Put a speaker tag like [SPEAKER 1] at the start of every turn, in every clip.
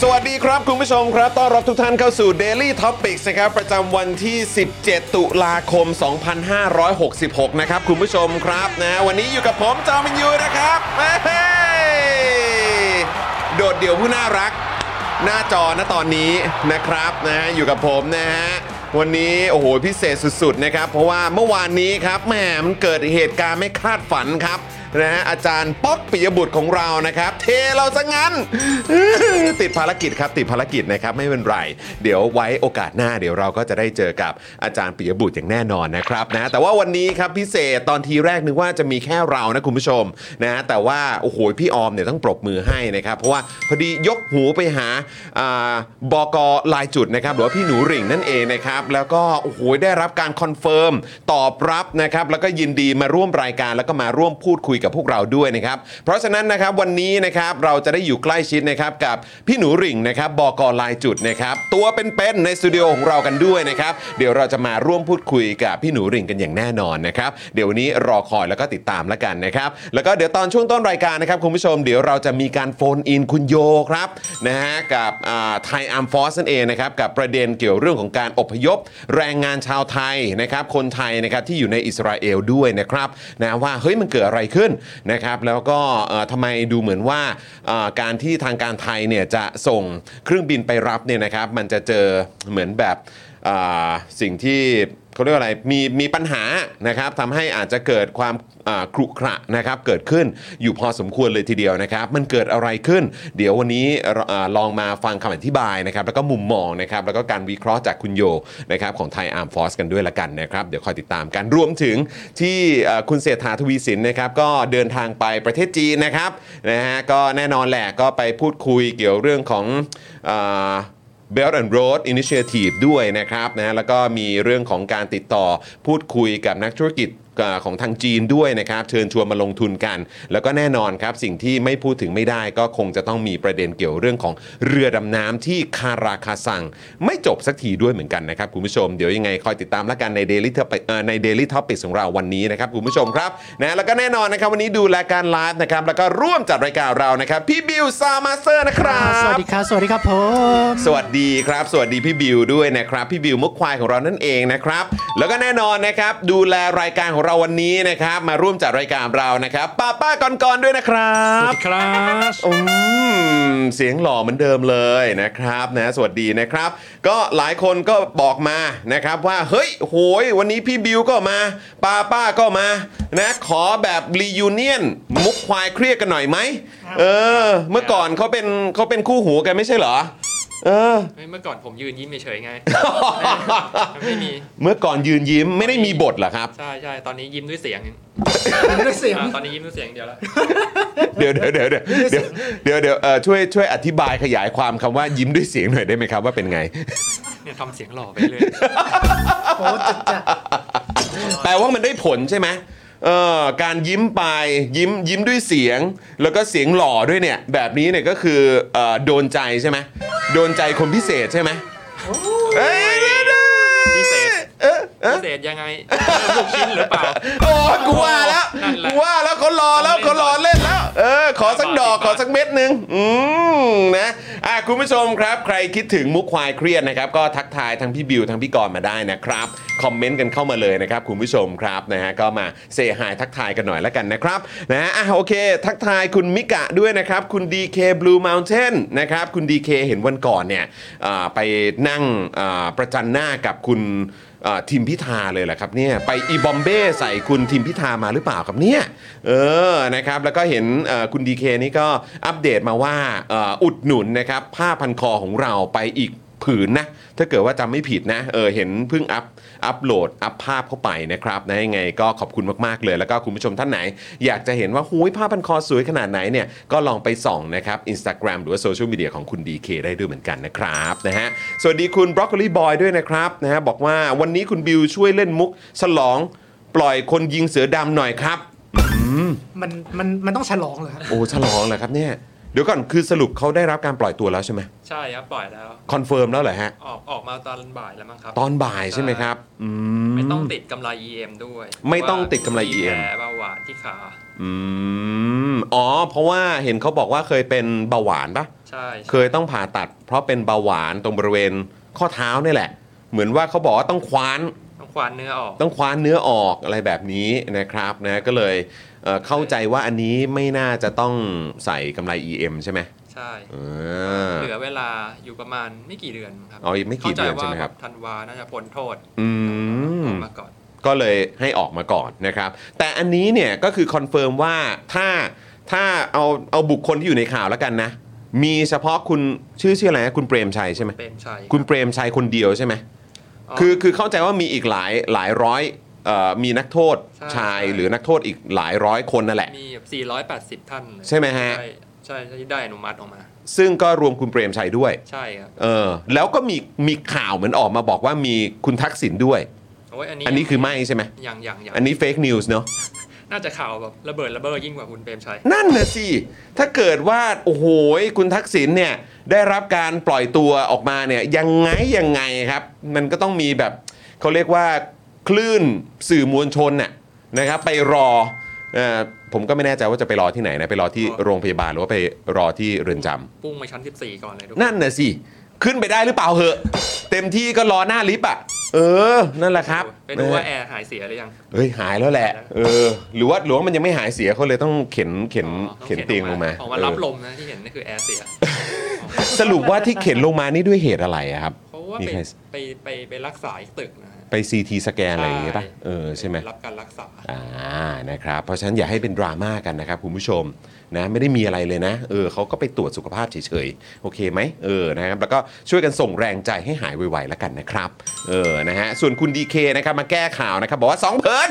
[SPEAKER 1] สวัสดีครับ คุณผู้ชมครับ ต้อนรับทุกท่านเข้าสู่ Daily Topics นะครับ ประจำวันที่ 17 ตุลาคม 2566 นะครับ คุณผู้ชมครับนะวันนี้อยู่กับผมจอมินยูนะครับเฮ้ยโดดเดี่ยวผู้น่ารัก หน้าจอนะตอนนี้นะครับนะฮะอยู่กับผมนะฮะ วันนี้โอ้โหพิเศษสุดๆนะครับ เพราะว่าเมื่อวานนี้ครับแหมมันเกิดเหตุการณ์ไม่คาดฝันครับนะฮะอาจารย์ป๊อกปิยบุตรของเรานะครับ เทเราซะงั้น ติดภารกิจครับติดภารกิจนะครับไม่เป็นไร เดี๋ยวไว้โอกาสหน้าเดี๋ยวเราก็จะได้เจอกับอาจารย์ปิยบุตรอย่างแน่นอนนะครับนะแต่ว่าวันนี้ครับพิเศษตอนทีแรกนึกว่าจะมีแค่เรานะคุณผู้ชมนะแต่ว่าโอ้โหพี่ออมเนี่ยต้องปรบมือให้นะครับ เพราะว่าพอดียกหูไปหาอ่าบกลายจุดนะครับหรือว่าพี่หนูหริ่งนั่นเองนะครับแล้วก็โอ้โหได้รับการคอนเฟิร์มตอบรับนะครับแล้วก็ยินดีมาร่วมรายการแล้วก็มาร่วมพูดคุยกับพวกเราด้วยนะครับเพราะฉะนั้นนะครับวันนี้นะครับเราจะได้อยู่ใกล้ชิดนะครับกับพี่หนูหริ่งนะครับบกลายจุดนะครับตัวเป็นๆในสตูดิโอของเรากันด้วยนะครับเดี๋ยวเราจะมาร่วมพูดคุยกับพี่หนูหริ่งกันอย่างแน่นอนนะครับเดี๋ยววันนี้รอคอยแล้วก็ติดตามแล้วกันนะครับแล้วก็เดี๋ยวตอนช่วงต้นรายการนะครับคุณผู้ชมเดี๋ยวเราจะมีการโฟนอินคุณโยครับนะฮะกับไทยอาร์มฟอสนั่นเองนะครับกับประเด็นเกี่ยวเรื่องของการอพยพ แรงงานชาวไทยนะครับคนไทยนะครับที่อยู่ในอิสราเอลด้วยนะครับนะว่าเฮ้ยมันเกิดอะไรขึ้นนะครับแล้วก็เอ่อทำไมดูเหมือนว่าเอ่อการที่ทางการไทยเนี่ยจะส่งเครื่องบินไปรับเนี่ยนะครับมันจะเจอเหมือนแบบเอ่อสิ่งที่เขาเรียกว่าอะไรมีมีปัญหานะครับทำให้อาจจะเกิดความอ่าขรุขระนะครับเกิดขึ้นอยู่พอสมควรเลยทีเดียวนะครับมันเกิดอะไรขึ้น เดี๋ยววันนี้เราอ่าลองมาฟังคำอธิบายนะครับแล้วก็มุมมองนะครับแล้วก็การวิเคราะห์จากคุณโยนะครับของไทยอาร์มฟอสกันด้วยละกันนะครับเดี๋ยวคอยติดตามกันรวมถึงที่เอ่อคุณเศรษฐาทวีสินนะครับก็เดินทางไปประเทศจีนนะครับนะฮะก็แน่นอนแหละก็ไปพูดคุยเกี่ยวเรื่องของอ่า Belt and Road Initiative ด้วยนะครับนะแล้วก็มีเรื่องของการติดต่อพูดคุยกับนักธุรกิจเอ่อของทางจีนด้วยนะครับ เชิญชวนมาลงทุนกัน แล้วก็แน่นอนครับสิ่งที่ไม่พูดถึงไม่ได้ก็คงจะต้องมีประเด็นเกี่ยวเรื่องของเรือดำน้ำที่คาราคาซัง ไม่จบสักทีด้วยเหมือนกันนะครับ คุณผู้ชมเดี๋ยวยังไงคอยติดตามแล้วกันใน Daily Topic เอ่อใน Daily Topic ของเราวันนี้นะครับคุณผู้ชมครับนะแล้วก็แน่นอนนะครับวันนี้ดูรายการไลฟ์นะครับแล้วก็ร่วมจัดรายการเรานะครับพี่บิวซามาเซอร์นะครับ
[SPEAKER 2] สวัสดีครับ สวัสดีครับผม
[SPEAKER 1] สวัสดีครับ สวัสดีพี่บิวด้วยนะครับ พี่บิวมุกควายของเรานั่นเองนะครับ แล้วก็แน่นอนนะครับ ดูแลรายการของเราวันนี้นะครับ มาร่วมจัดรายการเรานะครับ ป้าป้ากอนกอนด้วยนะครั
[SPEAKER 2] สวัส
[SPEAKER 1] บ
[SPEAKER 2] ดีครับ
[SPEAKER 1] อืมเสียงหล่อเหมือนเดิมเลยนะครับนะสวัสดีนะครับ ก็หลายคนก็บอกมานะครับว่าเฮ้ยโหยวันนี้พี่บิวก็มา ป้าป้าก็มานะขอแบบรียูเนียนมุกควายเครียดกันหน่อยไหมเออ เมื่อก่อนเขาเป็นเขาเป็นคู่หูกันไม่ใช่เหรอ เออ
[SPEAKER 3] เฮ้ยเมื่อก่อนผมยืนยิ้มเฉย ๆไง ไม่มี
[SPEAKER 1] เมื่อก่อนยืนยิ้มไม่ได้มีบทเหรอครับ
[SPEAKER 3] ใช่ใช่ตอนนี้ยิ้มด้วยเสียง
[SPEAKER 2] ด้วยเสียง
[SPEAKER 3] อ่าตอนนี้ยิ้มด้วยเสียงเดียวละ
[SPEAKER 1] เดี๋ยวเดี๋ยวเดี๋ยวเดี๋ยวเดี๋ยวเดี๋ยวเดี๋ยวเอ่อช่วยช่วยอธิบายขยายความคำว่ายิ้มด้วยเสียงหน่อยได้ไหมครับว่าเป็นไง
[SPEAKER 3] เนี่ยทำเสียงหล่อไปเลย
[SPEAKER 2] โอ้จะจะ
[SPEAKER 1] แปลว่ามันได้ผลใช่ไหม เออการยิ้มไปยิ้มยิ้มด้วยเสียง แล้วก็เสียงหล่อด้วยเนี่ย แบบนี้เนี่ยก็คือเอ่อโดนใจใช่ไหมโดนใจคนพิเศษใช่ไหมเอ้ยเดี๋ยวๆ
[SPEAKER 3] พิเศษ
[SPEAKER 1] เอ๊ะเอ๊ะ
[SPEAKER 3] พิเศษยังไงลูกชิ้นหรือเปล่า
[SPEAKER 1] โอ้ยกูว่าแล้ว
[SPEAKER 3] นั่นแหละ
[SPEAKER 1] กูว่าแล้วเขารอแล้วเขารอเล่นแล้ว เออ ขอสักดอกข
[SPEAKER 3] บาท
[SPEAKER 1] อสักเม็ดหนึ่งอืมนะอ่ะคุณผู้ชมครับ ใครคิดถึงมุกควายเครียดนะครับ ก็ทักทายทั้งพี่บิวทั้งพี่กรณ์มาได้นะครับ คอมเมนต์กันเข้ามาเลยนะครับ คุณผู้ชมครับนะฮะก็มาเซฮายทักทายกันหน่อยแล้วกันนะครับนะฮะอ่ะโอเค ทักทายคุณมิกะด้วยนะครับ คุณ DK Blue Mountain นะครับคุณ DK เห็นวันก่อนเนี่ยอ่าไปนั่งอ่าประจันหน้ากับคุณ เอ่อทีมพิธาเลยแหละครับเนี่ยไปอีบอมเบ้ใส่คุณทีมพิธามาหรือเปล่าครับเนี่ยเออนะครับแล้วก็เห็นเอ่อคุณดีเคนี่ก็อัปเดตมาว่าเอ่ออุดหนุนนะครับผ้าพันคอของเราไปอีกผืนนะถ้าเกิดว่าจำไม่ผิดนะเออเห็นเพิ่งอัพอัพโหลดอัพภาพเข้าไปนะครับนะยังไงก็ขอบคุณมากๆเลยแล้วก็คุณผู้ชมท่านไหน อยากจะเห็นว่าหูยผ้าพันคอสวยขนาดไหนเนี่ยก็ลองไปส่องนะครับ Instagram หรือว่าโซเชียลมีเดียของคุณ DK ได้ด้วยเหมือนกันนะครับนะฮะสวัสดีคุณ Broccoli Boy ด้วยนะครับนะฮะบอกว่าวันนี้คุณบิวช่วยเล่นมุก ฉลองปล่อยคนยิงเสือดำหน่อยครับ
[SPEAKER 2] มันมันมันต้องฉลองเหรอครับ
[SPEAKER 1] โอ้ฉลองเหรอครับเนี่ยเดี๋ยวก่อนคือสรุปเขาได้รับการปล่อยตัวแล้วใช่ไหม
[SPEAKER 3] ใช่ครับปล่อยแล้ว
[SPEAKER 1] คอนเฟิร์มแล้วเหรอฮะ
[SPEAKER 3] ออกออกมาตอนบ่ายแล้วมั้งครับ
[SPEAKER 1] ตอนบ่ายใช่ไหมครับอืม
[SPEAKER 3] ไม่ต้องติดกำไร EM ด้วย
[SPEAKER 1] ไม่ต้องติดกำไร
[SPEAKER 3] มี
[SPEAKER 1] EM
[SPEAKER 3] แผลเบาหวานที่ขา
[SPEAKER 1] อืมอ๋อ เพราะว่าเห็นเขาบอกว่าเคยเป็นเบาหวานปะ
[SPEAKER 3] ใช่
[SPEAKER 1] เคยต้องผ่าตัด เพราะเป็นเบาหวานตรงบริเวณข้อเท้าเนี่ยแหละ เหมือนว่าเขาบอกว่าต้องคว้าน
[SPEAKER 3] ต้องควานเนื้อออก
[SPEAKER 1] ต้องคว้านเนื้อออกอะไรแบบนี้นะครับนะก็เลยเอ่อเข้าใจว่าอันนี้ไม่น่าจะต้องใส่กำไร EM ใช่ไหม
[SPEAKER 3] ใช่
[SPEAKER 1] เออ
[SPEAKER 3] เหลือเวลาอยู่ประมาณไม่กี่เดือนครับ
[SPEAKER 1] อ๋อไม่กี่เดือนใช่ไหมครับ
[SPEAKER 3] เข้าจว่าธันวาน่าจะพ้นโทษ
[SPEAKER 1] อืม
[SPEAKER 3] มาก่อน
[SPEAKER 1] ก็เลยให้ออกมาก่อนนะครับ แต่อันนี้เนี่ยก็คือคอนเฟิร์มว่าถ้าถ้าเอาเอาบุคคลที่อยู่ในข่าวแล้วกันนะ มีเฉพาะคุณชื่อชื่ออะไรนะคุณเปรมชัยใช่ไหม
[SPEAKER 3] เป็นชัย
[SPEAKER 1] คุณเปรมชัยคนเดียวใช่ไหม คือคือเข้าใจว่ามีอีกหลายหลายร้อยเอ่อมีนักโทษชายหรือนักโทษอีกหลายร้อยคนนั่นแหละ
[SPEAKER 3] มีแบบ 480 ท่านเลย
[SPEAKER 1] ใช่ไหมฮะ
[SPEAKER 3] ใช่ใช่ที่ได้อนุมัติออกมา
[SPEAKER 1] ซึ่งก็รวมคุณเปรมชัยด้วย
[SPEAKER 3] ใช่ครับ
[SPEAKER 1] เออแล้วก็มีมีข่าวเหมือนออกมาบอกว่ามีคุณทักษิณด้วย
[SPEAKER 3] โอ้ยอันนี้
[SPEAKER 1] อันนี้คือไม่ใช่ไหม
[SPEAKER 3] ยังยังยัง
[SPEAKER 1] อันนี้เฟกนิวส์เนอะ
[SPEAKER 3] น่าจะข่าวแบบระเบิดระเบ้อยิ่งกว่าคุณเปรมชัย
[SPEAKER 1] นั่นนะสิ ถ้าเกิดว่า โอ้โหยคุณทักษิณเนี่ยได้รับการปล่อยตัวออกมาเนี่ยยังไงยังไงครับ มันก็ต้องมีแบบเขาเรียกว่าคลื่นสื่อมวลชนน่ะนะครับไปรอเอ่อผมก็ไม่แน่ใจว่าจะไปรอที่ไหนนะไปรอที่โรงพยาบาลหรือว่าไปรอที่เรือนจำ
[SPEAKER 3] ปุ้งไปชั้น 14 ก่อนเลยดู
[SPEAKER 1] นั่นน่ะสิ ขึ้นไปได้หรือเปล่าเหอะ เต็มที่ก็รอหน้าลิฟต์อ่ะ เออ นั่นแหละครับ
[SPEAKER 3] ไปดูว่า
[SPEAKER 1] เอ
[SPEAKER 3] แอ
[SPEAKER 1] อ
[SPEAKER 3] ร์หายเสียหรือยัง
[SPEAKER 1] เฮ้ย หายแล้วแหละ เออ หรือว่าหรือว่ามันยังไม่หายเสียเขาเลยต้องเข็นเข็น
[SPEAKER 3] อ๋อ
[SPEAKER 1] เข็นเตียงลงมา
[SPEAKER 3] ออกมารับ
[SPEAKER 1] เออ
[SPEAKER 3] ลมนะที่เห็นนี่คือแอร์เสีย
[SPEAKER 1] สรุปว่าที่เข็นลงมานี่ด้วยเหตุอะไรอะครับ
[SPEAKER 3] เพราะว่า
[SPEAKER 1] มี
[SPEAKER 3] ไป
[SPEAKER 1] ใคร
[SPEAKER 3] ไปไปไปรักษาอีกตึกนะฮะ
[SPEAKER 1] ไปซีทีสแกนอะไรอย่างเงี้ยป่ะ เออ ใช่ไหม
[SPEAKER 3] รับการรักษา
[SPEAKER 1] อ่า นะครับ เพราะฉะนั้นอย่าให้เป็นดราม่ากันนะครับคุณผู้ชมนะไม่ได้มีอะไรเลยนะ เออเขาก็ไปตรวจสุขภาพเฉยๆ โอเคไหมเออนะครับแล้วก็ช่วยกันส่งแรงใจให้หายไวๆแล้วกันนะครับ เออนะฮะส่วนคุณดีเคนะครับมาแก้ข่าวนะครับ บอกว่า 2 ผืน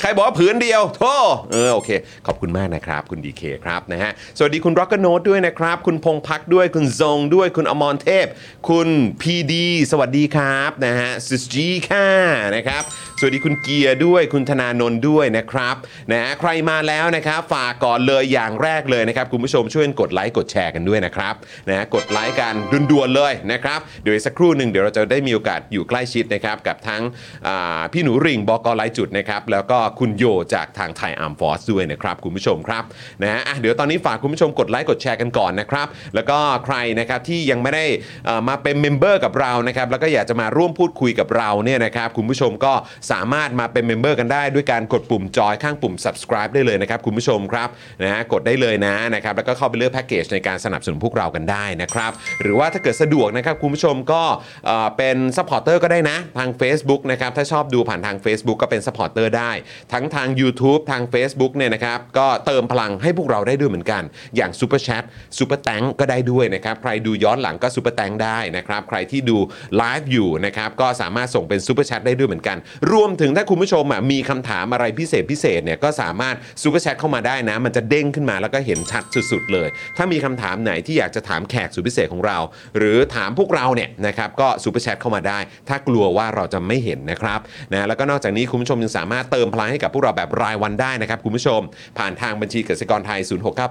[SPEAKER 1] ใครบอกว่าผืนเดียวโธ่เออโอเค ขอบคุณมากนะครับคุณดีเคครับนะฮะสวัสดีคุณร็อกเกอร์โนดด้วยนะครับ คุณพงพักด้วยคุณทรงด้วยคุณอมรเทพ คุณพีดีสวัสดีครับนะฮะซิสจีค่ะนะครับ สวัสดีคุณเกียร์ด้วยคุณธนาโนนท์ด้วยนะครับนะฮะใครมาแล้วนะครับฝากก่อนเลยอย่างแรกเลยนะครับ คุณผู้ชมช่วยกดไลค์กดแชร์กันด้วยนะครับนะฮะกดไลค์กันด่วนๆเลยนะครับ เดี๋ยวอีกสักครู่หนึ่งเดี๋ยวเราจะได้มีโอกาสอยู่ใกล้ชิดนะครับ กับทั้งอ่าพี่หนูริ่งบอกอไลฟ์จุดนะครับ แล้วก็คุณโยจากทางไทยอาร์มฟอร์สด้วยนะครับ คุณผู้ชมครับนะฮะอ่ะเดี๋ยวตอนนี้ฝากคุณผู้ชมกดไลค์กดแชร์กันก่อนนะครับ แล้วก็ใครนะครับที่ยังไม่ได้เอ่อมาเป็นเมมเบอร์กับเรานะครับ แล้วก็อยากจะมาร่วมพูดคุยกับเราเนี่ยนะครับ คุณผู้ชมก็สามารถมาเป็นเมมเบอร์กันได้ด้วยการกดปุ่มจอยข้างปุ่ม subscribe ได้เลยนะครับคุณผู้ชมครับนะฮะกดได้เลยนะนะครับ แล้วก็เข้าไปเลือกแพ็กเกจในการสนับสนุนพวกเรากันได้นะครับ หรือว่าถ้าเกิดสะดวกนะครับคุณผู้ชมก็เอ่อเป็นซัพพอร์เตอร์ก็ได้นะ ทาง Facebook นะครับถ้าชอบดูผ่านทาง Facebook ก็เป็นซัพพอร์เตอร์ได้ ทั้งทาง YouTube ทาง Facebook เนี่ยนะครับก็เติมพลังให้พวกเราได้ด้วยเหมือนกัน อย่างซูเปอร์แชทซูเปอร์แตงก็ได้ด้วยนะครับ ใครดูย้อนหลังก็ซูเปอร์แตงได้นะครับ ใครที่ดูไลฟ์อยู่นะครับก็สามารถส่งเป็นซูเปอร์แชทได้ด้วยเหมือนกัน รวม วมถึงถ้าคุณผู้ชมอ่ะมีคำถามอะไรพิเศษพิเศษเนี่ยก็สามารถซูเปอร์แชทเข้ามาได้นะ มันจะเด้งขึ้นมาแล้วก็เห็นชัดสุดๆเลย ถ้ามีคำถามไหนที่อยากจะถามแขกสุดพิเศษของเรา หรือถามพวกเราเนี่ยนะครับก็ซูเปอร์แชทเข้ามาได้ ถ้ากลัวว่าเราจะไม่เห็นนะครับนะแล้วก็นอกจากนี้คุณผู้ชมยังสามารถเติมพลังให้กับพวกเราแบบรายวันได้นะครับคุณผู้ชม ผ่านทางบัญชีกสิกรไท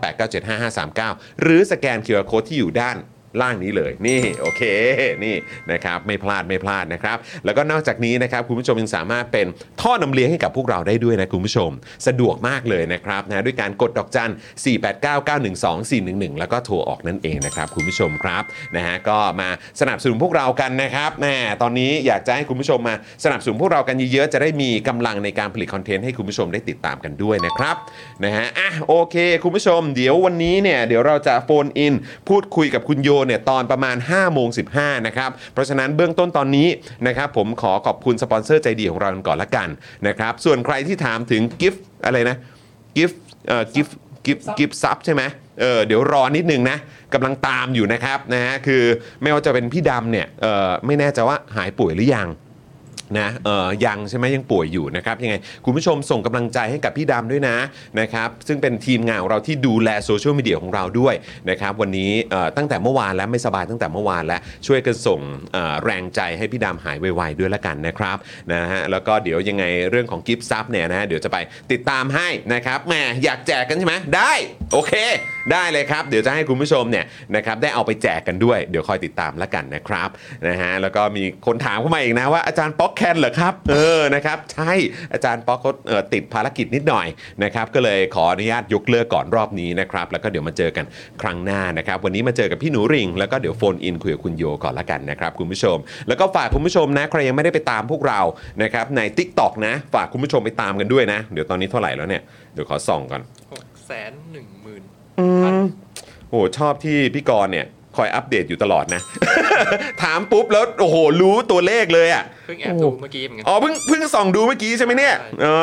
[SPEAKER 1] ย 0698975539 หรือสแกน QR Code ที่อยู่ด้าน ล่างนี้เลยนี่โอเคนี่นะครับไม่พลาดไม่พลาดนะครับ แล้วก็นอกจากนี้นะครับคุณผู้ชมยังสามารถเป็นท่อนำเลี้ยงให้กับพวกเราได้ด้วยนะคุณผู้ชม สะดวกมากเลยนะครับนะด้วยการกดดอกจัน 489912411 แล้วก็โทรออกนั่นเองนะครับคุณผู้ชมครับนะฮะก็มาสนับสนุนพวกเรากันนะครับแหมตอนนี้อยากจะให้คุณผู้ชมมาสนับสนุนพวกเรากันเยอะๆจะได้มีกำลังในการผลิตคอนเทนต์ให้คุณผู้ชมได้ติดตามกันด้วยนะครับนะฮะอ่ะโอเค คุณผู้ชม เดี๋ยววันนี้เนี่ยเดี๋ยวเราจะโฟนอิน พูดคุยกับคุณโยเนี่ยตอนประมาณ 5 โมง 15 นะครับ เพราะฉะนั้นเบื้องต้นตอนนี้นะครับผมขอขอบคุณสปอนเซอร์ใจดีของเรากันก่อนละกันนะครับ ส่วนใครที่ถามถึงกิฟต์อะไรนะกิฟต์เอ่อกิฟต์กิฟต์กิฟต์ซับใช่ไหมเออเดี๋ยวรอนิดนึงนะกำลังตามอยู่นะครับนะฮะคือไม่ว่าจะเป็นพี่ดำเนี่ยเออไม่แน่ใจว่าหายป่วยหรือยัง นะเอ่อยังใช่ไหมยังป่วยอยู่นะครับยังไงคุณผู้ชมส่งกำลังใจให้กับพี่ดำด้วยนะนะครับซึ่งเป็นทีมงานของเราที่ดูแลโซเชียลมีเดียของเราด้วยนะครับวันนี้เอ่อตั้งแต่เมื่อวานแล้วไม่สบายตั้งแต่เมื่อวานแล้วช่วยกันส่งเอ่อแรงใจให้พี่ดำหายไวๆด้วยละกันนะครับนะฮะแล้วก็เดี๋ยวยังไงเรื่องของกิฟต์ซับเนี่ยนะฮะเดี๋ยวจะไปติดตามให้นะครับแหมอยากแจกกันใช่ไหมได้โอเค ได้เลยครับเดี๋ยวจะให้คุณผู้ชมเนี่ยนะครับได้เอาไปแจกกันด้วยเดี๋ยวคอยติดตามละกันนะครับนะฮะแล้วก็มีคนถามเข้ามาอีกนะว่าอาจารย์ป๊อกแคนเหรอครับเออนะครับใช่อาจารย์ป๊อกเขาเอ่อติดภารกิจนิดหน่อยนะครับก็เลยขออนุญาตยกเลิกก่อนรอบนี้นะครับแล้วก็เดี๋ยวมาเจอกันครั้งหน้านะครับวันนี้มาเจอกับพี่หนูริง แล้วก็เดี๋ยวโฟนอินคุยกับคุณโยก่อนละกันนะครับคุณผู้ชม แล้วก็ฝากคุณผู้ชมนะใครยังไม่ได้ไปตามพวกเรานะครับใน Tik t o อกนะฝากคุณผู้ชมไปตามกันด้วยนะ เดี๋ยวตอนนี้เท่าไหร่แล้วเนี่ยเดี๋ยวขอส่องก่อน
[SPEAKER 3] หกแสนหนึ่งหมื่น
[SPEAKER 1] โอ้โหชอบที่พี่กรณ์เนี่ยคอยอัปเดตอยู่ตลอดนะ ถามปุ๊บแล้วโอ้โหรู้ตัวเลขเลยอ่ะ
[SPEAKER 3] เพิ่งแอบดูเมื่อกี้เหมือนกัน
[SPEAKER 1] อ๋อเพิ่งเพิ่งส่องดูเมื่อกี้ใช่ไหมเนี่ย
[SPEAKER 3] ใช่
[SPEAKER 1] อ๋อ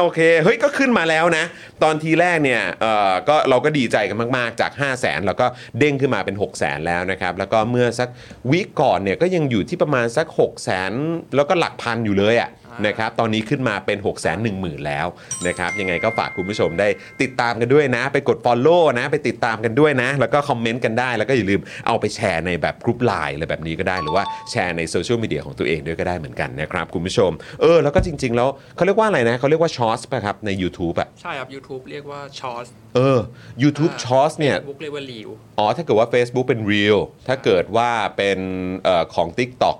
[SPEAKER 1] โอเคเฮ้ยก็ขึ้นมาแล้วนะ ตอนทีแรกเนี่ยเอ่อก็เราก็ดีใจกันมากๆจาก 5 0 0 0 0 0แล้วก็เด้งขึ้นมาเป็น 6 0 0 0 0 0 แล้วนะครับ แล้วก็เมื่อสักวีคก่อนเนี่ยก็ยังอยู่ที่ประมาณสัก 6 0 0 0 0 แล้วก็หลักพันอยู่เลยอะนะครับตอนนี้ขึ้นมาเป็น 6 1 0 0 0 0 แล้วนะครับยังไงก็ฝากคุณผู้ชมได้ติดตามกันด้วยนะ ไปกด Follow นะ ไปติดตามกันด้วยนะ แล้วก็คอมเมนต์กันได้แล้วก็อย่าลืมเอาไปแชร์ในแบบกรุ๊ปไลน์อะไรแบบนี้ก็ได้หรือว่าแชร์ในโซเชียลมีเดียของตัวเองด้วยก็ได้เหมือนกันนะครับคุณผู้ชม เออแล้วก็จริง ๆ แล้วเขาเรียกว่าอะไรนะเขาเรียกว่าชอสป่ะครับใน YouTube อ่ะ
[SPEAKER 3] ใช่ครับ YouTube เรียกว่าชอส
[SPEAKER 1] เออ YouTube ชอสเนี่ย
[SPEAKER 3] บุ๊กเรียกว่าหลิว
[SPEAKER 1] อ๋อถ้าเกิดว่า Facebook เป็น Real ถ้าเกิดว่าเป็นเอ่อของ TikTok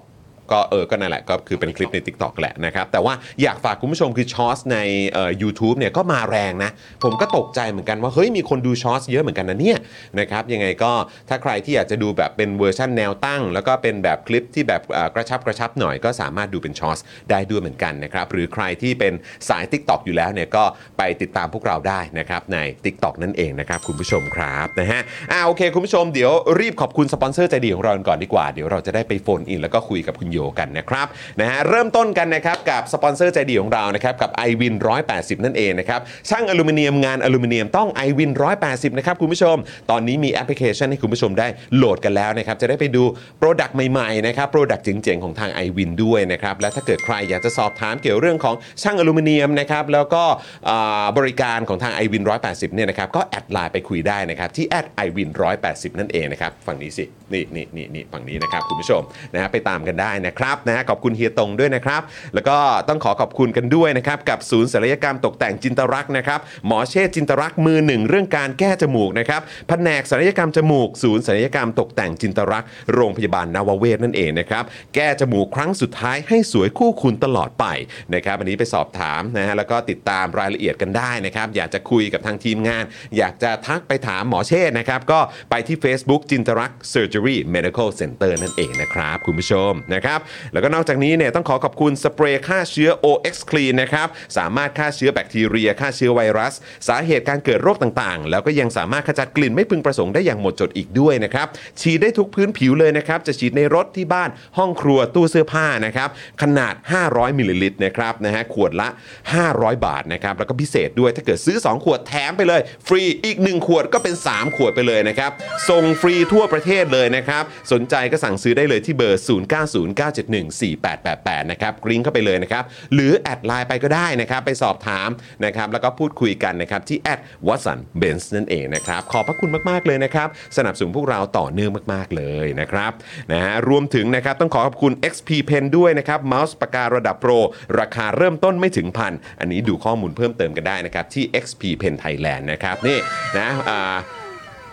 [SPEAKER 1] ก็เออก็นั่นแหละก็คือเป็นคลิปใน TikTok แหละนะครับ แต่ว่าอยากฝากคุณผู้ชมคือชอสในเอ่อ u t u b e เนี่ยก็มาแรงนะ ผมก็ตกใจเหมือนกันว่า เฮ้ย มีคนดูชอสเยอะเหมือนกันนะเนี่ยนะครับยังไงก็ถ้าใครที่อยากจะดูแบบเป็นเวอร์ชั่นแนวตั้ง แล้วก็เป็นแบบคลิปที่แบบเอ่อกระชับกระชับหน่อยก็สามารถดูเป็นชอสได้ด้วยเหมือนกันนะครับ หรือใครที่เป็นสาย TikTok อยู่แล้วเนี่ยก็ไปติดตามพวกเราได้นะครับใน TikTok นั่นเองนะครับคุณผู้ชมครับนะฮะอ่าโอเค คุณผู้ชมเดี๋ยวรีบขอบคุณสปอนเซอร์ใจดีของเรากันก่อนดีกว่าเดี๋ยวเราจะได้ไปโฟนอินแล้วก็คุยกับคุณโยกันนะครับนะฮะเริ่มต้นกันนะครับกับสปอนเซอร์ใจดีของเรานะครับกับ i w วิน180 นั่นเองนะครับช่างอลูมิเนียมงานอลูมิเนียมต้อง i w วิน180 นะครับคุณผู้ชม ตอนนี้มีแอปพลิเคชันให้คุณผู้ชมได้โหลดกันแล้วนะครับจะได้ไปดูโปรดักต์ใหม่ๆนะครับโปรดักต์เจ๋งๆของทาง i w วินด้วยนะครับและถ้าเกิดใครอยากจะสอบถามเกี่ยวเรื่องของช่างอลูมิเนียมนะครับแล้วก็อ่าบริการของทาง i w วิน180 เนี่ยนะครับก็แอดไลน์ไปคุยได้นะครับที่แอด i w วิน180 นั่นเองนะครับฝั่งนี้สินี่นี่นี่นี่ฝั่งนี้นะครับคุณผู้ชมนะฮะไปตามกันได้นะครับนะฮะขอบคุณเฮียตงด้วยนะครับ แล้วก็ต้องขอขอบคุณกันด้วยนะครับกับศูนย์ศัลยกรรมตกแต่งจินตรักษณ์นะครับหมอเชษฐ์จินตรักษณ์มือหนึ่งเรื่องการแก้จมูกนะครับแผนกศัลยกรรมจมูก ศูนย์ศัลยกรรมตกแต่งจินตรักษณ์โรงพยาบาลนาวเวศนั่นเองนะครับแก้จมูกครั้งสุดท้ายให้สวยคู่คุณตลอดไปนะครับอันนี้ไปสอบถามนะฮะแล้วก็ติดตามรายละเอียดกันได้นะครับอยากจะคุยกับทางทีมงาน อยากจะทักไปถามหมอเชษฐ์นะครับก็ไปที่ Facebook จินตรักษณ์ Surgery Medical Center นั่นเองนะครับคุณผู้ชมนะครับแล้วก็นอกจากนี้เนี่ยต้องขอขอบคุณสเปรย์ฆ่าเชื้อ OX Clean นะครับสามารถฆ่าเชื้อแบคทีเรียฆ่าเชื้อไวรัส สาเหตุการเกิดโรคต่างๆ แล้วก็ยังสามารถขจัดกลิ่นไม่พึงประสงค์ได้อย่างหมดจดอีกด้วยนะครับฉีดได้ทุกพื้นผิวเลยนะครับจะฉีดในรถที่บ้านห้องครัวตู้เสื้อผ้านะครับขนาด 500มิลลิลิตรนะครับนะฮะขวดละ 500 บาทนะครับแล้วก็พิเศษด้วยถ้าเกิดซื้อ 2 ขวดแถมไปเลย ฟรีอีก 1 ขวดก็เป็น 3 ขวดไปเลยนะครับส่งฟรีทั่วประเทศเลยนะครับสนใจก็สั่งซื้อได้เลยที่เบอร์ 0 9 0 9 7 09714888นะครับกริ้งเข้าไปเลยนะครับ หรือแอดไลน์ไปก็ได้นะครับ ไปสอบถามนะครับ แล้วก็พูดคุยกันนะครับ ที่แอดวัสันเบนซ์นั่นเองนะครับ ขอบพระคุณมาก ๆ เลยนะครับ สนับสนุนพวกเราต่อเนื่องมาก ๆ เลยนะครับนะฮะรวมถึงนะครับ ต้องขอขอบคุณ XP Pen ด้วยนะครับเมาส์ปากการะดับโปร ราคาเริ่มต้นไม่ถึงพันอันนี้ดูข้อมูลเพิ่มเติมกันได้นะครับ ที่ XP Pen Thailand นะครับนี่นะอ่า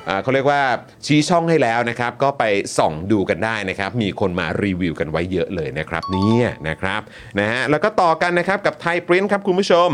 [SPEAKER 1] อ่าเขาเรียกว่าชี้ช่องให้แล้วนะครับ ก็ไปส่องดูกันได้นะครับ มีคนมารีวิวกันไว้เยอะเลยนะครับเนี่ยนะครับนะฮะแล้วก็ต่อกันนะครับกับไทยปริ้นครับคุณผู้ชม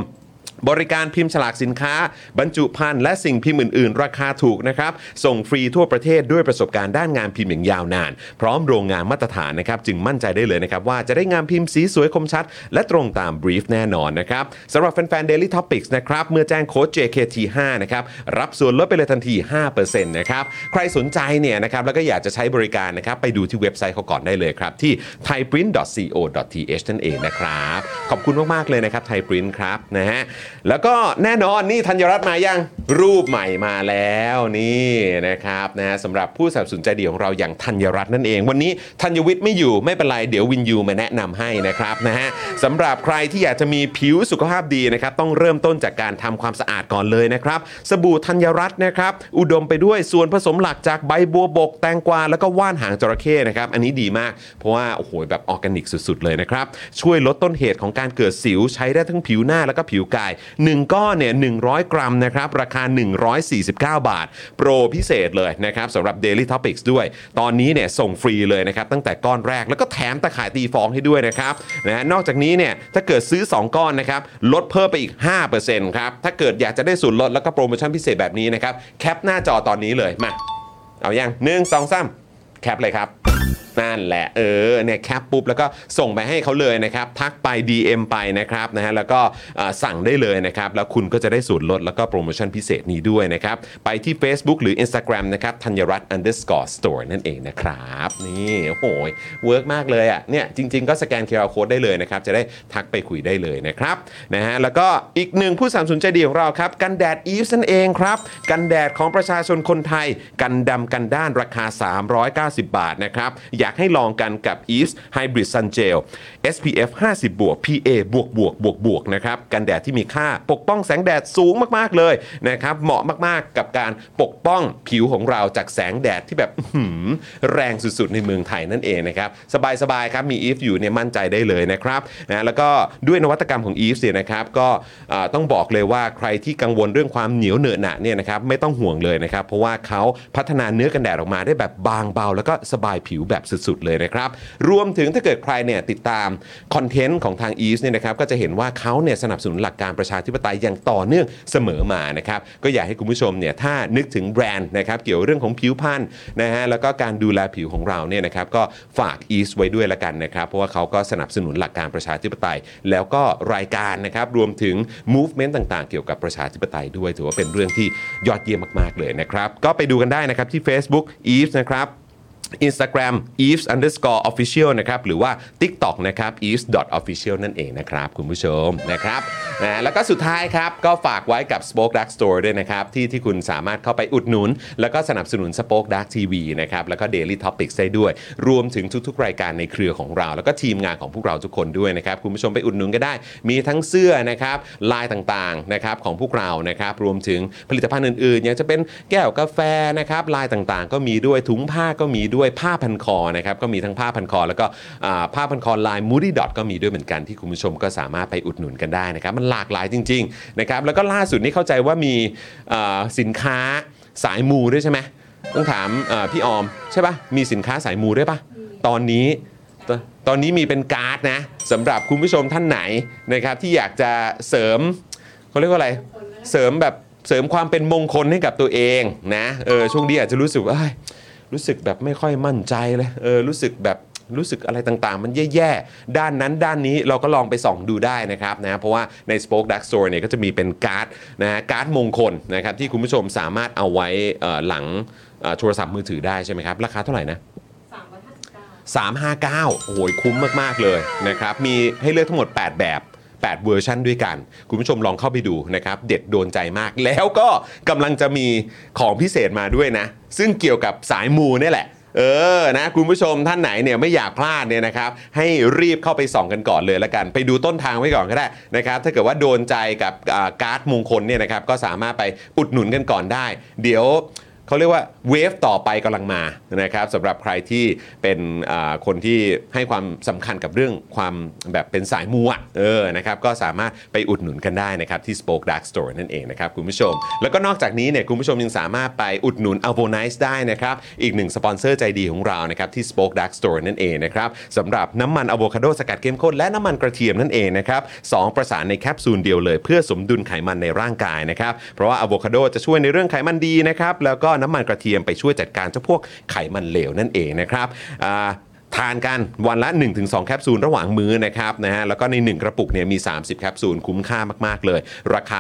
[SPEAKER 1] บริการพิมพ์ฉลากสินค้า บรรจุภัณฑ์และสิ่งพิมพ์อื่น ๆ ราคาถูกนะครับ ส่งฟรีทั่วประเทศด้วยประสบการณ์ด้านงานพิมพ์อย่างยาวนาน พร้อมโรงงานมาตรฐานนะครับ จึงมั่นใจได้เลยนะครับ ว่าจะได้งานพิมพ์สีสวยคมชัด และตรงตามบรีฟแน่นอนนะครับสำหรับแฟน ๆ Daily Topics นะครับ เมื่อแจ้งโค้ด JKT5 นะครับ รับส่วนลดไปเลยทันที 5%นะครับ ใครสนใจเนี่ยนะครับแล้วก็อยากจะใช้บริการนะครับ ไปดูที่เว็บไซต์เขาก่อนได้เลยครับ ที่ thaiprint.co.th นั่นเองนะครับ ขอบคุณมาก ๆ เลยนะครับ thaiprint ครับนะฮะแล้วก็แน่นอนนี่ธัญรัตน์มายังรูปใหม่มาแล้วนี่นะครับนะฮะสำหรับผู้สนับสนุนใจดีของเราอย่างธัญรัตน์นั่นเอง วันนี้ธัญวิทย์ไม่อยู่ไม่เป็นไรเดี๋ยววินยูมาแนะนำให้นะครับนะฮะสำหรับใครที่อยากจะมีผิวสุขภาพดีนะครับต้องเริ่มต้นจากการทำความสะอาดก่อนเลยนะครับ สบู่ธัญรัตน์นะครับอุดมไปด้วยส่วนผสมหลักจากใบบัวบกแตงกวาแล้วก็ว่านหางจระเข้นะครับอันนี้ดีมาก เพราะว่าโอ้โหแบบออร์แกนิกสุดๆเลยนะครับช่วยลดต้นเหตุของการเกิดสิวใช้ได้ทั้งผิวหน้าแล้วก็ผิวกาย 1 ก้อนเนี่ย100 กรัมนะครับราคา 149 บาท โปรพิเศษเลยนะครับสำหรับ Daily Topics ด้วย ตอนนี้เนี่ยส่งฟรีเลยนะครับตั้งแต่ก้อนแรกแล้วก็แถมตะข่ายตีฟองให้ด้วยนะครับนะนอกจากนี้เนี่ยถ้าเกิดซื้อ 2 ก้อนนะครับลดเพิ่มไปอีก 5%ครับถ้าเกิดอยากจะได้ส่วนลดแล้วก็โปรโมชั่นพิเศษแบบนี้นะครับแคปหน้าจอตอนนี้เลยมา เอายังหนึ่งสองสามแคปเลยครับ นั่นแหละเออเนี่ยแคปปุ๊บแล้วก็ส่งไปให้เขาเลยนะครับ ทักไป DM ไปนะครับนะฮะแล้วก็เอ่อสั่งได้เลยนะครับ แล้วคุณก็จะได้ส่วนลดแล้วก็โปรโมชั่นพิเศษนี้ด้วยนะครับ ไปที่ Facebook หรือ Instagram นะครับธัญรัตน์ underscore store นั่นเองนะครับ นี่โอ้โหเวิร์กมากเลยอ่ะเนี่ยจริง ๆ ก็สแกน QR Code ได้เลยนะครับ จะได้ทักไปคุยได้เลยนะครับนะฮะแล้วก็อีกหนึ่งผู้สนัมสนุนใจดีของเราครับ กันแดดอีฟนั่นเองครับ กันแดดของประชาชนคนไทย กันดำกันด้านราคา 390 บาทนะครับ อยากให้ลองกันกับ e v e s Hybrid Sun Gel SPF 50บวก PA บวกบวกบวกบวกนะครับ กันแดดที่มีค่าปกป้องแสงแดดสูงมาก ๆ เลยนะครับ เหมาะมาก ๆ กับการปกป้องผิวของเราจากแสงแดดที่แบบ อื้อหือแรงสุด ๆ ในเมืองไทยนั่นเองนะครับ สบาย ๆ ครับ มี e v e s อยู่เนี่ยมั่นใจได้เลยนะครับนะแล้วก็ด้วยนวัตกรรมของ e v e s เนี่ยนะครับ ก็อ่าต้องบอกเลยว่าใครที่กังวลเรื่องความเหนียวเหนอะหนะเนี่ยนะครับไม่ต้องห่วงเลยนะครับ เพราะว่าเขาพัฒนาเนื้อกันแดดออกมาได้แบบบางเบา แล้วก็สบายผิวแบบสุดๆเลยนะครับ รวมถึงถ้าเกิดใครเนี่ยติดตามคอนเทนต์ของทาง e ีสเนี่ยนะครับก็จะเห็นว่าเขาเนี่ยสนับสนุนหลักการประชาธิปไตยอย่างต่อเนื่องเสมอมานะครับ ก็อยากให้คุณผู้ชมเนี่ยถ้านึกถึงแบรนด์นะครับเกี่ยวเรื่องของผิวพรรณนะฮะแล้วก็การดูแลผิวของเราเนี่ยนะครับก็ฝาก e ีสไว้ด้วยละกันนะครับ เพราะว่าเขาก็สนับสนุนหลักการประชาธิปไตย แล้วก็รายการนะครับรวมถึง movement ต่างๆ เกี่ยวกับประชาธิปไตยด้วย ถือว่าเป็นเรื่องที่ยอดเยี่ยมมากๆเลยนะครับก็ไปดูกันได้นะครับที่ Facebook e v e s นะครับ Instagram eves underscore official นะครับ หรือว่า TikTok นะครับ eves dot official นั่นเองนะครับ คุณผู้ชมนะครับนะแล้วก็สุดท้ายครับ ก็ฝากไว้กับ Spoke Dark Store ด้วยนะครับ ที่ที่คุณสามารถเข้าไปอุดหนุน แล้วก็สนับสนุน Spoke Dark TV นะครับ แล้วก็ Daily Topics ได้ด้วย รวมถึงทุกๆ รายการในเครือของเรา แล้วก็ทีมงานของพวกเราทุกคนด้วยนะครับ คุณผู้ชมไปอุดหนุนก็ได้ มีทั้งเสื้อนะครับลายต่างๆนะครับของพวกเรานะครับ รวมถึงผลิตภัณฑ์อื่นๆอย่างจะเป็นแก้วกาแฟนะครับลายต่างๆ ก็มีด้วยถุงผ้าก็มีด้วยผ้าพันคอนะครับก็มีทั้งผ้าพันคอ แล้วก็อ่าผ้าพันคอลาย Moody Dot ก็มีด้วยเหมือนกันที่คุณผู้ชมก็สามารถไปอุดหนุนกันได้นะครับ มันหลากหลายจริงๆนะครับแล้วก็ล่าสุดนี่เข้าใจว่ามีอ่าสินค้าสายมูด้วยใช่ไหมต้องถามอ่าพี่ออมใช่ปะมีสินค้าสายมูด้วยปะตอนนี้ ตตอนนี้มีเป็นการ์ดนะสำหรับคุณผู้ชมท่านไหนนะครับที่อยากจะเสริมเขาเรียกว่าอะไร เสริมแบบเสริมความเป็นมงคลให้กับตัวเองนะเออช่วงนี้อาจจะรู้สึกว่าเอ้ยรู้สึกแบบไม่ค่อยมั่นใจเลยเออรู้สึกแบบรู้สึกอะไรต่างๆ มันแย่ๆ ด้านนั้นด้านนี้เราก็ลองไปส่องดูได้นะครับนะเพราะว่าใน Spoke Dark Store เนี่ยก็จะมีเป็นการ์ดนะฮะการ์ดมงคลนะครับที่คุณผู้ชมสามารถเอาไว้เอ่อหลังเอ่อโทรศัพท์มือถือได้ใช่ไหมครับราคาเท่าไหร่นะ 359 โอ้โหคุ้มมาก ๆ เลยนะครับ มีให้เลือกทั้งหมด 8 แบบ 8 เวอร์ชันด้วยกัน คุณผู้ชมลองเข้าไปดูนะครับ เด็ดโดนใจมาก แล้วก็กำลังจะมีของพิเศษมาด้วยนะ ซึ่งเกี่ยวกับสายมูเนี่ยแหละ เออนะคุณผู้ชมท่านไหนเนี่ยไม่อยากพลาดเนี่ยนะครับให้รีบเข้าไปส่องกันก่อนเลยละกัน ไปดูต้นทางไว้ก่อนก็ได้นะครับถ้าเกิดว่าโดนใจกับอ่าการ์ดมงคลเนี่ยนะครับก็สามารถไปอุดหนุนกันก่อนได้ เดี๋ยว เขาเรียกว่าเวฟต่อไปกำลังมานะครับสำหรับใครที่เป็นอ่าคนที่ให้ความสำคัญกับเรื่องความแบบเป็นสายมูอะเออนะครับก็สามารถไปอุดหนุนกันได้นะครับที่ Spoke Dark Store นั่นเองนะครับคุณผู้ชม แล้วก็นอกจากนี้เนี่ยคุณผู้ชมยังสามารถไปอุดหนุน a l v o n i c e ได้นะครับ อีกหนึ่งสปอนเซอร์ใจดีของเรานะครับที่ Spoke Dark Store นั่นเองนะครับสำหรับน้ำมันอะโวคาโดสกัดเข้มข้นและน้ำมันกระเทียมนั่นเองนะครับสองประสานในแคปซูลเดียวเลย เพื่อสมดุลไขมันในร่างกายนะครับเพราะว่าอะโวคาโดจะช่วยในเรื่องไขมันดีนะครับแล้วก็น้ำมันกระเทียมไปช่วยจัดการเจ้าพวกไขมันเหลวนั่นเองนะครับอ่าทานกันวันละ 1-2 แคปซูลระหว่างมื้อนะครับนะฮะแล้วก็ใน 1 กระปุกเนี่ยมี 30 แคปซูลคุ้มค่ามาก ๆ เลย ราคา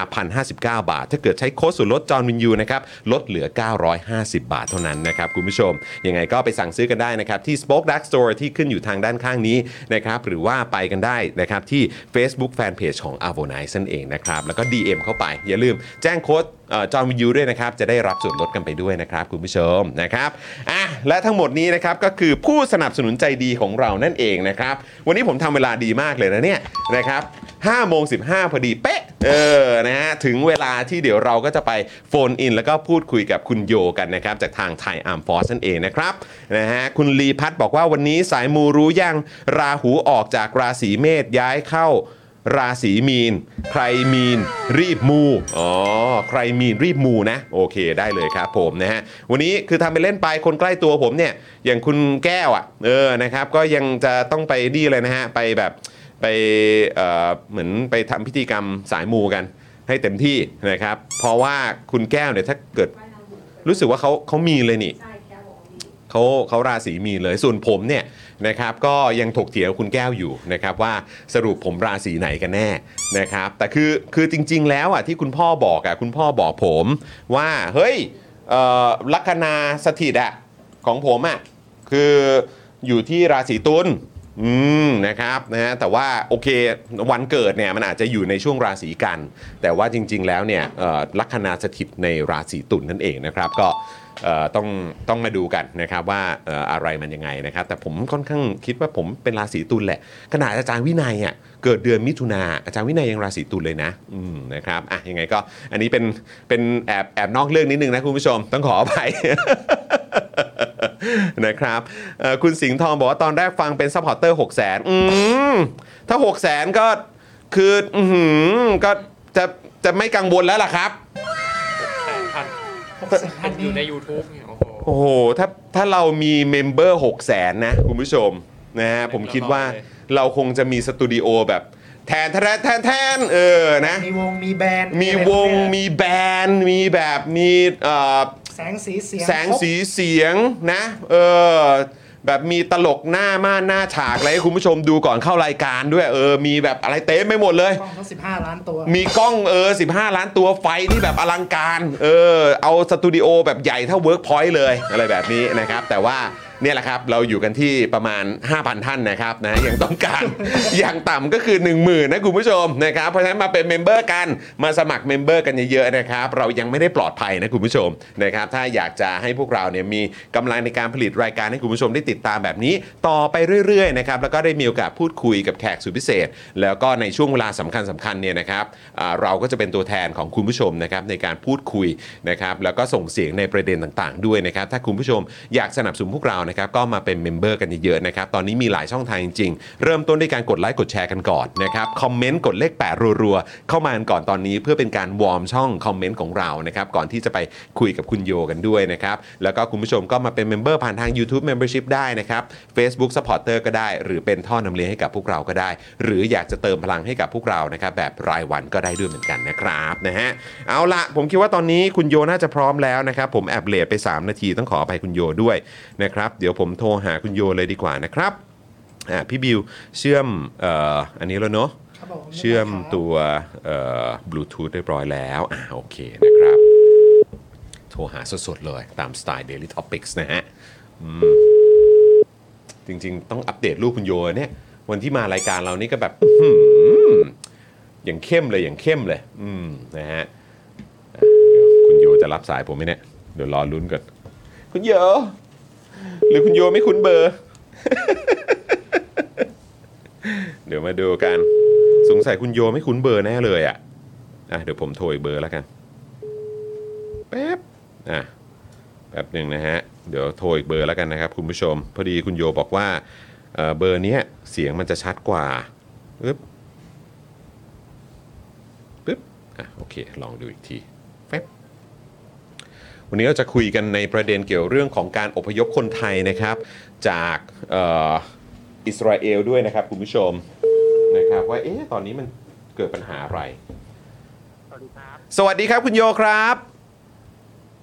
[SPEAKER 1] 1,059 บาท ถ้าเกิดใช้โค้ดส่วนลดจอห์นวินยูนะครับลดเหลือ 950 บาทเท่านั้นนะครับคุณผู้ชม ยังไงก็ไปสั่งซื้อกันได้นะครับที่ Spoke Dark Store ที่ขึ้นอยู่ทางด้านข้างนี้นะครับหรือว่าไปกันได้นะครับที่ Facebook Fanpage ของ a v o n i c e นั่นเองนะครับแล้วก็ DM เข้าไป อย่าลืมแจ้งโค้ด จอห์นวินยูด้วยนะครับ จะได้รับส่วนลดกันไปด้วยนะครับ คุณผู้ชมนะครับอ่ะและทั้งหมดนี้นะครับ ก็คือผู้สนับสนุนใจดีของเรานั่นเองนะครับ วันนี้ผมทำเวลาดีมากเลยนะเนี่ยนะครับ5โมง15 พอดีเป๊ะ เออนะฮะถึงเวลาที่เดี๋ยวเราก็จะไปโฟนอิน แล้วก็พูดคุยกับคุณโยกันนะครับ จากทางไทยอาร์มฟอสนั่นเองนะครับนะฮะคุณลีพัฒน์บอกว่าวันนี้สายมูรู้ยังราหูออกจากราศีเมษย้ายเข้า ราศีมีน ใครมีน รีบมู อ๋อ ใครมีนรีบมูนะ โอเคได้เลยครับผมนะฮะ วันนี้คือทำไปเล่นไปคนใกล้ตัวผมเนี่ย อย่างคุณแก้วอะ่ะ เออ นะครับ ก็ยังจะต้องไปดีเลยนะฮะ ไปแบบไปเอ่อเหมือนไปทำพิธีกรรมสายมูกันให้เต็มที่นะครับ เพราะว่าคุณแก้วเนี่ยถ้าเกิดรู้สึกว่าเขาเขามีเลยนี่ เขาเขาราศีมีนเลยส่วนผมเนี่ยนะครับก็ยังถกเถียงกับคุณแก้วอยู่นะครับว่าสรุปผมราศีไหนกันแน่นะครับแต่คือคือจริง ๆ แล้วอ่ะที่คุณพ่อบอกอ่ะคุณพ่อบอกผมว่าเฮ้ยเอ่อลัคนาสถิตอ่ะของผมอ่ะคืออยู่ที่ราศีตุลอืมนะครับนะฮะแต่ว่าโอเควันเกิดเนี่ยมันอาจจะอยู่ในช่วงราศีกัน แต่ว่าจริง ๆ แล้วเนี่ยเอ่อลัคนาสถิตในราศีตุลนนั่นเองนะครับก็ เอ่อต้องต้องมาดูกันนะครับว่าเอ่ออะไรมันยังไงนะครับ แต่ผมค่อนข้างคิดว่าผมเป็นราศีตุลแหละขนาดอาจารย์วินัยอ่ะเกิดเดือนมิถุนาอาจารย์วินัยยังราศีตุลเลยนะอืมนะครับอ่ะยังไงก็อันนี้เป็นเป็นแอบแอบนอกเรื่องนิดนึงนะคุณผู้ชมต้องขออภัย นะครับเอ่อคุณสิงห์ทองบอกว่าตอนแรกฟังเป็นซัพพอร์เตอร์ 6 0 0 0 0อืมถ้า 6 0 0 0 0 0 ก็คืออือหือก็จะจะไม่กังวลแล้วล่ะครับ
[SPEAKER 3] แต่
[SPEAKER 2] ห
[SPEAKER 3] ท่าน
[SPEAKER 2] กสิบพัน
[SPEAKER 3] อยู่ใน
[SPEAKER 2] นี่
[SPEAKER 3] YouTube เนี่ยโอ้โห
[SPEAKER 1] โอ้โห ถ้าถ้าเรามีเมมเบอร์6 0แสนนะ คุณผู้ชมนะฮะผมคิดว่าเราคงจะมีสตูดิโอแบบแทนแทนแทนแทนเออนะ
[SPEAKER 2] มีวงมีแบรนด์
[SPEAKER 1] มี
[SPEAKER 2] อะไร
[SPEAKER 1] วง
[SPEAKER 2] พกเนี้ย
[SPEAKER 1] มีแบรนด์มีแบบมีเอ่อ
[SPEAKER 2] แสงสีเสียง
[SPEAKER 1] แสงสีเสียงนะเออแบบมีตลกหน้าม่านหน้าฉากอะไรให้คุณผู้ชมดูก่อนเข้ารายการด้วยเออมีแบบอะไรเต็มไปหมดเลย
[SPEAKER 2] ครบกล้องทั้ง15 ล้านตัว
[SPEAKER 1] มีกล้องเออ15 ล้านตัวไฟที่แบบอลังการเออเอาสตูดิโอแบบใหญ่เท่าเวิร์กพอยต์เลยอะไรแบบนี้นะครับ แต่ว่าเนี่ยแหละครับ เราอยู่กันที่ประมาณ 5,000 ท่านนะครับนะยังต้องการ อย่างต่ำก็คือ 10,000นะคุณผู้ชมนะครับเพราะฉะนั้นมาเป็นเมมเบอร์กันมาสมัครเมมเบอร์กันเยอะๆนะครับ เรายังไม่ได้ปลอดภัยนะคุณผู้ชมนะครับ ถ้าอยากจะให้พวกเราเนี่ยมีกำลังในการผลิตรายการให้คุณผู้ชมได้ติดตามแบบนี้ ต่อไปเรื่อยๆนะครับแล้วก็ได้มีโอกาสพูดคุยกับแขกสุดพิเศษ แล้วก็ในช่วงเวลาสำคัญสคัญๆเนี่ยนะครับอ่าเราก็จะเป็นตัวแทนของคุณผู้ชมนะครับในการพูดคุยนะครับแล้วก็ส่งเสียงในประเด็นต่างๆ ด้วยนะครับถ้าคุณผู้ชมอยากสนับสนุนพวกเรานะครับก็มาเป็นเมมเบอร์กันเยอะๆนะครับตอนนี้มีหลายช่องทางจริงๆ เริ่มต้นด้วยการกดไลค์กดแชร์กันก่อนนะครับคอมเมนต์กดเลข 8 รัวๆ เข้ามากันก่อนตอนนี้เพื่อเป็นการวอร์มช่องคอมเมนต์ของเรานะครับก่อนที่จะไปคุยกับคุณโยกันด้วยนะครับแล้วก็คุณผู้ชมก็มาเป็นเมมเบอร์ผ่านทาง YouTube Membership ได้นะครับ Facebook Supporter ก็ได้ หรือเป็นท่อนำเลี้ยงให้กับพวกเราก็ได้ หรืออยากจะเติมพลังให้กับพวกเรานะครับแบบรายวันก็ได้ด้วยเหมือนกันนะครับนะฮะเอาละผมคิดว่าตอนนี้คุณโยน่าจะพร้อมแล้วนะครับผมแอบเลทไป 3 นาทีต้องขออภัยคุณโยด้วยนะครับเดี๋ยวผมโทรหาคุณโยเลยดีกว่านะครับอ่ะพี่บิวเชื่อมเอ่ออันนี้แล้วเนาะ
[SPEAKER 2] ครับผม
[SPEAKER 1] เชื่อมตัวบลูทูธเรียบร้อยแล้ว อ่าโอเคนะครับ โทรหาสดๆเลยตามสไตล์ Daily Topics นะฮะอืมจริงๆ ต้องอัปเดตลูกคุณโยเนี่ย วันที่มารายการเรานี่ก็แบบอื้อหืออย่างเข้มเลยอย่างเข้มเลย อืมนะฮะอ่ะเดี๋ยวคุณโยจะรับสายผมไหมเนี่ย เดี๋ยวรอลุ้นก่อน คุณโย หรือคุณโยไม่คุ้นเบอร์ เดี๋ยวมาดูกัน สงสัยคุณโยไม่คุ้นเบอร์แน่เลยอ่ะอ่ะเดี๋ยวผมโทรอีกเบอร์แล้วกันแป๊บอ่ะแป๊บหนึ่งนะฮะ เดี๋ยวโทรอีกเบอร์แล้วกันนะครับคุณผู้ชม พอดีคุณโยบอกว่าเอ่อเบอร์เนี้ยเสียงมันจะชัดกว่าปึ๊บปึ๊บอ่ะโอเค ลองดูอีกทีแป๊บ วันนี้เราจะคุยกันในประเด็นเกี่ยวเรื่องของการอพยพคนไทยนะครับ จากเอ่ออิสราเอลด้วยนะครับคุณผู้ชมนะครับว่าเอ๊ะตอนนี้มันเกิดปัญหาอะไร สวัสดีครับคุณโยครับ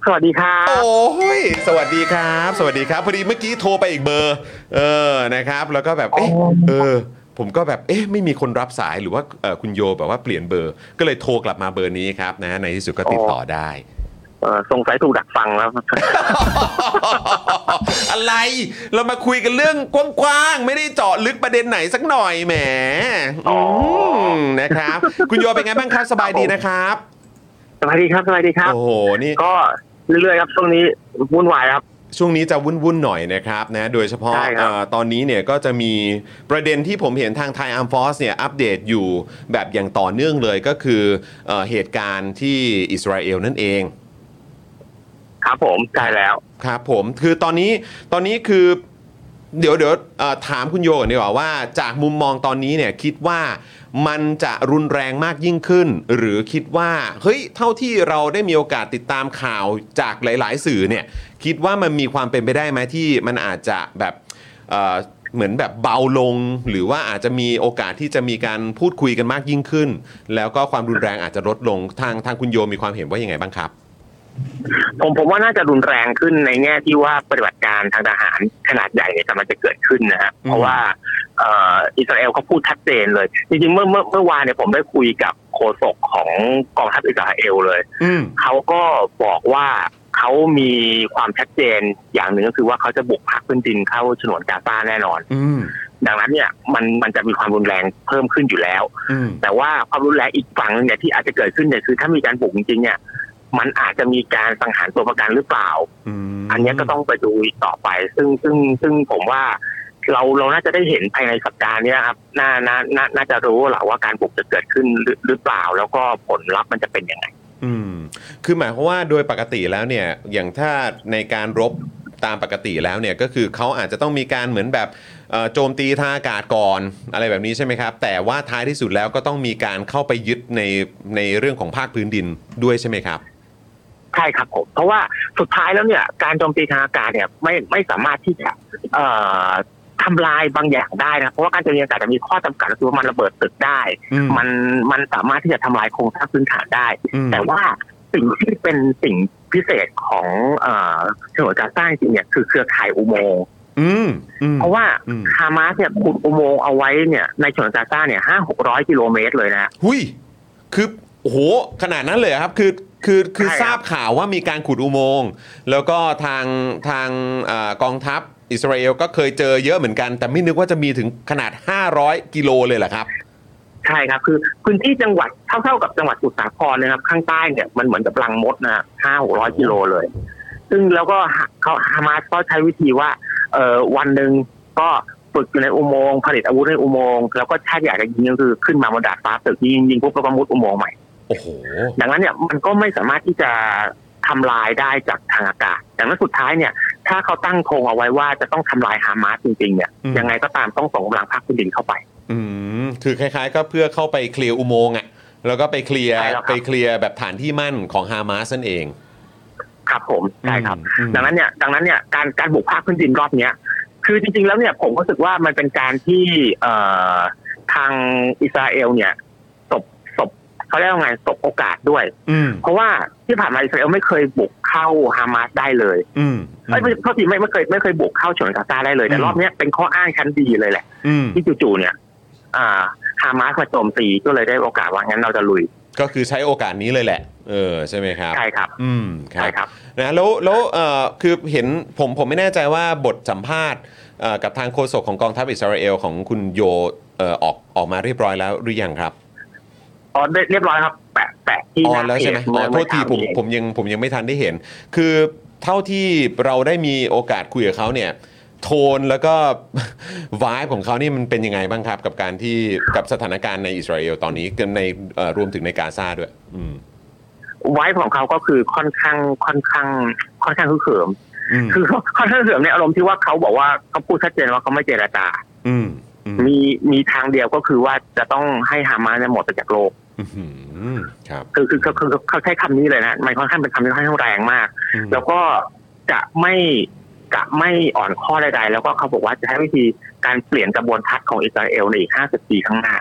[SPEAKER 4] สวัสดีครับ
[SPEAKER 1] โอ้ยสวัสดีครับ สวัสดีครับพอดีเมื่อกี้โทรไปอีกเบอร์ เออนะครับ แล้วก็แบบเอ๊ะเออ ผมก็แบบเอ๊ะไม่มีคนรับสายหรือว่าเอ่อคุณโยแบบว่าเปลี่ยนเบอร์ ก็เลยโทรกลับมาเบอร์นี้ครับนะในที่สุดก็ติดต่อได้
[SPEAKER 4] เอ่อสงสัยถูกดักฟังแล้วครับ
[SPEAKER 1] อะไรเรามาคุยกันเรื่องกว้างๆ ไม่ได้เจาะลึกประเด็นไหนสักหน่อยแหม
[SPEAKER 4] อ๋ออื
[SPEAKER 1] มนะครับ คุณโยเป็นไงบ้างครับสบายดีนะครับ
[SPEAKER 4] สวัสดีครับสวัสดีครับ
[SPEAKER 1] โอ้โห นี่
[SPEAKER 4] ก็เรื่อยๆครับช่วงนี้วุ่นวายครับ
[SPEAKER 1] ช่วงนี้จะวุ่นๆหน่อยนะครับนะโดยเฉพาะ
[SPEAKER 4] ใช่ครับ
[SPEAKER 1] เอ่อตอนนี้เนี่ยก็จะมีประเด็นที่ผมเห็นทางไทยอาร์มฟอสเนี่ยอัปเดตอยู่แบบอย่างต่อเนื่องเลยก็คือเออเหตุการณ์ที่อิสราเอลนั่นเอง
[SPEAKER 4] ครับผมใช่แล้ว
[SPEAKER 1] ครับผมคือตอนนี้ตอนนี้คือเดี๋ยวเดี๋ยวเอ่อถามคุณโยก่อนดีกว่าว่าจากมุมมองตอนนี้เนี่ยคิดว่ามันจะรุนแรงมากยิ่งขึ้น หรือคิดว่าเฮ้ยเท่าที่เราได้มีโอกาสติดตามข่าวจากหลาย ๆ สื่อเนี่ยคิดว่ามันมีความเป็นไปได้ไหมที่มันอาจจะแบบเอ่อเหมือนแบบเบาลง หรือว่าอาจจะมีโอกาสที่จะมีการพูดคุยกันมากยิ่งขึ้น แล้วก็ความรุนแรงอาจจะลดลงทางทางคุณโยมีความเห็นว่ายังไงบ้างครับ
[SPEAKER 4] ผมผมว่าน่าจะรุนแรงขึ้นในแง่ที่ว่าปฏิบัติการทางทหารขนาดใหญ่เนี่ยกำลังจะเกิดขึ้นนะฮะ
[SPEAKER 1] อืม
[SPEAKER 4] เพราะว่าเอ่ออิสราเอลเขาพูดชัดเจนเลย จริงๆเมื่อเมื่อเมื่อวานเนี่ยผมได้คุยกับโฆษกของกองทัพอิสราเอลเลย
[SPEAKER 1] อืม
[SPEAKER 4] เขาก็บอกว่าเขามีความชัดเจนอย่างหนึ่งก็คือว่าเขาจะบุกพักพื้นดินเข้าฉนวนกาซาแน่นอน
[SPEAKER 1] อืม
[SPEAKER 4] ดังนั้นเนี่ยมันมันจะมีความรุนแรงเพิ่มขึ้นอยู่แล้ว
[SPEAKER 1] อืม
[SPEAKER 4] แต่ว่าความรุนแรงอีกฝั่งหนึ่งเนี่ยที่อาจจะเกิดขึ้นเนี่ยคือถ้ามีการบุกจริงๆเนี่ยมันอาจจะมีการสังหารตัวประกันหรือเปล่า
[SPEAKER 1] ม
[SPEAKER 4] อันเนี้ยก็ต้องไปดูอีกต่อไป ซึ่งซึ่งซึ่งผมว่าเราเราน่าจะได้เห็นภายในสัปดาห์เนี้ยครับน่าน่าน่าน่าจะรู้แหละว่าการบุกจะเกิดขึ้นหรือหรือเปล่า แล้วก็ผลลัพธ์มันจะเป็นยังไง
[SPEAKER 1] อืมคือหมายความว่าโดยปกติแล้วเนี่ย อย่างถ้าในการรบตามปกติแล้วเนี่ย ก็คือเขาอาจจะต้องมีการเหมือนแบบเอ่อโจมตีทางอากาศก่อนอะไรแบบนี้ใช่ไหมครับ แต่ว่าท้ายที่สุดแล้วก็ต้องมีการเข้าไปยึดในในเรื่องของภาคพื้นดินด้วยใช่ไหมครับ
[SPEAKER 4] ใช่ครับผมเพราะว่าสุดท้ายแล้วเนี่ยการโจมตีทางอากาศเนี่ยไม่ไม่สามารถที่จะเอ่อทำลายบางอย่างได้นะเพราะว่าการโจมตีอากาศจะมีข้อจำกัดก็คือว่ามันระเบิดตึกได้
[SPEAKER 1] อืม
[SPEAKER 4] มันมันสามารถที่จะทำลายโครงสร้างพื้นฐานได้
[SPEAKER 1] อืม
[SPEAKER 4] แต่ว่าสิ่งที่เป็นสิ่งพิเศษของเอ่อฉนวนกาซ่าจริงๆเนี่ยคือเครือข่ายอุโมงค์
[SPEAKER 1] อืมอืม
[SPEAKER 4] เพราะว่า
[SPEAKER 1] อืม
[SPEAKER 4] ฮามาสเนี่ยขุดอุโมงค์เอาไว้เนี่ยในฉนวนกาซ่าเนี่ยห้าหกร้อยกิโลเมตรเลยนะ
[SPEAKER 1] หุยคือโอ้โหขนาดนั้นเลยเหรอครับคือคือคือ
[SPEAKER 4] ใช่ค
[SPEAKER 1] ท
[SPEAKER 4] รับ
[SPEAKER 1] ราบข่าวว่ามีการขุดอุโมงค์แล้วก็ทางทางเอ่อกองทัพอิสราเอลก็เคยเจอเยอะเหมือนกัน แต่ไม่นึกว่าจะมีถึงขนาด 500 กิโลเลยเหรอครับ
[SPEAKER 4] ใช่ครับ คือพื้นที่จังหวัดเท่าๆกับจังหวัดสมุทรสาครนะครับ ข้างใต้เนี่ยมันเหมือนกับลังมดนะห้าหกร้อยกิโลเลย ซึ่งแล้วก็ฮะเขาฮามาสก็ใช้วิธีว่าเออวันหนึ่งก็ฝึกอยู่ในอุโมงค์ผลิตอาวุธในอุโมงค์แล้วก็ถ้าอยากจะยิงก็คือขึ้นมาบนดาดฟ้าตึกยิงยิงปุ๊บแล้วก็มุดอุโมงค์ใหม่
[SPEAKER 1] โอ้โห
[SPEAKER 4] ดังนั้นเนี่ยมันก็ไม่สามารถที่จะทำลายได้จากทางอากาศดังนั้นสุดท้ายเนี่ย ถ้าเขาตั้งธงเอาไว้ว่าจะต้องทำลายฮามาสจริงๆเนี่ย
[SPEAKER 1] อืม
[SPEAKER 4] ยังไงก็ตามต้องส่งกำลังภาคพื้นดินเข้าไป
[SPEAKER 1] อืมคือคล้ายๆ ก็เพื่อเข้าไปเคลียร์อุโมงค์อ่ะแล้วก็ไปเคลียร์
[SPEAKER 4] ใช่แล้วครับ
[SPEAKER 1] ไปเคลียร์แบบฐานที่มั่นของฮามาสนั่นเอง
[SPEAKER 4] ครับผมใช่ครับ
[SPEAKER 1] อืม
[SPEAKER 4] ดังนั้นเนี่ยดังนั้นเนี่ยการการบุกภาคพื้นดินรอบเนี้ยคือจริงๆ แล้วเนี่ยผมก็รู้สึกว่ามันเป็นการที่เอ่อทางอิสราเอลเนี่ยสบสบเขาเรียกว่าไงสบโอกาสด้วย
[SPEAKER 1] อืม
[SPEAKER 4] เพราะว่าที่ผ่านมาอิสราเอลไม่เคยบุกเข้าฮามาสได้เลย
[SPEAKER 1] อืม
[SPEAKER 4] เอ้ยไม่โทษทีไม่ไม่เคยไม่เคยบุกเข้าฉนวนกาซาได้เลยแต่รอบเนี้ยเป็นข้ออ้างชั้นดีเลยแหละ
[SPEAKER 1] อืม
[SPEAKER 4] ที่จู่ๆเนี่ยอ่าฮามาสมาโจมตีก็เลยได้โอกาสว่างั้นเราจะลุย
[SPEAKER 1] ก็คือใช้โอกาสนี้เลยแหละ เออใช่ไหมครับ
[SPEAKER 4] ใช่ครับ
[SPEAKER 1] อืมครั
[SPEAKER 4] ใช่
[SPEAKER 1] บ
[SPEAKER 4] ครับ
[SPEAKER 1] นะแล้วแล้วเอ่อคือเห็นผมผมไม่แน่ใจว่าบทสัมภาษณ์เอ่อกับทางโฆษกของกองทัพอิสราเอลของคุณโยเอ่อออกออกมาเรียบร้อยแล้วหรือยังครับ
[SPEAKER 4] อ๋อเรียเรียบร้อยครับ แปะแปะที่
[SPEAKER 1] อ๋อ
[SPEAKER 4] หน้า
[SPEAKER 1] แล้ว
[SPEAKER 4] เพ
[SPEAKER 1] ใช่
[SPEAKER 4] จ
[SPEAKER 1] ไหมอ๋
[SPEAKER 4] เมื่
[SPEAKER 1] อ
[SPEAKER 4] อ
[SPEAKER 1] โทษที
[SPEAKER 4] เช้า
[SPEAKER 1] ผม
[SPEAKER 4] นี้เอ
[SPEAKER 1] ผ
[SPEAKER 4] ง
[SPEAKER 1] มยังผมยังไม่ทันได้เห็น คือ เท่าที่เราได้มีโอกาสคุยกับเขาเนี่ย โทนแล้วก็ วายของเขานี่มันเป็นยังไงบ้างครับ กับการที่กับสถานการณ์ในอิสราเอลตอนนี้ในเอ่อรวมถึงในกาซาด้วย อืม
[SPEAKER 4] ไว้ของเขาก็คือค่อนข้างค่อนข้าง ค่อนข้างคือเขิม
[SPEAKER 1] อืม
[SPEAKER 4] คือเขาค่อนข้างเขิมในอารมณ์ที่ว่าเขาบอกว่าเขาพูดชัดเจนว่าเขาไม่เจรจา
[SPEAKER 1] อืมอืม
[SPEAKER 4] มีมีทางเดียวก็คือว่าจะต้องให้ฮามาสเนี่ยหมดไปจากโลก
[SPEAKER 1] อืมครับ
[SPEAKER 4] คือคือคือคือเขาใช้คำนี้เลยนะมันค่อนข้างเป็นคำที่ค่อนข้างแรงมาก
[SPEAKER 1] อืม
[SPEAKER 4] แล้วก็จะไม่จะไม่อ่อนข้อใดๆ แล้วก็เขาบอกว่าจะใช้วิธีการเปลี่ยนกระบวนทัศน์ของอิสราเอลในอีก 50 ปีข้างหน้า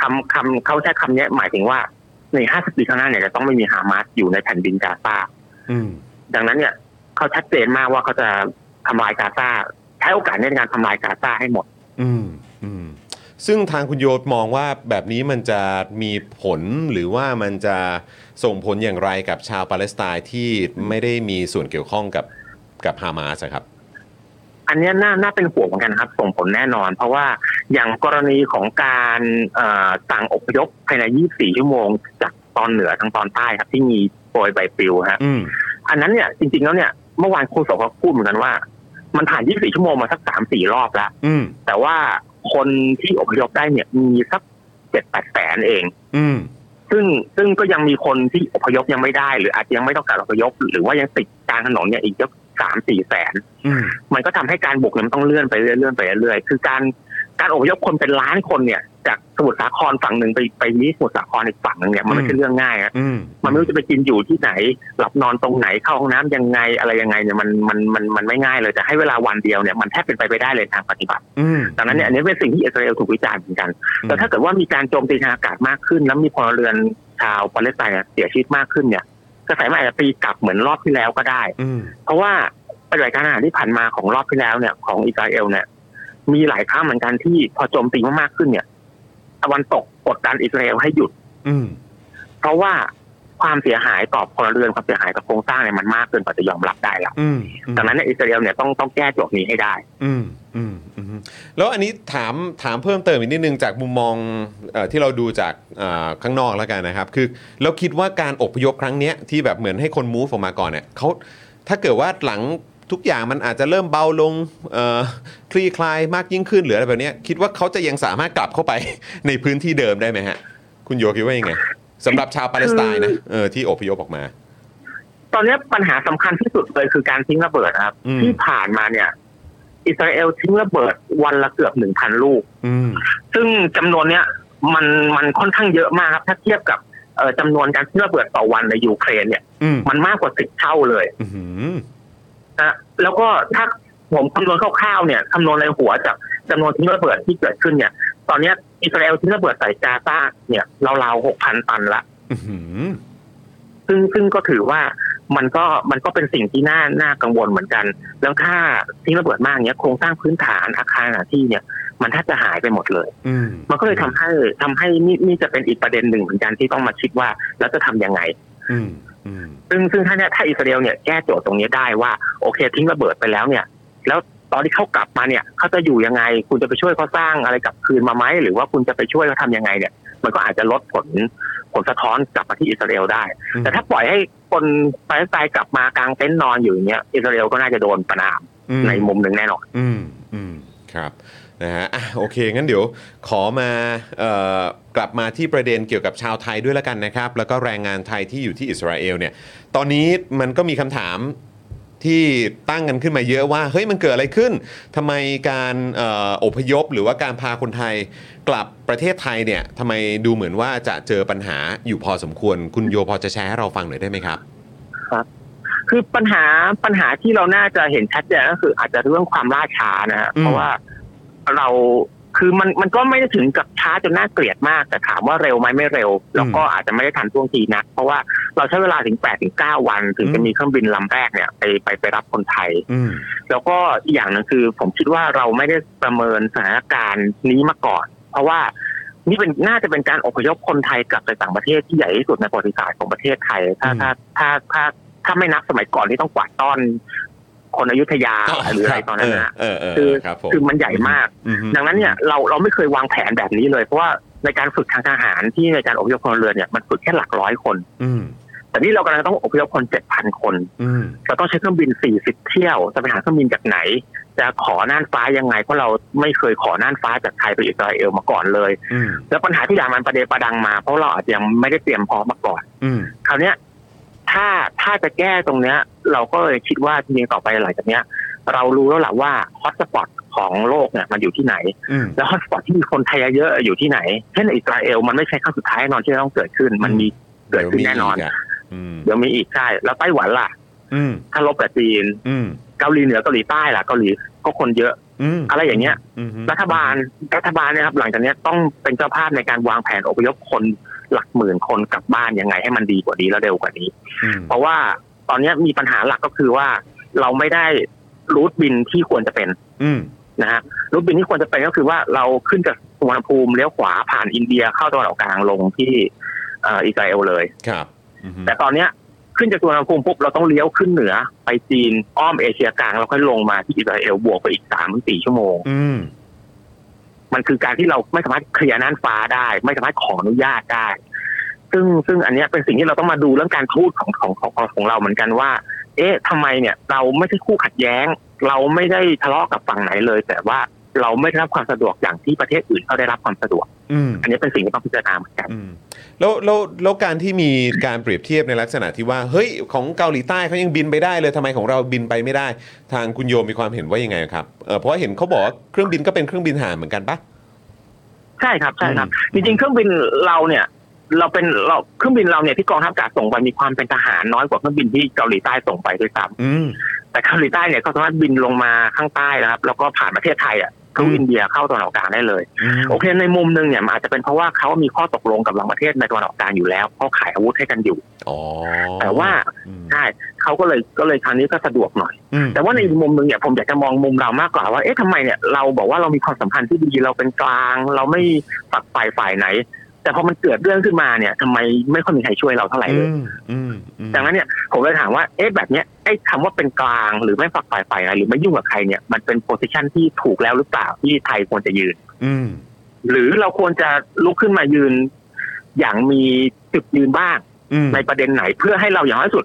[SPEAKER 4] คำคำเขาใช้คำเนี้ยหมายถึงว่าใน 50 ปีข้างหน้าเนี่ยจะต้องไม่มีฮามาสอยู่ในแผ่นดินกาซา
[SPEAKER 1] อืม
[SPEAKER 4] ดังนั้นเนี่ยเขาชัดเจนมากว่าเขาจะทำลายกาซาใช้โอกาสในการทำลายกาซาให้หมด
[SPEAKER 1] อืมอืมซึ่งทางคุณโยมองว่าแบบนี้มันจะมีผลหรือว่ามันจะส่งผลอย่างไรกับชาวปาเลสไตน์ที่ไม่ได้มีส่วนเกี่ยวข้องกับกับฮามาสอะครับ
[SPEAKER 4] อันเนี้ยน่าน่าเป็นห่วงเหมือนกันครับ ส่งผลแน่นอน เพราะว่าอย่างกรณีของการเอ่อสั่งอพยพภายใน 24 ชั่วโมง จากตอนเหนือทางตอนใต้ครับ ที่มีโปรยใบปลิวฮะ
[SPEAKER 1] อืม
[SPEAKER 4] อันนั้นเนี่ยจริงๆแล้วเนี่ยเมื่อวานโฆษกเขาพูดเหมือนกันว่า มันผ่าน 24 ชั่วโมงมาสัก 3-4 รอบแล้ว
[SPEAKER 1] อืม
[SPEAKER 4] แต่ว่าคนที่อพยพได้เนี่ยมีสัก 7-8 แสนเอง
[SPEAKER 1] อืม
[SPEAKER 4] ซึ่งซึ่งก็ยังมีคนที่อพยพยังไม่ได้ หรืออาจจะยังไม่ต้องการอพยพ หรือว่ายังติดกลางถนนเนี่ยอีกสักสามสี่แสน
[SPEAKER 1] อืม
[SPEAKER 4] มันก็ทำให้การบุกเนี่ยมันต้องเลื่อนไปเรื่อยๆเลื่อนไปเรื่อยๆคือการการอพยพคนเป็นล้านคนเนี่ย จากสมุทรสาครฝั่งหนึ่งไปไปนี้สมุทรสาครอีกฝั่งหนึ่งเนี่ยมันไม่
[SPEAKER 1] อืม
[SPEAKER 4] ใช่เรื่องง่ายอะ
[SPEAKER 1] อืม
[SPEAKER 4] มันไม่รู้จะไปกินอยู่ที่ไหน หลับนอนตรงไหนเข้าห้องน้ำยังไงอะไรยังไงเนี่ยมันมันมันมันไม่ง่ายเลยแต่ให้เวลาวันเดียวเนี่ยมันแทบเป็นไปไม่ได้เลยทางปฏิบัติ
[SPEAKER 1] อืม
[SPEAKER 4] ดังนั้นเนี่ยอันนี้เป็นสิ่งที่อิสราเอลถูกวิจารณ์เหมือนกัน แต่ถ้าเกิดว่ามีการโจมตีทางอากาศมากขึ้น แล้วมีพลเรือนชาวปาเลสไตน์เนี่ยเสียชีวิตมากขึ้นเนี่ยกระแสมันอาจจะตีกลับเหมือนรอบที่แล้วก็ได้
[SPEAKER 1] อืม
[SPEAKER 4] เพราะว่าปฏิบัติการทหารที่ผ่านมาของรอบที่แล้วเนี่ยของอิสราเอลเนี่ย มีหลายครั้งเหมือนกันที่พอโจมตีมากๆขึ้นเนี่ยตะวันตกกดดันอิสราเอลให้หยุด
[SPEAKER 1] อืม
[SPEAKER 4] เพราะว่าความเสียหายต่อพลเรือนความเสียหายต่อโครงสร้างเนี่ยมันมากเกินกว่าจะยอมรับได้แล้ว
[SPEAKER 1] อืม
[SPEAKER 4] ดังนั้นเนี่ยอิสราเอลเนี่ยต้องต้องแก้โจทย์นี้ให้ได้
[SPEAKER 1] อืมอืมอืมแล้วอันนี้ถามถามเพิ่มเติมอีกนิดนึงจากมุมมองเอ่อที่เราดูจากเอ่อข้างนอกแล้วกันนะครับ คือเราคิดว่าการอพยพครั้งเนี้ยที่แบบเหมือนให้คนมูฟออกมาก่อนเนี่ยเขาถ้าเกิดว่าหลังทุกอย่างมันอาจจะเริ่มเบาลงเอ่อคลี่คลายมากยิ่งขึ้นหรืออะไรแบบเนี้ยคิดว่าเขาจะยังสามารถกลับเข้าไป ในพื้นที่เดิมได้ไหมฮะ คุณโยคิดว่ายังไงสำหรับชาวปาเลสไตน์นะเออที่อพยพออกมา
[SPEAKER 4] ตอนเนี้ยปัญหาสำคัญที่สุดเลยคือการทิ้งระเบิดนะครับ
[SPEAKER 1] อืม
[SPEAKER 4] ที่ผ่านมาเนี่ย อิสราเอลทิ้งระเบิดวันละเกือบหนึ่งพันลูก
[SPEAKER 1] อืม
[SPEAKER 4] ซึ่งจำนวนเนี้ยมันมันค่อนข้างเยอะมากครับถ้าเทียบกับเอ่อจำนวนการทิ้งระเบิดต่อวันในยูเครนเนี่ย
[SPEAKER 1] อืม
[SPEAKER 4] มันมากกว่าสิบเท่าเลย
[SPEAKER 1] อืม
[SPEAKER 4] นะแล้วก็ถ้าผมคำนวณคร่าวๆเนี่ยคำนวณในหัวจากจำนวนทิ้งระเบิดที่เกิดขึ้นเนี่ย ตอนเนี้ยอิสราเอลทิ้งระเบิดใส่กาซาเนี่ยราวๆหกพันตันละ
[SPEAKER 1] อื้อหือ
[SPEAKER 4] ซึ่งซึ่งก็ถือว่ามันก็มันก็เป็นสิ่งที่น่าน่ากังวลเหมือนกัน แล้วถ้าทิ้งระเบิดมากเนี้ยโครงสร้างพื้นฐานอาคารสถานที่เนี่ยมันแทบจะหายไปหมดเลย
[SPEAKER 1] อืม
[SPEAKER 4] มันก็เลยทำให้ทำให้นี่นี่จะเป็นอีกประเด็นหนึ่งเหมือนกันที่ต้องมาคิดว่าแล้วจะทำยังไง
[SPEAKER 1] อืมอืม
[SPEAKER 4] ซึ่งซึ่งถ้าเนี่ยถ้าอิสราเอลเนี่ยแก้โจทย์ตรงนี้ได้ว่าโอเคทิ้งระเบิดไปแล้วเนี่ย แล้วตอนที่เขากลับมาเนี่ยเขาจะอยู่ยังไง คุณจะไปช่วยเขาสร้างอะไรกลับคืนมาไหมหรือว่าคุณจะไปช่วยเขาทำยังไงเนี่ย มันก็อาจจะลดผลผลสะท้อนกลับมาที่อิสราเอลได้ แต่ถ้าปล่อยให้คนปาเลสไตน์กลับมากางเต็นท์นอนอยู่อย่างเงี้ยอิสราเอลก็น่าจะโดนประนาม
[SPEAKER 1] อื
[SPEAKER 4] ในมุมหนึ่งแน่นอน
[SPEAKER 1] อืมอืมครับนะฮะอ่ะโอเค งั้นเดี๋ยวขอมาเอ่อกลับมาที่ประเด็นเกี่ยวกับชาวไทยด้วยละกันนะครับ แล้วก็แรงงานไทยที่อยู่ที่อิสราเอลเนี่ย ตอนนี้มันก็มีคำถามที่ตั้งกันขึ้นมาเยอะว่า เฮ้ยมันเกิดอะไรขึ้นทำไมการเอออพยพหรือว่าการพาคนไทยกลับประเทศไทยเนี่ยทำไมดูเหมือนว่าจะเจอปัญหาอยู่พอสมควร คุณโยพอจะแชร์ให้เราฟังหน่อยได้ไหมครับ
[SPEAKER 4] คือปัญหาปัญหาที่เราน่าจะเห็นชัดเจนก็คืออาจจะเรื่องความล่าช้านะฮะ
[SPEAKER 1] อืม
[SPEAKER 4] เพราะว่าเราคือมันมันก็ไม่ได้ถึงกับช้าจนน่าเกลียดมากแต่ถามว่าเร็วไหมไม่เร็ว แล้วก็อาจจะไม่ได้ทันท่วงทีนัก เพราะว่าเราใช้เวลาถึงแปดถึงเก้าวัน ถึงจะมีเครื่องบินลำแรกเนี่ยไปไปไปรับคนไทย
[SPEAKER 1] อืม
[SPEAKER 4] แล้วก็อีกอย่างหนึงคือผมคิดว่าเราไม่ได้ประเมินสถานการณ์นี้มาก่อน เพราะว่านี่เป็นน่าจะเป็นการอพยพคนไทยกลับไปต่างประเทศที่ใหญ่ที่สุดในประวัติศาสตร์ของประเทศไทย ถ้าถ้าถ้าถ้าถ้าไม่นับสมัยก่อนที่ต้องกวาดต้อน คนอยุธยาหรืออะไรตอนนั้นนะ
[SPEAKER 1] เออเออเอ
[SPEAKER 4] คือ
[SPEAKER 1] อครับผม
[SPEAKER 4] คือมันใหญ่มาก
[SPEAKER 1] อือฮึ
[SPEAKER 4] ดังนั้นเนี่ยเราเราไม่เคยวางแผนแบบนี้เลย เพราะว่าในการฝึกทางทหารที่ในการอพยพคนเรือนเนี่ยมันฝึกแค่หลักร้อยคน
[SPEAKER 1] อืม
[SPEAKER 4] แต่นี่เรากำลังต้องอพยพคนเจ็ดพันคน
[SPEAKER 1] อืม
[SPEAKER 4] เราต้องใช้เครื่องบิน 40 เที่ยว จะไปหาเครื่องบินจากไหน จะขอน่านฟ้ายังไง เพราะเราไม่เคยขอน่านฟ้าจากไทยไปอิสราเอลมาก่อนเลย
[SPEAKER 1] อืม
[SPEAKER 4] แล้วปัญหาทุกอย่างมันประเดประดังมา เพราะเราอาจจะยังไม่ได้เตรียมพร้อมมาก่อน
[SPEAKER 1] อืม
[SPEAKER 4] คราวเนี้ยถ้าถ้าจะแก้ตรงเนี้ย เราก็เลยคิดว่าทีนี้ต่อไปหลังจากเนี้ย เรารู้แล้วแหละว่าฮอตสปอตของโลกเนี่ยมันอยู่ที่ไหน
[SPEAKER 1] อืม
[SPEAKER 4] แล้วฮอตสปอตที่มีคนไทยเยอะๆอยู่ที่ไหน เช่นอิสราเอลมันไม่ใช่ครั้งสุดท้ายแน่นอนที่จะต้องเกิดขึ้น มันมีเกิดขึ้นแน่นอน
[SPEAKER 1] เดี๋ยวมีกะอืม
[SPEAKER 4] เดี๋ยวมีอีกใช่แล้วไต้หวันล่ะ
[SPEAKER 1] อืม
[SPEAKER 4] ถ้าลบกับจีน
[SPEAKER 1] อืม
[SPEAKER 4] เกาหลีเหนือเกาหลีใต้ล่ะเกาหลีก็คนเยอะ
[SPEAKER 1] อืม
[SPEAKER 4] อะไรอย่างเงี้ย
[SPEAKER 1] อืม
[SPEAKER 4] รัฐบาลรัฐบาลเนี่ยครับหลังจากเนี้ยต้องเป็นเจ้าภาพในการวางแผนอพยพคนหลักหมื่นคนกลับบ้านยังไงให้มันดีกว่านี้และเร็วกว่านี้
[SPEAKER 1] อืม
[SPEAKER 4] เพราะว่าตอนเนี้ยมีปัญหาหลักก็คือว่า เราไม่ได้รูทบินที่ควรจะเป็น
[SPEAKER 1] อืม
[SPEAKER 4] นะฮะรูทบินที่ควรจะเป็นก็คือว่าเราขึ้นจากสุวรรณภูมิเลี้ยวขวาผ่านอินเดียเข้าตะวันออกกลางลงที่เอ่ออิสราเอลเลย
[SPEAKER 1] ครับอือฮึ
[SPEAKER 4] แต่ตอนเนี้ยขึ้นจากสุวรรณภูมิปุ๊บเราต้องเลี้ยวขึ้นเหนือ ไปจีนอ้อมเอเชียกลางแล้วค่อยลงมาที่อิสราเอลบวกไปอีกสามถึงสี่ชั่วโมง
[SPEAKER 1] อืม
[SPEAKER 4] มันคือการที่เราไม่สามารถเคลียร์น่านฟ้าได้ ไม่สามารถขออนุญาตได้ ซึ่งซึ่งอันเนี้ยเป็นสิ่งที่เราต้องมาดูเรื่องการทูตของของของของของเราเหมือนกันว่า เอ๊ะทำไมเนี่ย เราไม่ใช่คู่ขัดแย้ง เราไม่ได้ทะเลาะกับฝั่งไหนเลย แต่ว่าเราไม่ได้รับความสะดวกอย่างที่ประเทศอื่นเขาได้รับความสะดวก
[SPEAKER 1] อืม
[SPEAKER 4] อันนี้เป็นสิ่งที่ต้องพิจารณาเหมือนกัน
[SPEAKER 1] อืมแล้วแล้วแล้วการที่มีการเปรียบเทียบในลักษณะที่ว่าเฮ้ยของเกาหลีใต้เขายังบินไปได้เลยทำไมของเราบินไปไม่ได้ ทางคุณโยมมีความเห็นว่ายังไงครับเออเพราะว่าเห็นเขาบอกว่าเครื่องบินก็เป็นเครื่องบินทหารเหมือนกันปะ
[SPEAKER 4] ใช่ครับใช่ครับ จริงๆ เครื่องบินเราเนี่ย เราเป็นเราเครื่องบินเราเนี่ยที่กองทัพอากาศส่งไปมีความเป็นทหารน้อยกว่าเครื่องบินที่เกาหลีใต้ส่งไปด้วยซ้
[SPEAKER 1] อืม
[SPEAKER 4] ำแต่เกาหลีใต้เนี่ยเขาสามารถบินลงมาข้างใต้นะครับ แล้วก็ผ่านประเทศไทยอ่ะเข้าอินเดียเข้าตะวันออกกลางได้เลย
[SPEAKER 1] อืม
[SPEAKER 4] โอเคในมุมหนึ่งเนี่ยมันอาจจะเป็นเพราะว่าเขามีข้อตกลงกับหลังประเทศในตะวันออกกลางอยู่แล้วเขาขายอาวุธให้กันอยู่
[SPEAKER 1] อ๋อ
[SPEAKER 4] แต่ว่า
[SPEAKER 1] อืม
[SPEAKER 4] ใช่เขาก็เลยก็เลยคราวนี้ก็สะดวกหน่อย
[SPEAKER 1] อืม
[SPEAKER 4] แต่ว่าในอีกมุมหนึ่งเนี่ยผมอยากจะมองมุมเรามากกว่าว่าเอ๊ะทำไมเนี่ยเราบอกว่าเรามีความสัมพันธ์ที่ดีเราเป็นกลาง เราไม่ฝักฝ่ายฝ่ายไหน แต่พอมันเกิดเรื่องขึ้นมาเนี่ยทำไมไม่ค่อยมีใครช่วยเราเท่าไหร่
[SPEAKER 1] อื
[SPEAKER 4] เลย
[SPEAKER 1] มอืมอืม
[SPEAKER 4] ดังนั้นเนี่ยผมเลยถามว่าเอ๊ะแบบเนี้ยไอ้คำว่าเป็นกลางหรือไม่ฝักฝ่ายฝ่ายไหนหรือไม่ยุ่งกับใครเนี่ยมันเป็นโพสิชันที่ถูกแล้วหรือเปล่าที่ไทยควรจะยืน
[SPEAKER 1] อืม
[SPEAKER 4] หรือเราควรจะลุกขึ้นมายืน อย่างมีจุดยืนบ้าง
[SPEAKER 1] อืม
[SPEAKER 4] ในประเด็นไหนเพื่อให้เราอย่างน้อยที่สุด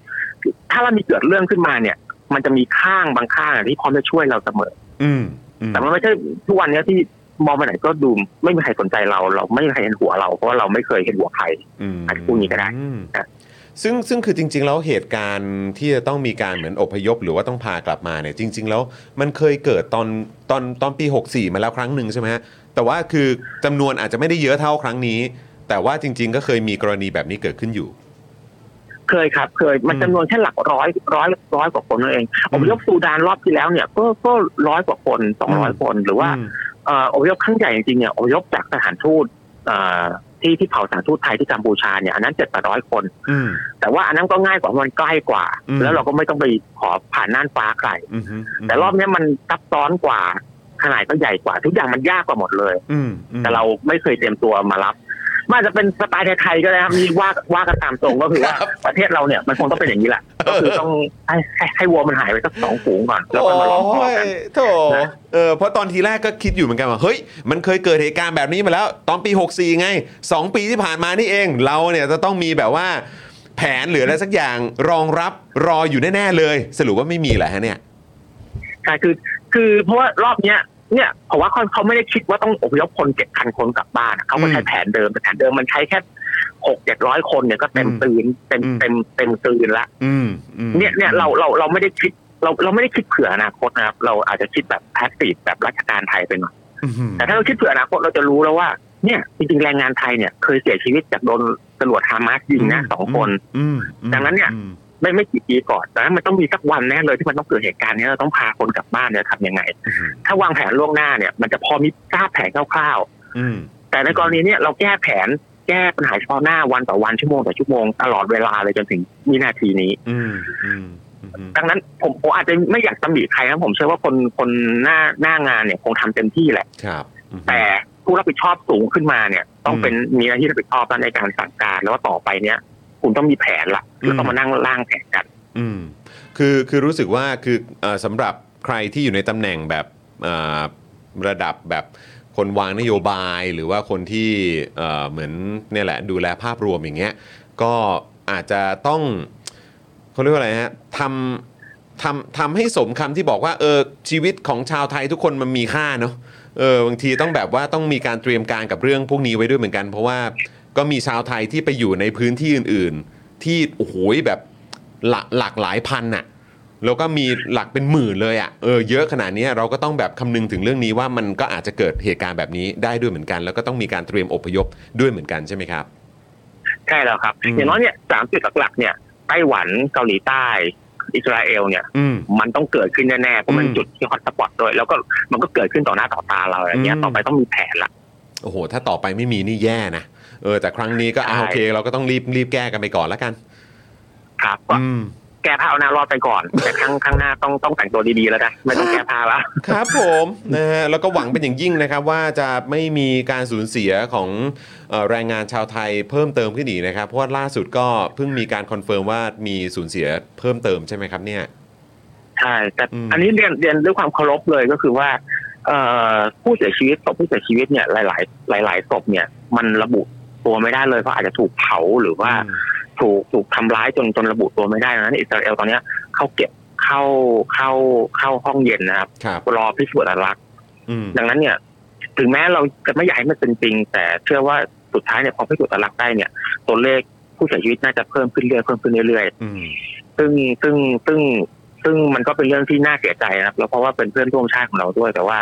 [SPEAKER 4] ถ้าเรามีเกิดเรื่องขึ้นมาเนี่ย มันจะมีข้างบางข้างที่พร้อมจะช่วยเราเสมอ
[SPEAKER 1] อืมอืม
[SPEAKER 4] แต่มันไม่ใช่ทุกวันเนี้ยที่มองไปไหนก็ดูไม่มีใครสนใจเรา เราไม่มีใครเห็นหัวเราเพราะว่าเราไม่เคยเห็นหัวใคร
[SPEAKER 1] อืม
[SPEAKER 4] อาจจะพูดอย่างนี้ก็ได้
[SPEAKER 1] อืม
[SPEAKER 4] ครับ
[SPEAKER 1] ซึ่งซึ่งคือจริง ๆ แล้วเหตุการณ์ที่จะต้องมีการเหมือนอพยพหรือว่าต้องพากลับมาเนี่ยจริง ๆ แล้วมันเคยเกิดตอนตอนตอนปี 64 มาแล้วครั้งหนึ่งใช่ไหมฮะแต่ว่าคือจำนวนอาจจะไม่ได้เยอะเท่าครั้งนี้ แต่ว่าจริง ๆ ก็เคยมีกรณีแบบนี้เกิดขึ้นอยู่
[SPEAKER 4] เคยครับ เคยมัน
[SPEAKER 1] อืม
[SPEAKER 4] จำนวนแค่หลักร้อยร้อยร้อยกว่าคนนั่นเอง
[SPEAKER 1] อื
[SPEAKER 4] อ
[SPEAKER 1] ม
[SPEAKER 4] พยพซูดานรอบที่แล้วเนี่ยก็ก็ร้อยกว่าคนสองร้อย
[SPEAKER 1] อืม
[SPEAKER 4] คน หรือว่า
[SPEAKER 1] อืม
[SPEAKER 4] เอ่ออพยพครั้งใหญ่จริงๆเนี่ยอพยพจากสถานทูตเอ่อที่ที่เผาสถานทูตไทยที่กัมพูชาเนี่ยอันนั้นเจ็ดร้อยคน
[SPEAKER 1] อืม
[SPEAKER 4] แต่ว่าอันนั้นก็ง่ายกว่าเพราะมันใกล้กว่า
[SPEAKER 1] อืม
[SPEAKER 4] แล้วเราก็ไม่ต้องไปขอผ่านน่านฟ้าใคร
[SPEAKER 1] อืมฮึม
[SPEAKER 4] แต่รอบเนี้ยมันซับซ้อนกว่าขนาดก็ใหญ่กว่า ทุกอย่างมันยากกว่าหมดเลย
[SPEAKER 1] อืมอืม
[SPEAKER 4] แต่เราไม่เคยเตรียมตัวมารับมันอาจจะเป็นสไตล์ไทยๆก็ได้ครับมีว่าว่ากันตามตรงก็คือว่าประเทศเราเนี่ยมันคงต้องเป็นอย่างนี้แหละก็คือต้องให้ให้ให้วัวมันหายไปสักสองฝูงก่อนแล้วก็มาล้อมคอกัน
[SPEAKER 1] โยโถ
[SPEAKER 4] นะ
[SPEAKER 1] เออเพราะตอนทีแรกก็คิดอยู่เหมือนกันว่า เฮ้ย มันเคยเกิดเหตุการณ์แบบนี้มาแล้ว ตอนปี 64 ไง 2 ปีที่ผ่านมานี่เอง เราเนี่ยจะต้องมีแบบว่า แผนหรืออะไรสักอย่างรองรับรออยู่แน่ ๆ เลย สรุปว่าไม่มีแหละฮะเนี่ย
[SPEAKER 4] ใช่คือคือเพราะว่ารอบเนี้ยเนี่ยผมว่าเขาเขาไม่ได้คิดว่าต้องอพยพคนเจ็ดพันคนกลับบ้านอะเขาก็ใช้
[SPEAKER 1] อืม
[SPEAKER 4] แผนเดิมแต่แผนเดิมมันใช้แค่หกเจ็ดร้อยคนเนี่ยก็เต็ม
[SPEAKER 1] อืม
[SPEAKER 4] ตืนเต็ม
[SPEAKER 1] อืม
[SPEAKER 4] เต็มเต็มตืนละ
[SPEAKER 1] อืมอืม
[SPEAKER 4] เนี่ยเนี่ยเราเราเราไม่ได้คิดเราเราไม่ได้คิดเผื่ออนาคตนะครับเราอาจจะคิดแบบแพสซีฟแบบราชการไทยไปหน่อย
[SPEAKER 1] อืม
[SPEAKER 4] แต่ถ้าเราคิดเผื่ออนาคตเราจะรู้แล้วว่าเนี่ยจริงๆแรงงานไทยเนี่ยเคยเสียชีวิตจากโดนตำรวจฮามาสยิงนะสองคน
[SPEAKER 1] อืม
[SPEAKER 4] ดังนั้นเนี่ย
[SPEAKER 1] อืม
[SPEAKER 4] ไม่ไม่กี่ปีก่อนแต่มันต้องมีสักวันแน่เลยที่มันต้องเกิดเหตุการณ์เนี้ยเราต้องพาคนกลับบ้านเนี่ยทำยังไง
[SPEAKER 1] อืม
[SPEAKER 4] ถ้าวางแผนล่วงหน้าเนี่ยมันจะพอมีทราบแผนคร่าว
[SPEAKER 1] อืม
[SPEAKER 4] ๆ แต่ในกรณีเนี้ยเราแก้แผนแก้ปัญหาเฉพาะหน้าวันต่อวันชั่วโมงต่อชั่วโมงตลอดเวลาเลยจนถึงวินาทีนี้
[SPEAKER 1] อืมอืมอืม
[SPEAKER 4] ดังนั้นผมผมอาจจะไม่อยากตำหนิใครนะผมเชื่อว่าคนคนหน้าหน้างานเนี่ยคงทำเต็มที่แหละ
[SPEAKER 1] ครับอืม
[SPEAKER 4] แต่ผู้รับผิดชอบสูงขึ้นมาเนี่ย ต้อง
[SPEAKER 1] อืม
[SPEAKER 4] เป็นมีหน้าที่รับผิดชอบแล้วในการสั่งการแล้วว่าต่อไปเนี่ย คุณต้องมีแผนละแล้วต้
[SPEAKER 1] อื
[SPEAKER 4] อ
[SPEAKER 1] ม
[SPEAKER 4] งมานั่งร่างแผนกัน
[SPEAKER 1] อืมคือคือรู้สึกว่าคือเอ่อสำหรับใครที่อยู่ในตำแหน่งแบบเอ่อระดับแบบคนวางนโยบายหรือว่าคนที่เอ่อเหมือนเนี่ยแหละดูแลภาพรวมอย่างเงี้ยก็ อาจจะต้องเขาเรียกว่าอะไรฮะทำทำทำให้สมคำที่บอกว่าเออชีวิตของชาวไทยทุกคนมันมีค่าเนาะเออบางทีต้องแบบว่าต้องมีการเตรียมการกับเรื่องพวกนี้ไว้ด้วยเหมือนกัน เพราะว่าก็มีชาวไทยที่ไปอยู่ในพื้นที่อื่น ๆ ที่โอ้โหแบบหลากหลากหลายพันน่ะ แล้วก็มีหลักเป็นหมื่นเลยอะ่ะเออเยอะขนาดนี้เราก็ต้องแบบคำนึงถึงเรื่องนี้ว่ามันก็อาจจะเกิดเหตุการณ์แบบนี้ได้ด้วยเหมือนกัน แล้วก็ต้องมีการเตรียมอพยพด้วยเหมือนกันใช่ไหมครับ
[SPEAKER 4] ใช่แล้วครับ
[SPEAKER 1] อืม
[SPEAKER 4] อย่างน้อยเนี่ยสามจุดหลักๆเนี่ยไต้หวันเกาหลีใต้ อิสราเอลเนี่ย
[SPEAKER 1] อืม
[SPEAKER 4] มันต้องเกิดขึ้นแน่ๆเพราะมัน
[SPEAKER 1] อืม
[SPEAKER 4] จุดที่ฮอตสปอตด้วย แล้วก็มันก็เกิดขึ้นต่อหน้าต่อตาเราอะไรเงี้
[SPEAKER 1] อื
[SPEAKER 4] ย
[SPEAKER 1] ม
[SPEAKER 4] ต่อไปต้องมีแผนละ
[SPEAKER 1] โอ้โห ถ้าต่อไปไม่มีนี่แย่นะเออแต่ครั้งนี้ก็อ่ะ
[SPEAKER 4] ใช่
[SPEAKER 1] โอเค เราก็ต้องรีบรีบแก้กันไปก่อนแล้วกัน
[SPEAKER 4] ครับก็
[SPEAKER 1] อืม
[SPEAKER 4] แก้ผ้าเอาหน้ารอดไปก่อน แต่ครั้งข้างหน้าต้องต้องแต่งตัวดีๆแล้วนะไม่ต้องแก้ผ้าละ
[SPEAKER 1] ครับผมนะฮะแล้วก็หวังเป็นอย่างยิ่งนะครับ ว่าจะไม่มีการสูญเสียของเอ่อแรงงานชาวไทยเพิ่มเติมขึ้นอีกนะครับ เพราะว่าล่าสุดก็เพิ่งมีการคอนเฟิร์มว่ามีสูญเสียเพิ่มเติมใช่ไหมครับเนี่ย
[SPEAKER 4] ใช่แต่
[SPEAKER 1] อืม
[SPEAKER 4] อันนี้เรียนเรียนด้วยความเคารพเลยก็คือว่าเอ่อผู้เสียชีวิตศพผู้เสียชีวิตเนี่ยหลาย ๆ หลาย ๆศพเนี่ย มันระบุตัวไม่ได้เลยเพราะอาจจะถูกเผาหรือว่า
[SPEAKER 1] อืม
[SPEAKER 4] ถูกถูกทำร้ายจนจนระบุตัวไม่ได้นะในอิสราเอลตอนเนี้ยเขาเก็บเข้าเข้าเข้าห้องเย็นนะครับ
[SPEAKER 1] ครับ
[SPEAKER 4] รอพิสูจน์อัตลักษณ์
[SPEAKER 1] อืม
[SPEAKER 4] ดังนั้นเนี่ย ถึงแม้เราจะไม่อยากให้มันเป็นจริง แต่เชื่อว่าสุดท้ายเนี่ยพอพิสูจน์อัตลักษณ์ได้เนี่ย ตัวเลขผู้เสียชีวิตน่าจะเพิ่มขึ้นเรื่อยๆเพิ่มขึ้นเรื่อยๆ
[SPEAKER 1] อืม
[SPEAKER 4] ซึ่งซึ่งซึ่งซึ่งมันก็เป็นเรื่องที่น่าเสียใจนะครับแล้วเพราะว่าเป็นเพื่อนร่วมชาติของเราด้วย แต่ว่า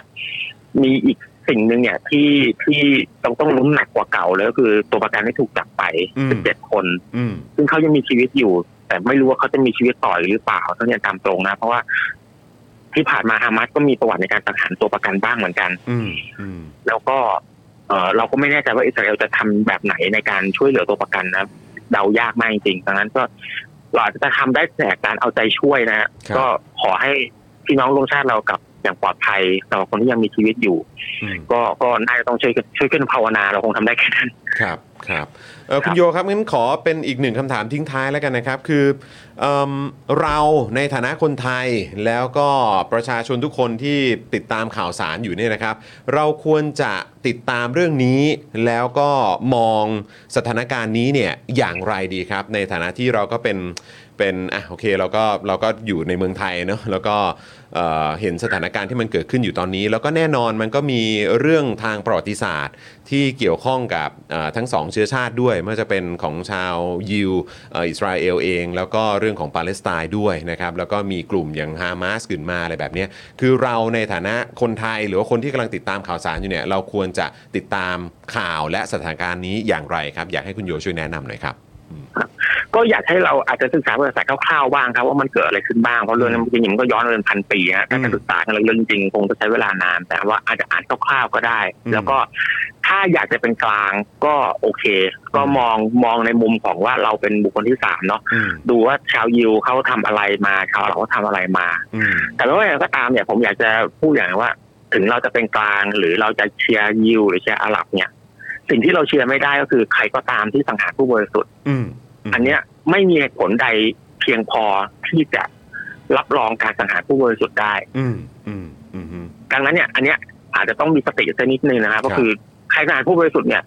[SPEAKER 4] มีอีกสิ่งหนึ่งเนี่ยที่ที่ต้องต้องลุ้นหนักกว่าเก่าเลยก็คือตัวประกันที่ถูกจับไป
[SPEAKER 1] อืม
[SPEAKER 4] สิบเจ็ดคน
[SPEAKER 1] อืม
[SPEAKER 4] ซึ่งเขายังมีชีวิตอยู่ แต่ไม่รู้ว่าเขาจะมีชีวิตต่ออีกหรือเปล่าต้องเรียนตามตรงนะ เพราะว่าที่ผ่านมาฮามาสก็มีประวัติในการสังหารตัวประกันบ้างเหมือนกัน
[SPEAKER 1] อืมอืม
[SPEAKER 4] แล้วก็เอ่อเราก็ไม่แน่ใจว่าอิสราเอลจะทำแบบไหนในการช่วยเหลือตัวประกันนะเดายากมากจริงๆดังนั้นก็เราอาจจะทำได้แต่การเอาใจช่วยนะฮะ
[SPEAKER 1] ครับ
[SPEAKER 4] ก็ขอให้พี่น้องร่วมชาติเรากลับอย่างปลอดภัยสำหรับคนที่ยังมีชีวิตอยู่
[SPEAKER 1] อืม
[SPEAKER 4] ก็ก็น่าจะต้องช่วยกันช่วยกันภาวนาเราคงทำได้แค่นั้น
[SPEAKER 1] ครับครับเอ่อ
[SPEAKER 4] ครับ
[SPEAKER 1] คุณโยครับงั้นขอเป็นอีกหนึ่งคำถามทิ้งท้ายแล้วกันนะครับ คือเอมเราในฐานะคนไทยแล้วก็ประชาชนทุกคนที่ติดตามข่าวสารอยู่เนี่ยนะครับ เราควรจะติดตามเรื่องนี้ แล้วก็มองสถานการณ์นี้เนี่ยอย่างไรดีครับ ในฐานะที่เราก็เป็นเป็นอ่ะโอเคเราก็เราก็อยู่ในเมืองไทยเนอะแล้วก็เอ่อเห็นสถานการณ์ที่มันเกิดขึ้นอยู่ตอนนี้ แล้วก็แน่นอนมันก็มีเรื่องทางประวัติศาสตร์ ที่เกี่ยวข้องกับเอ่อทั้งสองเชื้อชาติด้วยไม่ว่าจะเป็นของชาวยิวเอ่ออิสราเอลเอง แล้วก็เรื่องของปาเลสไตน์ด้วยนะครับ แล้วก็มีกลุ่มอย่างฮามาสขึ้นมาอะไรแบบเนี้ยคือเราในฐานะคนไทยหรือว่าคนที่กำลังติดตามข่าวสารอยู่เนี่ย เราควรจะติดตามข่าวและสถานการณ์นี้อย่างไรครับ อยากให้คุณโยช่วยแนะนำหน่อยครับ
[SPEAKER 4] ก็อยากให้เราอาจจะศึกษาประวัติศาสตร์คร่าวๆบ้างครับว่ามันเกิดอะไรขึ้นบ้างเพราะเรื่องนั้นจริงๆมันก็ย้อนไปเป็นพันปีฮะถ้าจะศึกษากันเรื่องจริงคงจะใช้เวลานาน แต่ว่าอาจจะอ่านคร่าวๆก็ได้
[SPEAKER 1] อืม
[SPEAKER 4] แล้วก็ถ้าอยากจะเป็นกลางก็โอเค ก็มองมองในมุมของว่าเราเป็นบุคคลที่สามเนาะ
[SPEAKER 1] อืม
[SPEAKER 4] ดูว่าชาวยิวเขาทำอะไรมาชาวเราเขาทำอะไรมา
[SPEAKER 1] อืม
[SPEAKER 4] แต่ไม่ว่าอย่างไรก็ตามเนี่ยผมอยากจะพูดอย่างหนึ่งว่า ถึงเราจะเป็นกลางหรือเราจะเชียร์ยิวหรือเชียร์อาหรับเนี่ย สิ่งที่เราเชียร์ไม่ได้ก็คือใครก็ตามที่สังหารผู้บริสุทธิ์
[SPEAKER 1] อืม
[SPEAKER 4] อันเนี้ยไม่มีเหตุผลใดเพียงพอที่จะรับรองการสังหารผู้บริสุทธิ์ได้
[SPEAKER 1] อืมอืมอืมอืม
[SPEAKER 4] ดังนั้นเนี่ยอันเนี้ยอาจจะต้องมีสติสักนิดนึงนะครับ
[SPEAKER 1] ครับ
[SPEAKER 4] ก็คือใครสังหารผู้บริสุทธิ์เนี่ย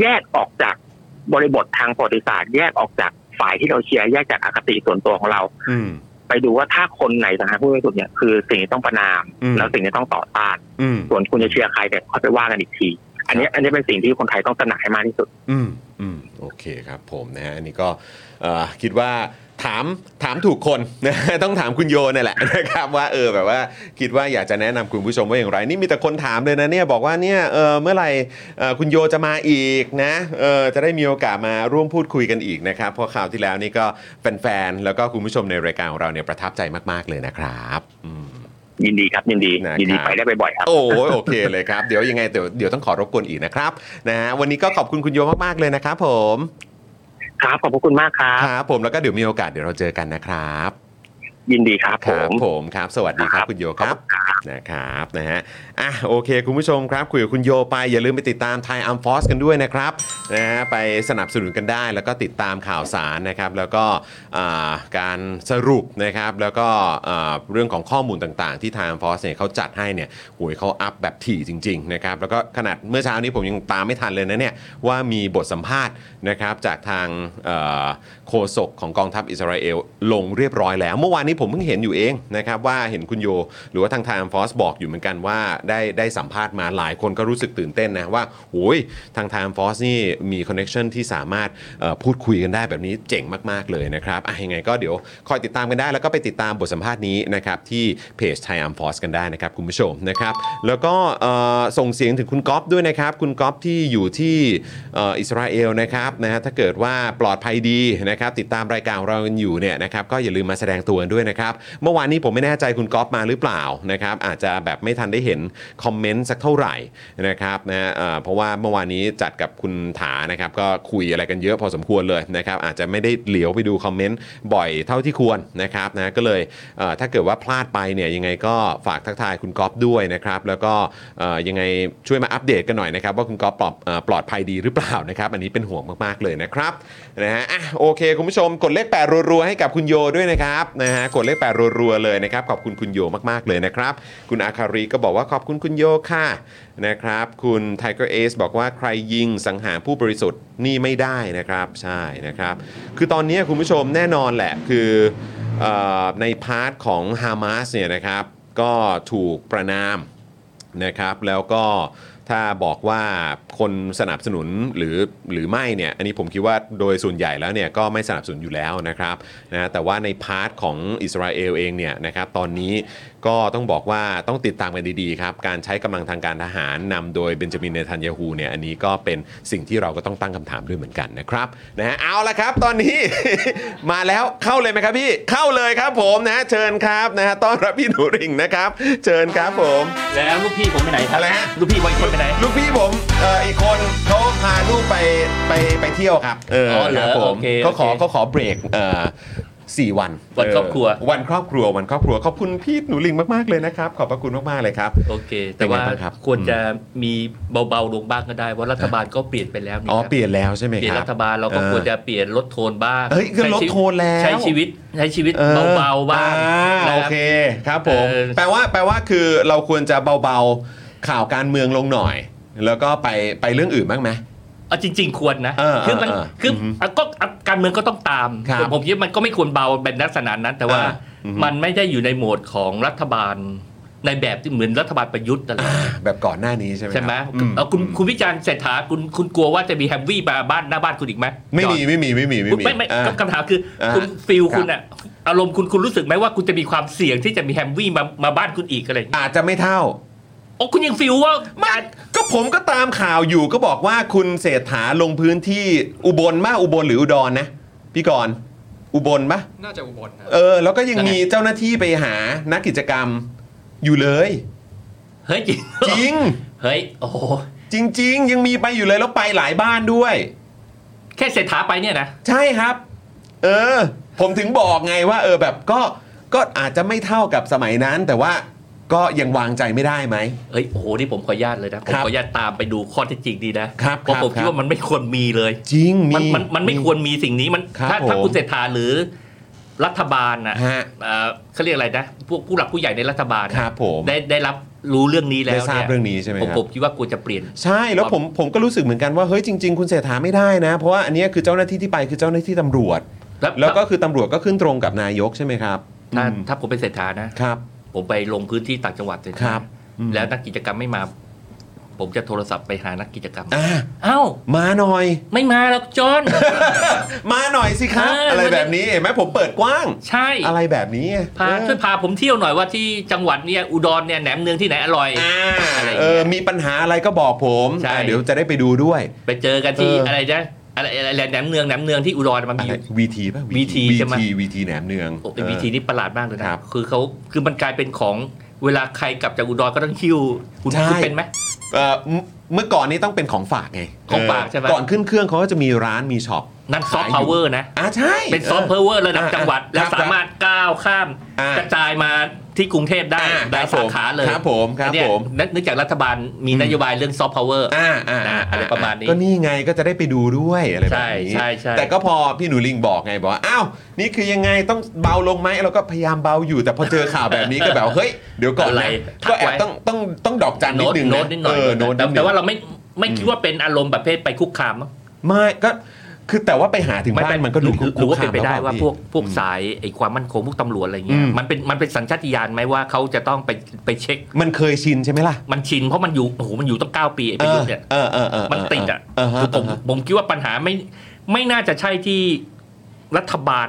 [SPEAKER 4] แยกออกจากบริบททางประวัติศาสตร์ แยกออกจากฝ่ายที่เราเชียร์แยกจากอคติส่วนตัวของเรา
[SPEAKER 1] อืม
[SPEAKER 4] ไปดูว่าถ้าคนไหนสังหารผู้บริสุทธิ์เนี่ยคือสิ่งที่ต้องประนาม
[SPEAKER 1] อืม
[SPEAKER 4] แล้วสิ่งที่ต้องต่อต้าน
[SPEAKER 1] อืม
[SPEAKER 4] ส่วนคุณจะเชียร์ใครเนี่ยค่อยไปว่ากันอีกที อันเนี้ยอันเนี้ยเป็นสิ่งที่คนไทยต้องตระหนักให้มากที่สุด
[SPEAKER 1] อืมอืมโอเคครับผมนะฮะอันนี้ก็เอ่อคิดว่าถามถามถูกคน นะฮะต้องถามคุณโยนี่นแหละนะครับว่าเออแบบว่าคิดว่าอยากจะแนะนำคุณผู้ชมว่าอย่างไร นี่มีแต่คนถามเลยนะเนี่ยบอกว่าเนี่ยเออเมื่อไหร่เอ่อคุณโยจะมาอีกนะเออจะได้มีโอกาสมาร่วมพูดคุยกันอีกนะครับเพราะข่าวที่แล้วนี่ก็แฟนๆแล้วก็คุณผู้ชมในรายการของเราเนี่ยประทับใจมาก ๆเลยนะครับอืม
[SPEAKER 4] ยินดีครับยินดี
[SPEAKER 1] นะครับ
[SPEAKER 4] ยินดีไปได้บ่อยๆครับ
[SPEAKER 1] โอ้ยโอเคเลยครับเดี๋ยวยังไงเดี๋ยวเดี๋ยวต้องขอรบกวนอีกนะครับนะฮะวันนี้ก็ขอบคุณคุณโยมากๆเลยนะครับผม
[SPEAKER 4] ครับขอบพระคุณมากครับ
[SPEAKER 1] ครับผมแล้วก็เดี๋ยวมีโอกาสเดี๋ยวเราเจอกันนะครับ
[SPEAKER 4] ยินดีครับ
[SPEAKER 1] ค
[SPEAKER 4] ผ
[SPEAKER 1] รับ
[SPEAKER 4] ม
[SPEAKER 1] ผมครับ สวัสดีครับคุณโยครับนะครับนะฮะอ่ะโอเค คุณผู้ชมครับ คุยกับคุณโยไปอย่าลืมไปติดตามไทยอัมฟอสกันด้วยนะครับนะฮะไปสนับสนุนกันได้ แล้วก็ติดตามข่าวสารนะครับ แล้วก็อ่าการสรุปนะครับ แล้วก็อ่าเรื่องของข้อมูลต่างๆ ที่ไทยอัมฟอสเนี่ยเขาจัดให้เนี่ยโอ้ยเขาอัพแบบถี่จริง ๆ นะครับ แล้วก็ขนาดเมื่อเช้านี้ผมยังตามไม่ทันเลยนะเนี่ยว่ามีบทสัมภาษณ์นะครับจากทางเอ่อโฆษกของกองทัพอิสราเอลลงเรียบร้อยแล้ว เมื่อวานนี้ผมเพิ่งเห็นอยู่เองนะครับว่าเห็นคุณโย หรือว่าทางไทม์ฟอสบอกอยู่เหมือนกันว่าได้ได้สัมภาษณ์มาหลายคนก็รู้สึกตื่นเต้นนะว่าโอ้ยทางไทม์ฟอสนี่มีคอนเน็ชันที่สามารถเอ่อพูดคุยกันได้แบบนี้เจ๋งมาก ๆ เลยนะครับอ่ะยังไงก็เดี๋ยวคอยติดตามกันได้ แล้วก็ไปติดตามบทสัมภาษณ์นี้นะครับที่เพจไทม์ฟอสกันได้นะครับคุณผู้ชมนะครับแล้วก็เอ่อส่งเสียงถึงคุณก๊อฟด้วยนะครับคุณก๊อฟที่อยู่ที่เอ่ออิสราเอลนะครับนะฮะถ้าเกิดว่าปลอดภัยดีนะครับติดตามรายการของเรากันอยู่เนี่ยนะครับก็อย่าลืมมาแสดงตัวกันด้วยนะครับเมื่อวานนี้ผมไม่แน่ใจคุณก๊อฟมาหรือเปล่านะครับอาจจะแบบไม่ทันได้เห็นคอมเมนต์สักเท่าไหร่นะครับนะฮะเอ่อเพราะว่าเมื่อวานนี้จัดกับคุณถานะครับก็คุยอะไรกันเยอะพอสมควรเลยนะครับอาจจะไม่ได้เหลียวไปดูคอมเมนต์บ่อยเท่าที่ควรนะครับนะก็เลยเอ่อถ้าเกิดว่าพลาดไปเนี่ยยังไงก็ฝากทักทายคุณก๊อฟด้วยนะครับแล้วก็เอ่อยังไงช่วยมาอัปเดตกันหน่อยนะครับว่าคุณก๊อฟปลอดเอ่อปลอดภัยดีหรือเปล่านะครับอันนี้เป็นห่วงมากๆเลยนะครับนะฮะอ่ะโอเคคุณผู้ชมกดเลขแปดรัวๆให้กับคุณโยด้วยนะครับนะฮะกดเลขแปดรัวๆเลยนะครับขอบคุณคุณโยมากๆเลยนะครับคุณอาคารีก็บอกว่าขอบคุณคุณโยค่ะนะครับคุณ Tiger Ace บอกว่าใครยิงสังหารผู้บริสุทธิ์นี่ไม่ได้นะครับใช่นะครับคือตอนนี้คุณผู้ชมแน่นอนแหละคือ เอ่อในพาร์ทของฮามาสเนี่ยนะครับก็ถูกประนามนะครับแล้วก็ถ้าบอกว่าคนสนับสนุนหรือหรือไม่เนี่ยอันนี้ผมคิดว่าโดยส่วนใหญ่แล้วเนี่ยก็ไม่สนับสนุนอยู่แล้วนะครับนะแต่ว่าในพาร์ทของอิสราเอลเองเนี่ยนะครับตอนนี้ก็ต้องบอกว่าต้องติดตามกันดีๆครับการใช้กำลังทางการทหารนำโดยเบนจามินเนทันยาฮูเนี่ยอันนี้ก็เป็นสิ่งที่เราก็ต้องตั้งคำถามด้วยเหมือนกันนะครับนะฮะเอาละครับตอนนี้ มาแล้วเข้าเลยไหมครับพี่เข้าเลยครับผมนะฮะเชิญครับนะฮะต้อนรับพี่หนูหริ่งนะครับ เชิญครับผม
[SPEAKER 5] แล้วลูกพี่ผมไปไหนครับ
[SPEAKER 1] อะไรฮะ
[SPEAKER 5] ลูกพี่วัยคนไปไหน
[SPEAKER 1] ลูกพี่ผมเอ่ออีกคนเขาพาลูกไปไปไปเที่ยวครับเออ
[SPEAKER 5] อเหร
[SPEAKER 1] ค
[SPEAKER 5] อ
[SPEAKER 1] รับผม
[SPEAKER 5] โอเค
[SPEAKER 1] เขาขอ
[SPEAKER 5] โอเค
[SPEAKER 1] เขาขอเบรกเอ่อสี่วัน
[SPEAKER 5] วันครอบครัว
[SPEAKER 1] เวันครอบครัววันครอบครัวขอบคุณพี่หนูหลิงมากๆเลยนะครับ ขอบพระคุณมากๆเลยครับ
[SPEAKER 5] โอเค แต่ว่า
[SPEAKER 1] เป็นไงบ้างครับ
[SPEAKER 5] ควรจะมีเบาๆลงบ้างก็ได้เพราะรัฐบาลก็เปลี่ยนไปแล้วนี่
[SPEAKER 1] อ๋อ
[SPEAKER 5] ครับ
[SPEAKER 1] เปลี่ยนแล้วใช่ไหมครับ
[SPEAKER 5] เปลี่ยนรัฐบาลเราก็
[SPEAKER 1] อ่า
[SPEAKER 5] ควรจะเปลี่ยนลดโทนบ้าง
[SPEAKER 1] เฮ้ยคือลดโทนแล้ว
[SPEAKER 5] ใช้ชีวิตใช้ชีวิต
[SPEAKER 1] ออ
[SPEAKER 5] เบาๆบ้าง
[SPEAKER 1] อ่โอ
[SPEAKER 5] นะรับ
[SPEAKER 1] เคครับผม
[SPEAKER 5] เออ
[SPEAKER 1] แปลว่าแปลว่าคือเราควรจะเบาๆข่าวการเมืองลงหน่อย แล้วก็ไปไปเรื่องอื่นบ้างไหม
[SPEAKER 5] เอาจริง ๆ ควรนะ
[SPEAKER 1] เออ
[SPEAKER 5] คือมัน
[SPEAKER 1] เออเออ
[SPEAKER 5] คือ
[SPEAKER 1] อหือ
[SPEAKER 5] อ่ะก็อ่ะการเมืองก็ต้องตาม
[SPEAKER 1] ครับ
[SPEAKER 5] ผมคิดว่ามันก็ไม่ควรเบาเป็นลักษณะนั้น แต่ว่า
[SPEAKER 1] อ่าอือหือ
[SPEAKER 5] มันไม่ได้อยู่ในโหมดของรัฐบาลในแบบที่เหมือนรัฐบาลประยุทธ์อะไร
[SPEAKER 1] แบบก่อนหน้านี้ใช่ไหม
[SPEAKER 5] ใช่ไหม
[SPEAKER 1] ครับ
[SPEAKER 5] เอ่อคุณ
[SPEAKER 1] อืม
[SPEAKER 5] คุณวิจารณ์เศรษฐาคุณคุณกลัวว่าจะมีแฮมวี่มาบ้านหน้าบ้านคุณอีกไหม
[SPEAKER 1] ไม่มีไม่มีไม่มีไม่มี
[SPEAKER 5] ไม่ไม่
[SPEAKER 1] อ่า
[SPEAKER 5] คำถามคืออา คุณฟิล
[SPEAKER 1] ครับ
[SPEAKER 5] คุณอะอารมณ์คุณคุณรู้สึกไหมว่าคุณจะมีความเสี่ยงที่จะมีแฮมวี่มามาบ้านคุณอีกอะไรอย่างเงี้ย
[SPEAKER 1] อาจจะไม่เท่า
[SPEAKER 5] โอ้คุณยังฟิลว่า
[SPEAKER 1] ไม่ก็ผมก็ตามข่าวอยู่ก็บอกว่าคุณเศรษฐาลงพื้นที่อุบลมาอุบลหรืออุดรนะ พี่กรณ์อุบลปะ
[SPEAKER 3] น่าจะอุบลนะ
[SPEAKER 1] เออ แล้วก็ยังมีเจ้าหน้าที่ไปหานักกิจกรรมอยู่เลย
[SPEAKER 5] เฮ้ยจริง
[SPEAKER 1] จริง
[SPEAKER 5] เฮ้ยโอ้โห
[SPEAKER 1] จริง ๆ ยังมีไปอยู่เลยแล้วไปหลายบ้านด้วย
[SPEAKER 5] แค่เศรษฐาไปเนี่ยนะ
[SPEAKER 1] ใช่ครับ เออ ผมถึงบอกไงว่า เออแบบก็ก็อาจจะไม่เท่ากับสมัยนั้น แต่ว่าก็ยังวางใจไม่ได้ไหม
[SPEAKER 5] เฮ้ยโอ้โหนี่ผมขออนุญาตเลยนะผม
[SPEAKER 1] ครับ
[SPEAKER 5] ขออนุญาตตามไปดูข้อเท็จจริงดีนะครับ เพราะ
[SPEAKER 1] ครับ
[SPEAKER 5] ผม
[SPEAKER 1] ค
[SPEAKER 5] คิด
[SPEAKER 1] รับ
[SPEAKER 5] ว่ามันไม่ควรมีเลย
[SPEAKER 1] จริงมี
[SPEAKER 5] มันมันมันไม่ควรมีสิ่งนี้มัน
[SPEAKER 1] ครับ
[SPEAKER 5] ถ้าถ้า
[SPEAKER 1] ผม
[SPEAKER 5] คุณเศรษฐาหรือรัฐบาลนะ
[SPEAKER 1] ฮะ
[SPEAKER 5] เอ่อเขาเรียกอะไรนะพวกผู้หลักผู้ใหญ่ในรัฐบาล
[SPEAKER 1] ครับผม
[SPEAKER 5] ได้ได้รับรู้เรื่องนี้แล้ว
[SPEAKER 1] ได้ทราบ
[SPEAKER 5] ย
[SPEAKER 1] เรื่องนี้ใช่ไหม
[SPEAKER 5] ผม
[SPEAKER 1] ครับ
[SPEAKER 5] ผมคิดว่าควรจะเปลี่ยน
[SPEAKER 1] ใช่แล้วผมผมก็รู้สึกเหมือนกันว่าเฮ้ยจริง ๆ คุณเศรษฐาไม่ได้นะ เพราะว่าอันเนี้ยคือเจ้าหน้าที่ที่ไปคือเจ้าหน้าที่ตำรวจ
[SPEAKER 5] แล้ว
[SPEAKER 1] แล้วก็คือตำรวจก็ขึ้นตรงกับนายกใช่ไหมครับ
[SPEAKER 5] ถ้า
[SPEAKER 1] อืม
[SPEAKER 5] ถ้าผมเป็นเศรษฐานะครับ ผมไปลงพื้นที่ต่างจังหวัดเลยนะครับ
[SPEAKER 1] อืม
[SPEAKER 5] แล้วนักกิจกรรมไม่มา ผมจะโทรศัพท์ไปหานักกิจกรรม
[SPEAKER 1] อ่ะ
[SPEAKER 5] เอ้า
[SPEAKER 1] มาหน่อย
[SPEAKER 5] ไม่มาแล้วจ อน
[SPEAKER 1] มาหน่อยสิครับ
[SPEAKER 5] เอออ
[SPEAKER 1] อะไรแบบนี้เห็นไหมผมเปิดกว้าง
[SPEAKER 5] ใช่
[SPEAKER 1] อะไรแบบนี้
[SPEAKER 5] พา
[SPEAKER 1] เออ
[SPEAKER 5] ช่วยพาผมเที่ยวหน่อยว่าที่จังหวัดเนี่ยอุดรเนี่ยแหนมเนืองที่ไหนอร่อย
[SPEAKER 1] อ่า
[SPEAKER 5] อะไรอย่างเงี้ย
[SPEAKER 1] เออมีปัญหาอะไรก็บอกผม
[SPEAKER 5] ใช่
[SPEAKER 1] อ่ะเดี๋ยวจะได้ไปดูด้วย
[SPEAKER 5] ไปเจอกันที่
[SPEAKER 1] เอออ
[SPEAKER 5] อะไรนะอะไรอะไรอะไรแหนมเนืองแหนมเนืองที่อุดรมันมี
[SPEAKER 1] วีทีป่ะ
[SPEAKER 5] VT ใช่ไหม
[SPEAKER 1] วีทีวีทีแหนมเนือง
[SPEAKER 5] โอ้เป็น
[SPEAKER 1] เออ
[SPEAKER 5] วิธีที่ประหลาดมากเลยนะครับ คือเขาคือมันกลายเป็นของเวลาใครกลับจากอุดรก็ต้องคิวคุณ
[SPEAKER 1] ใช่
[SPEAKER 5] คุณเป็นไหม
[SPEAKER 1] เอ่อเมื่อก่อนนี้ต้องเป็นของฝากไง
[SPEAKER 5] ของฝากใช่ไหม
[SPEAKER 1] ก่อนขึ้นเครื่องเขาก็จะมีร้านมีช็อป
[SPEAKER 5] นั่นซอฟต์
[SPEAKER 1] ขายอยู่
[SPEAKER 5] พาวเวอร์นะ
[SPEAKER 1] อ่าใช่
[SPEAKER 5] เป็นซอฟต์พาวเวอร์ระดับ
[SPEAKER 1] อ่า
[SPEAKER 5] จังหวัด
[SPEAKER 1] ค
[SPEAKER 5] และ
[SPEAKER 1] บ
[SPEAKER 5] สามารถก้าวข้าม
[SPEAKER 1] อ่าก
[SPEAKER 5] ระจายมาที่กรุงเทพได้
[SPEAKER 1] อ่า
[SPEAKER 5] ได้
[SPEAKER 1] ครับผ
[SPEAKER 5] สาม ขาเลย
[SPEAKER 1] ครับผมครับ
[SPEAKER 5] เนี่ย
[SPEAKER 1] ผม
[SPEAKER 5] เนื่องจากรัฐบาลมี
[SPEAKER 1] อืม
[SPEAKER 5] นโยบายเรื่องซอฟต์พาวเวอร์
[SPEAKER 1] อ่าอ่า
[SPEAKER 5] นะอะไรประมาณนี้
[SPEAKER 1] ก็นี่ไงก็จะได้ไปดูด้วยอะไรแบบ
[SPEAKER 5] ใช่
[SPEAKER 1] นี้
[SPEAKER 5] ใช่ใช่
[SPEAKER 1] แต่ก็พอพี่หนูลิงบอกไงบอกว่าอ้าวนี่คือยังไงต้องเบาลงไหมเราก็พยายามเบาอยู่ แต่พอเจอข่าวแบบนี้ก็แบบ เฮ้ยเดี๋ยวก่อน
[SPEAKER 5] อะไร
[SPEAKER 1] นะ
[SPEAKER 5] ทั
[SPEAKER 1] ก็
[SPEAKER 5] ไว้
[SPEAKER 1] แอบต้องต้องต้องดอกจันนิด
[SPEAKER 5] โน้ต
[SPEAKER 1] นึง
[SPEAKER 5] โน้
[SPEAKER 1] นะ
[SPEAKER 5] ตนิดหน่อย
[SPEAKER 1] เออโน้ตนิ
[SPEAKER 5] แต่
[SPEAKER 1] ดนึง
[SPEAKER 5] แต่ว่าเราไม่ไม่คิดว่าเป็นอารมณ์ประเภทไปคุกคามมั้ง
[SPEAKER 1] ไม่ก็คือแต่ว่าไปหาถึง
[SPEAKER 5] ไม่
[SPEAKER 1] บ้า
[SPEAKER 5] เป็น
[SPEAKER 1] มันก็ดู
[SPEAKER 5] หรือหรือว่าเป็นไปได้
[SPEAKER 1] คุกคมแล้
[SPEAKER 5] ว่า
[SPEAKER 1] พี่
[SPEAKER 5] พวกพวกสายไอ้ความมั่นคงพวกตำรวจอะไรเงี้
[SPEAKER 1] อื
[SPEAKER 5] ย
[SPEAKER 1] ม
[SPEAKER 5] มันเป็นมันเป็นสัญชาตญาณไหมว่าเขาจะต้องไปไปเช็ค
[SPEAKER 1] มันเคยชินใช่ไหมล่ะ
[SPEAKER 5] มันชินเพราะมันอยู่โอ้โหมันอยู่ตั้งเก้าปีไอ้ประยุทธ์เนี่ย
[SPEAKER 1] เออเออเออเ
[SPEAKER 5] มันติดอ่ะ
[SPEAKER 1] เฮ
[SPEAKER 5] คือผม
[SPEAKER 1] เฮะ
[SPEAKER 5] ผมคิดว่าปัญหาไม่ไม่น่าจะใช่ที่รัฐบาล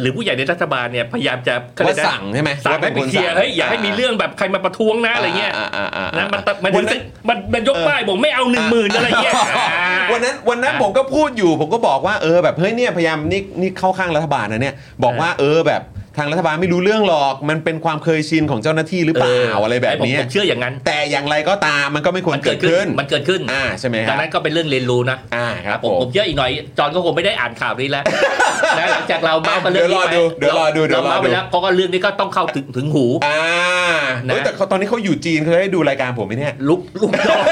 [SPEAKER 5] หรือผู้ใหญ่ในรัฐบาลเนี่ยพยายามจะเขเรียก
[SPEAKER 1] ว่าสั่งใช่ไหม
[SPEAKER 5] สั่ง
[SPEAKER 1] ว่าเป็
[SPEAKER 5] ให้
[SPEAKER 1] น
[SPEAKER 5] ไป
[SPEAKER 1] คน
[SPEAKER 5] เคลีย
[SPEAKER 1] สั่
[SPEAKER 5] ร์
[SPEAKER 1] ง
[SPEAKER 5] เฮ้ยอย่าให้
[SPEAKER 1] อ่ามี
[SPEAKER 5] มีเรื่องแบบใครมาประท้วงนะอะไรเงี้ย
[SPEAKER 1] อ่าอ่าอ่า
[SPEAKER 5] นะมันตะมันถึ
[SPEAKER 1] วั
[SPEAKER 5] ง
[SPEAKER 1] นนั้น
[SPEAKER 5] มันมันยกป้ายบอกไม่เอาหนึ่งหมื่นอะไรเงี้ยอ่า
[SPEAKER 1] วันนั้นวันนั้น
[SPEAKER 5] อ่ะ
[SPEAKER 1] ผมก็พูดอยู่ ผมก็บอกว่าเออแบบเฮ้ยเนี่ยพยายามนี่นี่เข้าข้างรัฐบาลนะเนี่ยบอกว่าเออแบบทางรัฐบาลไม่รู้เรื่องหรอก มันเป็นความเคยชินของเจ้าหน้าที่หรือเปล่าอะไรแบบเนี้ย
[SPEAKER 5] ผมผมเชื่ออย่างนั้น
[SPEAKER 1] แต่อย่างไรก็ตามมันก็ไม่ควรเกิดขึ้น
[SPEAKER 5] มันเกิดขึ้น
[SPEAKER 1] อ่าใช่ไหมครับ
[SPEAKER 5] ดังนั้นก็เป็นเรื่องเรียนรู้นะ
[SPEAKER 1] อ่าครับ
[SPEAKER 5] ผ
[SPEAKER 1] ผม ม
[SPEAKER 5] ผมเยอะอีกหน่อย จอนก็คงไม่ได้อ่านข่าว นี้แล้วนะหลังจากเราเมาส์กันเรื่
[SPEAKER 1] เดี๋
[SPEAKER 5] อย ง
[SPEAKER 1] วรอ
[SPEAKER 5] นี้ไป
[SPEAKER 1] ดูเดี๋ยวรอดูเดี๋ยวรอ
[SPEAKER 5] เมาส์ไป
[SPEAKER 1] ดู
[SPEAKER 5] แล้วเพราะว่าเรื่องนี้ก็ต้องเข้าถึงถึงหู
[SPEAKER 1] อ่า
[SPEAKER 5] นะ
[SPEAKER 1] เฮ้ยแต่เขาตอนนี้เขาอยู่จีนเขาจะได้ดูรายการผมไหมเนี่ย
[SPEAKER 5] ลุกลุกด อก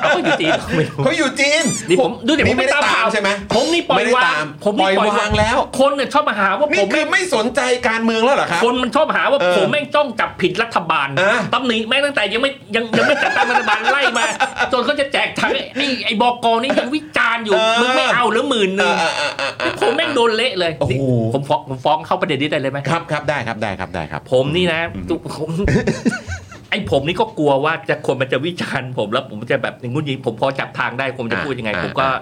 [SPEAKER 5] เอาก็อยู่จีนไม่รู้
[SPEAKER 1] เขาอยู่จีน
[SPEAKER 5] นี่ผมดูเดี๋ยวผ
[SPEAKER 1] นี่
[SPEAKER 5] ม
[SPEAKER 1] ไม่
[SPEAKER 5] ไม่
[SPEAKER 1] ได้
[SPEAKER 5] ตาม
[SPEAKER 1] ตาม
[SPEAKER 5] ข่าว
[SPEAKER 1] ใช่ไหม
[SPEAKER 5] ผมนี่ปล่
[SPEAKER 1] ไม่
[SPEAKER 5] อย
[SPEAKER 1] ได้
[SPEAKER 5] วา
[SPEAKER 1] ตาง ม
[SPEAKER 5] ผมนี่
[SPEAKER 1] ปล่อยวางแล้ว
[SPEAKER 5] คนเนี่ยชอบมาหาว่าผ
[SPEAKER 1] นี่
[SPEAKER 5] ม
[SPEAKER 1] คื
[SPEAKER 5] ไม่
[SPEAKER 1] อไม่สนใจการเมืองแล้วเหรอครับ
[SPEAKER 5] คนมันชอบหาว่า
[SPEAKER 1] เออ
[SPEAKER 5] ผมแม่งจ้องจับผิดรัฐบาล
[SPEAKER 1] อ่ะ
[SPEAKER 5] ตำหนิแม่งตั้งแต่ยังไม่ยังยังไม่จัดตั้งรัฐบาล ไล่มา จนเขาจะแจกถังไอ้ไอ้บกนี่ยังวิจารณ์อยู่มึงไม่เอาเหรือหมื่นห
[SPEAKER 1] เอ
[SPEAKER 5] นึ่ง
[SPEAKER 1] อเออเออเออเออ
[SPEAKER 5] ผมแม่งโดนเละเลย
[SPEAKER 1] โอ้โห
[SPEAKER 5] ผมฟ้องผมฟ้องเข้าประเด็นนี้ได้เลยไหม
[SPEAKER 1] ครับครับได้ครับได้ครับได้ครับ
[SPEAKER 5] ผมนี่นะผม ไอ้ผมนี่ก็กลัวว่าจะคนมันจะวิจารณ์ผมแล้วผมจะแบบอย่างงู้นอย่างนี้ผมพอจับทางได้ผมจะ
[SPEAKER 1] อ่า
[SPEAKER 5] พูดยังไง
[SPEAKER 1] อ่า
[SPEAKER 5] ผมก็
[SPEAKER 1] อ่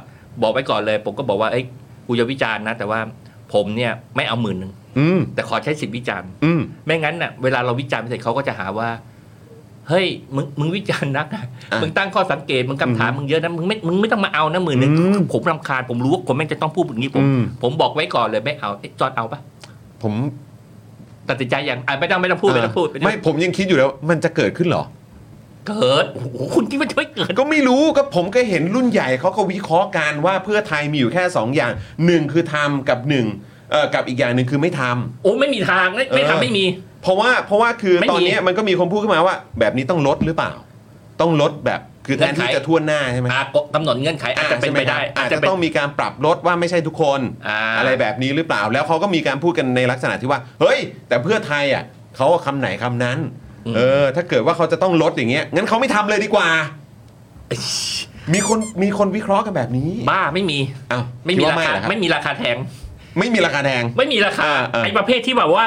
[SPEAKER 5] บอกไว้ก่อนเลย ผมก็บอกว่าเอ้ยกูจะวิจารณ์นะ แต่ว่าผมเนี่ยไม่เอาหมื่นหนึ่ง
[SPEAKER 1] อืม
[SPEAKER 5] แต่ขอใช้สิทธิวิจารณ์
[SPEAKER 1] อืม
[SPEAKER 5] ไม่งั้นน่ะเวลาเราวิจารณ์ไปเสร็จเขาก็จะหาว่า เฮ้ยมึงมึงวิจารณ์นักนะ
[SPEAKER 1] อ่ามึ
[SPEAKER 5] มึงตั้งข้อสังเกตมึงคำถามมึงเยอะนะมึงไม่มึงไม่ต้องมาเอานะหมื่นหนึ่ง
[SPEAKER 1] อืม
[SPEAKER 5] ผมรำคาญผมรู้ว่าผมแม่งจะต้องพูดอย่างนี้ผม
[SPEAKER 1] อืม
[SPEAKER 5] ผมบอกไว้ก่อนเลยไม่เอาเอ๊ะจอดเอาปะ
[SPEAKER 1] ผม
[SPEAKER 5] ตัดสินใจยังอ่ะไม่ต้องไม่ต้องพูดไม่ต้องพูด
[SPEAKER 1] เอ
[SPEAKER 5] ไม่
[SPEAKER 1] อ
[SPEAKER 5] ต้อง
[SPEAKER 1] ไม่ผมยังคิดอยู่แล้วามันจะเกิดขึ้นเหรอ
[SPEAKER 5] เกิด โอ้โห คุณคิดว่าจะไม่เกิด
[SPEAKER 1] ก็ไม่รู้ก็ผมก็เห็นรุ่นใหญ่เขาก็วิเคราะห์การว่าเพื่อไทยมีอยู่แค่ 2 อย่างหนึ่งคือทำกับหนึ่งเอ่อกับอีกอย่างหนึ่งคือไม่ทำ
[SPEAKER 5] โอ้ไม่มีทางนะไม่
[SPEAKER 1] เออ
[SPEAKER 5] ทำไม่มี
[SPEAKER 1] เพราะว่าเพราะว่าคือ
[SPEAKER 5] ไม่มี
[SPEAKER 1] ตอนเนี้ยมันก็มีคนพูดขึ้นมาว่า แบบนี้ต้องลดหรือเปล่า ต้องลดแบบคือแทนที่
[SPEAKER 5] เงื่อนไข
[SPEAKER 1] จะทั่วหน้าใช่ไหม
[SPEAKER 5] อาจกำหนดเงื่อนไขอาจจะเป็นไปได้
[SPEAKER 1] อาจ
[SPEAKER 5] อาจ
[SPEAKER 1] จะครับอาจ
[SPEAKER 5] จะเป็
[SPEAKER 1] จะ
[SPEAKER 5] น
[SPEAKER 1] ต้องมีการปรับลดว่าไม่ใช่ทุกคน
[SPEAKER 5] อ่า
[SPEAKER 1] อะไรแบบนี้หรือเปล่าแล้วเขาก็มีการพูดกันในลักษณะที่ว่า เฮ้ย แต่เพื่อไทยอ่ะเขาเอาคำไหนคำนั้น เออ ถ้าเกิดว่าเขาจะต้องลดอย่างเงี้ยงั้นเขาไม่ทำเลยดีกว่า มีคนมีคนวิเคราะห์กันแบบนี้
[SPEAKER 5] บ้าไม่มี
[SPEAKER 1] อ้าว
[SPEAKER 5] ไม่มี
[SPEAKER 1] ดว่
[SPEAKER 5] ราคา
[SPEAKER 1] เหอรับ
[SPEAKER 5] ไม่มีราคาแพง
[SPEAKER 1] ไม่มีราคาแดง
[SPEAKER 5] ไม่มีราคา
[SPEAKER 1] อ่าอ่า
[SPEAKER 5] ไอ้ประเภทที่แบบว่า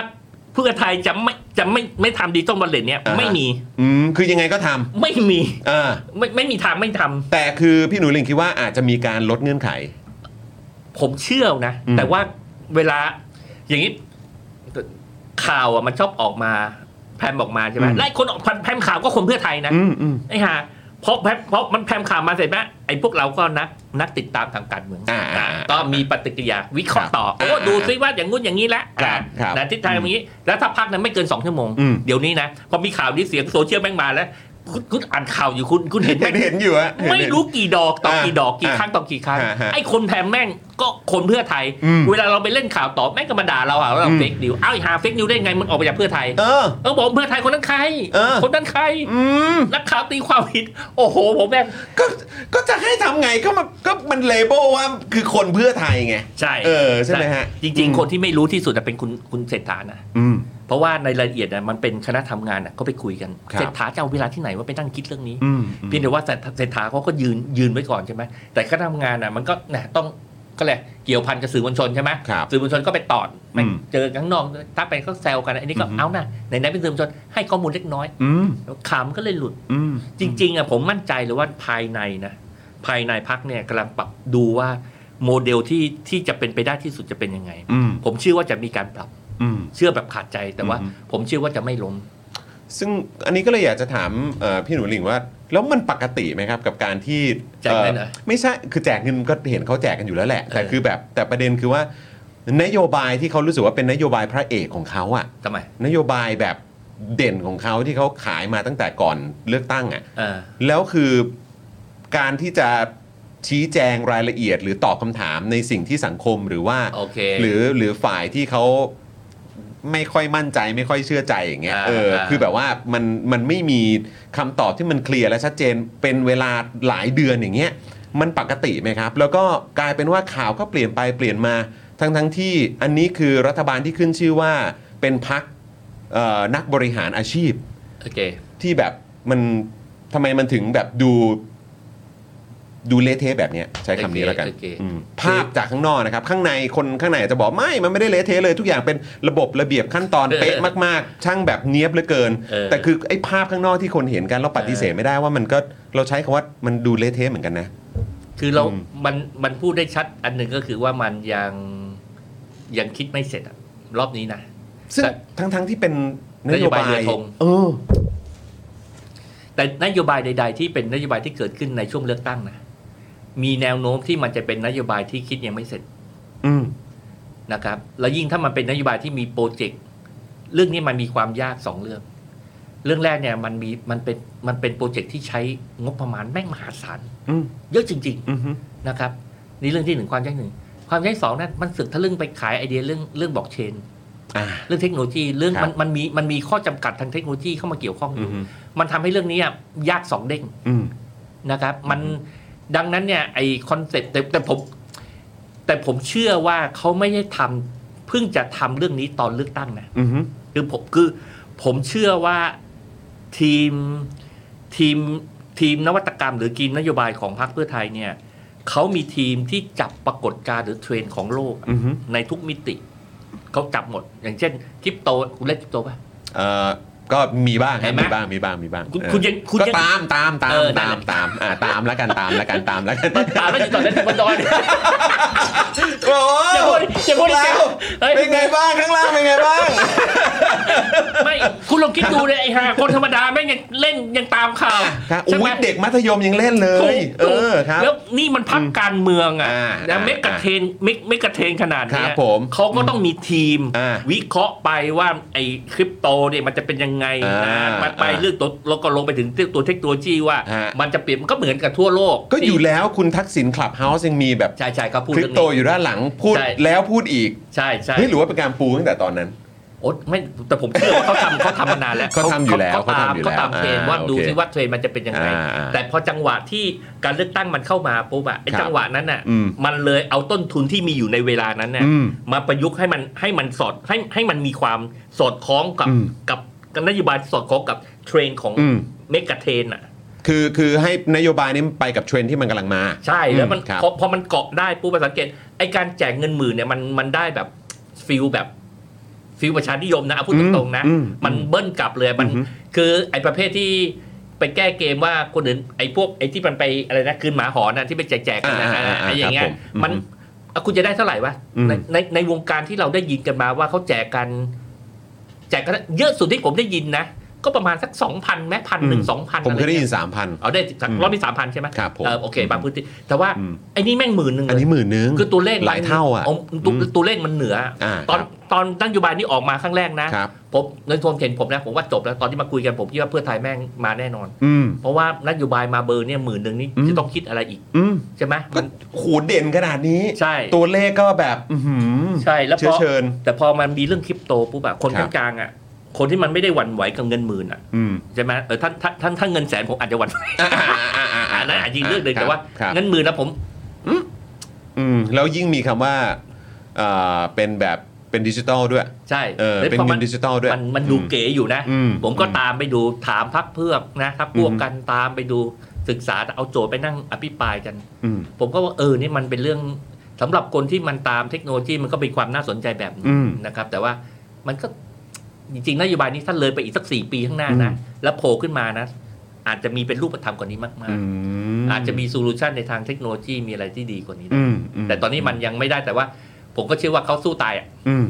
[SPEAKER 5] เพื่อไทยจะไม่จะไม่ไม่ทำดิจิตอลบัลเลตเนี่ย
[SPEAKER 1] อ่าฮะ
[SPEAKER 5] ไม่มี
[SPEAKER 1] อืมคือยังไงก็ทำ
[SPEAKER 5] ไม่มี
[SPEAKER 1] อ่า
[SPEAKER 5] ไม่ไม่มีทางไม่ทำ
[SPEAKER 1] แต่คือพี่หนูลิงคิดว่าอาจจะมีการลดเงื่อนไข
[SPEAKER 5] ผมเชื่อนะ
[SPEAKER 1] อืม
[SPEAKER 5] แต่ว่าเวลาอย่างนี้ข่าวอะมันชอบออกมา แพมออกมาใช่ไหม
[SPEAKER 1] อืม
[SPEAKER 5] ไล่คนออกแพมข่าวก็คนเพื่อไทยนะ
[SPEAKER 1] อืมอืม
[SPEAKER 5] ไอ้ห่าเพราะแพมเพราะมันแพมข่าวมาเสร็จไหมไอ้พวกเราก็นักนักติดตามทางการเมือง
[SPEAKER 1] อ่าอ่า
[SPEAKER 5] ก็มีปฏิกิริยาวิเคราะห์ต่อ
[SPEAKER 1] ครับ
[SPEAKER 5] โอ้ดูซิว่าอย่างงู้นอย่างนี้ละ
[SPEAKER 1] ครับ
[SPEAKER 5] อ่า
[SPEAKER 1] ครับ
[SPEAKER 5] นะทิศทางอย่างนี้ แล้วถ้าพักนั้นไม่เกินสองชั่วโมง
[SPEAKER 1] อืม
[SPEAKER 5] เดี๋ยวนี้นะ พอมีข่าวนี้เสียงโซเชียลแม่งมาแล้ว คุณคุณอ่านข่าวอยู่คุณคุณเห็นไหม
[SPEAKER 1] เห็นเห็นอยู่อะเห็น
[SPEAKER 5] ไม่
[SPEAKER 1] เห็น
[SPEAKER 5] รู้กี่ดอกต่อกี่ดอก
[SPEAKER 1] อ่า
[SPEAKER 5] กี่ครั้งต่อกี่ครั้ง
[SPEAKER 1] ฮะฮะ
[SPEAKER 5] ไอ้คนแพมแม่งก็คนเพื่อไทย
[SPEAKER 1] อืม
[SPEAKER 5] เวลาเราไปเล่นข่าวต่อแม่งก็มาด่าเราหา
[SPEAKER 1] อื
[SPEAKER 5] ว่าเรา
[SPEAKER 1] ม
[SPEAKER 5] เฟกนิวเอ้าไอ้หาเฟกนิวได้ไงมันออกมาจากเพื่อไทย
[SPEAKER 1] เออ
[SPEAKER 5] เออบอกเพื่อไทยคนนั้นใคร
[SPEAKER 1] เออ
[SPEAKER 5] คนนั้นใคร
[SPEAKER 1] อืม
[SPEAKER 5] นักข่าวตีความผิด โอ้โห ผมแบบ
[SPEAKER 1] ก็ก็จะให้ทำไงก็มันก็มันเลเบลว่าคือคนเพื่อไทยไง
[SPEAKER 5] ใช่
[SPEAKER 1] เออใช่ไหมฮะ
[SPEAKER 5] จริง
[SPEAKER 1] อืม
[SPEAKER 5] ๆ คนที่ไม่รู้ที่สุดน่ะเป็นคุณคุณเศรษฐานะ
[SPEAKER 1] อืม
[SPEAKER 5] เพราะว่าในรายละเอียดนะมันเป็นคณะทำงานนะก็ไปคุยกัน
[SPEAKER 1] ครับ
[SPEAKER 5] เศรษฐาจะเอาเวลาที่ไหนว่าไปนั่งคิดเรื่องนี้
[SPEAKER 1] อืมอืม
[SPEAKER 5] เพียงแต่ว่าเศรษฐเศรษฐาเขาก็ยืนยืนไว้ก่อนใช่ไหมแต่คณะทำงานนะมันก็นะต้องก็แหละเกี่ยวพันกับสื่อมวลชนใช่ไหม
[SPEAKER 1] ครับ
[SPEAKER 5] สื่อมวลชนก็ไปตอดแม่ง
[SPEAKER 1] อืม
[SPEAKER 5] เจอกันข้างนอกทักไปก็แซวกันอันนี้ก็
[SPEAKER 1] อือฮึ
[SPEAKER 5] เอานะไหนๆเป็นสื่อมวลชนให้ข้อมูลเล็กน้อย
[SPEAKER 1] อืม
[SPEAKER 5] ขำก็เลยหลุด
[SPEAKER 1] อืม
[SPEAKER 5] จริงๆอ่ะผมมั่นใจเลยว่าภายในนะภายในพักเนี่ยกำลังปรับดูว่าโมเดลที่ที่จะเป็นไปได้ที่สุดจะเป็นยังไง
[SPEAKER 1] อืม
[SPEAKER 5] ผมเชื่อว่าจะมีการปรับ
[SPEAKER 1] อืม
[SPEAKER 5] เชื่อแบบขาดใจแต่ว่า
[SPEAKER 1] อือฮึ
[SPEAKER 5] ผมเชื่อว่าจะไม่ล้ม
[SPEAKER 1] ซึ่งอันนี้ก็เลยอยากจะถามเอ่อพี่หนูหลิงว่า แล้วมันปกติไหมครับกับการที่
[SPEAKER 5] แจกเงินเหรอ
[SPEAKER 1] อ่อไม่ใช่คือแจกเงินก็เห็นเขาแจกกันอยู่แล้วแหละ แต่
[SPEAKER 5] เออ
[SPEAKER 1] คือแบบแต่ประเด็นคือว่านโยบายที่เขารู้สึกว่าเป็นนโยบายพระเอกของเขาอะ
[SPEAKER 5] ทำไม
[SPEAKER 1] นโยบายแบบเด่นของเขาที่เขาขายมาตั้งแต่ก่อนเลือกตั้งอะ
[SPEAKER 5] เออ
[SPEAKER 1] แล้วคือการที่จะ ชี้แจงรายละเอียด หรือตอบคำถามในสิ่งที่สังคมหรือว่า
[SPEAKER 5] โอเค
[SPEAKER 1] หรือหรือฝ่ายที่เขาไม่ค่อยมั่นใจไม่ค่อยเชื่อใจอย่างเงี้ย
[SPEAKER 5] อ่า
[SPEAKER 1] เอออา คือแบบว่ามันมันไม่มีคำตอบที่มันเคลียร์และชัดเจนเป็นเวลาหลายเดือนอย่างเงี้ยมันปกติไหมครับ แล้วก็กลายเป็นว่าข่าวก็เปลี่ยนไปเปลี่ยนมาทั้งทั้งที่อันนี้คือรัฐบาลที่ขึ้นชื่อว่าเป็นพักนักบริหารอาชีพ
[SPEAKER 5] โอเค
[SPEAKER 1] ที่แบบมันทำไมมันถึงแบบดูดูเละเทะแบบเนี้ยใช้คำนี้แล้วกัน
[SPEAKER 5] โอเคโอเค
[SPEAKER 1] อืมภาพจากข้างนอกนะครับ ข้างในคนข้างในอาจจะบอกไม่ มันไม่ได้เละเทะเลย ทุกอย่างเป็นระบบระเบียบขั้นตอน
[SPEAKER 5] เออ
[SPEAKER 1] เป๊ะมากๆ ช่างแบบเนี้ยบเหลือเกิน
[SPEAKER 5] เออ
[SPEAKER 1] แต่คือไอ้ภาพข้างนอกที่คนเห็นกันเราปฏิเสธ
[SPEAKER 5] เออ
[SPEAKER 1] ไม่ได้ว่ามันก็เราใช้คำว่ามันดูเละเทะเหมือนกันนะ
[SPEAKER 5] คือเรา
[SPEAKER 1] อืม
[SPEAKER 5] มัน มันพูดได้ชัดอันหนึ่งก็คือว่ามันยัง ยังคิดไม่เสร็จอะรอบนี้นะ
[SPEAKER 1] ซึ่ง
[SPEAKER 5] แต่
[SPEAKER 1] ทั้งๆที่เป็นนโยบาน
[SPEAKER 5] โยบายเรื
[SPEAKER 1] ย
[SPEAKER 5] อธง
[SPEAKER 1] เออ
[SPEAKER 5] แต่นโยบายใด ๆ ที่เป็นนโยบายที่เกิดขึ้นในช่วงเลือกตั้งนะ มีแนวโน้มที่มันจะเป็นนโยบายที่คิดยังไม่เสร็จ
[SPEAKER 1] อืม
[SPEAKER 5] นะครับ แล้วยิ่งถ้ามันเป็นนโยบายที่มีโปรเจกต์ เรื่องนี้มันมีความยากสองเรื่อง เรื่องแรกเนี่ยมันมี มันเป็น มันเป็นโปรเจกต์ที่ใช้งบประมาณแม่งมหาศาล
[SPEAKER 1] อืม
[SPEAKER 5] เยอะจริง ๆ
[SPEAKER 1] อืมฮึ
[SPEAKER 5] นะครับนี่เรื่องที่หนึ่งความยากหนึ่งความยากสองนั้นมันสึกทะลึ่งไปขายไอเดียเรื่องเรื่องบล็อกเชน
[SPEAKER 1] อ่า
[SPEAKER 5] เรื่องเทคโนโลยีเรื่อง
[SPEAKER 1] ครับ
[SPEAKER 5] มันมันมีมันมีข้อจำกัดทางเทคโนโลยีเข้ามาเกี่ยวข้องอ
[SPEAKER 1] อืม
[SPEAKER 5] ยู่
[SPEAKER 1] ฮึ
[SPEAKER 5] มันทำให้เรื่องนี้อะยากสองเด้ง
[SPEAKER 1] อืม
[SPEAKER 5] นะครับ มันดังนั้นเนี่ยไอคอนเซ็ปต์แต่แต่ผม แต่ผมเชื่อว่าเขาไม่ได้ทำเพิ่งจะทำเรื่องนี้ตอนเลือกตั้งนะ
[SPEAKER 1] อืมฮึ
[SPEAKER 5] คือผมคือผมเชื่อว่าทีมทีมทีมนวัตกรรม หรือทีมนโยบายของพรรคเพื่อไทยเนี่ยเขามีทีมที่จับปรากฏการณ์หรือเทรนด์ของโลกอะ
[SPEAKER 1] อืมฮึ
[SPEAKER 5] ในทุกมิติเขาจับหมด อย่างเช่นคริปโตคุณเล่นคริปโตป่ะ
[SPEAKER 1] เอ่อก็มีบ้าง
[SPEAKER 5] เห็นไหม
[SPEAKER 1] มีบ้างมีบ้างมีบ้าง
[SPEAKER 5] คุณ
[SPEAKER 1] เออ
[SPEAKER 5] คุณยังคุณ
[SPEAKER 1] ก็
[SPEAKER 5] ยัง
[SPEAKER 1] ตามตามตา
[SPEAKER 5] เอ
[SPEAKER 1] ม
[SPEAKER 5] อนั่น
[SPEAKER 1] ตาม
[SPEAKER 5] แหละ
[SPEAKER 1] ตามอ่าตามแล้วกันตามแล้วกันตามแล้วกัน
[SPEAKER 5] ตามแล้วอยู่ตอนเล่นบนดอย
[SPEAKER 1] โอ้
[SPEAKER 5] อย่าพูดอย่าพูดอีก
[SPEAKER 1] แล้
[SPEAKER 5] แล้ว วเฮ้ย
[SPEAKER 1] เป็นไงบ้างข้างล่างเป็นไงบ้าง
[SPEAKER 5] ไม่คุณลองคิดดูเลยไอ้ห่าคนธรรมดาแม่งยังเล่นยังตามข่าว
[SPEAKER 1] ครับ
[SPEAKER 5] ใช่ไหม
[SPEAKER 1] อุ้ยเด็กมัธยมยังเล่นเลย เอ
[SPEAKER 5] ถูก
[SPEAKER 1] อครับ
[SPEAKER 5] แล้วนี่มันพักการเมืองอ่ะ
[SPEAKER 1] อ่า
[SPEAKER 5] นะ
[SPEAKER 1] อ่า
[SPEAKER 5] เมกะเทนเมกเมกะเทนขนาด
[SPEAKER 1] ค
[SPEAKER 5] เนี้ย
[SPEAKER 1] รับผม
[SPEAKER 5] เขาก็ต้องมีทีม
[SPEAKER 1] อ่า
[SPEAKER 5] วิเคราะห์ไปว่าไอ้คริปโตเนี่ยมันจะเป็นยังไง
[SPEAKER 1] อ่า
[SPEAKER 5] นะมันไป
[SPEAKER 1] อ่า
[SPEAKER 5] เรื่องตัวแล้วก็ลงไปถึงตัวเทคโนโลยีว่า
[SPEAKER 1] ฮะ
[SPEAKER 5] มันจะเปลี่ยนมันก็เหมือนกับทั่วโลก
[SPEAKER 1] ก็อยู่แล้วคุณทักษิณคลับเฮาส์ยังมีแบบ
[SPEAKER 5] ใช่ใช่เขาพูด
[SPEAKER 1] คริป
[SPEAKER 5] เรื่อง
[SPEAKER 1] โต
[SPEAKER 5] นี้
[SPEAKER 1] อยู่ด้านหลังพูด
[SPEAKER 5] ใช่
[SPEAKER 1] แล้วพูดอีก
[SPEAKER 5] ใช่ใช่
[SPEAKER 1] เฮ้ยหรือว่าเป็นการปูตั้งแต่ตอนนั้น
[SPEAKER 5] โอ๊ตไม่แต่ผมเชื่อว่าเขาทำเขาทำมานานแล้ว
[SPEAKER 1] เขาทำอยู่แล้ว
[SPEAKER 5] เขาตาม
[SPEAKER 1] เขาทำอยู่
[SPEAKER 5] เขา
[SPEAKER 1] แล้ว
[SPEAKER 5] ตามเทรนด์
[SPEAKER 1] อ่า
[SPEAKER 5] ว่าดู
[SPEAKER 1] โอเค
[SPEAKER 5] ซิว่าเทรนด์มันจะเป็นยังไง
[SPEAKER 1] อ่าอ่า
[SPEAKER 5] แต่พอจังหวะที่การเลือกตั้งมันเข้ามาปุ๊บอะไอ้
[SPEAKER 1] ครับ
[SPEAKER 5] จังหวะนั้นอะ
[SPEAKER 1] อืม
[SPEAKER 5] มันเลยเอาต้นทุนที่มีอยู่ในเวลานั้นเนี่ย
[SPEAKER 1] อืม
[SPEAKER 5] มาประยุกต์ให้มันให้มันสอดให้ให้มันมีความสอดคล้องกับ
[SPEAKER 1] อืม
[SPEAKER 5] กับกับนโยบายสอดคล้องกับเทรนด์ของ
[SPEAKER 1] อืม
[SPEAKER 5] เมกะเทรนด์อ่ะ
[SPEAKER 1] คือคือให้นโยบายนี้ไปกับเทรนด์ที่มันกำลังมา
[SPEAKER 5] ใช่แล้วมัน
[SPEAKER 1] อืมครับ
[SPEAKER 5] พอพอมันเกาะได้ปุ๊บอะสังเกตไอการแจกเงินหมื่นเนี่ยมันมันได้แบบฟิลแบบฟิลประชานิยมนะเอาพูด
[SPEAKER 1] อืม
[SPEAKER 5] ตรงๆนะ
[SPEAKER 1] อืม
[SPEAKER 5] มันเบิ้ลกลับเลยมัน
[SPEAKER 1] อือฮึ
[SPEAKER 5] คือไอประเภทที่ไปแก้เกมว่าคนอื่นไอพวกไอที่มันไปอะไรนะคืนหมาหอนนะที่ไปแจกแจกๆกันนะ
[SPEAKER 1] อ่าอ่าอ่า
[SPEAKER 5] ไออย่างเงี้
[SPEAKER 1] ค
[SPEAKER 5] ย
[SPEAKER 1] รับผม
[SPEAKER 5] มัน
[SPEAKER 1] อือฮึ
[SPEAKER 5] อ่ะคุณจะได้เท่าไหร่วะ
[SPEAKER 1] อืม
[SPEAKER 5] ในในในวงการที่เราได้ยินกันมาว่าเขาแจกกัน แจกกันเยอะสุดที่ผมได้ยินนะก็ประมาณสักสองพันแม้พันหนึ่งสองพัน
[SPEAKER 1] ผมเคยได้ยินสามพัน
[SPEAKER 5] เอาได้สัก
[SPEAKER 1] อืม
[SPEAKER 5] รอบที่สามพันใช่ไหม
[SPEAKER 1] ครับผม
[SPEAKER 5] เออโอเค บางพื้นที่ แต่ว่า
[SPEAKER 1] อืม
[SPEAKER 5] ไอ้นี่แม่งหมื่นหนึ่ง
[SPEAKER 1] อันนี้หมื่นนึง
[SPEAKER 5] คือตัวเลขมัน
[SPEAKER 1] หลายเท่าอ่ะ
[SPEAKER 5] เตัว
[SPEAKER 1] อืม
[SPEAKER 5] ตัวเลขมันเหนืออา ตอน
[SPEAKER 1] ครับ
[SPEAKER 5] ตอนตั้งนโยบายนี้ออกมาครั้งแรกนะครับ ผมในทวงเห็นผมนะผมว่าจบแล้วตอนที่มาคุยกันผมคิดว่าเพื่อไทยแม่งมาแน่นอน
[SPEAKER 1] อืม
[SPEAKER 5] เพราะว่านโยบายมาเบอร์เนี่ยหมื่นหนึ่งนี่
[SPEAKER 1] อืม
[SPEAKER 5] จะต้องคิดอะไรอีก
[SPEAKER 1] อืม
[SPEAKER 5] ใช่ไหม
[SPEAKER 1] ก็
[SPEAKER 5] มัน
[SPEAKER 1] ขูดเด่นขนาดนี้
[SPEAKER 5] ใช่
[SPEAKER 1] ตัวเลขก็แบบอื้อหือ
[SPEAKER 5] ใช่แล้ว
[SPEAKER 1] เชื้
[SPEAKER 5] พ
[SPEAKER 1] อ
[SPEAKER 5] อ
[SPEAKER 1] เชิญ
[SPEAKER 5] แต่พอมันมีเรื่องคริปโตปุ๊บแบบคน
[SPEAKER 1] ครับ
[SPEAKER 5] กลางๆอ่ะคนที่มันไม่ได้หวั่นไหวกับเงินหมื่นอ่ะ
[SPEAKER 1] อืม
[SPEAKER 5] ใช่ไหมเออท่านท่านท่านท่านเงินแสนผมอาจจะหวั่นไหว
[SPEAKER 1] อ่าอ่าอ่าอ่า
[SPEAKER 5] อันนั้นอาจจะอีกเรื่องหนึ่ง
[SPEAKER 1] ครับ
[SPEAKER 5] แต่ว่า
[SPEAKER 1] ครับ
[SPEAKER 5] เงินหมื่นนะผม
[SPEAKER 1] อืมแล้วยิ่งมีคำว่าเอ่อเป็นแบบเป็นดิจิตอลด้วย
[SPEAKER 5] ใช่
[SPEAKER 1] เออ
[SPEAKER 5] แล้ว
[SPEAKER 1] เป็น
[SPEAKER 5] พอ
[SPEAKER 1] เงิ
[SPEAKER 5] มัน
[SPEAKER 1] ดิจิทัลด้วย
[SPEAKER 5] มันมันดู
[SPEAKER 1] อืม
[SPEAKER 5] เก๋อยู่นะ
[SPEAKER 1] อืม
[SPEAKER 5] ผมก็
[SPEAKER 1] อืม
[SPEAKER 5] ตามไปดูถามพักเพื่อกนะพักพว
[SPEAKER 1] อื
[SPEAKER 5] ก
[SPEAKER 1] ม
[SPEAKER 5] กันตามไปดูศึกษาเอาโจทย์ไปนั่งอภิปรายกัน
[SPEAKER 1] อืม
[SPEAKER 5] ผมก็ว่าเออนี่มันเป็นเรื่องสำหรับคนที่มันตามเทคโนโลยีมันก็เป็นความน่าสนใจแบบนี้
[SPEAKER 1] อืม
[SPEAKER 5] นะครับ แต่ว่ามันก็จริงๆนโยบายนี้ถ้าเลยไปอีกสักสี่ปีข้างหน้านะ แล้วโผล่ขึ้นมานะ อาจจะมีเป็นรูปธรรมกว่านี้มากๆ อาจจะมีโซลูชันในทางเทคโนโลยีมีอะไรที่ดีกว่านี้นะ
[SPEAKER 1] อืมม
[SPEAKER 5] แต่ตอนนี้มันยังไม่ได้แต่ว่า ผมก็เชื่อว่าเขาสู้ตายอะ
[SPEAKER 1] อืม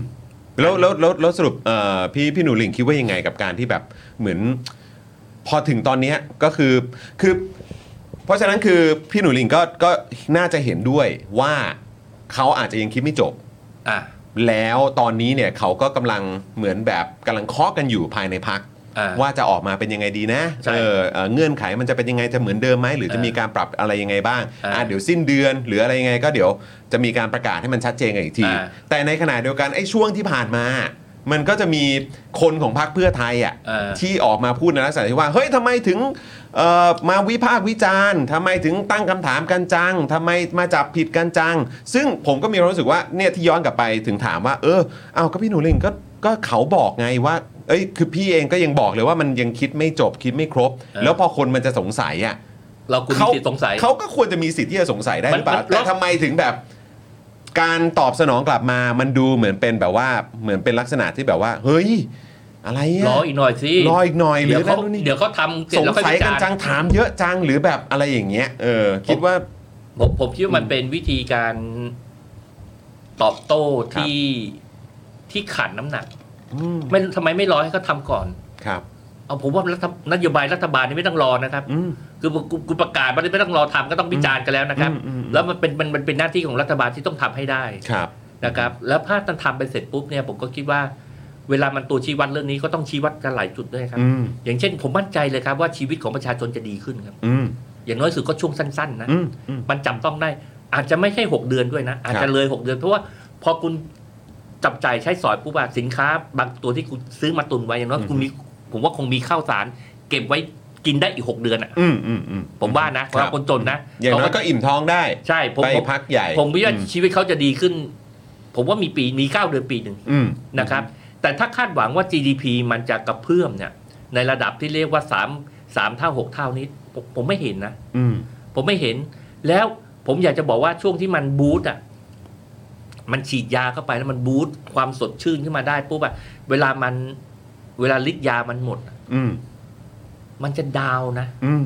[SPEAKER 1] แล้วแล้วแล้วแล้วสรุปเอ่อพี่พี่หนูหลิงคิดว่ายังไงกับการที่แบบเหมือน พอถึงตอนเนี้ยก็คือคือ เพราะฉะนั้นคือพี่หนูหลิงก็ก็น่าจะเห็นด้วยว่าเขาอาจจะยังคิดไม่จบ
[SPEAKER 5] อ่ะ
[SPEAKER 1] แล้วตอนนี้เนี่ยเขาก็กำลังเหมือนแบบกำลังเคาะกันอยู่ภายในพัก
[SPEAKER 5] อ่า
[SPEAKER 1] ว่าจะออกมาเป็นยังไงดีนะ
[SPEAKER 5] ใช่
[SPEAKER 1] เออเอ่อเงื่อนไขมันจะเป็นยังไงจะเหมือนเดิมไหมหรือจะ
[SPEAKER 5] เออ
[SPEAKER 1] มีการปรับอะไรยังไงบ้าง
[SPEAKER 5] เอออ่
[SPEAKER 1] ะเดี๋ยวสิ้นเดือนหรืออะไรยังไงก็เดี๋ยวจะมีการประกาศให้มันชัดเจนกันอีกที
[SPEAKER 5] อ่า
[SPEAKER 1] แต่ในขณะเดียวกันไอ้ช่วงที่ผ่านมา มันก็จะมีคนของพรรคเพื่อไทยอ่ะ
[SPEAKER 5] เออ
[SPEAKER 1] ที่ออกมาพูดในลักษณะที่ว่าเฮ้ยทำไมถึงเอ่อมาวิพากษ์วิจารณ์ทำไมถึงตั้งคำถามกันจังทำไมมาจับผิดกันจัง ซึ่งผมก็มีความรู้สึกว่าเนี่ยที่ย้อนกลับไปถึงถามว่า เออเอาก็พี่หนูลิงก็ก็เขาบอกไงว่า เอ้ยคือพี่เองก็ยังบอกเลยว่ามันยังคิดไม่จบคิดไม่ครบ
[SPEAKER 5] ออ
[SPEAKER 1] แล้วพอคนมันจะสงสัยอ่ะ
[SPEAKER 5] เราคุณมีสิทธิ์สงสัย
[SPEAKER 1] เขาก็ควรจะมีสิทธิ์ที่จะสงสัยได้หรือเปล่า
[SPEAKER 5] มันมัน
[SPEAKER 1] แต่ทำไมถึงแบบ การตอบสนองกลับมา มันดูเหมือนเป็นแบบว่าเหมือนเป็นลักษณะที่แบบว่า เฮ้ย อะไรอะ
[SPEAKER 5] รออีกหน่อยสิ
[SPEAKER 1] รออีกหน่อยหรื
[SPEAKER 5] เดี๋ย
[SPEAKER 1] อ
[SPEAKER 5] วเขา
[SPEAKER 1] นั่นนู่นนี่
[SPEAKER 5] เดี๋ยวเขาทำเสร็จ
[SPEAKER 1] สง
[SPEAKER 5] แล้วก็
[SPEAKER 1] สัยกัน
[SPEAKER 5] จาร
[SPEAKER 1] จังถามเยอะจังหรือแบบอะไรอย่างเงี้ยเออคิดว่า
[SPEAKER 5] ผมผมคิดว่ามันเป็นวิธีการตอบโต้
[SPEAKER 1] ครับ
[SPEAKER 5] ที่ที่ขันน้ำหนัก
[SPEAKER 1] อืม
[SPEAKER 5] ไม่ทำไมไม่รอให้เขาทำก่อน
[SPEAKER 1] ครับ
[SPEAKER 5] เอาผมว่ารัฐนโยบายรัฐบาลนี่ไม่ต้องรอนะครับ
[SPEAKER 1] อืม
[SPEAKER 5] คือกูกูประกาศมันไม่ต้องรอทำก็ต้องวิจารณ์กันแล้วนะครับ
[SPEAKER 1] อืมอืมอืม
[SPEAKER 5] แล้วมันเป็นมันมันเป็นหน้าที่ของรัฐบาลที่ต้องทำให้ได้
[SPEAKER 1] ครับ
[SPEAKER 5] นะครับ แล้วถ้ามันทำไปเสร็จปุ๊บเนี่ยผมก็คิดว่า เวลามันตัวชี้วัดเรื่องนี้ก็ต้องชี้วัดกันหลายจุดด้วยครับ
[SPEAKER 1] อืม
[SPEAKER 5] อย่างเช่น ผมมั่นใจเลยครับว่าชีวิตของประชาชนจะดีขึ้นครับ
[SPEAKER 1] อืม
[SPEAKER 5] อย่างน้อยสุดก็ช่วงสั้นๆนะ
[SPEAKER 1] อืมอืม
[SPEAKER 5] มันจับต้องได้อาจจะไม่ใช่ 6 เดือนด้วยนะ อาจจะเลย 6 เดือนเพราะว่าพอคุณจับจ่ายใช้สอยปุ๊บอะสินค้า บางตัวที่คุณซื้อมาตุนไว้อย่างน้อย
[SPEAKER 1] อืม
[SPEAKER 5] คุณมีผมว่าคงมีข้าวสาร เก็บไว้กินได้อีก 6 เดือนอะ
[SPEAKER 1] อืมอืมอืม
[SPEAKER 5] ผมว่านะเพราะ
[SPEAKER 1] รับ
[SPEAKER 5] ว่าคนจนนะ
[SPEAKER 1] อย่างน้อยก็อิ่มท้องได้
[SPEAKER 5] ใช่ผม
[SPEAKER 1] ไป
[SPEAKER 5] ผม
[SPEAKER 1] พักใหญ่
[SPEAKER 5] ผมว่า
[SPEAKER 1] อืม
[SPEAKER 5] ชีวิตเขาจะดีขึ้น ผมว่ามีปีมี9เดือนปีหนึ่ง
[SPEAKER 1] อืม
[SPEAKER 5] นะครับ แต่ถ้าคาดหวังว่า GDP มันจะกระเพื่อมเนี่ย ในระดับที่เรียกว่า3 3เท่า6เท่านี้ผมผมไม่เห็นนะ
[SPEAKER 1] อืม
[SPEAKER 5] ผมไม่เห็นแล้วผมอยากจะบอกว่าช่วงที่มันบูตอ่ะ มันฉีดยาเข้าไปแล้วมันบูตความสดชื่นขึ้นมาได้ปุ๊บอ่ะเวลามันเวลาฤทธิ์ยามันหมดอะ
[SPEAKER 1] อืม
[SPEAKER 5] มันจะดาวน์นะ
[SPEAKER 1] อืม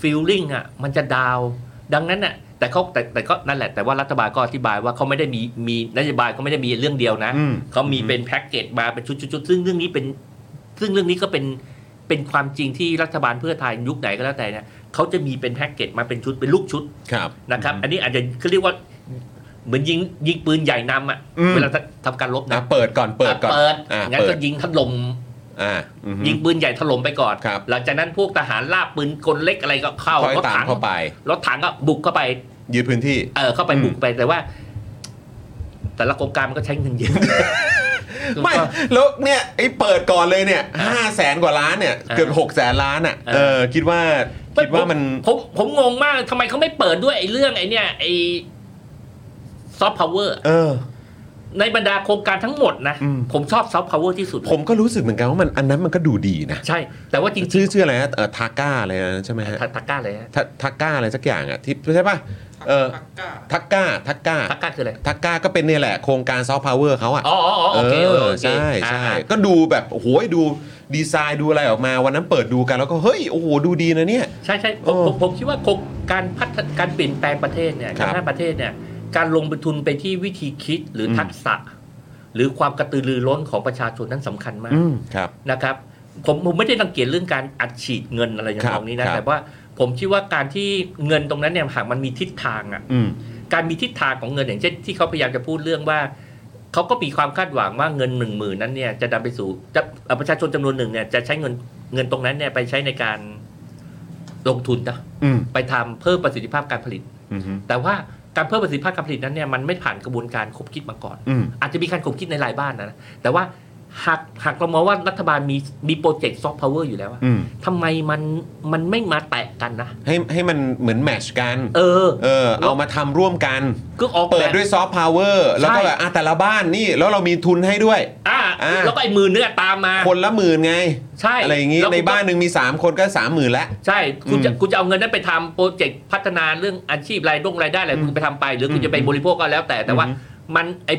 [SPEAKER 5] ฟีลลิ่งอ่ะ มันจะดาวน์ดังนั้นอ่ะ แต่เขาแต่แต่ก็นั่นแหละแต่ว่ารัฐบาลก็อธิบายว่าเขาไม่ได้มีมีนโยบายเขาไม่ได้มีเรื่องเดียวนะ
[SPEAKER 1] อืม
[SPEAKER 5] เขามีเป็นแพ็กเกจมาเป็นชุดๆซึ่งเรื่องนี้เป็น ซึ่งเรื่องนี้ก็เป็นเป็นความจริงที่รัฐบาลเพื่อไทยยุคไหนก็แล้วแต่เนี่ยเขาจะมีเป็นแพ็กเกจมาเป็นชุดเป็นลูกชุด
[SPEAKER 1] ครับ
[SPEAKER 5] นะครับ อันนี้อาจจะเขาเรียกว่าเหมือนยิงยิงปืนใหญ่นำอ่ะ
[SPEAKER 1] อืม
[SPEAKER 5] เวลาทำการรบ
[SPEAKER 1] อ่ะ
[SPEAKER 5] นะ
[SPEAKER 1] เปิดก่อน เปิดก่อน
[SPEAKER 5] เปิด
[SPEAKER 1] อ่ะ
[SPEAKER 5] งั้น
[SPEAKER 1] เปิ
[SPEAKER 5] ก็
[SPEAKER 1] ด
[SPEAKER 5] ยิงถล่ม
[SPEAKER 1] อ่ะอืม
[SPEAKER 5] ยิงปืนใหญ่ถล่มไปก่อน
[SPEAKER 1] ครับ
[SPEAKER 5] หลังจากนั้นพวกทหารลาบปืนกลเล็กอะไรก็เข้า
[SPEAKER 1] ค่อย
[SPEAKER 5] รถ
[SPEAKER 1] ตาม
[SPEAKER 5] ถัง
[SPEAKER 1] เข้าไป
[SPEAKER 5] รถถังก็บุกเข้าไป
[SPEAKER 1] ยืดพื้นที่
[SPEAKER 5] เออเข้าไป
[SPEAKER 1] อืม
[SPEAKER 5] บุกไปแต่ว่า แต่ละโครงการมันก็ใช้เงินเยอะ
[SPEAKER 1] ไม่ แล้วเนี่ยไอ้เปิดก่อนเลยเนี่ยห้าแสนกว่าล้านเนี่ย
[SPEAKER 5] อ่ะ
[SPEAKER 1] เกือบหกแสนล้านอ่ะ
[SPEAKER 5] อ่ะ
[SPEAKER 1] เออ คิดว่า คิดว่ามัน
[SPEAKER 5] ผมผมงงมากทำไมเขาไม่เปิดด้วยไอ้เรื่องไอ้เนี่ยไอ้ซอฟต์พาวเวอร์
[SPEAKER 1] เออ
[SPEAKER 5] ในบรรดาโครงการทั้งหมดนะ
[SPEAKER 1] อืม
[SPEAKER 5] ผมชอบซอฟต์พาวเวอร์ที่สุดเลย
[SPEAKER 1] ผมก็รู้สึกเหมือนกันว่ามันอันนั้นมันก็ดูดีนะ
[SPEAKER 5] ใช่ แต่ว่าจริง
[SPEAKER 1] ชื่อชื่ออะไรนะเออทาก้าอะไรนะใช่ไหมฮะ
[SPEAKER 5] ๆตะกร้าเลยฮะ
[SPEAKER 1] ทาทาก้าอะไรสักอย่างอ่ะที่ใช่ป่ะ เออ
[SPEAKER 3] ทักก้า
[SPEAKER 1] ทักก้าทักก้า
[SPEAKER 5] ทักก้าคืออะไร
[SPEAKER 1] ทักก้าก็เป็นเนี่ยแหละโครงการซอฟต์พาวเวอร์เขาอ่ะ
[SPEAKER 5] อ๋ออ๋ออ๋อโอเค
[SPEAKER 1] เอ
[SPEAKER 5] เออ
[SPEAKER 1] อ
[SPEAKER 5] โอเค
[SPEAKER 1] ใช่ใช่
[SPEAKER 5] อ่า
[SPEAKER 1] ก็ดูแบบโอ้โหดูดีไซน์ดูอะไรออกมา วันนั้นเปิดดูกันแล้วก็เฮ้ยโอ้โหดูดีนะเนี่ย
[SPEAKER 5] ใช่ใช่ผ
[SPEAKER 1] เออ
[SPEAKER 5] มผมผมคิดว่าโครงการพัฒการเปลี่ยนแปลงประเทศเนี่ย
[SPEAKER 1] ครับ
[SPEAKER 5] การพัฒนาประเทศเนี่ย การลงทุนไปที่วิธีคิดหรืออ
[SPEAKER 1] ม
[SPEAKER 5] ทักษะ หรือความกระตือรือร้นของประชาชนนั้นสำคัญมาก
[SPEAKER 1] อืมครับ
[SPEAKER 5] นะครับ ผมผมไม่ได้รังเกียจเรื่องการอัดฉีดเงินอะไรอย่าง
[SPEAKER 1] ครับ
[SPEAKER 5] ตรงนี้นะครับ แต่ว่าผมคิดว่าการที่เงินตรงนั้นเนี่ยหากมันมีทิศทางอ่ะ
[SPEAKER 1] อืม
[SPEAKER 5] การมีทิศทางของเงินอย่างเช่นที่เขาพยายามจะพูดเรื่องว่าเขาก็มีความคาดหวังว่าเงินหนึ่งหมื่นนั้นเนี่ยจะนำไปสู่จะเอ่อประชาชนจำนวนหนึ่งเนี่ยจะใช้เงินเงินตรงนั้นเนี่ยไปใช้ในการลงทุนนะ
[SPEAKER 1] อืม
[SPEAKER 5] ไปทำเพิ่มประสิทธิภาพการผลิต
[SPEAKER 1] อืม
[SPEAKER 5] แต่ว่าการเพิ่มประสิทธิภาพการผลิตนั้นเนี่ยมันไม่ผ่านกระบวนการคบคิดมาก่อน
[SPEAKER 1] อืม
[SPEAKER 5] อาจจะมีการคบคิดในรายบ้านนะ แต่ว่าหากหากเรามองว่ารัฐบาลมีมีโปรเจกต์ซอฟต์พาวเวอร์อยู่แล้วอะ
[SPEAKER 1] อืม
[SPEAKER 5] ทำไมมันมันไม่มาแตะกันนะ
[SPEAKER 1] ให้ให้มันเหมือนแมทชกัน
[SPEAKER 5] เออ
[SPEAKER 1] เออเอามาทำร่วมกัน
[SPEAKER 5] ก็ออก
[SPEAKER 1] เปิ
[SPEAKER 5] แบ
[SPEAKER 1] ด
[SPEAKER 5] บ
[SPEAKER 1] ด้วยซอฟต์พาวเวอร์แล้วก็แบบอ่ะแต่ละบ้านนี่แล้วเรามีทุนให้ด้วย
[SPEAKER 5] อ่า
[SPEAKER 1] อ่า
[SPEAKER 5] แล้วก็ไอ้มือเนื้อตามมา
[SPEAKER 1] คนละหมื่นไง
[SPEAKER 5] ใช่
[SPEAKER 1] อะไรอย่างงี้
[SPEAKER 5] แล้ว
[SPEAKER 1] ใน
[SPEAKER 5] คุณก็
[SPEAKER 1] บ้านหนึ่งมี 3 คนก็สามหมื่นละ
[SPEAKER 5] ใช่ คุณจะ
[SPEAKER 1] อืม
[SPEAKER 5] คุณจะเอาเงินนั้นไปทำโปรเจกต์พัฒนาเรื่องอาชีพรายดงรายได้อะไร
[SPEAKER 1] อืม
[SPEAKER 5] คุณไปทำไป หรือคุ
[SPEAKER 1] อื
[SPEAKER 5] ณ
[SPEAKER 1] ม
[SPEAKER 5] จะไปบริโภคก็แล้วแต่แต่ว่า
[SPEAKER 1] อืม
[SPEAKER 5] มันไอ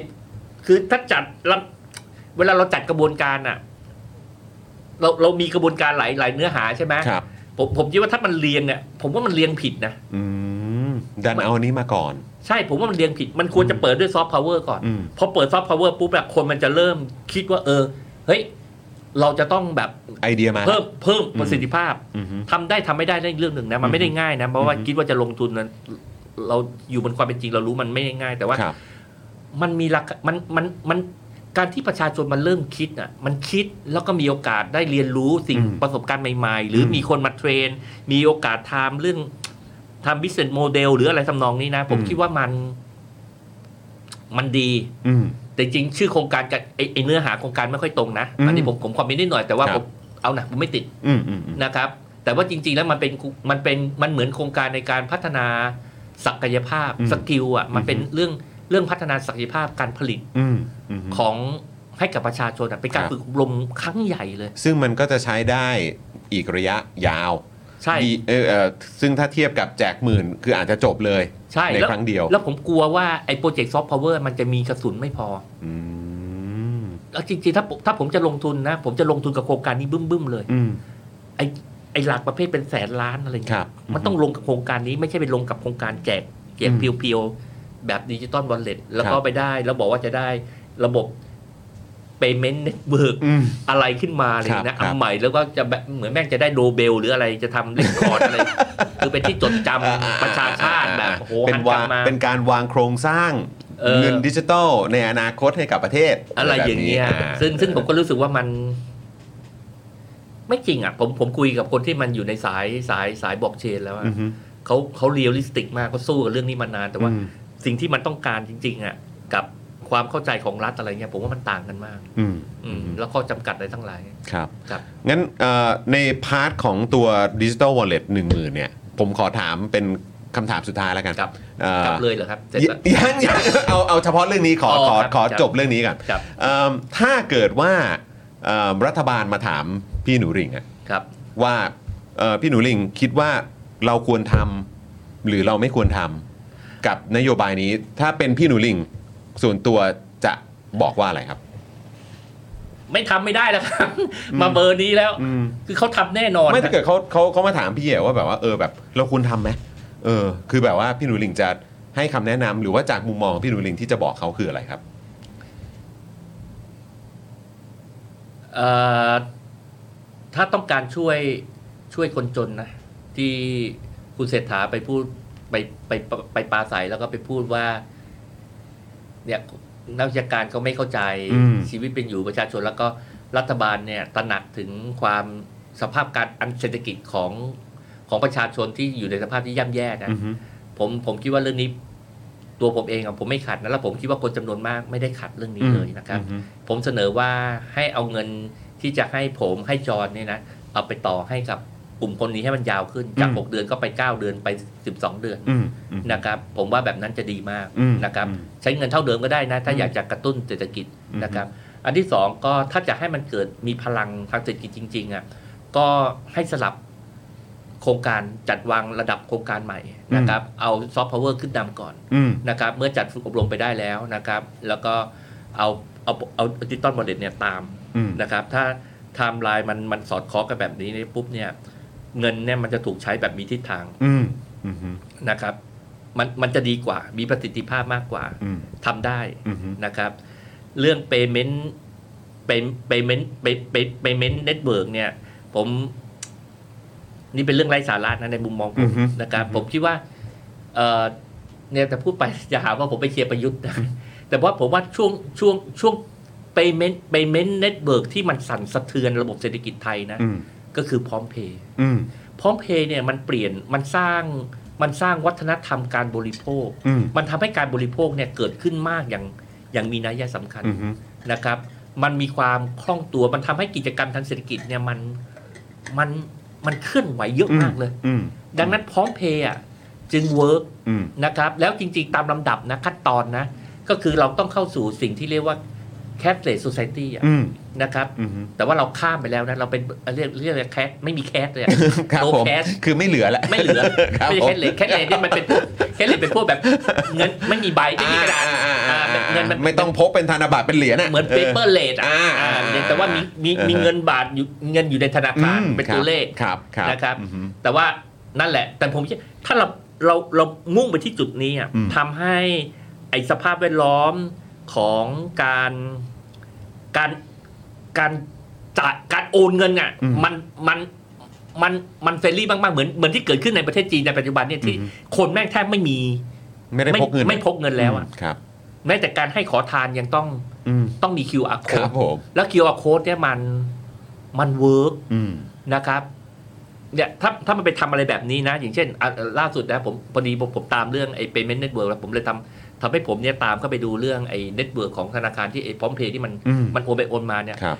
[SPEAKER 5] คือถ้าจัดเราเวลาเราจัดกระบวนการอะเราเรามีกระบวนการหลายหลายเนื้อหาใช่ไหม
[SPEAKER 1] ครับ
[SPEAKER 5] ผมผมคิดว่าถ้ามันเรียงเนี่ยผมว่ามันเรียงผิดนะ
[SPEAKER 1] อืมดันเอาอันนี้มาก่อน
[SPEAKER 5] ใช่ผมว่ามันเรียงผิด มันควรจะเปิดด้วยซอฟต์พาวเวอร์ก่อน
[SPEAKER 1] อืม
[SPEAKER 5] พอเปิดซอฟต์พาวเวอร์ปุ๊บแบบคนมันจะเริ่มคิดว่า เออเฮ้ยเราจะต้องแบบ
[SPEAKER 1] ไอเดียมาละ
[SPEAKER 5] เพิ่มเพิ่ม
[SPEAKER 1] อืม
[SPEAKER 5] ประสิทธิภาพ
[SPEAKER 1] อืม
[SPEAKER 5] ทำได้ทำไม่ได้นั่นอีกเรื่องหนึ่งนะมัน
[SPEAKER 1] อื
[SPEAKER 5] ไม่
[SPEAKER 1] ม
[SPEAKER 5] ได้ง่ายนะเพราะว่า
[SPEAKER 1] อืม
[SPEAKER 5] คิดว่าจะลงทุนนั้นเราอยู่บนความเป็นจริงเรารู้มันไม่ได้ง่าย แต่ว่า
[SPEAKER 1] ครับ
[SPEAKER 5] มันมีราคามันมันมัน การที่ประชาชนมันเริ่มคิดอ่ะมันคิดแล้วก็มีโอกาสได้เรียนรู้สิ่ง
[SPEAKER 1] อืม
[SPEAKER 5] ประสบการณ์ใหม่ๆ หรืออ
[SPEAKER 1] ม
[SPEAKER 5] มีคนมาเทรน มีโอกาสทำเรื่องทำ business model หรืออะไรทำนองนี้นะ ผม
[SPEAKER 1] อืม
[SPEAKER 5] คิดว่ามัน มันดี
[SPEAKER 1] อืม
[SPEAKER 5] แต่จริงชื่อโครงการกับไอ้ไอ้เนื้อหาโครงการไม่ค่อยตรงนะ
[SPEAKER 1] อืม
[SPEAKER 5] อันนี้ผมผมคอมเมนต์นิดหน่อยแต่ว่า
[SPEAKER 1] ครั
[SPEAKER 5] ผ
[SPEAKER 1] บ
[SPEAKER 5] มเอานะผมไม่ติด
[SPEAKER 1] อืมอืมอืม
[SPEAKER 5] นะครับ แต่ว่าจริง ๆ แล้วมันเป็นมันเป็นมันเหมือนโครงการในการพัฒนาศักยภาพสกิลอ่ะมันเป็นเรื่องเรื่องพัฒนาศักยภาพการผลิต
[SPEAKER 1] อืมอืม
[SPEAKER 5] ของให้กับประชาชนอะเป็นการ
[SPEAKER 1] ครับ
[SPEAKER 5] ฝึกอบรมครั้งใหญ่เลย
[SPEAKER 1] ซึ่งมันก็จะใช้ได้อีกระยะยาว
[SPEAKER 5] ใช่
[SPEAKER 1] ดีเออเออซึ่งถ้าเทียบกับแจกหมื่น คืออาจจะจบเลย
[SPEAKER 5] ใช่
[SPEAKER 1] ใน
[SPEAKER 5] แล้ว
[SPEAKER 1] ครั้งเดียว
[SPEAKER 5] แล้วผมกลัวว่าไอ้โปรเจกต์ซอฟต์พาวเวอร์มันจะมีกระสุนไม่พอ
[SPEAKER 1] อืม
[SPEAKER 5] แล้วจริงๆ ถ้าผมถ้าผมจะลงทุนนะ ผมจะลงทุนกับโครงการนี้บึ้มๆเลย
[SPEAKER 1] อืม
[SPEAKER 5] ไอ้ไอ้หลักประเภทเป็นแสนล้านอะไร
[SPEAKER 1] ครั
[SPEAKER 5] เงี้
[SPEAKER 1] บ
[SPEAKER 5] ยมันต้องลงกับโครงการนี้ไม่ใช่ไปลงกับโครงการแจกแจก
[SPEAKER 1] อืม
[SPEAKER 5] เพียวๆ แบบดิจิตอลวอลเล็ตแล้ว
[SPEAKER 1] ค
[SPEAKER 5] ก็
[SPEAKER 1] รับ
[SPEAKER 5] ไปได้ แล้วบอกว่าจะได้ระบบ Payment Network
[SPEAKER 1] อืม
[SPEAKER 5] อะไรขึ้นมาอะไรอ
[SPEAKER 1] ค
[SPEAKER 5] ย่าง
[SPEAKER 1] รั
[SPEAKER 5] เงี้ย
[SPEAKER 1] บ
[SPEAKER 5] นะครับ อันใหม่แล้วก็จะแบบเหมือนแม่งจะได้โดเบล หรืออะไรจะทำเล่นคอร์ด อะไร คือเป็นที่จดจำประชาชาติแบบโอ้โห
[SPEAKER 1] เป็น
[SPEAKER 5] หันกลั
[SPEAKER 1] วา
[SPEAKER 5] บ
[SPEAKER 1] ง
[SPEAKER 5] มา
[SPEAKER 1] เป็นการวางโครงสร้าง
[SPEAKER 5] เออ
[SPEAKER 1] เงินดิจิตอลในอนาคตให้กับประเทศ
[SPEAKER 5] อะไรอย่างเงี้ย
[SPEAKER 1] แบบนี้อ่า
[SPEAKER 5] ซึ่งซึ่งผมก็รู้สึกว่ามัน ไม่จริงอ่ะ ผมผมคุยกับคนที่มันอยู่ในสายสายสายบล็อกเชนแล้วอะ
[SPEAKER 1] อือฮึ
[SPEAKER 5] เขาเขาเรียลลิสติกมากเขาสู้กับเรื่องนี้มานาน แต่ว่า
[SPEAKER 1] อืม
[SPEAKER 5] สิ่งที่มันต้องการจริง ๆ อ่ะ กับความเข้าใจของรัฐอะไรเงี้ยผมว่ามันต่างกันมาก
[SPEAKER 1] อืม
[SPEAKER 5] อืม แล้วก็จำกัดอะไรทั้งหลาย
[SPEAKER 1] ครับ
[SPEAKER 5] ครับ
[SPEAKER 1] งั้นเอ่อในพาร์ทของตัวดิจิตอลวอลเล็ตหนึ่งหมื่นเนี่ย ผมขอถามเป็นคำถามสุดท้ายแล้วกัน
[SPEAKER 5] ครับ
[SPEAKER 1] เอ่อก
[SPEAKER 5] ลับเลยเหรอครับเสร็จ
[SPEAKER 1] ย
[SPEAKER 5] แล้ว
[SPEAKER 1] ยังยังเอาเอาเฉพาะเรื่องนี้ขอ
[SPEAKER 5] อ๋อ
[SPEAKER 1] ขอ
[SPEAKER 5] ครับ
[SPEAKER 1] ขอ
[SPEAKER 5] ครับ
[SPEAKER 1] จบเรื่องนี้ก่อน
[SPEAKER 5] ครับ
[SPEAKER 1] เอิ่มถ้าเกิดว่าเอิ่มรัฐบาลมาถามพี่หนูริ่งอะ
[SPEAKER 5] ครับ
[SPEAKER 1] ว่าเอ่อพี่หนูลิงคิดว่าเราควรทำหรือเราไม่ควรทำกับนโยบายนี้ ถ้าเป็นพี่หนูลิงส่วนตัวจะบอกว่าอะไรครับ
[SPEAKER 5] ไม่ทำไม่ได้แล้วครับ มาเบอร์นี้แล้ว คือเขาทำแน่นอน
[SPEAKER 1] ไม่ถ้าเกิดเขาเขาเขามาถามพี่เอ๋ว่าแบบว่าเออแบบเราควรทำไหมเออ คือแบบว่าพี่หนูลิงจะให้คำแนะนำหรือว่าจากมุมมองของพี่หนูลิงที่จะบอกเขาคืออะไรครับ
[SPEAKER 5] เอ่อถ้าต้องการช่วยช่วยคนจนนะ ที่คุณเศรษฐาไปพูดไปไปไปไปปาใสแล้วก็ไปพูดว่า เนี่ยนักวิชาการเขาไม่เข้าใจ
[SPEAKER 1] อืม
[SPEAKER 5] ชีวิตเป็นอยู่ประชาชน แล้วก็รัฐบาลเนี่ยตระหนักถึงความสภาพการอันเศรษฐกิจของของประชาชนที่อยู่ในสภาพที่ย่ำแย่นะ
[SPEAKER 1] อือฮึ
[SPEAKER 5] ผมผมคิดว่าเรื่องนี้ตัวผมเองอะผมไม่ขัดนะแล้วผมคิดว่าคนจำนวนมากไม่ได้ขัดเรื่องนี้เลยนะครับ
[SPEAKER 1] อือฮึ
[SPEAKER 5] ผมเสนอว่าให้เอาเงินที่จะให้ผมให้จอนเนี่ยนะเอาไปต่อให้กับกลุ่มคนนี้ให้มันยาวขึ้นจาก 6 เดือนก็ไป 9 เดือนไป 12 เดือน
[SPEAKER 1] อืมอืม
[SPEAKER 5] นะครับ ผมว่าแบบนั้นจะดีมาก
[SPEAKER 1] อืม
[SPEAKER 5] นะครับ
[SPEAKER 1] อืม
[SPEAKER 5] ใช้เงินเท่าเดิมก็ได้นะ ถ้า
[SPEAKER 1] อืม
[SPEAKER 5] อยากจะกระตุ้นเศรษฐกิจ
[SPEAKER 1] อืม
[SPEAKER 5] นะครับ อันที่สองก็ถ้าจะให้มันเกิดมีพลังทางเศรษฐกิจจริงๆอ่ะก็ให้สลับโครงการจัดวางระดับโครงการใหม่นะครับ เอาซอฟต์พาวเวอร์ขึ้นนำก่อน
[SPEAKER 1] อืม
[SPEAKER 5] นะครับเมื่อจัดฝึกอบรมไปได้แล้วนะครับ แล้วก็เอาเอาเอาดิจิตอลบอลเลตเนี่ยตาม
[SPEAKER 1] อืม
[SPEAKER 5] นะครับ ถ้าไทม์ไลน์มันมันสอดคล้องกันแบบนี้เนี่ยปุ๊บเนี่ยเงินเนี่ยมันจะถูกใช้แบบมีทิศทาง
[SPEAKER 1] อืมอืมอืม
[SPEAKER 5] นะครับ มันมันจะดีกว่ามีประสิทธิภาพมากกว่า
[SPEAKER 1] อืม
[SPEAKER 5] ทำได้
[SPEAKER 1] อืมอืม
[SPEAKER 5] นะครับ เรื่อง payment pay- payment pay- pay- payment network เนี่ยผม นี่เป็นเรื่องไร้สาระนะในมุมมองผ
[SPEAKER 1] อื
[SPEAKER 5] ม
[SPEAKER 1] อฮึ
[SPEAKER 5] นะครับ ผมคิดว่า เอ่อเนี่ยแต่พูดไป จะหาว่าผมไปเคลียร์ประยุทธ์ นะ แต่ว่าผมว่าช่วงช่วงช่วง payment payment network ที่มันสั่นสะเทือนระบบเศรษฐกิจไทยนะ
[SPEAKER 1] อืม
[SPEAKER 5] ก็คือพร้อมเพย์
[SPEAKER 1] อืม
[SPEAKER 5] พร้อมเพย์เนี่ยมันเปลี่ยนมันสร้างมันสร้างวัฒนธรรมการบริโภค
[SPEAKER 1] อืม
[SPEAKER 5] มันทำให้การบริโภคเนี่ยเกิดขึ้นมากอย่างอย่างมีนัยสำคัญ
[SPEAKER 1] อืมอืม
[SPEAKER 5] นะครับ มันมีความคล่องตัว มันทำให้กิจกรรมทางเศรษฐกิจเนี่ยมัน มัน มันเคลื่อนไหวเยอะมากเลย
[SPEAKER 1] อืม
[SPEAKER 5] ดังนั้นพร้อมเพย์อ่ะจึงเวิร์ก
[SPEAKER 1] อืม
[SPEAKER 5] นะครับ แล้วจริง ๆ ตามลำดับนะขั้นตอนนะ ก็คือเราต้องเข้าสู่สิ่งที่เรียกว่าแคสเลสโซซ i ตี้
[SPEAKER 1] อืม
[SPEAKER 5] นะครับ
[SPEAKER 1] อืม
[SPEAKER 5] แต่ว่าเราข้ามไปแล้วนะ เราเป็นเรียกเรียกแคสไม่มีแคสเลยอะ
[SPEAKER 1] ครับ
[SPEAKER 5] โล
[SPEAKER 1] ผม
[SPEAKER 5] แคส
[SPEAKER 1] คือไม่เหลือแล้ว
[SPEAKER 5] ไม่เหลือ
[SPEAKER 1] ครับ
[SPEAKER 5] ไม่
[SPEAKER 1] ผม
[SPEAKER 5] ใช่แคสเลสแคสเลสเนี่ยมันเป็นพวกแคสเลสเป็นพวกแบบเงินไม่มีใบไม่มีกระดาษ
[SPEAKER 1] อ่าอ่า
[SPEAKER 5] อ่าแบบเงินมัน
[SPEAKER 1] ไม่ต้องพกเป็นธนบัตรเป็นเหรียญะ
[SPEAKER 5] เหมือนเปเปอร์เลทอ่ะ
[SPEAKER 1] อ่า
[SPEAKER 5] อ่าแต่ว่ามีมี
[SPEAKER 1] อ่ามี
[SPEAKER 5] มีเงินบาทอยู่เงินอยู่ในธนาคาร
[SPEAKER 1] อืม
[SPEAKER 5] เป็นตัวเลข
[SPEAKER 1] ครับครับ
[SPEAKER 5] นะครับ
[SPEAKER 1] อือฮึ
[SPEAKER 5] แต่ว่านั่นแหละ แต่ผมคิดถ้าเราเราเรามุ่งไปที่จุดนี้อ่ะ
[SPEAKER 1] อืม
[SPEAKER 5] ทำให้ไอสภาพแวดล้อมของการการการจ่ายการโอนเงินอ่ะมันมันมันมันเฟรนลี่มากๆเหมือนเหมือนที่เกิดขึ้นในประเทศจีนในปัจจุบันเนี่ยที่คนแม่งแทบไม่มี
[SPEAKER 1] ไม่ได้พกเงิน
[SPEAKER 5] ไม่พกเงินแล้วอ่ะ
[SPEAKER 1] ครับ
[SPEAKER 5] แม้แต่การให้ขอทานยังต้อง
[SPEAKER 1] อืม
[SPEAKER 5] ต้องมี QR
[SPEAKER 1] ค
[SPEAKER 5] code
[SPEAKER 1] รับผม
[SPEAKER 5] แล้ว QR code เนี่ยมันมันเวิร์ก
[SPEAKER 1] อืม
[SPEAKER 5] นะครับเนี่ยถ้าถ้ามันไปทำอะไรแบบนี้นะ อย่างเช่นอ่ะอ่ะล่าสุดนะผมพอดีผมผมตามเรื่องไอ้ payment network แล้วผมเลยทำทำให้ผมเนี่ยตามเข้าไปดูเรื่องไอ้ network ของธนาคารที่ไอ้พร้อมเพย์ที่มัน
[SPEAKER 1] อืม
[SPEAKER 5] มันโอนไปโอนมาเนี่ย
[SPEAKER 1] ครับ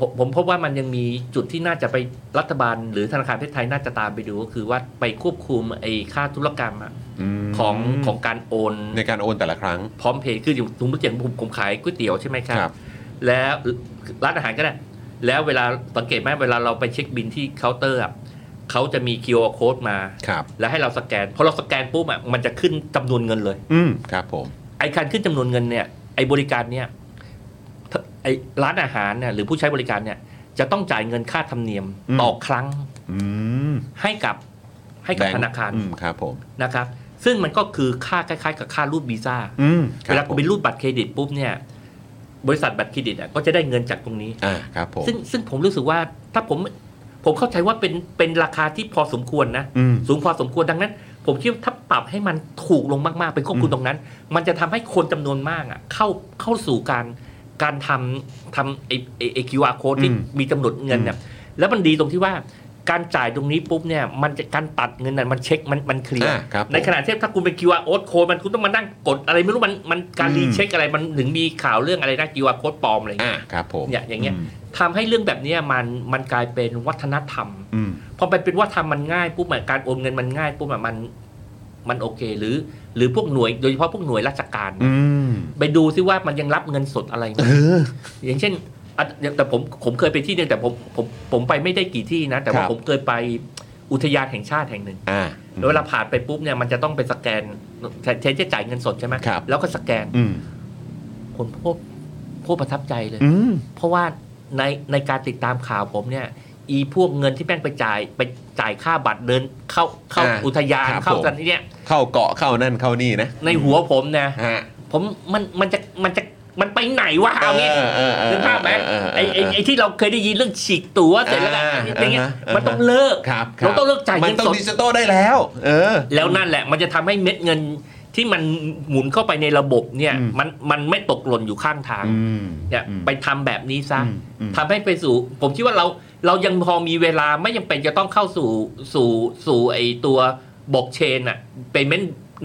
[SPEAKER 5] ผมผมพบว่ามันยังมีจุดที่น่าจะไปรัฐบาล หรือธนาคารแห่งประเทศไทยน่าจะตามไปดูก็คือว่าไปควบคุมไอ้ค่าธุรกรรมอะ
[SPEAKER 1] ม
[SPEAKER 5] ของของการโอน
[SPEAKER 1] ในการโอนแต่ละครั้ง
[SPEAKER 5] พร้อมเพย์คืออย่างสมมติอย่างผมผมขายก๋วยเตี๋ยวใช่ไหมครับ
[SPEAKER 1] ครับ
[SPEAKER 5] แล้วร้านอาหารก็ได้แล้วเวลาสังเกตไหมเวลาเราไปเช็คบินที่เคาน์เตอร์อะเขาจะมี QR code มา
[SPEAKER 1] ครับ
[SPEAKER 5] แล้วให้เราสแกนพอเราสแกนปุ๊บอะมันจะขึ้นจำนวนเงินเลย
[SPEAKER 1] อืม ครับผม
[SPEAKER 5] ไอ้การขึ้นจำนวนเงินเนี่ยไอ้บริการเนี่ยถ้าไอ้ร้านอาหารเนี่ยหรือผู้ใช้บริการเนี่ยจะต้องจ่ายเงินค่าธรรมเนียม
[SPEAKER 1] อืม
[SPEAKER 5] ต่อครั้ง
[SPEAKER 1] อืม
[SPEAKER 5] ให้กับให้กับ
[SPEAKER 1] แบง
[SPEAKER 5] ธนาคาร
[SPEAKER 1] อืม ครับผม
[SPEAKER 5] นะครับ ซึ่งมันก็คือค่าคล้ายๆ กับค่ารูดวีซ่า
[SPEAKER 1] อืมค
[SPEAKER 5] เวลา
[SPEAKER 1] รับผ
[SPEAKER 5] คุณ
[SPEAKER 1] ม
[SPEAKER 5] เป็นรูดบัตรเครดิตปุ๊บเนี่ยบริษัทบัตรเครดิตเนี่ยก็จะได้เงินจากตรงนี้
[SPEAKER 1] อ่า ครับผม
[SPEAKER 5] ซึ่งซึ่งผมรู้สึกว่าถ้าผมผมเข้าใจว่าเป็นเป็นราคาที่พอสมควรนะ
[SPEAKER 1] อืม
[SPEAKER 5] สูงพอสมควรดังนั้น ผมคิดว่าถ้าปรับให้มันถูกลงมากๆ เป็นควบคุมตรงนั้น มันจะทำให้คนจำนวนมากอ่ะเข้าเข้าสู่การการทำทำไอไอ้ไอคิวอาร์โค้ดที่
[SPEAKER 1] อืม
[SPEAKER 5] มีจำนวนเงินเนี่ยแล้วมันดีตรงที่ว่าการจ่ายตรงนี้ปุ๊บเนี่ยมันจะการตัดเงินน่ะมันเช็คมันมันเคลียร์
[SPEAKER 1] อ่าครับผม
[SPEAKER 5] ในขณะที่ถ้าคุณเป็น QR code โค้ดมันคุณต้องมานั่งกดอะไรไม่รู้มันมันการ
[SPEAKER 1] อืม
[SPEAKER 5] รีเช็คอะไรมันถึงมีข่าวเรื่องอะไรนะ QR code ปลอมอะไรอย่าง
[SPEAKER 1] อ่า
[SPEAKER 5] เงี้ย
[SPEAKER 1] ครับผม
[SPEAKER 5] เนี่ยอย่างเงี้ย
[SPEAKER 1] ม
[SPEAKER 5] ทำให้เรื่องแบบเนี้ยมันมันกลายเป็นวัฒนธรรม
[SPEAKER 1] อืม
[SPEAKER 5] พอไปเป็นว่าทำมันง่ายปุ๊บอะการโอนเงินมันง่ายปุ๊บอะมันมันโอเคหรือ หรือพวกหน่วยโดยเฉพาะพวกหน่วยราชการ
[SPEAKER 1] อืม
[SPEAKER 5] ไปดูซิว่ามันยังรับเงินสดอะไรไหม อย่างเช่นอ่ะแต่ผมผมเคยไปที่หนึงแต่ผมผมผมไปไม่ได้กี่ที่นะ แต่ว่า
[SPEAKER 1] ครับ
[SPEAKER 5] ผมเคยไปอุทยานแห่งชาติแห่งหนึ่ง
[SPEAKER 1] อ่า
[SPEAKER 5] แล้วเวลาผ่านไปปุ๊บเนี่ยมันจะต้องไปสแกนแทนแทนที่จะจ่ายเงินสดใช่ไหม
[SPEAKER 1] ครับ
[SPEAKER 5] แล้วก็สแกน
[SPEAKER 1] อืม
[SPEAKER 5] คนโคตรโคตรประทับใจเลย
[SPEAKER 1] อืม
[SPEAKER 5] เพราะว่าในในการติดตามข่าวผมเนี่ย อีพวกเงินที่แม่งไปจ่ายไปจ่ายค่าบัตรเดินเข้าเข้า
[SPEAKER 1] อ่า
[SPEAKER 5] อุทยาน
[SPEAKER 1] ครับ
[SPEAKER 5] เข้า
[SPEAKER 1] ผม
[SPEAKER 5] สันที่เนี่ย
[SPEAKER 1] เข้าเกาะเข้านั่นเข้านี่นะ
[SPEAKER 5] ในหัวผมนะ
[SPEAKER 1] ฮะ
[SPEAKER 5] ผมมันมันจะมันจะมันไปไหนวะเอางี้
[SPEAKER 1] เออเออเออ
[SPEAKER 5] นึกภาพไหม
[SPEAKER 1] เเ
[SPEAKER 5] ไอ้ไอ้ไอ้ที่เราเคยได้ยินเรื่องฉีกตั๋วเสร็จแล้วกัน
[SPEAKER 1] อ่า
[SPEAKER 5] อย่างเงี้ย
[SPEAKER 1] อ่าฮะ
[SPEAKER 5] มันต้องเลิก
[SPEAKER 1] ครับคบ
[SPEAKER 5] เราต้องเลิกจ่ายเงิน
[SPEAKER 1] มันต้อง
[SPEAKER 5] สด
[SPEAKER 1] ดิจิตอลได้แล้ว เออ
[SPEAKER 5] แล้วนั่นแหละ มันจะทำให้เม็ดเงินที่มันหมุนเข้าไปในระบบเนี่ย
[SPEAKER 1] อืม
[SPEAKER 5] มันมันไม่ตกหล่นอยู่ข้างทาง
[SPEAKER 1] อืม
[SPEAKER 5] เนี่ย
[SPEAKER 1] อืม
[SPEAKER 5] ไปทำแบบนี้ซะ
[SPEAKER 1] อืมอืม
[SPEAKER 5] ทำให้ไปสู่ ผมคิดว่าเราเรายังพอมีเวลาไม่ยังเป็นจะต้องเข้าสู่สู่สู่ไอตัวบล็อกเชนอะเป็นเ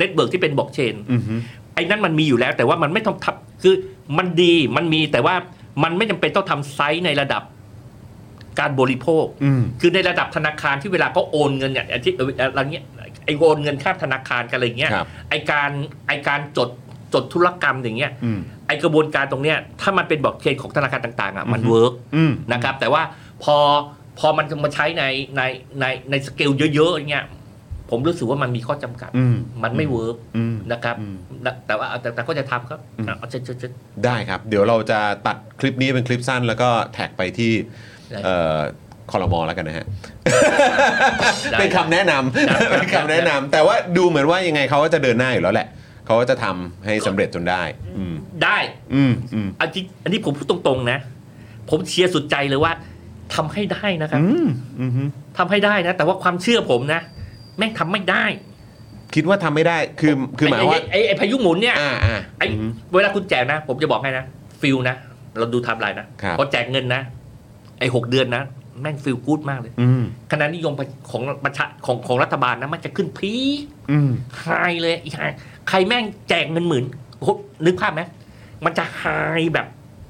[SPEAKER 5] น็ตเบิร์กที่เป็นบล็อกเชน
[SPEAKER 1] อือฮึ
[SPEAKER 5] ไอ้นั่นมันมีอยู่แล้ว แต่ว่ามันไม่ต้องทับคือมันดีมันมีแต่ว่ามันไม่จำเป็นต้องทำไซส์ในระดับการบริโภค
[SPEAKER 1] อืม
[SPEAKER 5] คือในระดับธนาคารที่เวลาเขาโอนเงินเนี่ยอาทิตย์อะไรเงี้ยไอโอนเงินข้ามธนาคารกันอะไรเงี้ย
[SPEAKER 1] ครับ
[SPEAKER 5] ไอการไอการจดจดธุรกรรมอย่างเงี้ย
[SPEAKER 1] อืม
[SPEAKER 5] ไอกระบวนการตรงเนี้ยถ้ามันเป็นบล็อกเชนของธนาคารต่างๆอ่ะมัน
[SPEAKER 1] อือฮึ
[SPEAKER 5] เวิร์ก
[SPEAKER 1] อืม
[SPEAKER 5] นะครับแต่ว่าพอพอมันจะมาใช้ในในในในสเกลเยอะๆอย่างเงี้ยผมรู้สึกว่ามันมีข้อจำกัด
[SPEAKER 1] อืม
[SPEAKER 5] มันไม่เวิร์ก
[SPEAKER 1] อืม
[SPEAKER 5] นะครับ
[SPEAKER 1] อืม
[SPEAKER 5] แต่แต่ว่าแต่แต่ก็จะทำครับ
[SPEAKER 1] อืม
[SPEAKER 5] เอาเชิญเชิญเชิญ
[SPEAKER 1] ได้ครับ เดี๋ยวเราจะตัดคลิปนี้เป็นคลิปสั้น แล้วก็แท็กไปที่
[SPEAKER 5] ได้
[SPEAKER 1] เอ่อคอรมอแล้วกันนะฮะ
[SPEAKER 5] ได้
[SPEAKER 1] เป็นคำแนะ
[SPEAKER 5] ครับ
[SPEAKER 1] นำเป็นคำแนะนำแต่ว่าดูเหมือนว่ายังไงเขาก็จะเดินหน้าอยู่แล้วแหละ เขาก็จะทำให้สำเร็จจนได้ อืม
[SPEAKER 5] ได้
[SPEAKER 1] อืมอืม
[SPEAKER 5] อันที่อันนี้ผมพูดตรงๆนะ ผมเชียร์สุดใจเลยว่าทำให้ได้นะครับ
[SPEAKER 1] อืมอืมฮึ
[SPEAKER 5] ทำให้ได้นะ แต่ว่าความเชื่อผมนะแม่งทำไม่ได้
[SPEAKER 1] คิดว่าทำไม่ได้ คือ คือหมายว่า
[SPEAKER 5] ไอ้ไอ้ไอ้พายุหมุนเนี่ย
[SPEAKER 1] อ่าอ่า
[SPEAKER 5] ไอ้
[SPEAKER 1] อืม
[SPEAKER 5] เวลาคุณแจกนะ ผมจะบอกให้นะฟิลนะ เราดูไทม์ไลน์นะครับ พอแจกเงินนะ ไอ้หกเดือนนะ แม่งฟิลกู๊ดมากเลย
[SPEAKER 1] อืม
[SPEAKER 5] คะแนนนิยมของประชาของของรัฐบาลนะมันจะขึ้นพีค
[SPEAKER 1] อืม
[SPEAKER 5] ไฮเลยอีไฮใครแม่งแจกเงินหมื่นโหนึกภาพไหมมันจะไฮแบบ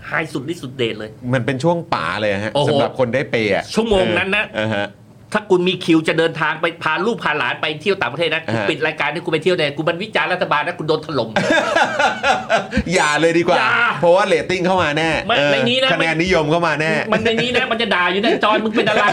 [SPEAKER 5] ไฮสุดที่สุดเดชเลย
[SPEAKER 1] มันเป็นช่วงป่าเลยฮะ
[SPEAKER 5] โอ้โห
[SPEAKER 1] สำหรับคนได้เปย์อะ
[SPEAKER 5] ชั่วโมงนั้นนะ
[SPEAKER 1] เอออ่าฮะ
[SPEAKER 5] ถ้าคุณมีคิวจะเดินทางไปพาลูกพาหลานไปเที่ยวต่างประเทศนะคุณ
[SPEAKER 1] ฮะ
[SPEAKER 5] ปิดรายการที่คุณไปเที่ยวเนี่ยคุณมันวิจารณ์รัฐบาลนะคุณโดนถล่ม
[SPEAKER 1] อย่าเลยดีกว่า
[SPEAKER 5] อย่า
[SPEAKER 1] เพราะว่าเรตติ้งเข้ามาแน่
[SPEAKER 5] ไม่
[SPEAKER 1] เออ
[SPEAKER 5] ในนี้นะ
[SPEAKER 1] คะแนน
[SPEAKER 5] มัน
[SPEAKER 1] นิยมเข้ามาแน่
[SPEAKER 5] มันในนี้นะมันจะด่าอยู่นะจอนมึงเป็นอะไร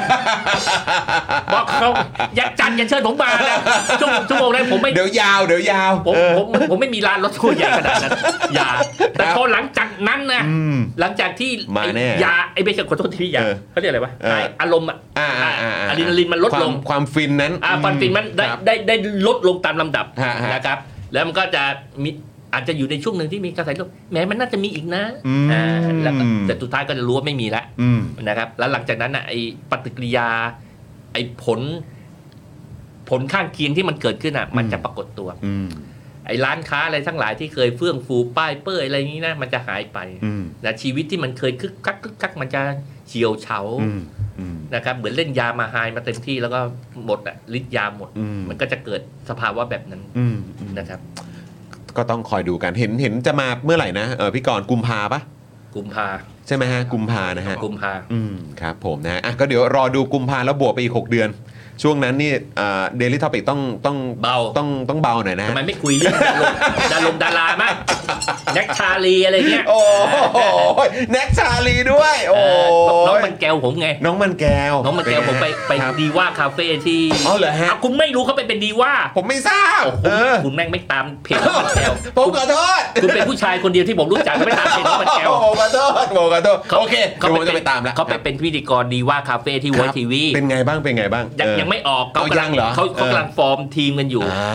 [SPEAKER 5] บอกเขาอย่าจันทร์อย่าเชิญผมมานะชั่วชั่วโมงนั้นผมไม่
[SPEAKER 1] เดี๋ยวยาว เดี๋ยวยาว
[SPEAKER 5] ผม
[SPEAKER 1] เออ
[SPEAKER 5] ผมผมไม่มีร้านรถทัวร์ใหญ่ขนาดนั้น อย่า แต่
[SPEAKER 1] ครับ
[SPEAKER 5] พอหลังจากนั้นนะ
[SPEAKER 1] อืม
[SPEAKER 5] หลังจากที่
[SPEAKER 1] มาแน่
[SPEAKER 5] ไอ้ยาไอ้ไม่ใช่ขอโทษที่ยา
[SPEAKER 1] เออ
[SPEAKER 5] เขาเรียกอะไรวะ
[SPEAKER 1] เออ
[SPEAKER 5] ไอ้อารมณ์อะ
[SPEAKER 1] อ่าอ่า
[SPEAKER 5] อ่ะ
[SPEAKER 1] อ่า
[SPEAKER 5] อะดรีนาลินมันลด
[SPEAKER 1] ควา
[SPEAKER 5] ลง
[SPEAKER 1] ความฟินนั้น
[SPEAKER 5] อ่าฟันฟินมันได้
[SPEAKER 1] ครับ
[SPEAKER 5] ได้ได้ได้ลดลงตามลำดับ
[SPEAKER 1] ฮะฮะ
[SPEAKER 5] นะครับ แล้วมันก็จะมีอาจจะอยู่ในช่วงหนึ่งที่มีกระแสลมแหมมันน่าจะมีอีกนะ
[SPEAKER 1] อืม
[SPEAKER 5] อ่าแล้วก็แต่สุดท้ายก็จะรู้ว่าไม่มีแล้ว
[SPEAKER 1] อืม
[SPEAKER 5] นะครับแล้วหลังจากนั้นนะไอ้ปฏิกิริยา ไอ้ผล ผลข้างเคียงที่มันเกิดขึ้นอ่ะ มันจะปรากฏตัว
[SPEAKER 1] อืม
[SPEAKER 5] ไอ้ร้านค้าอะไรทั้งหลายที่เคยเฟื่องฟูป้ายเป้ยอะไรอย่างนี้นะมันจะหายไป
[SPEAKER 6] อืม
[SPEAKER 5] นะชีวิตที่มันเคยคึกคักคึกคักมันจะเฉียวเฉา
[SPEAKER 6] อืมอืม
[SPEAKER 5] นะครับเหมือนเล่นยามาไฮมาเต็มที่แล้วก็หมดอะฤทธิ์ยาหมด
[SPEAKER 6] อืม
[SPEAKER 5] นก็จะเกิดสภาวะแบบนั้น
[SPEAKER 6] อืมอืม
[SPEAKER 5] นะครับ
[SPEAKER 1] ก็ต้องคอยดูกันเห็นเห็นจะมาเมื่อไหร่นะเออพี่กรณ์กุมภาปะ
[SPEAKER 5] กุมภา
[SPEAKER 1] ใช่ไหมฮะกุมภานะฮะ
[SPEAKER 5] กุมภา
[SPEAKER 1] อืมครับผมนะฮะอ่ะก็เดี๋ยวรอดูกุมภาแล้วบวกไปอีก 6 เดือน ช่วงนั้นนี่เดลิทอปิกต้องต้อง
[SPEAKER 5] เบา
[SPEAKER 1] ต้องต้องเบาหน่อยนะ
[SPEAKER 5] ทำไมไม่คุยเรื่อง ดาราดารงดารามั้งแน็กชาลีอะไรเงี้ย
[SPEAKER 1] โอ้โหแน็กชาลีด้วย โอ้
[SPEAKER 5] เออน้อง
[SPEAKER 1] ย
[SPEAKER 5] มันแก้วผมไง
[SPEAKER 1] น้องมันแก้ว
[SPEAKER 5] น้องมันแก้วผมไปไป
[SPEAKER 1] ครับ
[SPEAKER 5] ดีว่าคาเฟ่ที่
[SPEAKER 1] อ๋อเหรอฮะ
[SPEAKER 5] าวคุณไม่รู้เขาไปเป็นดีว่า
[SPEAKER 1] ผมไม่ทราบ
[SPEAKER 5] คุณ
[SPEAKER 1] เออ
[SPEAKER 5] คุณแม่งไม่ตามเพจน้องมันแก้ว
[SPEAKER 1] ผมขอโทษ
[SPEAKER 5] คุณเป็นผู้ชายคนเดียวที่ผมรู้จักไม่ตามเพจน้องมันแก้ว
[SPEAKER 1] โอ้ขอโทษโอ้ขอโทษโอเค
[SPEAKER 5] เขา
[SPEAKER 1] เดี๋ยวผม
[SPEAKER 5] เน
[SPEAKER 1] จะไปตามแล้ว
[SPEAKER 5] เขาไปเป็นพิธีกรดีว่าคาเฟ่ที่
[SPEAKER 1] ครับ
[SPEAKER 5] ไวทีวี
[SPEAKER 1] เป็นไงบ้าง เป็นไงบ้าง
[SPEAKER 5] ยัง
[SPEAKER 1] เออ
[SPEAKER 5] ยังไม่ออกเขา
[SPEAKER 1] เอายั
[SPEAKER 5] กำลั
[SPEAKER 1] งเหรอ
[SPEAKER 5] เขาเขา
[SPEAKER 1] เออ
[SPEAKER 5] กำลังฟอร์มทีมกันอยู่
[SPEAKER 1] อ่า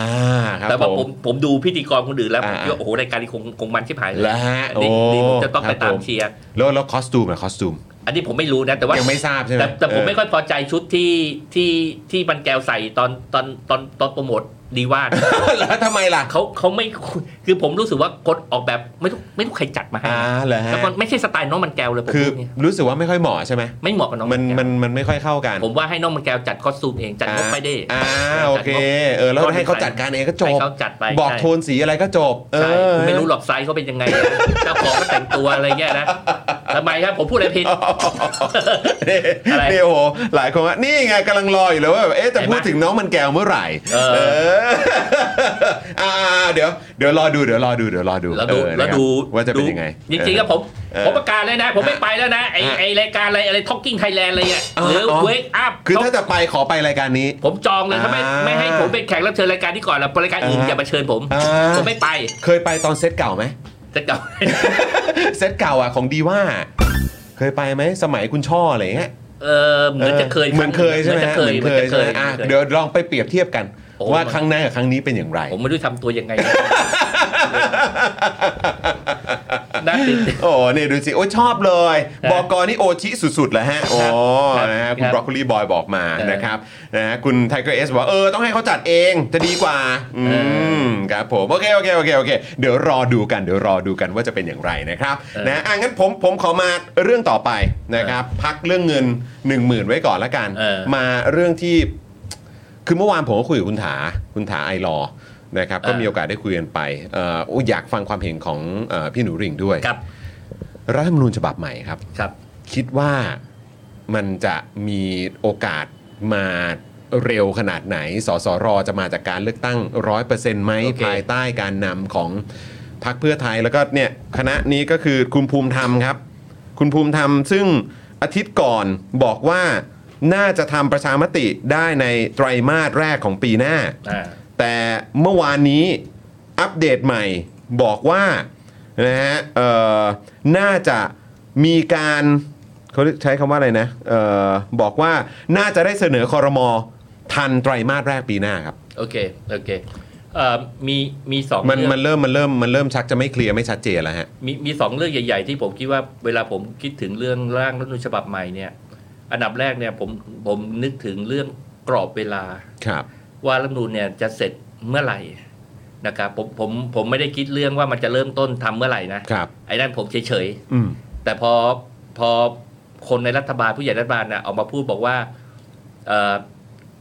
[SPEAKER 1] ครับ
[SPEAKER 5] แต่ว่า
[SPEAKER 1] ผ
[SPEAKER 5] ผม มผมดูพิธีกรคนอื่นแล้วผม
[SPEAKER 1] อ่า
[SPEAKER 5] คิดว่าโอ้โหรายการนี้คงคงมันชิบหายเลย
[SPEAKER 1] แล้วฮะโอ้
[SPEAKER 5] นี่นี่ผมจะต้องไปตามเชียร์
[SPEAKER 1] แล้วแล้วคอสตูมอะคอสตู ม
[SPEAKER 5] อันนี้ผมไม่รู้นะแต่ว่า
[SPEAKER 1] ยังไม่ทราบใช่ไหม
[SPEAKER 5] แต่แต่ผมไม่
[SPEAKER 1] เ
[SPEAKER 5] ค่อยพอใจชุดที่ที่ที่มันแก้วใส่ตอนตอนตอนตอนโปรโมทดีว่า
[SPEAKER 1] อ อ แล้วทำไมล่ะ
[SPEAKER 5] เขาเขาไม่คุณคือผมรู้สึกว่าคนออกแบบไม่รู้ไม่รู้ใครจัดมาให้
[SPEAKER 1] อ่าเหรอฮะ
[SPEAKER 5] แล้วก็ไม่ใช่สไตล์น้องมันแก้วเลยผม
[SPEAKER 1] คือ
[SPEAKER 5] พูดเนี่ย
[SPEAKER 1] รู้สึกว่าไม่ค่อยเหมาะใช่ไหม
[SPEAKER 5] ไม่เหมาะกับน้อง
[SPEAKER 1] มั
[SPEAKER 5] มัน นแก้ว
[SPEAKER 1] มันมันไม่ค่อยเข้ากัน
[SPEAKER 5] ผมว่าให้น้องมันแก้วจัดคอสตูมเองจัดงบไปได้
[SPEAKER 1] อ่าโอเคเออแล้วให้เขาจัดการเองก็จ
[SPEAKER 5] ให้
[SPEAKER 1] บ
[SPEAKER 5] เขาจัดไป
[SPEAKER 1] บอก
[SPEAKER 5] ใช่
[SPEAKER 1] โทนสีอะไรก็จบ เอ
[SPEAKER 5] ใช่
[SPEAKER 1] อ
[SPEAKER 5] คุณไม่รู้หรอกไซส์เขาเป็นยังไงนะ เจ้าของก็แต่งตัวอะไรเงี้ยนะทำไมครับผมพูดอะไรผิด
[SPEAKER 1] เนี่ย
[SPEAKER 5] อะไร
[SPEAKER 1] เนี่ยโอ้โหหลายคนว่านี่ไงกำลังรออยู่เลยว่าแบบเอ๊ะจะ
[SPEAKER 5] เห็นไหม
[SPEAKER 1] พูดถึงน้องมันแก้วเมื่อไหร่
[SPEAKER 5] เออ
[SPEAKER 1] เอออ่าเดี๋ยวเดี๋ยวรอดูเดี๋ยวรอดูเดี๋ยวรอดู
[SPEAKER 5] แล้วดู
[SPEAKER 1] เออ
[SPEAKER 5] แล้ว
[SPEAKER 1] นะครับ
[SPEAKER 5] ดู
[SPEAKER 1] ว่าจะเป็นยังไง
[SPEAKER 5] จริงๆ
[SPEAKER 1] เอ
[SPEAKER 5] ก็
[SPEAKER 1] อ
[SPEAKER 5] ผม
[SPEAKER 1] เออ
[SPEAKER 5] ผมประกาศเลยนะ ผมไม่ไปแล้วนะไอ
[SPEAKER 1] อ่ะ
[SPEAKER 5] ไอรายการอะไรอะไรท็อกกิ้งไทยแลนด์อะไรเงี้ย
[SPEAKER 1] อ๋อ
[SPEAKER 5] หรือ
[SPEAKER 1] อ๋อ
[SPEAKER 5] เวกอัพ
[SPEAKER 1] คือถ้าจะไปขอไปรายการนี้
[SPEAKER 5] ผมจองเลยถ้าไม่
[SPEAKER 1] อ่า
[SPEAKER 5] ไม่ให้ผมเป็นแขกรับเชิญรายการนี้ก่อนแล้วรายการอื่น
[SPEAKER 1] อ่า
[SPEAKER 5] อย่ามาเชิญผม
[SPEAKER 1] อ่า
[SPEAKER 5] ผมไม่ไป
[SPEAKER 1] เคยไปตอนเซตเก่าไหม
[SPEAKER 5] จะกลับ
[SPEAKER 1] เซตเก่าอ่ะของดีว่า เคยไปไหมสมัยคุณช่ออะไรอย่างเงี้ย
[SPEAKER 5] เออเหมือนจะเคย
[SPEAKER 1] เหมือนเคยใช่ไหม
[SPEAKER 5] เหมือนจะ
[SPEAKER 1] ฮะ
[SPEAKER 5] เคย
[SPEAKER 1] เหมือนเคย
[SPEAKER 5] ห
[SPEAKER 1] ใช่ไหม
[SPEAKER 5] มือนจะ
[SPEAKER 1] อ่ะ
[SPEAKER 5] ค
[SPEAKER 1] เดี๋ยวลองไปเปรียบเทียบกัน
[SPEAKER 5] โอ้
[SPEAKER 1] ว่าครั้งหน้ากับครั้งนี้เป็นอย่างไร
[SPEAKER 5] ผมไม่รู้ทำตัวยังไง น่าติด
[SPEAKER 1] โอ้เนี่ยดูสิโอ้ยชอบเลย
[SPEAKER 5] ครับ
[SPEAKER 1] บอกอนี่โอชิสุดๆเลยฮะ โอ้
[SPEAKER 5] ครับ
[SPEAKER 1] นะฮะคุณ
[SPEAKER 5] ครับ
[SPEAKER 1] บรอกโคลีบอยบอกมา
[SPEAKER 5] เออ
[SPEAKER 1] นะครับนะฮะคุณไทเกอร์เอสบอกว่าเออ ต้องให้เขาจัดเองจะดีกว่า อื
[SPEAKER 5] เอ
[SPEAKER 1] ม ครับผม โอเค โอเค โอเค โอเค เดี๋ยวรอดูกัน เดี๋ยวรอดูกันว่าจะเป็นอย่างไรนะครับ
[SPEAKER 5] เออ
[SPEAKER 1] นะอ่ะงั้นผมผมขอมาเรื่องต่อไปนะครับ พักเรื่องเงิน 1 0,000 ไว้ก่อนละกัน
[SPEAKER 5] เออ
[SPEAKER 1] มาเรื่องที่ คือเมื่อวานผมก็คุยกับคุณถาคุณถาไอรอว์นะครับก็
[SPEAKER 5] เออ
[SPEAKER 1] มีโอกาสได้คุยกันไปเอ่อโอ้อยากฟังความเห็นของเอ่อพี่หนูริ่งด้วย
[SPEAKER 5] ครับ
[SPEAKER 1] รัฐธรรมนูญฉบับใหม่ครับ
[SPEAKER 5] ครับ
[SPEAKER 1] คิดว่ามันจะมีโอกาสมาเร็วขนาดไหน สสรจะมาจากการเลือกตั้งร้อยเปอร์เซ็นต์ไหม
[SPEAKER 5] โอเค
[SPEAKER 1] ภายใต้การนำของพรรคเพื่อไทยแล้วก็เนี่ยคณะนี้ก็คือคุณภูมิธรรมครับ คุณภูมิธรรมซึ่งอาทิตย์ก่อนบอกว่าน่าจะทำประชามติได้ในไตรมาสแรกของปีหน้า
[SPEAKER 5] อ่า
[SPEAKER 1] แต่เมื่อวานนี้อัปเดตใหม่บอกว่านะฮะเอ่อน่าจะมีการเขาใช้คำว่าอะไรนะเอ่อบอกว่าน่าจะได้เสนอคอรมอทันไตรมาสแรกปีหน้าครับ
[SPEAKER 5] โอเค โอเคเอ่อมีมีสอง
[SPEAKER 1] มัน
[SPEAKER 5] เรื่อง
[SPEAKER 1] มันเริ่มมันเริ่มมันเริ่มชักจะไม่เคลียร์ไม่ชัดเจนแล้วฮะ
[SPEAKER 5] มีมีสองเรื่องใหญ่ ๆ ที่ผมคิดว่าเวลาผมคิดถึงเรื่องร่างรัฐธรรมนูญฉบับใหม่เนี่ยอันดับแรกเนี่ยผมผมนึกถึงเรื่องกรอบเวลา
[SPEAKER 1] ครับ
[SPEAKER 5] ว่ารัฐธรรมนูญเนี่ยจะเสร็จเมื่อไหร่นะครับผมผมผมไม่ได้คิดเรื่องว่ามันจะเริ่มต้นทำเมื่อไหร่นะครับ ไอ้นั่นผมเฉย
[SPEAKER 1] อืม
[SPEAKER 5] ๆแต่พอพอคนในรัฐบาลผู้ใหญ่รัฐบาลน่ะออกมาพูดบอกว่าเอ่อ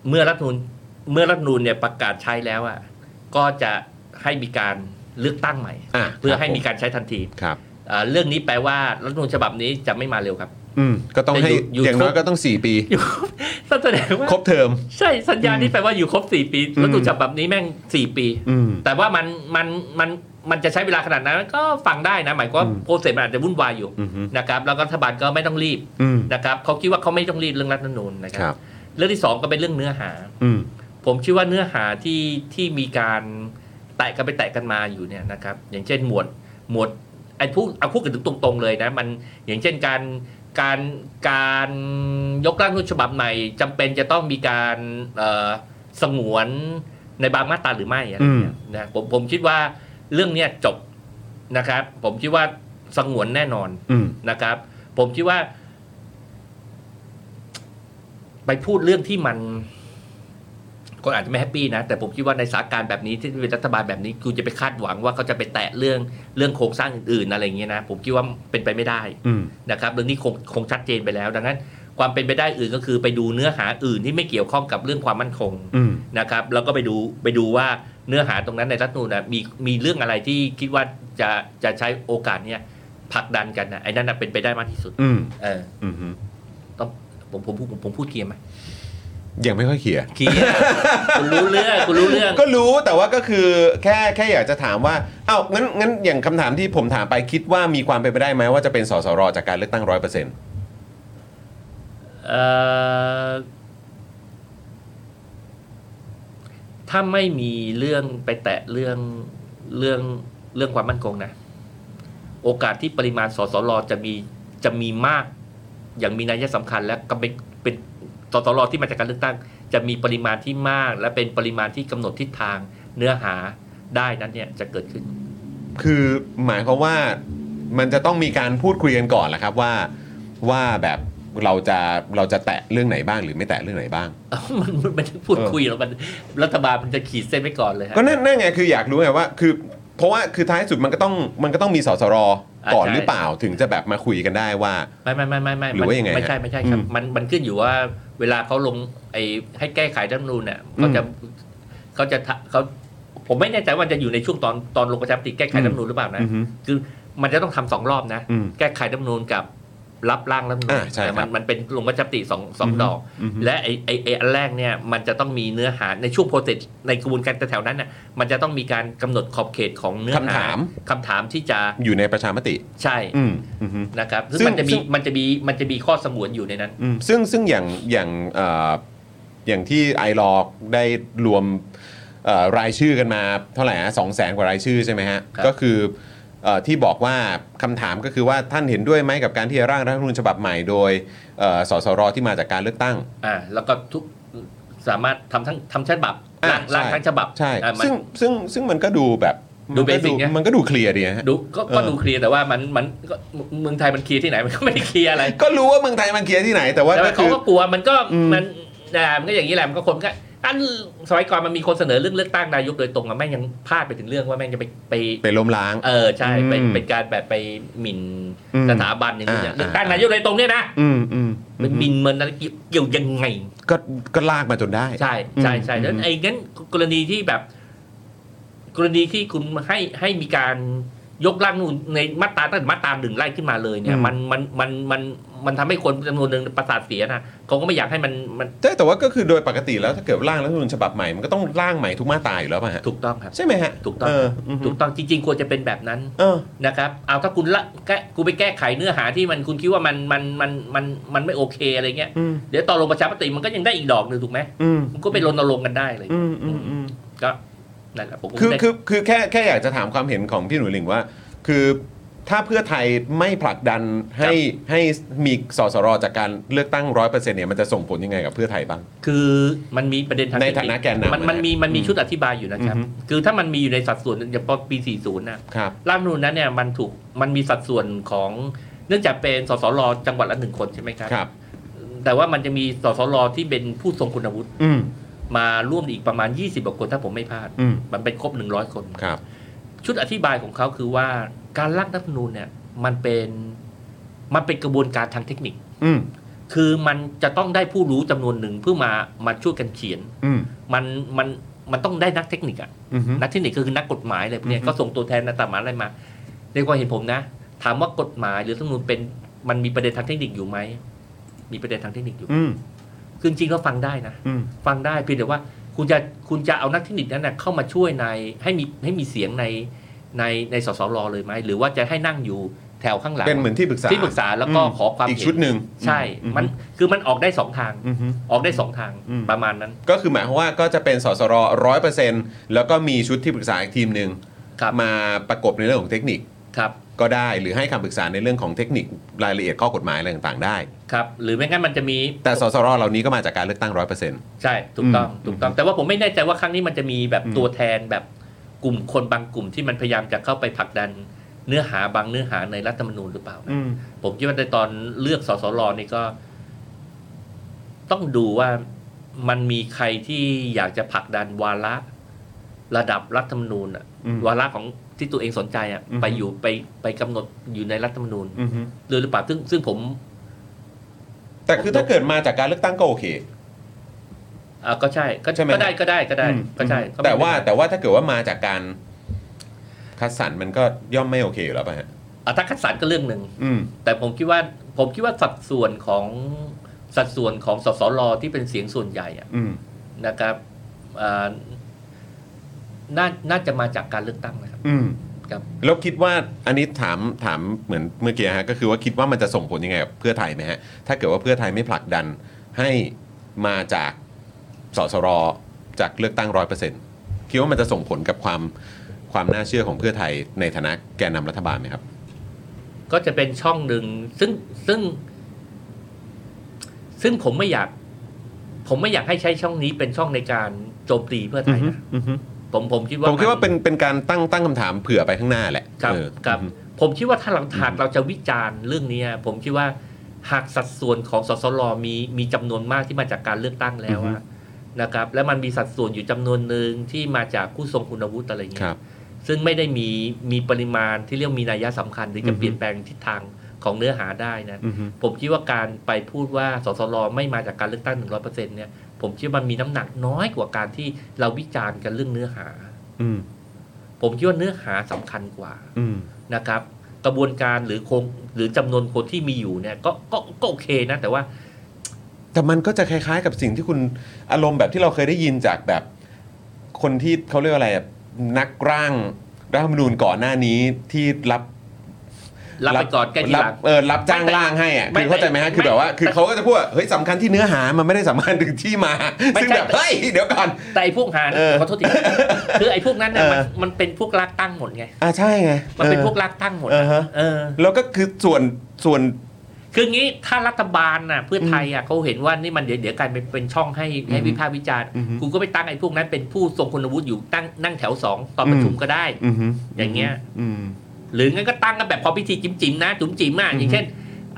[SPEAKER 5] เมื่อรัฐธรรมนูญเมื่อรัฐธรรมนูญเนี่ยประกาศใช้แล้วอ่ะก็จะให้มีการเลือกตั้งใหม่
[SPEAKER 1] อ่ะ
[SPEAKER 5] เพื่อ
[SPEAKER 1] ค
[SPEAKER 5] ให้
[SPEAKER 1] รับผม
[SPEAKER 5] มีการใช้ทันที
[SPEAKER 1] ครับ
[SPEAKER 5] อ่าเรื่องนี้แปลว่ารัฐธรรมนูญฉบับนี้จะไม่มาเร็วครับ
[SPEAKER 1] อืม ก็ต้องให้
[SPEAKER 5] แต่อยู่อยู่
[SPEAKER 1] อย่างน้อย
[SPEAKER 5] ครบ
[SPEAKER 1] ก็ต้อง 4 ปี
[SPEAKER 5] แสดงว่า
[SPEAKER 1] ครบเทอม
[SPEAKER 5] ใช่สัญญาณนี้แปลว่าอยู่ครบ 4 ปี
[SPEAKER 1] อืม
[SPEAKER 5] รัฐธรรมนูญฉบับนี้แม่ง 4 ปี
[SPEAKER 1] อืม
[SPEAKER 5] แต่ว่ามันมันมันมันจะใช้เวลาขนาดนั้นก็ฟังได้นะ หมายความว่า
[SPEAKER 1] อืม
[SPEAKER 5] โปรเซสมันอาจจะวุ่นวายอยู่
[SPEAKER 1] อือฮึ
[SPEAKER 5] นะครับแล้วก็รัฐบาลก็ไม่ต้องรีบ
[SPEAKER 1] อืม
[SPEAKER 5] นะครับเขาคิดว่าเขาไม่ต้องรีบเรื่องรัฐธรรมนูญนะค
[SPEAKER 1] ครั
[SPEAKER 5] รับ บเรื่องที่ 2 ก็เป็นเรื่องเนื้อหา
[SPEAKER 1] อืม
[SPEAKER 5] ผมคิดว่าเนื้อหาที่ที่มีการแตะกันไปแตะกันมาอยู่เนี่ยนะครับ อย่างเช่นหมวดหมวดไอ้พูดเอาพูดกันถึงตรงๆเลยนะมันอย่างเช่นการการการยกร่างรัฐธรรมนูญฉบับใหม่จำเป็นจะต้องมีการเอ่อสงวนในบางมาตราหรือไม่อะไรเงี้ยนะผมผมคิดว่าเรื่องเนี้ยจบนะครับ ผมคิดว่าสงวนแน่นอน
[SPEAKER 1] อืม
[SPEAKER 5] นะครับผมคิดว่า ไปพูดเรื่องที่มัน คนอาจจะไม่แฮปปี้นะ แต่ผมคิดว่าในสถานการณ์แบบนี้ที่เป็นรัฐบาลแบบนี้กูจะไปคาดหวังว่าเขาจะไปแตะเรื่องเรื่องโครงสร้างอื่นๆอะไรอย่างเงี้ยนะ ผมคิดว่าเป็นไปไม่ได้
[SPEAKER 6] อืม
[SPEAKER 5] นะครับเรื่องนี้คงคงชัดเจนไปแล้ว ดังนั้นความเป็นไปได้อื่นก็คือไปดูเนื้อหาอื่นที่ไม่เกี่ยวข้องกับเรื่องความมั่นคง
[SPEAKER 6] อืม
[SPEAKER 5] นะครับแล้วก็ไปดูไปดูว่าเนื้อหาตรงนั้นในรัฐธรรมนูญนะมีมีเรื่องอะไรที่คิดว่าจะจะใช้โอกาสเนี้ยผลักดันกันนะไอ้นั่นนะเป็นไปได้มากที่สุด
[SPEAKER 6] อืม
[SPEAKER 5] เออ
[SPEAKER 6] อืมฮึ
[SPEAKER 5] ต้องผมผมพูดผมผมพูดเคลียร์ไหม
[SPEAKER 1] ยังไม่ค่อยเขียร์
[SPEAKER 5] เคลียร์ คุณรู้เรื่องคุณรู้เรื่อง
[SPEAKER 1] ก็รู้แต่ว่าก็คือแค่แค่อยากจะถามว่าเอ้าวงั้นงั้นอย่างคำถามที่ผมถามไปคิดว่ามีความเป็นไปได้ไหมว่าจะเป็นสสรจากการเลือกตั้งร้อยเปอร์เซ็นต์
[SPEAKER 5] เอ่อถ้าไม่มีเรื่องไปแตะเรื่องเรื่องเรื่องความมั่นคงนะ โอกาสที่ปริมาณสสรจะมีจะมีมาก อย่างมีนัยสำคัญและก็เป็นเป็นสสรที่มาจากการเลือกตั้ง จะมีปริมาณที่มาก และเป็นปริมาณที่กำหนดทิศทางเนื้อหาได้นั้นเนี่ยจะเกิดขึ้น
[SPEAKER 1] คือหมายความว่ามันจะต้องมีการพูดคุยกันก่อนแหละครับว่าว่าแบบเราจะเราจะแตะเรื่องไหนบ้างหรือไม่แตะเรื่องไหนบ้าง
[SPEAKER 5] เอ้ามันมันไม่ได้พูดคุยหรอกมันรัฐบาลมันจะขีดเส้นไว้ก่อนเลยฮะ
[SPEAKER 1] ก็นั่นนั่นไงคืออยากรู้ไงว่าคือเพราะว่าคือท้ายสุดมันก็ต้องมันก็ต้องมีสสรก่อน
[SPEAKER 5] อ่าใช่
[SPEAKER 1] หรือเปล่าถึงจะแบบมาคุยกันได้ว่า
[SPEAKER 5] ไม่ไม่ไม่ไม่ไม่
[SPEAKER 1] หรือว่ายังไงฮะ
[SPEAKER 5] ไม่ใช่ไม่ใช่ครับ
[SPEAKER 1] อืม
[SPEAKER 5] มันมันขึ้นอยู่ว่าเวลาเขาลงไอ้ให้แก้ไขรัฐธรรมนูญเนี่ย
[SPEAKER 1] อืม
[SPEAKER 5] เขาจะเขาจะทะเขาผมไม่แน่ใจว่าจะอยู่ในช่วงตอนตอนลงประชามติแก้ไขรัฐธรรมนูญหรือเปล่านะ
[SPEAKER 1] อือฮึ
[SPEAKER 5] คือมันจะต้องทำสองรอบนะ
[SPEAKER 1] อืม
[SPEAKER 5] แก้ไขรัฐธรรมนูญกับรับร่างรัฐธรรมนูญ
[SPEAKER 1] อ่าใช่ครับ
[SPEAKER 5] มันมันเป็นลงประชามติสองสอง
[SPEAKER 1] อือฮึ
[SPEAKER 5] ดอก
[SPEAKER 1] อือฮึ
[SPEAKER 5] และไอ้ไอ้ไอ้อันแรกเนี่ยมันจะต้องมีเนื้อหาในช่วงโปรเซสในกระบวนการแถวๆนั้นน่ะมันจะต้องมีการกำหนดขอบเขตของเนื้อ
[SPEAKER 1] คำ
[SPEAKER 5] หา
[SPEAKER 1] ถาม
[SPEAKER 5] คำถามที่จะ
[SPEAKER 1] อยู่ในประชามติ
[SPEAKER 5] ใช่
[SPEAKER 1] อืมอืม
[SPEAKER 5] นะครับ
[SPEAKER 1] ซึ่
[SPEAKER 5] ซึ่ง
[SPEAKER 1] ง
[SPEAKER 5] มันจะ
[SPEAKER 1] ซึ่
[SPEAKER 5] มี
[SPEAKER 1] ง
[SPEAKER 5] มันจะมีมันจะมีข้อสงวนอยู่ในนั้น
[SPEAKER 1] อืมซึ่งซึ่งอย่างอย่างเอ่ออย่างที่ไอรอได้รวมเอ่อรายชื่อกันมาเท่าไหร่ฮะสองแสนกว่ารายชื่อใช่ไหมฮะ
[SPEAKER 5] ครับ
[SPEAKER 1] ก็คือเอ่อที่บอกว่าคำถามก็คือว่าท่านเห็นด้วยไหมกับการที่จะร่างรัฐธรรมนูญฉบับใหม่โดยเอ่อสสรที่มาจากการเลือกตั้ง
[SPEAKER 5] อ่าแล้วก็ทุกสามารถทำทั้งทำฉบับ
[SPEAKER 1] อ่ะ
[SPEAKER 5] ร่าง
[SPEAKER 1] ใช่
[SPEAKER 5] ร่างทั้งฉบับ
[SPEAKER 1] ใช่
[SPEAKER 5] อ่ะมัน
[SPEAKER 1] ซึ่งซึ่งซึ่งมันก็ดูแบบมั
[SPEAKER 5] ดู
[SPEAKER 1] นก็
[SPEAKER 5] basic นะ
[SPEAKER 1] มันก็ดูเคลียร์ดีฮะ
[SPEAKER 5] ดูก็ก็
[SPEAKER 1] เออ
[SPEAKER 5] ดูเคลียร์แต่ว่ามันมันก็เมืองไทยมันเคลียร์ที่ไหนมันก็ไม่ได้เคลียร์อะไร
[SPEAKER 1] ก็รู้ว่าเมืองไทยมันเคลียร์ที่ไหนแต่ว่าก็
[SPEAKER 5] แต่ว่าเขา
[SPEAKER 1] คือ
[SPEAKER 5] ก็กลัวมันก็
[SPEAKER 1] อืม
[SPEAKER 5] มันอ่ามันก็อย่างนี้แหละมันก็คนก็อันสมัยก่อนมันมีคนเสนอเรื่องเลือกตั้งนายกโดยตรงอะแม่งยังพลาดไปถึงเรื่องว่าแม่งจะไปไป
[SPEAKER 1] ไปล้มล้าง
[SPEAKER 5] เออใช่ไป
[SPEAKER 1] อืม
[SPEAKER 5] เป็นการแบบไปหมิ่น
[SPEAKER 1] อืม
[SPEAKER 5] สถาบันอย่างเงี้ย
[SPEAKER 1] อ่า
[SPEAKER 5] เลือกตั้งนายกโดยตรงเนี่ยนะ
[SPEAKER 1] อืมอืม
[SPEAKER 5] ไปหมิ่นมันอะไรเกี่ยวยังไง
[SPEAKER 1] ก็ก็ลากมาจนได้
[SPEAKER 5] ใช่ใช่
[SPEAKER 1] อืม
[SPEAKER 5] ใช่
[SPEAKER 1] อืม
[SPEAKER 5] แล้วไอ้งั้นกรณีที่แบบ กรณีที่คุณให้ให้มีการยกร่างนู่นในมาตราตั้งแต่มาตราหนึ่งไล่ขึ้นมาเลยเนี่ย
[SPEAKER 1] อืม
[SPEAKER 5] มันมันมันมันมันทำให้คนจำนวนหนึ่งประสาทเสียนะเขาก็ไม่อยากให้มันมัน
[SPEAKER 1] ใช่แต่ว่าก็คือโดยปกติแล้วถ้าเกิดร่างรัฐธรรมนูญฉบับใหม่มันก็ต้องร่างใหม่ทุกมาตราอยู่แล้วป่ะฮะ
[SPEAKER 5] ถูกต้องครับ
[SPEAKER 1] ใช่ไหมฮะ
[SPEAKER 5] ถูกต้อง
[SPEAKER 1] เอออืม
[SPEAKER 5] ถูกต้องจริง ๆ ควรจะเป็นแบบนั้น
[SPEAKER 1] เออ
[SPEAKER 5] นะครับ เอาถ้าคุณละแก้คุณไปแก้ไขเนื้อหาที่มันคุณคิดว่ามันมันมันมันมันไม่โอเคอะไรเงี้ย
[SPEAKER 1] อืม
[SPEAKER 5] เดี๋ยวตอนลงประชามติมันก็ยังได้อีกดอกหนึ่งถูกไหม
[SPEAKER 1] อืม
[SPEAKER 5] มันก็ไปรณรงค์กันได้เลย
[SPEAKER 1] อืมอืมอืม
[SPEAKER 5] ก็นั่นแหละผมก็
[SPEAKER 1] คือ
[SPEAKER 5] ได้
[SPEAKER 1] คือคือแค่แค่อยากจะถามความเห็นของพี่หนุ่ยหลิงว่า คือถ้าเพื่อไทยไม่ผลักดันให้ให้มีสสรจากการเลือกตั้งร้อยเปอร์เซ็นต์เนี่ยมันจะส่งผลยังไงกับเพื่อไทยบ้าง
[SPEAKER 5] คือมันมีประเด็นทาง
[SPEAKER 1] ใน
[SPEAKER 5] เทค
[SPEAKER 1] ฐานะแกนนำ
[SPEAKER 5] มันมันมี
[SPEAKER 1] นะฮะ
[SPEAKER 5] มันมี
[SPEAKER 1] อืม
[SPEAKER 5] ชุดอธิบายอยู่นะครับ
[SPEAKER 1] อือฮึ
[SPEAKER 5] คือถ้ามันมีอยู่ในสัดส่วนอย่างปี 40 น่ะ
[SPEAKER 1] ครับ
[SPEAKER 5] ร่างนูนนั้นเนี่ยมันถูกมันมีสัดส่วนของเนื่องจากเป็นสสรจังหวัดละหนึ่งคนใช่ไหมครับ
[SPEAKER 1] ครับ
[SPEAKER 5] แต่ว่ามันจะมีสสรที่เป็นผู้ทรงคุณวุฒิ
[SPEAKER 1] อืม
[SPEAKER 5] มาร่วมอีกประมาณ 20กว่าคนถ้าผมไม่พลาด
[SPEAKER 1] อืม
[SPEAKER 5] มันเป็นครบ 100 คน
[SPEAKER 1] ครับ
[SPEAKER 5] ชุดอธิบายของเขาคือว่าการร่างรัฐธรรมนูญเนี่ยมันเป็นมันเป็นกระบวนการทางเทคนิค
[SPEAKER 1] อืม
[SPEAKER 5] คือมันจะต้องได้ผู้รู้จำนวนหนึ่งเพื่อมามาช่วยกันเขียน
[SPEAKER 1] อืม
[SPEAKER 5] มันมันมันต้องได้นักเทคนิคอะ
[SPEAKER 1] อืม
[SPEAKER 5] นักเทคนิคก็คือนักกฎหมายอะไรพวกเนี้
[SPEAKER 1] อื
[SPEAKER 5] ย
[SPEAKER 1] อฮึ
[SPEAKER 5] ก็ส่งตัวแทนนะตามหมายอะไรมา ในความเห็นผมนะ ถามว่ากฎหมายหรือรัฐธรรมนูญเป็นมันมีประเด็นทางเทคนิคอยู่ไหมมีประเด็นทางเทคนิคอยู่
[SPEAKER 1] อืม
[SPEAKER 5] คือจริงๆก็ฟังได้นะ
[SPEAKER 1] อืม
[SPEAKER 5] ฟังได้เพียงแต่ว่าคุณจะคุณจะเอานักเทคนิคนั้นนะเข้ามาช่วยในให้มีให้มีเสียงในในในสสรเลยไหมหรือว่าจะให้นั่งอยู่แถวข้างหลัง
[SPEAKER 1] เป็นเหมือนที่ปรึกษา
[SPEAKER 5] ที่ปรึกษาแล้วก็
[SPEAKER 1] ม
[SPEAKER 5] ขอความ
[SPEAKER 1] อีก
[SPEAKER 5] เห็น
[SPEAKER 1] ชุดหนึ่ง
[SPEAKER 5] ใช่
[SPEAKER 1] อื
[SPEAKER 5] มันคือมันออกได้สองทาง
[SPEAKER 1] อือฮึ
[SPEAKER 5] ออกได้สองทาง
[SPEAKER 1] อืม
[SPEAKER 5] ประมาณนั้น
[SPEAKER 1] ก็คือหมายความว่าก็จะเป็นสสรร้อยเปอร์เซ็นต์แล้วก็มีชุดที่ปรึกษาอีกทีมหนึ่ง
[SPEAKER 5] ครับ
[SPEAKER 1] มาประกบในเรื่องของเทคนิค
[SPEAKER 5] ครับ
[SPEAKER 1] ก็ได้หรือให้คำปรึกษาในเรื่องของเทคนิครายละเอียดข้อกฎหมายอะไรต่างๆได้
[SPEAKER 5] ครับหรือไม่งั้นมันจะมี
[SPEAKER 1] แต่สสรเหล่านี้ก็มาจากการเลือกตั้งร้อยเปอร์เซ็นต์
[SPEAKER 5] ใช่ถูกต้อง
[SPEAKER 1] อืม
[SPEAKER 5] ถูกต้อง แต่ว่าผมไม่แน่ใจว่าครั้งนี้มันจะมีแบบ
[SPEAKER 1] อืม
[SPEAKER 5] ตัวแทนแบบกลุ่มคนบางกลุ่มที่มันพยายามจะเข้าไปผลักดันเนื้อหาบางเนื้อหาในรัฐธรรมนูญหรือเปล่านะผมคิดว่าในตอนเลือกสสรนี่ก็ ต้องดูว่า มันมีใครที่อยากจะผลักดันวาระระดับรัฐธรรมนูญอะ
[SPEAKER 1] อืม
[SPEAKER 5] วาระของที่ตัวเองสนใจอะ
[SPEAKER 1] อืม
[SPEAKER 5] ไปอยู่ไปไปกำหนดอยู่ในรัฐธรรมนูญ
[SPEAKER 1] อือฮึ
[SPEAKER 5] เลยหรือเปล่าซึ่งซึ่งผม
[SPEAKER 1] แต่คือถ้าเกิดมาจากการเลือกตั้งก็โอเค
[SPEAKER 5] อ่าก็ใช่ก็
[SPEAKER 1] ใช่ไหม
[SPEAKER 5] ก็ได้ก็ได้ก็ได้
[SPEAKER 1] อืม
[SPEAKER 5] ก็ใช่ก็ไม่
[SPEAKER 1] แต่ว่า
[SPEAKER 5] เป็นไร
[SPEAKER 1] แต่ว่าถ้าเกิดว่ามาจากการคัดสรรมันก็ย่อมไม่โอเคอยู่แล้วป่ะฮะ
[SPEAKER 5] อ่ะถ้าคัดสรรก็เรื่องหนึ่ง
[SPEAKER 1] อืม
[SPEAKER 5] แต่ผมคิดว่าผมคิดว่าสัดส่วนของสัดส่วนของสสรที่เป็นเสียงส่วนใหญ่อะ
[SPEAKER 1] อืม
[SPEAKER 5] นะครับอ่าน่าน่าจะมาจากการเลือกตั้งนะครับ
[SPEAKER 1] อืม
[SPEAKER 5] ครับ
[SPEAKER 1] แล้วคิดว่าอันนี้ถามถามเหมือนเมื่อกี้ฮะก็คือว่าคิดว่ามันจะส่งผลยังไงกับเพื่อไทยไหมฮะ ถ้าเกิดว่าเพื่อไทยไม่ผลักดันให้มาจากสสรจากเลือกตั้งร้อยเปอร์เซ็นต์คิดว่ามันจะส่งผลกับความความน่าเชื่อของเพื่อไทยในฐานะแกนนำรัฐบาลไหมครับ
[SPEAKER 5] ก็จะเป็นช่องหนึ่งซึ่งซึ่ง ซึ่งผมไม่อยาก ผมไม่อยากให้ใช้ช่องนี้เป็นช่องในการโจมตีเพื่อไทยนะผมผมคิดว่า
[SPEAKER 1] ผมคิดว่าน เป็นเป็นการตั้งตั้งคำถามเผื่อไปข้างหน้าแหละ
[SPEAKER 5] ครับ
[SPEAKER 1] เออ
[SPEAKER 5] ครับ
[SPEAKER 1] อืม
[SPEAKER 5] ผมคิดว่าถ้าเราหากเราจะวิจารณ์เรื่องนี้ผมคิดว่าหากสัดส่วนของสสรมีมีจำนวนมากที่มาจากการเลือกตั้งแล้วอะนะครับ และมันมีสัดส่วนอยู่จำนวนหนึ่งที่มาจากผู้ทรงคุณวุฒิอะไร
[SPEAKER 1] ค
[SPEAKER 5] เงี้
[SPEAKER 1] รั
[SPEAKER 5] ย
[SPEAKER 1] บ
[SPEAKER 5] ซึ่งไม่ได้มีมีปริมาณที่เรียกมีนัยสำคัญหรือจะ
[SPEAKER 1] อือฮึ
[SPEAKER 5] เปลี่ยนแปลงทิศทางของเนื้อหาได้นะ
[SPEAKER 1] อือฮึ
[SPEAKER 5] ผมคิดว่าการไปพูดว่าสสรไม่มาจากการเลือกตั้ง 100%เนี่ย ผมคิดว่ามันมีน้ำหนักน้อยกว่าการที่เราวิจารณ์กันเรื่องเนื้อหา
[SPEAKER 1] อืม
[SPEAKER 5] ผมคิดว่าเนื้อหาสำคัญกว่า
[SPEAKER 1] อืม
[SPEAKER 5] นะครับ กระบวนการหรือโครงหรือจำนวนคนที่มีอยู่เนี่ยก็ก็ก็โอเคนะ แต่ว่า
[SPEAKER 1] แต่มันก็จะคล้ายๆ กับสิ่งที่คุณอารมณ์แบบที่เราเคยได้ยินจากแบบคนที่เขาเรียกว่าอะไรอะนักร่างรัฐธรรมนูญก่อนหน้านี้ที่รับ
[SPEAKER 5] รับไปก่อนแก้ทีหลั
[SPEAKER 1] รับ
[SPEAKER 5] ง
[SPEAKER 1] เออรับจ้างร่างให้อะคื
[SPEAKER 5] ไม่
[SPEAKER 1] อเข้าใจไหมฮะ
[SPEAKER 5] ไม่
[SPEAKER 1] คือแบบว่า
[SPEAKER 5] ไม่
[SPEAKER 1] คือเขาก็จะพูดว่าเฮ้ยสำคัญที่เนื้อหามันไม่ได้สำคัญถึงที่มา
[SPEAKER 5] ไม่
[SPEAKER 1] ซึ่ง
[SPEAKER 5] ใช่
[SPEAKER 1] แบบเฮ้ยเดี๋ยวก่อน
[SPEAKER 5] แต่ไอ้พวกหา
[SPEAKER 1] เออ
[SPEAKER 5] ขอโทษทีคือไอ้พวกนั้นน่ะมั
[SPEAKER 1] เอ
[SPEAKER 5] น
[SPEAKER 1] อ
[SPEAKER 5] มันเป็นพวกลากตั้งหมดไง
[SPEAKER 1] อ่าใช่ไง
[SPEAKER 5] มันเป็น
[SPEAKER 1] ออ
[SPEAKER 5] พวกลากตั้งหมด
[SPEAKER 1] เออฮะ
[SPEAKER 5] เออ
[SPEAKER 1] แล้วก็คือส่วนส่วน
[SPEAKER 5] คืองี้ถ้ารัฐบาลน่ะเพื่อไทยอ่ะเขาเห็นว่านี่มันเดี๋ยวเดี๋ยวกลายเป็นเป็นช่องให้ให้
[SPEAKER 1] อือฮึ
[SPEAKER 5] วิพากษ์วิจารณ์
[SPEAKER 1] อือฮึ
[SPEAKER 5] คุณก็ไปตั้งไอ้พวกนั้นเป็นผู้ทรงคุณวุฒิอยู่ตั้งนั่งแถวสองตอนประชุม
[SPEAKER 1] อืม
[SPEAKER 5] ก็ได้
[SPEAKER 1] อือฮึ
[SPEAKER 5] อย่างเงี้ย
[SPEAKER 1] อืม
[SPEAKER 5] หรืองั้นก็ตั้งกันแบบพอพิธีจิ๋มจิ๋มๆนะจุ๋มจิ๋มอ่ะ
[SPEAKER 1] อือฮึ
[SPEAKER 5] อย่างเช่น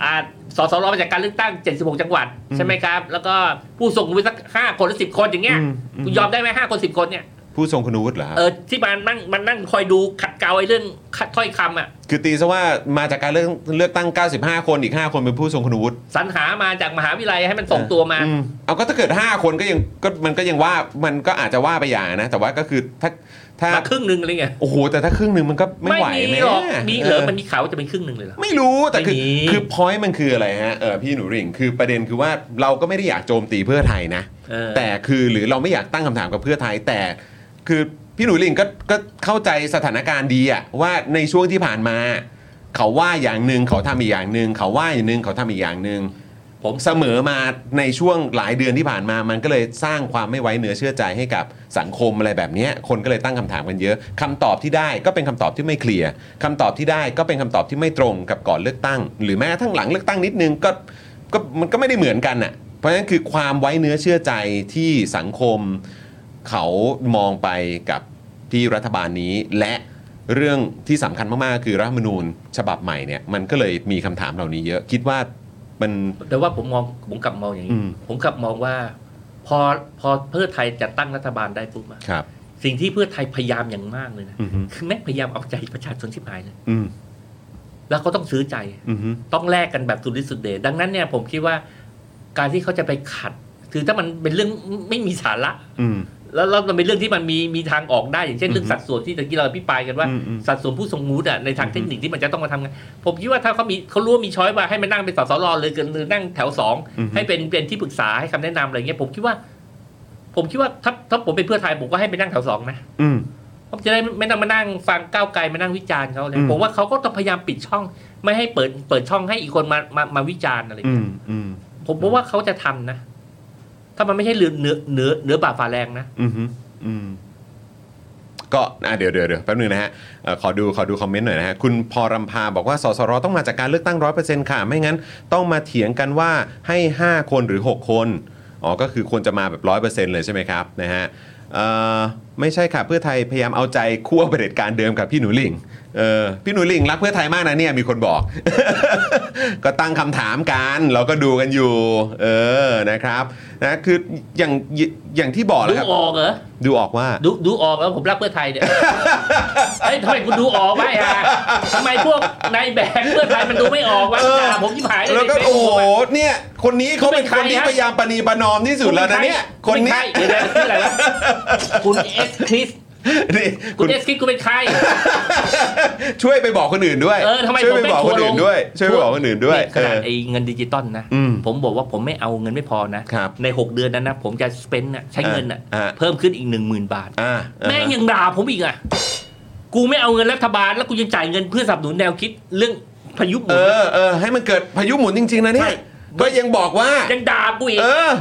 [SPEAKER 5] อ่าสสรมาจากการเลือกตั้ง 76 จังหวัด
[SPEAKER 1] อืม
[SPEAKER 5] ใช่ไหมครับ แล้วก็ผู้ทรงคุณวุฒิสักห้าคนหรือสิบคนอย่างเงี้ย
[SPEAKER 1] อืมอืม
[SPEAKER 5] คุณยอมได้ไหมห้าคนสิบคนเนี่ย
[SPEAKER 1] ผู้ทรงคุณวุฒิเหรอครับ
[SPEAKER 5] เออที่มันนั่งมันนั่งคอยดูขัดเกลาไอ้เรื่องขัดถ้อยคำอ่ะ
[SPEAKER 1] คือตีซะว่ามาจากการเลือกเลือกตั้ง 95 คนอีก 5 คนเป็นผู้ทรงคุณวุฒิ
[SPEAKER 5] สรรหามาจากมหาวิทยาลัยให้มันส่งตัวมา
[SPEAKER 1] อืเอาก็ถ้าเกิด 5 คนก็ยังก็มันก็ยังว่ามันก็อาจจะว่าไปอย่างนะ แต่ว่าก็คือถ้าถ้า
[SPEAKER 5] มาครึ่งหนึ่งอะไรเงี้ย
[SPEAKER 1] โอ้โห แต่ถ้าครึ่งหนึ่งมันก็ไม่ไหว
[SPEAKER 5] มี
[SPEAKER 1] แ
[SPEAKER 5] หรอกมีเหรอ
[SPEAKER 1] เออ
[SPEAKER 5] มันมีข่าวว่าจะเป็นครึ่งหนึ่งเลยเหรอ
[SPEAKER 1] ไม่รู้แต่คือ
[SPEAKER 5] ไม่มี
[SPEAKER 1] คือพอยต์มันคืออะไรฮะเออพี่หนูริ่งคือประเด็นคือว่าเราก็ไม่ได้อยากโจมตีเพื่อไทยนะ
[SPEAKER 5] เออ
[SPEAKER 1] แต่คือหรือเราไม่อยากตั้งคำถามกับเพื่อไทย แต่คือพี่หนุ่ยลิงก็ก็เข้าใจสถานการณ์ดีอะว่าในช่วงที่ผ่านมา เขาว่าอย่างหนึ่งเขาทำอีกอย่างหนึ่งเขาว่าอย่างหนึ่งเขาทำอีกอย่างหนึ่ง
[SPEAKER 5] ผม
[SPEAKER 1] เสมอมาในช่วงหลายเดือนที่ผ่านมา มันก็เลยสร้างความไม่ไว้เนื้อเชื่อใจให้กับสังคมอะไรแบบเนี้ยคนก็เลยตั้งคำถามกันเยอะคำตอบที่ได้ก็เป็นคำตอบที่ไม่เคลียร์คำตอบที่ได้ก็เป็นคำตอบที่ไม่ตรงกับก่อนเลือกตั้ง หรือแม้กระทั่งหลังเลือกตั้งนิดนึงก็ ก็มันก็ไม่ได้เหมือนกันน่ะ เพราะฉะนั้นคือความไว้เนื้อเชื่อใจที่สังคมเขามองไปกับที่รัฐบาลนี้ และเรื่องที่สำคัญมากๆ คือรัฐธรรมนูญฉบับใหม่เนี่ย มันก็เลยมีคำถามเหล่านี้เยอะ คิดว่ามัน
[SPEAKER 5] แต่ว่าผมมองผมกลับมองอย่าง
[SPEAKER 1] อื
[SPEAKER 5] นี้
[SPEAKER 1] ม
[SPEAKER 5] ผมกลับมองว่า พอพอเพื่อไทยจะตั้งรัฐบาลได้ปุ๊บอะ
[SPEAKER 1] ครับ
[SPEAKER 5] สิ่งที่เพื่อไทยพยายามอย่างมากเลยนะ
[SPEAKER 1] อือฮึ
[SPEAKER 5] คือแม่งพยายามเอาใจประชาชนชิบหายเลย
[SPEAKER 1] อืม
[SPEAKER 5] แล้วก็ต้องซื้อใจ
[SPEAKER 1] อืมฮึ
[SPEAKER 5] ต้องแลกกันแบบสุดฤทธิ์สุดเดชดังนั้นเนี่ยผมคิดว่าการที่เขาจะไปขัด คือถ้ามันเป็นเรื่องไม่มีสาระ
[SPEAKER 1] อืม
[SPEAKER 5] แล้วแล้วมันเป็นเรื่องที่มันมีมีทางออกได้อย่างเช่นเรื่อง
[SPEAKER 1] อือฮึ
[SPEAKER 5] สัดส่วนที่ตะกี้เราอภิปรายกันว่า
[SPEAKER 1] อืมอืม
[SPEAKER 5] สัดส่วนผู้ทรงวุฒิอะในทางเทคนิคที่มันจะต้องมาทำงานผมคิดว่าถ้าเขามีเขารู้ว่ามีช้อยว่าให้มานั่งเป็นสสรเลยหรือนั่งแถวสอง
[SPEAKER 1] อือฮึ
[SPEAKER 5] ให้เป็นเป็นที่ปรึกษาให้คำแนะนำอะไรเงี้ยผมคิดว่า ผมคิดว่าถ้าถ้าผมเป็นเพื่อไทยผมก็ให้ไปนั่งแถวสองนะ
[SPEAKER 1] อืม
[SPEAKER 5] ผมจะได้ไม่ไม่ต้องมานั่งฟังก้าวไกลมานั่งวิจารณ์เขาเลย
[SPEAKER 1] อืม
[SPEAKER 5] ผมว่าเขาก็ต้องพยายามปิดช่อง ไม่ให้เปิดเปิดช่องให้อีกคนมามามาวิจารณ์อะไร
[SPEAKER 1] อื
[SPEAKER 5] เงี้ย
[SPEAKER 1] มอืม
[SPEAKER 5] ผมผมว่าเขาจะทำนะ ถ้ามันไม่ใช่เหนือเหนือเหนือเหนือบ่าฝ่าแรงนะ
[SPEAKER 1] อืมฮึอืมก็อ่ะเดี๋ยวเดี๋ยวเดี๋ยวแป๊บนึงนะฮะเอ่อขอดูขอดูคอมเมนต์หน่อยนะฮะ คุณพอรำพาบอกว่าสสรต้องมาจากการเลือกตั้งร้อยเปอร์เซ็นต์ค่ะ ไม่งั้นต้องมาเถียงกันว่าให้ 5 คนหรือ 6 คน อ๋อ ก็คือควรจะมาแบบร้อยเปอร์เซ็นต์เลยใช่ไหมครับ นะฮะเอ่อ ไม่ใช่ค่ะเพื่อไทยพยายามเอาใจคั่วเผด็จการเดิมกับพี่หนูหลิงเออพี่หนูหลิงรักเพื่อไทยมากนะเนี่ยมีคนบอก ก็ตั้งคำถามกันเราก็ดูกันอยู่ เออนะครับนะคืออย่างอย่างที่บอกแห
[SPEAKER 5] ดู
[SPEAKER 1] ล้วครับ
[SPEAKER 5] ออกเหรอ
[SPEAKER 1] ดูออกว่า
[SPEAKER 5] ดูดูออกแล้วผมรักเพื่อไทย เนี่ย เฮ้ยทำไมคุณดูออกไหมอ่ะทำไมพวกนายแบงค์เพื่อไทยมันดูไม่ออกวะ
[SPEAKER 1] เออ
[SPEAKER 5] ด่าผมที่หายเลย
[SPEAKER 1] แล้วก็
[SPEAKER 5] ในเฟซ
[SPEAKER 1] โอ้
[SPEAKER 5] บุ๊
[SPEAKER 1] โห
[SPEAKER 5] ผมะ
[SPEAKER 1] เนี่ยคนนี้เขาเป็น
[SPEAKER 5] คุ
[SPEAKER 1] ค
[SPEAKER 5] ณเป็น
[SPEAKER 1] นที่
[SPEAKER 5] ใครนะ
[SPEAKER 1] พยายามปณีประนอมที่สุดแล้วนะเนี่ยคน
[SPEAKER 5] ณเป็
[SPEAKER 1] นี้
[SPEAKER 5] ใรเดี๋ยวนะชื่ออะไรวะคุณเอสคริส
[SPEAKER 1] นี่
[SPEAKER 5] คุ
[SPEAKER 1] คุณ ณ
[SPEAKER 5] เอสคริสคุณเป็นใคร
[SPEAKER 1] ช่วยไปบอกคนอื่นด้วย
[SPEAKER 5] เออทำไม
[SPEAKER 1] ช่วย
[SPEAKER 5] ผม
[SPEAKER 1] ไป
[SPEAKER 5] ไม่
[SPEAKER 1] บอกคนอื่น
[SPEAKER 5] ทัวร์ลง
[SPEAKER 1] ด้วย ช่วยไปบอกคนอื่นด้วย
[SPEAKER 5] นี่ขนาด
[SPEAKER 1] เออ
[SPEAKER 5] ไอ้เงินดิจิตอลนะ
[SPEAKER 1] อืม
[SPEAKER 5] ผมบอกว่าผมไม่เอาเงินไม่พอนะ
[SPEAKER 1] ครับ
[SPEAKER 5] ใน 6 เดือนนั้นนะ ผมจะสเปนใช้เงินน่ะ
[SPEAKER 1] อ่า
[SPEAKER 5] เพิ่มขึ้นอีก 1 0,000 บาท
[SPEAKER 1] อ่า
[SPEAKER 5] แม่งยังด่าผมอีกอ่ะ กูไม่เอาเงินรัฐบาลแล้วกูยังจ่ายเงินเพื่อสนับสนุนแนวคิดเรื่องพายุหมุ
[SPEAKER 1] เอน อเออให้มันเกิดพายุหมุนจริง ๆ นะเนี่
[SPEAKER 5] ใช่
[SPEAKER 1] ยก็ยังบอกว่า
[SPEAKER 5] ยังด่ากูอีก
[SPEAKER 1] เออ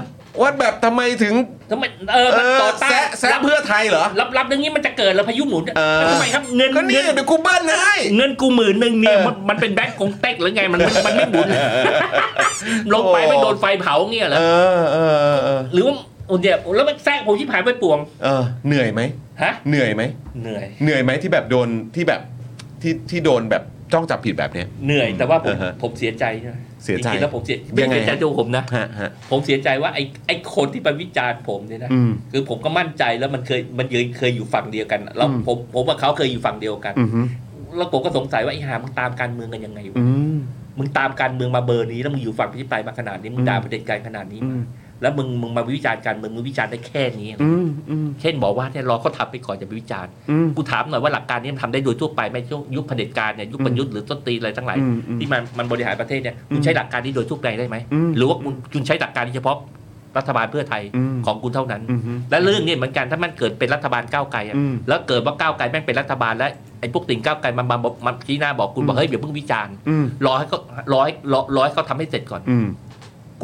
[SPEAKER 1] ว่าแบบทำไมถึง
[SPEAKER 5] ทำไมเออ
[SPEAKER 1] เอ
[SPEAKER 5] มัน
[SPEAKER 1] อ
[SPEAKER 5] ต่อต้าน
[SPEAKER 1] แซะแซะ
[SPEAKER 5] รับ
[SPEAKER 1] เพื่อไทยเหรอ
[SPEAKER 5] รับรับเรื่องนี้มันจะเกิดแล้วพายุหมุน
[SPEAKER 1] เออ
[SPEAKER 5] ทำไมครับเงิน
[SPEAKER 1] ก็เนี่ย
[SPEAKER 5] เงิน
[SPEAKER 1] เดี๋ยวกูเบิ้ลให้
[SPEAKER 5] เงินกูหมื่นหนึ่งเนี่ย
[SPEAKER 1] เออ
[SPEAKER 5] มันมันเป็นแบงก์กงเต็กหรือไงมันมันมันไม่หมุนลงไปไม่โดนไฟเผาเงี้ยเหรอ
[SPEAKER 1] เออเออเออเออ
[SPEAKER 5] หรือว่าอุนเดียแล้วมันแทรกผมที่ผายไปป่วง
[SPEAKER 1] เออเหนื่อยไหม
[SPEAKER 5] ฮะ
[SPEAKER 1] เหนื่อยไหม
[SPEAKER 5] เหนื่อย
[SPEAKER 1] เหนื่อยไหมที่แบบโดนที่แบบที่ที่โดนแบบจ้องจับผิดแบบเนี้ย
[SPEAKER 5] เหนื่อย แต่ว่าผม
[SPEAKER 1] อ่าฮะ
[SPEAKER 5] ผมเสียใจใช่ไหม
[SPEAKER 1] เสียใจ
[SPEAKER 5] ริงๆแล้วผมเสีย
[SPEAKER 1] ยังไง
[SPEAKER 5] ไม่เสียใจ
[SPEAKER 1] ฮะ
[SPEAKER 5] ตัวผมนะ
[SPEAKER 1] ฮะฮะ
[SPEAKER 5] ผมเสียใจว่าไอ้ไอ้คนที่ไปวิจารณ์ผมเนี่ยนะ
[SPEAKER 1] อืม
[SPEAKER 5] คือผมก็มั่นใจแล้วมันเคยมันเคยเคยอยู่ฝั่งเดียวกันแล้ว
[SPEAKER 1] อืม
[SPEAKER 5] ผมผมกับเขาเคยอยู่ฝั่งเดียวกัน
[SPEAKER 1] อือหือ
[SPEAKER 5] แล้วผมก็สงสัยว่าไอ้หามึงตามการเมืองกันยังไงวะ
[SPEAKER 1] อืม
[SPEAKER 5] มึงตามการเมืองมาเบอร์นี้แล้วมึงอยู่ฝั่งพิพายมาขนาดนี้มึงด่าประเด็นการขนาดนี้
[SPEAKER 1] อืม
[SPEAKER 5] แล้วมึงมึงมาวิจารณ์การเมืองมึงวิจารณ์ได้แค่นี้เหรอ
[SPEAKER 1] อืมอืม
[SPEAKER 5] เช่นบอกว่าเนี่ยรอเขาทำไปก่อนจะไปวิจารณ์
[SPEAKER 1] อืม
[SPEAKER 5] กูถามหน่อยว่าหลักการนี้มันทำได้โดยทั่วไปไหมช่วงยุคเผด็จการเนี่ยยุคประยุทธ์หรือต้นตีนอะไรทั้งหลาย
[SPEAKER 1] อืมอืม
[SPEAKER 5] ที่มันมันบริหารประเทศเนี่ยคุณใช้หลักการนี้โดยทั่วไปได้ไหม
[SPEAKER 1] อืม
[SPEAKER 5] หรือว่าคุณคุณใช้หลักการนี้เฉพาะรัฐบาลเพื่อไทย
[SPEAKER 1] อืม
[SPEAKER 5] ของคุณเท่านั้น
[SPEAKER 1] อือฮึ
[SPEAKER 5] และเรื่องเนี้เหมือนกันถ้ามันเกิดเป็นรัฐบาลก้าวไกลอะ
[SPEAKER 1] อืม
[SPEAKER 5] แล้วเกิดว่าก้าวไกลแม่งเป็นรัฐบาลแล้วไอ้พวกติ่งก้าวไกลมันมาบอกมันชี้หน้าบอกคุณบอกเฮ้ยอย่าเพิ่งวิจารณ์
[SPEAKER 1] อืม
[SPEAKER 5] รอให้เขารอให้รอรอให้เขาทำให้เสร็จก่อน
[SPEAKER 1] อืม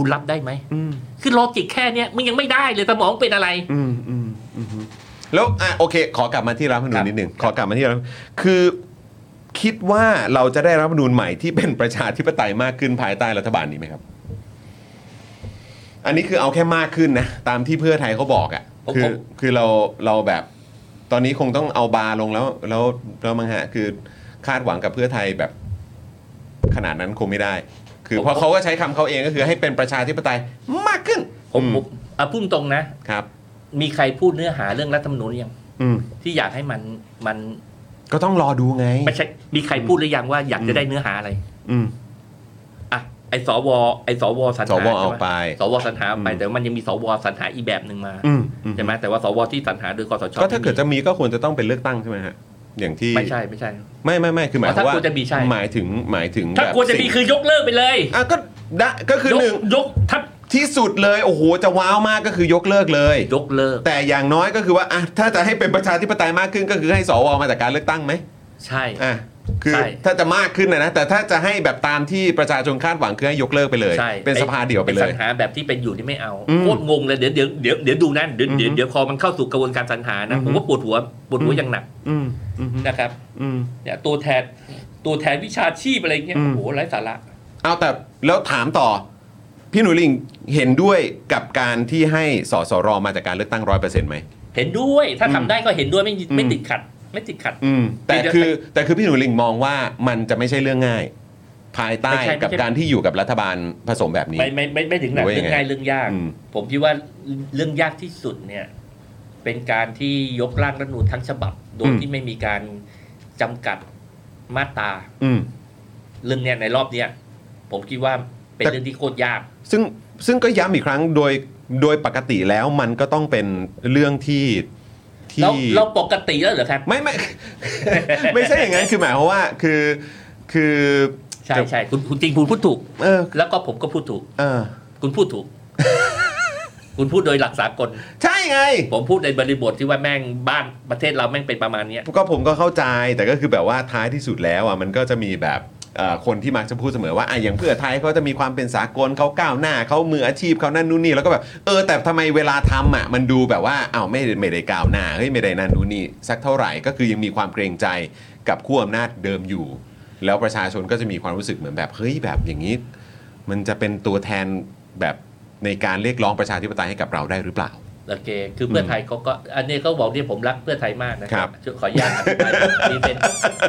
[SPEAKER 5] คุณรับได้ไหม
[SPEAKER 1] อืม
[SPEAKER 5] คือลอจิกแค่เนี้ยมึงยังไม่ได้เลยสมองเป็นอะไร
[SPEAKER 1] อืมอืมอืมแล้วอ่ะโอเค ขอกลับมาที่รัฐธรรมนู
[SPEAKER 5] ค
[SPEAKER 1] ญ
[SPEAKER 5] รับ
[SPEAKER 1] นิดหนึ่งขอกลับมาที่รัฐคือคิดว่าเราจะได้รัฐธรรมนูญใหม่ที่เป็นประชาธิปไตยมากขึ้นภายใต้รัฐบาลนี้ไหมครับ อันนี้คือเอาแค่มากขึ้นนะตามที่เพื่อไทยเขาบอกอะ่ะคือคือเราเราแบบ ตอนนี้คงต้องเอาบาร์ลงแล้ว แล้วแล้วมังหะคือคาดหวังกับเพื่อไทยแบบ ขนาดนั้นคงไม่ได้ คือเพราะเขาก็ใช้คำเขาเองก็คือให้เป็นประชาธิปไตยมากขึ้น
[SPEAKER 5] ผม
[SPEAKER 1] อื
[SPEAKER 5] ผมอ่ะพูดตรงนะ
[SPEAKER 1] ครับ
[SPEAKER 5] มีใครพูดเนื้อหาเรื่องรัฐธรรมนูญหรือยัง
[SPEAKER 1] อืม
[SPEAKER 5] ที่อยากให้มันมัน
[SPEAKER 1] ก็ต้องรอดูไง
[SPEAKER 5] ไม่ใช่มีใครพูดหรือยังว่าอยากจะได้เนื้อหาอะไร
[SPEAKER 1] อืม
[SPEAKER 5] อ่ะไอ้สวไอ้สวสรรหา
[SPEAKER 1] สวเอา
[SPEAKER 5] ใช่หม
[SPEAKER 1] ไป
[SPEAKER 5] สวสรรหาเอาไป
[SPEAKER 1] อืม
[SPEAKER 5] แต่ว่ามันยังมีสวสรรหาอีกแบบหนึ่งมา
[SPEAKER 1] อืมอืม
[SPEAKER 5] ใช่ไหมแต่ว่าสวที่สรรหาโดยคอสช
[SPEAKER 1] ก็ถ้าเกิดจะ
[SPEAKER 5] ไม
[SPEAKER 1] มีก็ควรจะต้องเป็นเลือกตั้งใช่ไหมฮะอย่างที่
[SPEAKER 5] มีไม่ใช่ไม่ใช่
[SPEAKER 1] ไม่ไม่ไม่คือหมาย
[SPEAKER 5] อ๋อ
[SPEAKER 1] ถึ
[SPEAKER 5] ถ้าง
[SPEAKER 1] ว่า
[SPEAKER 5] ควรจะมีใช่
[SPEAKER 1] หมายถึงหมายถึง
[SPEAKER 5] ถ้า
[SPEAKER 1] แบบ
[SPEAKER 5] ควรจะมี
[SPEAKER 1] สิ่ง
[SPEAKER 5] คือยกเลิกไปเลย
[SPEAKER 1] อ่ะก็ได้ก็คือย
[SPEAKER 5] ก
[SPEAKER 1] หนึ่ง
[SPEAKER 5] ยกถ้า
[SPEAKER 1] ที่สุดเลยโอ้โหจะว้าวมากก็คือยกเลิกเลย
[SPEAKER 5] ยกเลิก
[SPEAKER 1] แต่อย่างน้อยก็คือว่าอ่ะถ้าจะให้เป็นประชาธิปไตยมากขึ้นก็คือให้สวมาจากการเลือกตั้งไหม
[SPEAKER 5] ใช่
[SPEAKER 1] อ่ะคือ
[SPEAKER 5] ใช่
[SPEAKER 1] ถ้าจะมากขึ้นนะนะแต่ถ้าจะให้แบบตามที่ประชาชนคาดหวังคือให้ยกเลิกไปเลย
[SPEAKER 5] ใช่
[SPEAKER 1] เป็นสภาเดี่ยวไปเล
[SPEAKER 5] สร
[SPEAKER 1] ย
[SPEAKER 5] รหาแบบที่เป็นอยู่นี่ไม่เอา
[SPEAKER 1] อืม
[SPEAKER 5] โคตรงงเลยเดี๋ยวเดี๋ยวเดี๋ยวเดี๋ยวดูนั่นเดี๋ยวเดี๋ยวเดี๋ยวพอมันเข้าสู่กระบวนการสรรหานะผมว่าปวดหัวปวดหัว
[SPEAKER 1] อืม
[SPEAKER 5] อย่างหนัก
[SPEAKER 1] อืมอืม
[SPEAKER 5] นะครับ
[SPEAKER 1] อืม
[SPEAKER 5] เนี่ยตัวแทนตัวแทนวิชาชีพอะไรเงี้ย
[SPEAKER 1] อืม
[SPEAKER 5] โอ้โหไร้สาระ
[SPEAKER 1] เอาแต่แล้วถามต่อ พี่หนุ่ยลิงเห็นด้วยกับการที่ให้สสรมาจากการเลือกตั้งร้อยเปอร์เซ็นต์ไหม
[SPEAKER 5] เห็นด้วยถ้า
[SPEAKER 1] อืม
[SPEAKER 5] ทำได้ก็เห็นด้วยไม่
[SPEAKER 1] อืม
[SPEAKER 5] ไม่ติดขัด ไม่ติดขัด
[SPEAKER 1] อืมแต่
[SPEAKER 5] เดี๋ยว
[SPEAKER 1] คือแต่คือพี่หนุ่ยลิงมองว่ามันจะไม่ใช่เรื่องง่าย ภายใต้
[SPEAKER 5] ไม่ใช่ไม่ใช่
[SPEAKER 1] กับการที่อยู่กับรัฐบาลผสมแบบนี้
[SPEAKER 5] ไม่ไม่ไม่ไม่ถึงหนัก
[SPEAKER 1] หรือว่า
[SPEAKER 5] เรื่อง
[SPEAKER 1] ยังไง
[SPEAKER 5] ง่ายเรื่องยาก
[SPEAKER 1] อืม
[SPEAKER 5] ผมคิดว่าเรื่องยากที่สุดเนี่ย เป็นการที่ยกร่างรัฐธรรมนูญทั้งฉบับ โดยที่ไม่มีการจำกัดมาตรา
[SPEAKER 1] อืม
[SPEAKER 5] เรื่องเนี้ยในรอบเนี้ยผมคิดว่าเป็น
[SPEAKER 1] แต่
[SPEAKER 5] เรื่องที่โคตรยาก
[SPEAKER 1] ซึ่งซึ่งก็ย้ำอีกครั้งโดยโดยปกติแล้วมันก็ต้องเป็นเรื่องที่ที่
[SPEAKER 5] เราเราปกติแล้วเหรอครับ
[SPEAKER 1] ไม่ ไม่ ไม่ใช่อย่างนั้นคือหมายความว่าคือคือ
[SPEAKER 5] ใช่ใช่คุณคุณจริงคุณพูดถูก
[SPEAKER 1] เออ
[SPEAKER 5] แล้วก็ผมก็พูดถูก
[SPEAKER 1] เออ
[SPEAKER 5] คุณพูดถูก คุณพูดโดยหลักสากล
[SPEAKER 1] ใช่ไง
[SPEAKER 5] ผมพูดในบริบทที่ว่าแม่งบ้านประเทศเราแม่งเป็นประมาณเนี้ย
[SPEAKER 1] ก็ผมก็เข้าใจแต่ก็คือแบบว่าท้ายที่สุดแล้วอ่ะมันก็จะมีแบบเอ่อคนที่มักจะพูดเสมอว่าอ่ะอย่างเพื่อไทยเขาจะมีความเป็นสากลเขาก้าวหน้าเขามืออาชีพเขานั่นนู่นนี่แล้วก็แบบเออแต่ทำไมเวลาทำอ่ะมันดูแบบว่าอ้าวไม่ได้ไม่ได้ก้าวหน้าเฮ้ยไม่ได้นั่นนู่นนี่สักเท่าไหร่ก็คือยังมีความเกรงใจกับขั้วอำนาจเดิมอยู่ แล้วประชาชนก็จะมีความรู้สึกเหมือนแบบเฮ้ยแบบอย่างนี้ มันจะเป็นตัวแทนแบบในการเรียกร้องประชาธิปไตยให้กับเราได้หรือเปล่า
[SPEAKER 5] โอเค คือเพื่อไทยเขาก็ อันนี้เขาบอกที่ผมรักเพื่อไทยมากนะค
[SPEAKER 1] ครั
[SPEAKER 5] รับ ช่วยขออนุญาตอธิบาย ดีเฟน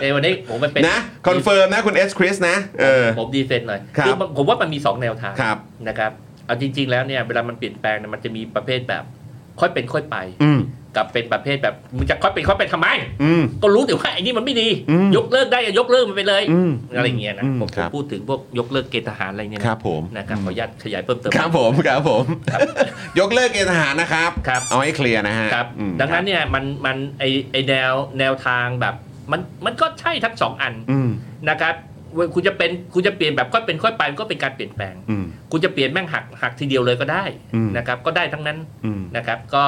[SPEAKER 5] ในวันนี้ผมมันเป็น
[SPEAKER 1] นะคอนเฟิร์มนะคุณเอสคริสนะ เออ
[SPEAKER 5] ผมดีเฟนหน่อย
[SPEAKER 1] ครับ
[SPEAKER 5] มันผมว่ามันมี 2 แนวทาง
[SPEAKER 1] ครับ
[SPEAKER 5] นะครับ เอาจริง ๆ แล้วเนี่ยเวลามันเปลี่ยนแปลงเนี่ยมันจะมีประเภทแบบ ค่อยเป็นค่อยไป
[SPEAKER 1] อืม
[SPEAKER 5] กับเป็นประเภทแบบมึงจะค่อยเป็นค่อยเป็นทำไม
[SPEAKER 1] อืม
[SPEAKER 5] ก็รู้แต่ว่าไอ้นี่มันไม่ดี
[SPEAKER 1] อืม
[SPEAKER 5] ยกเลิกได้ก็ยกเลิกมันไปเลย
[SPEAKER 1] อืม
[SPEAKER 5] อะไรอย่างเงี้ยนะ
[SPEAKER 1] อืม
[SPEAKER 5] ผม
[SPEAKER 1] ครับ
[SPEAKER 5] พูดถึงพวกยกเลิกเกณฑ์ทหารอะไรเนี่ย
[SPEAKER 1] ค
[SPEAKER 5] นะ
[SPEAKER 1] รับผม
[SPEAKER 5] นะครับขออนุญาตขยายเพิ่มเติม
[SPEAKER 1] ครับผมครับผม ยกเลิกเกณฑ์ทหารนะครับ
[SPEAKER 5] ครับ
[SPEAKER 1] เอาให้เคลียร์นะฮะ
[SPEAKER 5] ครับ
[SPEAKER 1] อืม
[SPEAKER 5] ดังนั้นเนี่ยมันมันไอไอแนวแนวทางแบบมันมันก็ใช่ทั้งสองอัน
[SPEAKER 1] อืม
[SPEAKER 5] นะครับเว้ยคุณจะเป็นคุณจะเปลี่ยนแบบค่อยเป็นค่อยไปมันก็เป็นการเปลี่ยนแปลง
[SPEAKER 1] อืม
[SPEAKER 5] คุณจะเปลี่ยนแม่งหักหักทีเดียวเลยก็ได้
[SPEAKER 1] อืม
[SPEAKER 5] นะครับก็ได้ทั้งนั้น
[SPEAKER 1] อืม
[SPEAKER 5] นะครับก็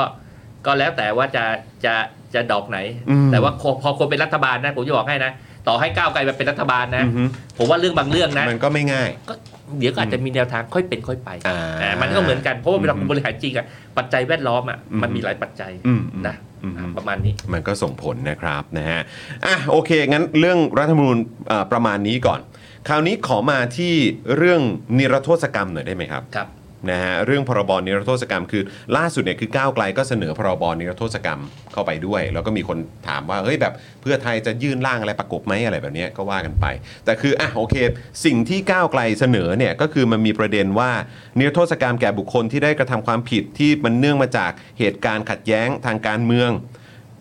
[SPEAKER 5] ก็แล้วแต่ว่าจะจะจะดอกไหน
[SPEAKER 1] อืม
[SPEAKER 5] แต่ว่าพอพอคนเป็นรัฐบาลนะผมจะบอกให้นะ ต่อให้ก้าวไกลมาเป็นรัฐบาลนะ
[SPEAKER 1] อือฮึ
[SPEAKER 5] ผมว่าเรื่องบางเรื่องนะ
[SPEAKER 1] มันก็ไม่ง่าย
[SPEAKER 5] ก็เดี๋ยวก็อาจจะมีแนวทางค่อยเป็นค่อยไป
[SPEAKER 1] อ่า
[SPEAKER 5] อ่ามันก็เหมือนกันเพราะว่าเวลา
[SPEAKER 1] อืม
[SPEAKER 5] คุณบริหารจริงอะปัจจัยแวดล้อมอะ
[SPEAKER 1] อืม
[SPEAKER 5] มันมีหลายปัจจัย
[SPEAKER 1] อืมอืม
[SPEAKER 5] นะ
[SPEAKER 1] อืมอืม
[SPEAKER 5] ประมาณนี้
[SPEAKER 1] มันก็ส่งผลนะครับนะฮะ อ่ะโอเค งั้นเรื่องรัฐธรรมนูญเอ่อประมาณนี้ก่อน คราวนี้ขอมาที่เรื่องนิรโทษกรรมหน่อยได้ไหมครับ
[SPEAKER 5] ครับ
[SPEAKER 1] นะฮะเรื่องพรบนิรโทษกรรมคือล่าสุดเนี่ยคือก้าวไกลก็เสนอพรบนิรโทษกรรมเข้าไปด้วย แล้วก็มีคนถามว่าเฮ้ยแบบเพื่อไทยจะยื่นร่างอะไรประกบไหมอะไรแบบเนี้ยก็ว่ากันไป แต่คืออ่ะโอเค สิ่งที่ก้าวไกลเสนอเนี่ยก็คือมันมีประเด็นว่านิรโทษกรรมแก่บุคคลที่ได้กระทำความผิดที่มันเนื่องมาจากเหตุการณ์ขัดแย้งทางการเมือง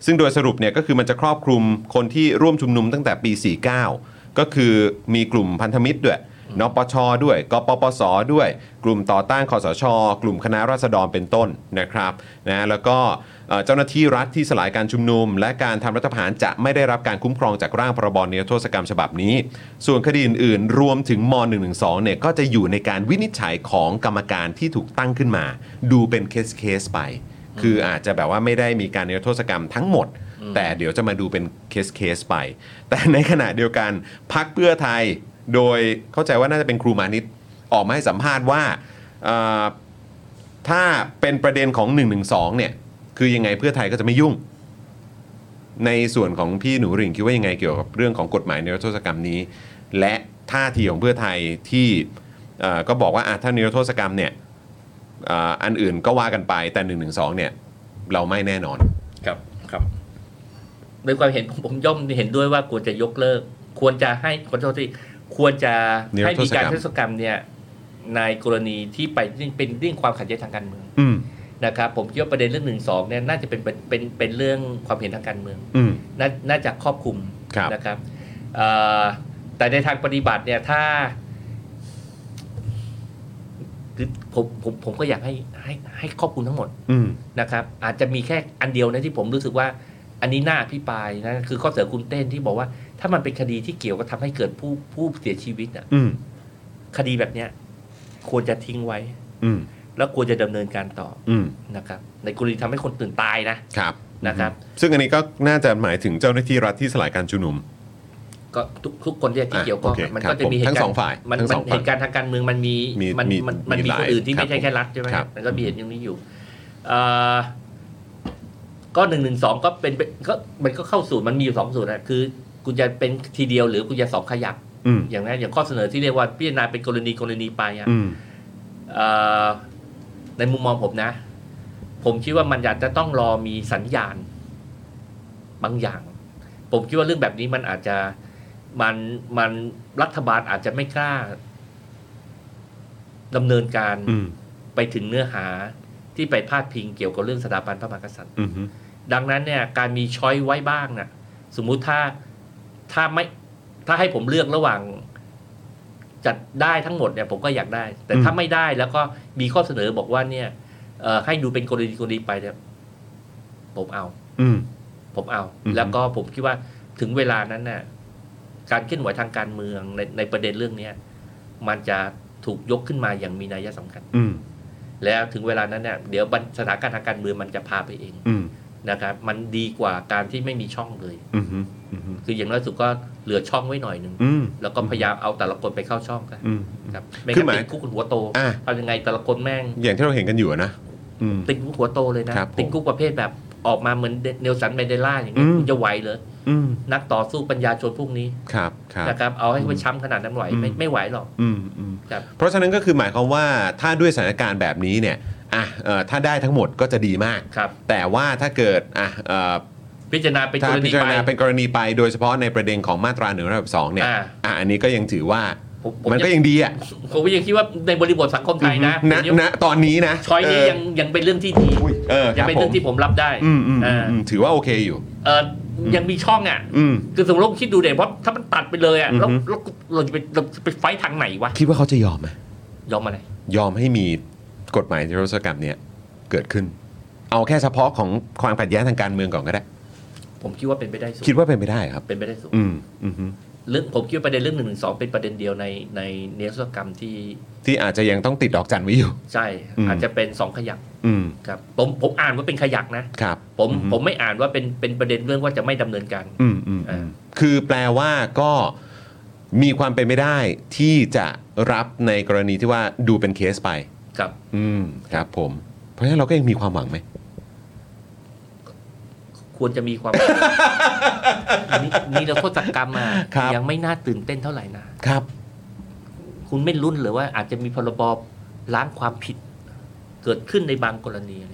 [SPEAKER 1] ซึ่งโดยสรุปเนี่ยก็คือมันจะครอบคลุมคนที่ร่วมชุมนุมตั้งแต่ปี 49 ก็คือมีกลุ่มพันธมิตรด้วย นปช ด้วย กปปส ด้วย กลุ่มต่อต้านคอสช กลุ่มคณะราษฎรเป็นต้นนะครับนะแล้วก็เอ่อเจ้าหน้าที่รัฐที่สลายการชุมนุม และการทำรัฐประหารจะไม่ได้รับการคุ้มครองจากร่างพรบนิรโทษกรรมฉบับนี้ ส่วนคดีอื่นๆรวมถึงม .112 เนี่ยก็จะอยู่ในการวินิจฉัยของกรรมการที่ถูกตั้งขึ้นมา ดูเป็นเคสเคสๆไป คืออาจจะแบบว่าไม่ได้มีการนิรโทษกรรมทั้งหมด แต่เดี๋ยวจะมาดูเป็นเคสเคสๆไป แต่ในขณะเดียวกันพักเพื่อไทยโดยเข้าใจว่าน่าจะเป็นครูมานิตออกมาให้สัมภาษณ์ว่าเอ่อถ้าเป็นประเด็นของ 1 1 2เนี่ยคือยังไงเพื่อไทยก็จะไม่ยุ่ง ในส่วนของพี่หนูหริ่งคิดว่ายังไงเกี่ยวกับเรื่องของกฎหมายนิรโทษกรรมนี้ และท่าทีของเพื่อไทยที่เอ่อก็บอกว่าอ่ะถ้านิรโทษกรรมเนี่ย อ่าอันอื่นก็ว่ากันไปแต่1นึเนี่ยเราไม่แน่นอน
[SPEAKER 5] ครับครับโดยความเห็นผมผมย่อมเห็นด้วยว่าควรจะยกเลิก ควรจะให้ขอโทษที่ควรจะ
[SPEAKER 1] นิร
[SPEAKER 5] ให้
[SPEAKER 1] โทษกรรม
[SPEAKER 5] มีการเทศกรรมเนี่ยในกรณีที่ไปเป็นเรื่องความขัดแย้งทางการเมือง
[SPEAKER 1] อืม
[SPEAKER 5] นะครับ ผมคิดว่าประเด็นเรื่องหนึ่งสองเนี่ยน่าจะเป็นเป็นเป็นเป็นเรื่องความเห็นทางการเมือง
[SPEAKER 1] อืม
[SPEAKER 5] น่าน่าจะครอบคลุม
[SPEAKER 1] ครับ
[SPEAKER 5] นะครับเอ่อแต่ในทางปฏิบัติเนี่ยถ้าคือผมผมผมก็อยากให้ให้ให้ครอบคลุมทั้งหมด
[SPEAKER 1] อืม
[SPEAKER 5] นะครับอาจจะมีแค่อันเดียวนะที่ผมรู้สึกว่า อันนี้น่าพิปรายนะคือข้อเสนอคุณเต้นที่บอกว่า ถ้ามันเป็นคดีที่เกี่ยวกับทำให้เกิดผู้ผู้เสียชีวิตอ่ะ
[SPEAKER 1] อืม
[SPEAKER 5] คดีแบบเนี้ยควรจะทิ้งไว้
[SPEAKER 1] อืม
[SPEAKER 5] แล้วควรจะดำเนินการต่อ
[SPEAKER 1] อืม
[SPEAKER 5] นะครับ ในกรณีทำให้คนตื่นตายนะ
[SPEAKER 1] ครับ
[SPEAKER 5] นะครับ
[SPEAKER 1] ซึ่งอันนี้ก็น่าจะหมายถึงเจ้าหน้าที่รัฐที่สลายการชุมนุม
[SPEAKER 5] ก็ทุกทุกคนที่ที่
[SPEAKER 1] อ่ะ
[SPEAKER 5] เกี่ยวข้อง
[SPEAKER 1] โอเค
[SPEAKER 5] อ่ะมัน
[SPEAKER 1] ครั
[SPEAKER 5] ก็
[SPEAKER 1] บ
[SPEAKER 5] จะมี
[SPEAKER 1] ผม
[SPEAKER 5] เหตุ
[SPEAKER 1] ทั้ง
[SPEAKER 5] การ
[SPEAKER 1] สอง
[SPEAKER 5] ณ์
[SPEAKER 1] ฝ่าย
[SPEAKER 5] มัน
[SPEAKER 1] ทั้ง
[SPEAKER 5] มั
[SPEAKER 1] ส
[SPEAKER 5] น
[SPEAKER 1] องฝ่าย
[SPEAKER 5] เหตุการณ์ทางการเมืองมันมี
[SPEAKER 1] มี
[SPEAKER 5] มัน
[SPEAKER 1] มี
[SPEAKER 5] มันมัน
[SPEAKER 1] มี
[SPEAKER 5] มี
[SPEAKER 1] หลาย
[SPEAKER 5] คนอื่นที่
[SPEAKER 1] ครับ
[SPEAKER 5] ไม่ใช่แค่รัฐใช่ไหม
[SPEAKER 1] ครับ
[SPEAKER 5] มันก็มีเหตุอย่างนี้อยู่เอ่อก็หนึ่งหนึ่งสองก็เป็นเป็นก็มันก็เข้าสูตรมันมีอยู่สองสูตรนะคือคุณจะเป็นทีเดียวหรือคุณจะสองขยัก
[SPEAKER 1] อืม
[SPEAKER 5] อย่างนั้นอย่างข้อเสนอที่เรียกว่าพิจารณาเป็นกรณีกรณีไปอ่ะ
[SPEAKER 1] อืม
[SPEAKER 5] เอ่อในมุมมองผมนะ ผมคิดว่ามันอาจจะต้องรอมีสัญญาณ บางอย่าง ผมคิดว่าเรื่องแบบนี้มันอาจจะมันมันรัฐบาลอาจจะไม่กล้าดำเนินการ
[SPEAKER 1] อืม
[SPEAKER 5] ไปถึงเนื้อหาที่ไปพาดพิงเกี่ยวกับเรื่องสถาบันพระมหากษัตริย์
[SPEAKER 1] อืม
[SPEAKER 5] ดังนั้นเนี่ยการมีช้อยไว้บ้างนะสมมุติถ้าถ้าไม่ถ้าให้ผมเลือกระหว่างจัดได้ทั้งหมดเนี่ยผมก็อยากได้ แต่ถ้าไม่ได้แล้วก็มีข้อเสนอบอกว่าเนี่ยเอ่อให้ดูเป็นกรณีกรณีไปเนี่ยผมเอา
[SPEAKER 1] อืม
[SPEAKER 5] ผมเอา
[SPEAKER 1] อืม
[SPEAKER 5] แล้วก็ผมคิดว่าถึงเวลานั้นน่ะการเคลื่อนไหวทางการเมืองในในประเด็นเรื่องเนี้ยมันจะถูกยกขึ้นมาอย่างมีนัยสำคัญ
[SPEAKER 1] อืม
[SPEAKER 5] แล้วถึงเวลานั้นเนี่ยเดี๋ยวบรรสถานการณ์ทางการเมืองมันจะพาไปเอง
[SPEAKER 1] อืม
[SPEAKER 5] นะครับมันดีกว่าการที่ไม่มีช่องเลย
[SPEAKER 1] อืมอืม
[SPEAKER 5] คืออย่างน้อยสุดก็เหลือช่องไว้หน่อยหนึ่ง
[SPEAKER 1] อืม
[SPEAKER 5] แล้วก็พยายามเอาแต่ละคนไปเข้าช่องกัน
[SPEAKER 1] อืม
[SPEAKER 5] ครับไม่
[SPEAKER 1] คื
[SPEAKER 5] งั้
[SPEAKER 1] อน หมาย
[SPEAKER 5] ติดคุกหัวโต
[SPEAKER 1] อ่ะ
[SPEAKER 5] ทำยังไงแต่ละคนแม่ง
[SPEAKER 1] อย่างที่เราเห็นกันอยู่นะ อืม
[SPEAKER 5] ติดคุกหัวโตเลยนะครับ
[SPEAKER 1] ผม
[SPEAKER 5] ติดคุกประเภทแบบออกมาเหมือนเนลสันแมนเดลาอย่างเงี้ย
[SPEAKER 1] อืม
[SPEAKER 5] คุณจะไหวเหรอ
[SPEAKER 1] อืม
[SPEAKER 5] นักต่อสู้ปัญญาชนพวกนี้
[SPEAKER 1] ครับครับ
[SPEAKER 5] นะครับเอาให้ไปช้ำขนาดนั้นไหวไม่
[SPEAKER 1] อืม
[SPEAKER 5] ไม่ไหวหรอก
[SPEAKER 1] อืมอืม
[SPEAKER 5] ครับ
[SPEAKER 1] เพราะฉะนั้นก็คือหมายความว่าถ้าด้วยสถานการณ์แบบนี้เนี่ย อ่ะเอ่อถ้าได้ทั้งหมดก็จะดีมาก
[SPEAKER 5] ครับ
[SPEAKER 1] แต่ว่าถ้าเกิดอ่ะเอ่อ
[SPEAKER 5] พิจารณาเป็นก
[SPEAKER 1] ถ้ารพิ
[SPEAKER 5] ณี
[SPEAKER 1] จาร
[SPEAKER 5] ไป
[SPEAKER 1] ณาเป็นกรณีไปโดยเฉพาะในประเด็นของมาตราหนึ่งสองเนี่ย
[SPEAKER 5] อ่า
[SPEAKER 1] อ่ะอันนี้ก็ยังถือว่า
[SPEAKER 5] ผมผม
[SPEAKER 1] มันก็ยังดีอ่ะ
[SPEAKER 5] ผมยังคิดว่าในบริบทสังคมไทยนะ
[SPEAKER 1] ณ
[SPEAKER 5] ผมยัง
[SPEAKER 1] ณตอนนี้นะ
[SPEAKER 5] ช้อยนี้
[SPEAKER 1] เออ
[SPEAKER 5] ยังยังเป็นเรื่องที่ดี
[SPEAKER 1] อุ้ยเออค
[SPEAKER 5] ยั
[SPEAKER 1] รั
[SPEAKER 5] ง
[SPEAKER 1] บ
[SPEAKER 5] เป็
[SPEAKER 1] ผ
[SPEAKER 5] นเรื่อ
[SPEAKER 1] ม
[SPEAKER 5] งที่ผมรับได้
[SPEAKER 1] อืมอืมอื
[SPEAKER 5] อ่าม
[SPEAKER 1] อืมถือว่าโอเคอยู่
[SPEAKER 5] เอ่อยังมีช่องอ่ะ
[SPEAKER 1] อืม
[SPEAKER 5] คือสมมติว่าคิดดูเด็เพราะถ้ามันตัดไปเลยอ่ะแล้ว
[SPEAKER 1] อือฮึ
[SPEAKER 5] แล้วเราจะไปเราจะไปไฟท์ทางไหนวะ
[SPEAKER 1] คิดว่าเขาจะยอมไหม
[SPEAKER 5] ยอมอะไร
[SPEAKER 1] ยอมให้มีกฎหมายนิรโทษกรรมเนี่ยเกิดขึ้น เอาแค่เฉพาะของความขัดแย้งทางการเมืองก่อนก็ได้
[SPEAKER 5] ผมคิดว่าเป็นไปได้สูง
[SPEAKER 1] คิดว่าเป็นไปได้ครับ
[SPEAKER 5] เป็นไปได้สูง
[SPEAKER 1] อืมอืมฮึ
[SPEAKER 5] เรื่องผมคิดว่าประเด็นเรื่องหนึ่งหนึ่งสองเป็นประเด็นเดียวในในเนสกรรมที่
[SPEAKER 1] ที่อาจจะยังต้องติดดอกจันไว้อยู่
[SPEAKER 5] ใช่
[SPEAKER 1] อืม
[SPEAKER 5] อาจจะเป็นสองขยัก
[SPEAKER 1] อืม
[SPEAKER 5] ครับผมผมอ่านว่าเป็นขยักนะครับ ผม
[SPEAKER 1] อือฮึ
[SPEAKER 5] ผมไม่อ่านว่าเป็นเป็นประเด็นเรื่องว่าจะไม่ดำเนินการ
[SPEAKER 1] อืมอืมอืมคือแปลว่าก็มีความเป็นไม่ได้ที่จะรับในกรณีที่ว่าดูเป็นเคสไป
[SPEAKER 5] ครับ
[SPEAKER 1] อืมครับ ผม เพราะฉะนั้นเราก็ยังมีความห วังไหม
[SPEAKER 5] ควรจะมี ความ นี่นี่เราโทษกรรมมา
[SPEAKER 1] ครับ
[SPEAKER 5] ยังไม่น่าตื่นเต้นเท่าไหร่นะครับ คุณไม่รุ้นหรือว่าอาจจะมีพรบล้างความผิด เกิดขึ้นในบางกรณีอะไร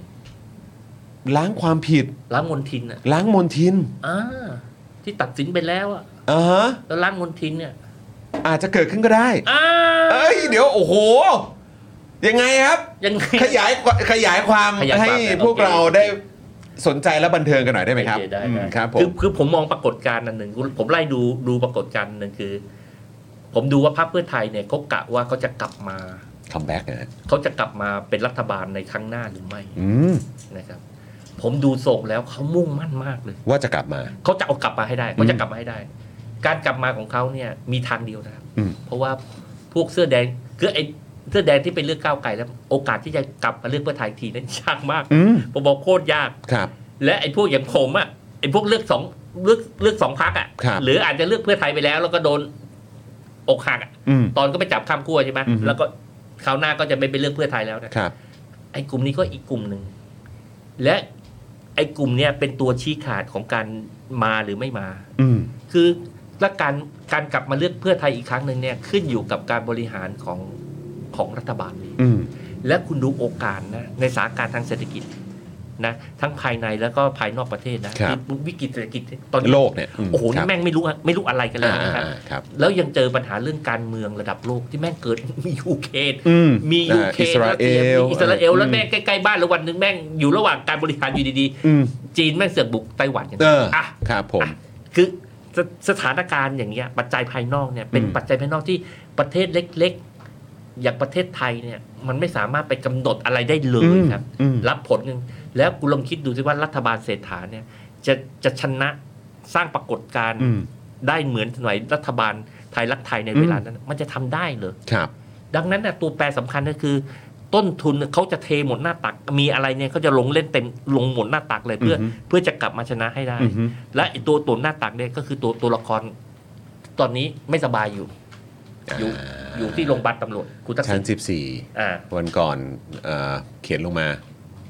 [SPEAKER 1] ล้างความผิด
[SPEAKER 5] ล้างมลทินอ่ะ
[SPEAKER 1] ล้างมลทิน
[SPEAKER 5] อ่าที่ตัดสินไปแล้วอะ
[SPEAKER 1] อ่าฮะ
[SPEAKER 5] แล้วล้างมนทินเนี่ย
[SPEAKER 1] อาจจะเกิดขึ้นก็ได้
[SPEAKER 5] อ่า
[SPEAKER 1] เอ้ย เดี๋ยวโอ้โห ยังไงครับ
[SPEAKER 5] ยังไง
[SPEAKER 1] ขยายกว่าขยายความ
[SPEAKER 5] ขยายความ
[SPEAKER 1] ให้
[SPEAKER 5] นะ
[SPEAKER 1] พวก
[SPEAKER 5] โอเค
[SPEAKER 1] เราได้สนใจและบันเทิงกันหน่อยได้ไหมครับ
[SPEAKER 5] โอเได้
[SPEAKER 1] อืม
[SPEAKER 5] ได้
[SPEAKER 1] ครับผม
[SPEAKER 5] อคือผมมองปรากฏการณ์อันหนึ่งผมผมไล่ดูดูปรากฏการณ์อันหนึ่งคือ ผมดูว่าพรรคเพื่อไทยเนี่ยเขากะว่าเขาจะกลับมา
[SPEAKER 1] คัมแบ็กนะฮะ
[SPEAKER 5] เขาจะกลับมาเป็นรัฐบาลในครั้งหน้าหรือไม่
[SPEAKER 1] อืม
[SPEAKER 5] นะครับ ผมดูทรงแล้วเขามุ่งมั่นมากเลย
[SPEAKER 1] ว่าจะกลับมา
[SPEAKER 5] เขาจะเอากลับมาให้ได้เขาจะกลับมาให้ได้ การกลับมาของเขาเนี่ยมีทางเดียวนะครับ
[SPEAKER 1] อืม
[SPEAKER 5] เพราะว่าพวกเสื้อแดงคือไอ้เสื้อแดงที่ไปเลือกก้าวไกลแล้ว โอกาสที่จะกลับมาเลือกเพื่อไทยทีนั้นย ากมาก
[SPEAKER 1] อืม
[SPEAKER 5] ผมบอกโคตรยาก
[SPEAKER 1] ครับ
[SPEAKER 5] และไอ้พวกอย่างผมอะไอ้พวกเลือกสองเลือกเลือกสองพักอะ
[SPEAKER 1] ครับ
[SPEAKER 5] หรืออาจจะเลือกเพื่อไทยไปแล้ว แล้วก็โดนอกหักอะ
[SPEAKER 1] อืม
[SPEAKER 5] ตอนก็ไปจับข้ามขั้วใช่ไหม
[SPEAKER 1] อือฮึ
[SPEAKER 5] แล้วก็คราวหน้าก็จะไม่ไปเลือกเพื่อไทยแล้วนะครับ ไอ้กลุ่มนี้ก็อีกกลุ่มหนึ่งและไอ้กลุ่มเนี่ยเป็นตัวชี้ขาดของการมาหรือไม่มา
[SPEAKER 1] อืม
[SPEAKER 5] คือและการการกลับมาเลือกเพื่อไทยอีกครั้งหนึ่งเนี่ยขึ้นอยู่กับการบริหารของของรัฐบาลนี้
[SPEAKER 1] อืม
[SPEAKER 5] และคุณดูโอกาสนะในสถานการณ์ทางเศรษฐกิจนะทั้งภายในแล้วก็ภายนอกประเทศนะครับ วิกฤตเศรษฐกิจตอนนี้
[SPEAKER 1] โลกเนี่ยม
[SPEAKER 5] โอ้โห
[SPEAKER 1] ครั
[SPEAKER 5] นี่
[SPEAKER 1] บ
[SPEAKER 5] แม่งไม่รู้อะไม่รู้อะไรกันเลย
[SPEAKER 1] อ่าอ่า
[SPEAKER 5] นะครับ
[SPEAKER 1] อ่าครับ
[SPEAKER 5] แล้วยังเจอปัญหาเรื่องการเมืองระดับโลกที่แม่งเกิด มียูเครน
[SPEAKER 1] อืม
[SPEAKER 5] มียูเคร
[SPEAKER 1] อิ
[SPEAKER 5] น
[SPEAKER 1] สราเอล
[SPEAKER 5] มีอิสราเอลแล้วแม่ง
[SPEAKER 1] ม
[SPEAKER 5] ใกล้ๆบ้านแล้ววันหนึงแม่งอยู่ระหว่างการบริหารอยู่ดี
[SPEAKER 1] อืม
[SPEAKER 5] ๆ จีนแม่งเสือกบุกไต้หวันอย่าง
[SPEAKER 1] เอ
[SPEAKER 5] เงี้ย
[SPEAKER 1] อ
[SPEAKER 5] อ่ะ
[SPEAKER 1] ครับผม
[SPEAKER 5] อ่ะ คือสสถานการณ์อย่างเงี้ยปัจจัยภายนอกเนี่ยเป็น
[SPEAKER 1] อืม
[SPEAKER 5] ปัจจัยภายนอกที่ประเทศเล็กๆ อย่างประเทศไทยเนี่ยมันไม่สามารถไปกำหนดอะไรได้เลยครับ
[SPEAKER 1] อืม
[SPEAKER 5] รับผลหนึ่งแล้วกูลองคิดดูสิว่ารัฐบาลเศรษฐาเนี่ยจะจะชนะสร้างปรากฏการณ์
[SPEAKER 1] อืม
[SPEAKER 5] ได้เหมือนสมัยรัฐบาลไทยรักไทยในเวลานั้น มันจะทำได้เหรอ
[SPEAKER 1] ครับ
[SPEAKER 5] ดังนั้นนะตัวแปรสำคัญก็คือ ต้นทุนเขาจะเทหมดหน้าตักมีอะไรเนี่ยเขาจะลงเล่นเต็มลงหมดหน้าตักเลยเพื่ออ
[SPEAKER 1] อฮึ
[SPEAKER 5] เพื่อจะกลับมาชนะให้ได้
[SPEAKER 1] อืมฮึ
[SPEAKER 5] และไอ้ตัวตัวหน้าตักเนี่ยก็คือตัวตัวละคร ตอนนี้ไม่สบายอยู่ อยู่อยู่ที่โรงพยาบาลตำรวจคุณทักษิ
[SPEAKER 1] ชั้น
[SPEAKER 5] ณ
[SPEAKER 1] สิบสี่
[SPEAKER 5] อ่า
[SPEAKER 1] วันก่อนเอ่อเขียนลงมา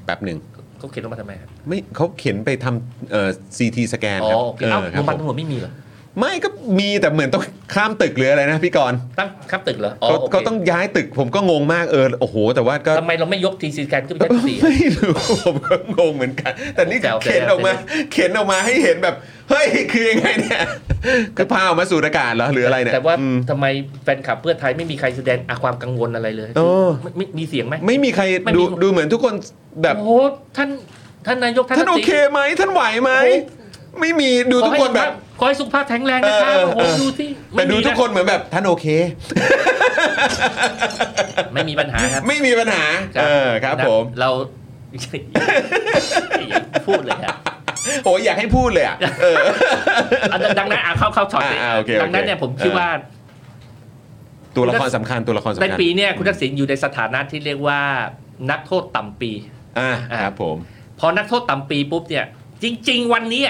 [SPEAKER 1] แป๊บหนึ่ง
[SPEAKER 5] เขาเขียนลงมาทำไมครับ
[SPEAKER 1] ไม่เขาเขียนไปทำเอ่อซีทีสแกน
[SPEAKER 5] อ๋
[SPEAKER 1] ค
[SPEAKER 5] อ
[SPEAKER 1] รับ
[SPEAKER 5] โอเค
[SPEAKER 1] เอ
[SPEAKER 5] เอ้า
[SPEAKER 1] อครับ
[SPEAKER 5] โรงพยาบาล
[SPEAKER 1] ผม
[SPEAKER 5] ตำรวจไม่มีเหรอ
[SPEAKER 1] ไม่ก็มีแต่เหมือนต้องข้ามตึกหรืออะไรนะพี่กรณ์
[SPEAKER 5] ตั้งครับตึกเหรออ๋อ
[SPEAKER 1] เขา
[SPEAKER 5] โอเค
[SPEAKER 1] เขาต้องย้ายตึกผมก็งงมากเออโอ้โห แต่ว่าก็
[SPEAKER 5] ทำไมเราไม่ยกทีซีแกนขึ้นไปชั้นสี่
[SPEAKER 1] ไม่รู้ผมก็งงเหมือนกัน แต่นี่
[SPEAKER 5] แซว
[SPEAKER 1] เข็นออกมา
[SPEAKER 5] แซว
[SPEAKER 1] เข็นออกมาให้เห็นแบบ เฮ้ย คือยังไงเนี่ย คือพาออกมาสู่อากาศเหรอ หรืออะไรเนี่ย
[SPEAKER 5] แต่ว่า
[SPEAKER 1] อืม
[SPEAKER 5] ทำไมแฟนคลับเพื่อไทยไม่มีใครแสดงอาความกังวลอะไรเลย
[SPEAKER 1] เออ
[SPEAKER 5] ไม่ไม่มีเสียงไหม
[SPEAKER 1] ไม่มีใคร
[SPEAKER 5] ไม่มี
[SPEAKER 1] ดูดูเหมือนทุกคนแบบ
[SPEAKER 5] โอ้โหท่านท่านนายกท่าน
[SPEAKER 1] ท่านโอเคไหม ท่านไหวไหม ไม่มีดูทุกคนแบบ
[SPEAKER 5] ขอให้สุขภาพแข็งแรงนะครับ
[SPEAKER 1] เออ
[SPEAKER 5] โอ้
[SPEAKER 1] เอ
[SPEAKER 5] โห
[SPEAKER 1] อ
[SPEAKER 5] ดูที่
[SPEAKER 1] แต่ดูทุกคนเหมือนแบบ ท่านโอเค
[SPEAKER 5] ไม่มีปัญหาครับ
[SPEAKER 1] ไม่มีปัญหา เออครับผม
[SPEAKER 5] เรา อย่าพูดเลยครับ
[SPEAKER 1] โอ้ยอยากให้พูดเลยอ่ะเอ อ
[SPEAKER 5] อ่ะดังนั้นอ่ะเข้าเข้าช็อตนี้
[SPEAKER 1] อ่ะอ่ะโอเคโอเค
[SPEAKER 5] ดังนั้นเนี่ยผมคิดว่า
[SPEAKER 1] ตัวละครสำคัญตัวละครสำ
[SPEAKER 5] ใน
[SPEAKER 1] คัญ
[SPEAKER 5] ปีเนี่ยคุณทักษิณอยู่ในสถานะที่เรียกว่านักโทษต่ำปี
[SPEAKER 1] อ่าครับผม
[SPEAKER 5] พอนักโทษต่ำปีปุ๊บเนี่ย จริง ๆ วันนี้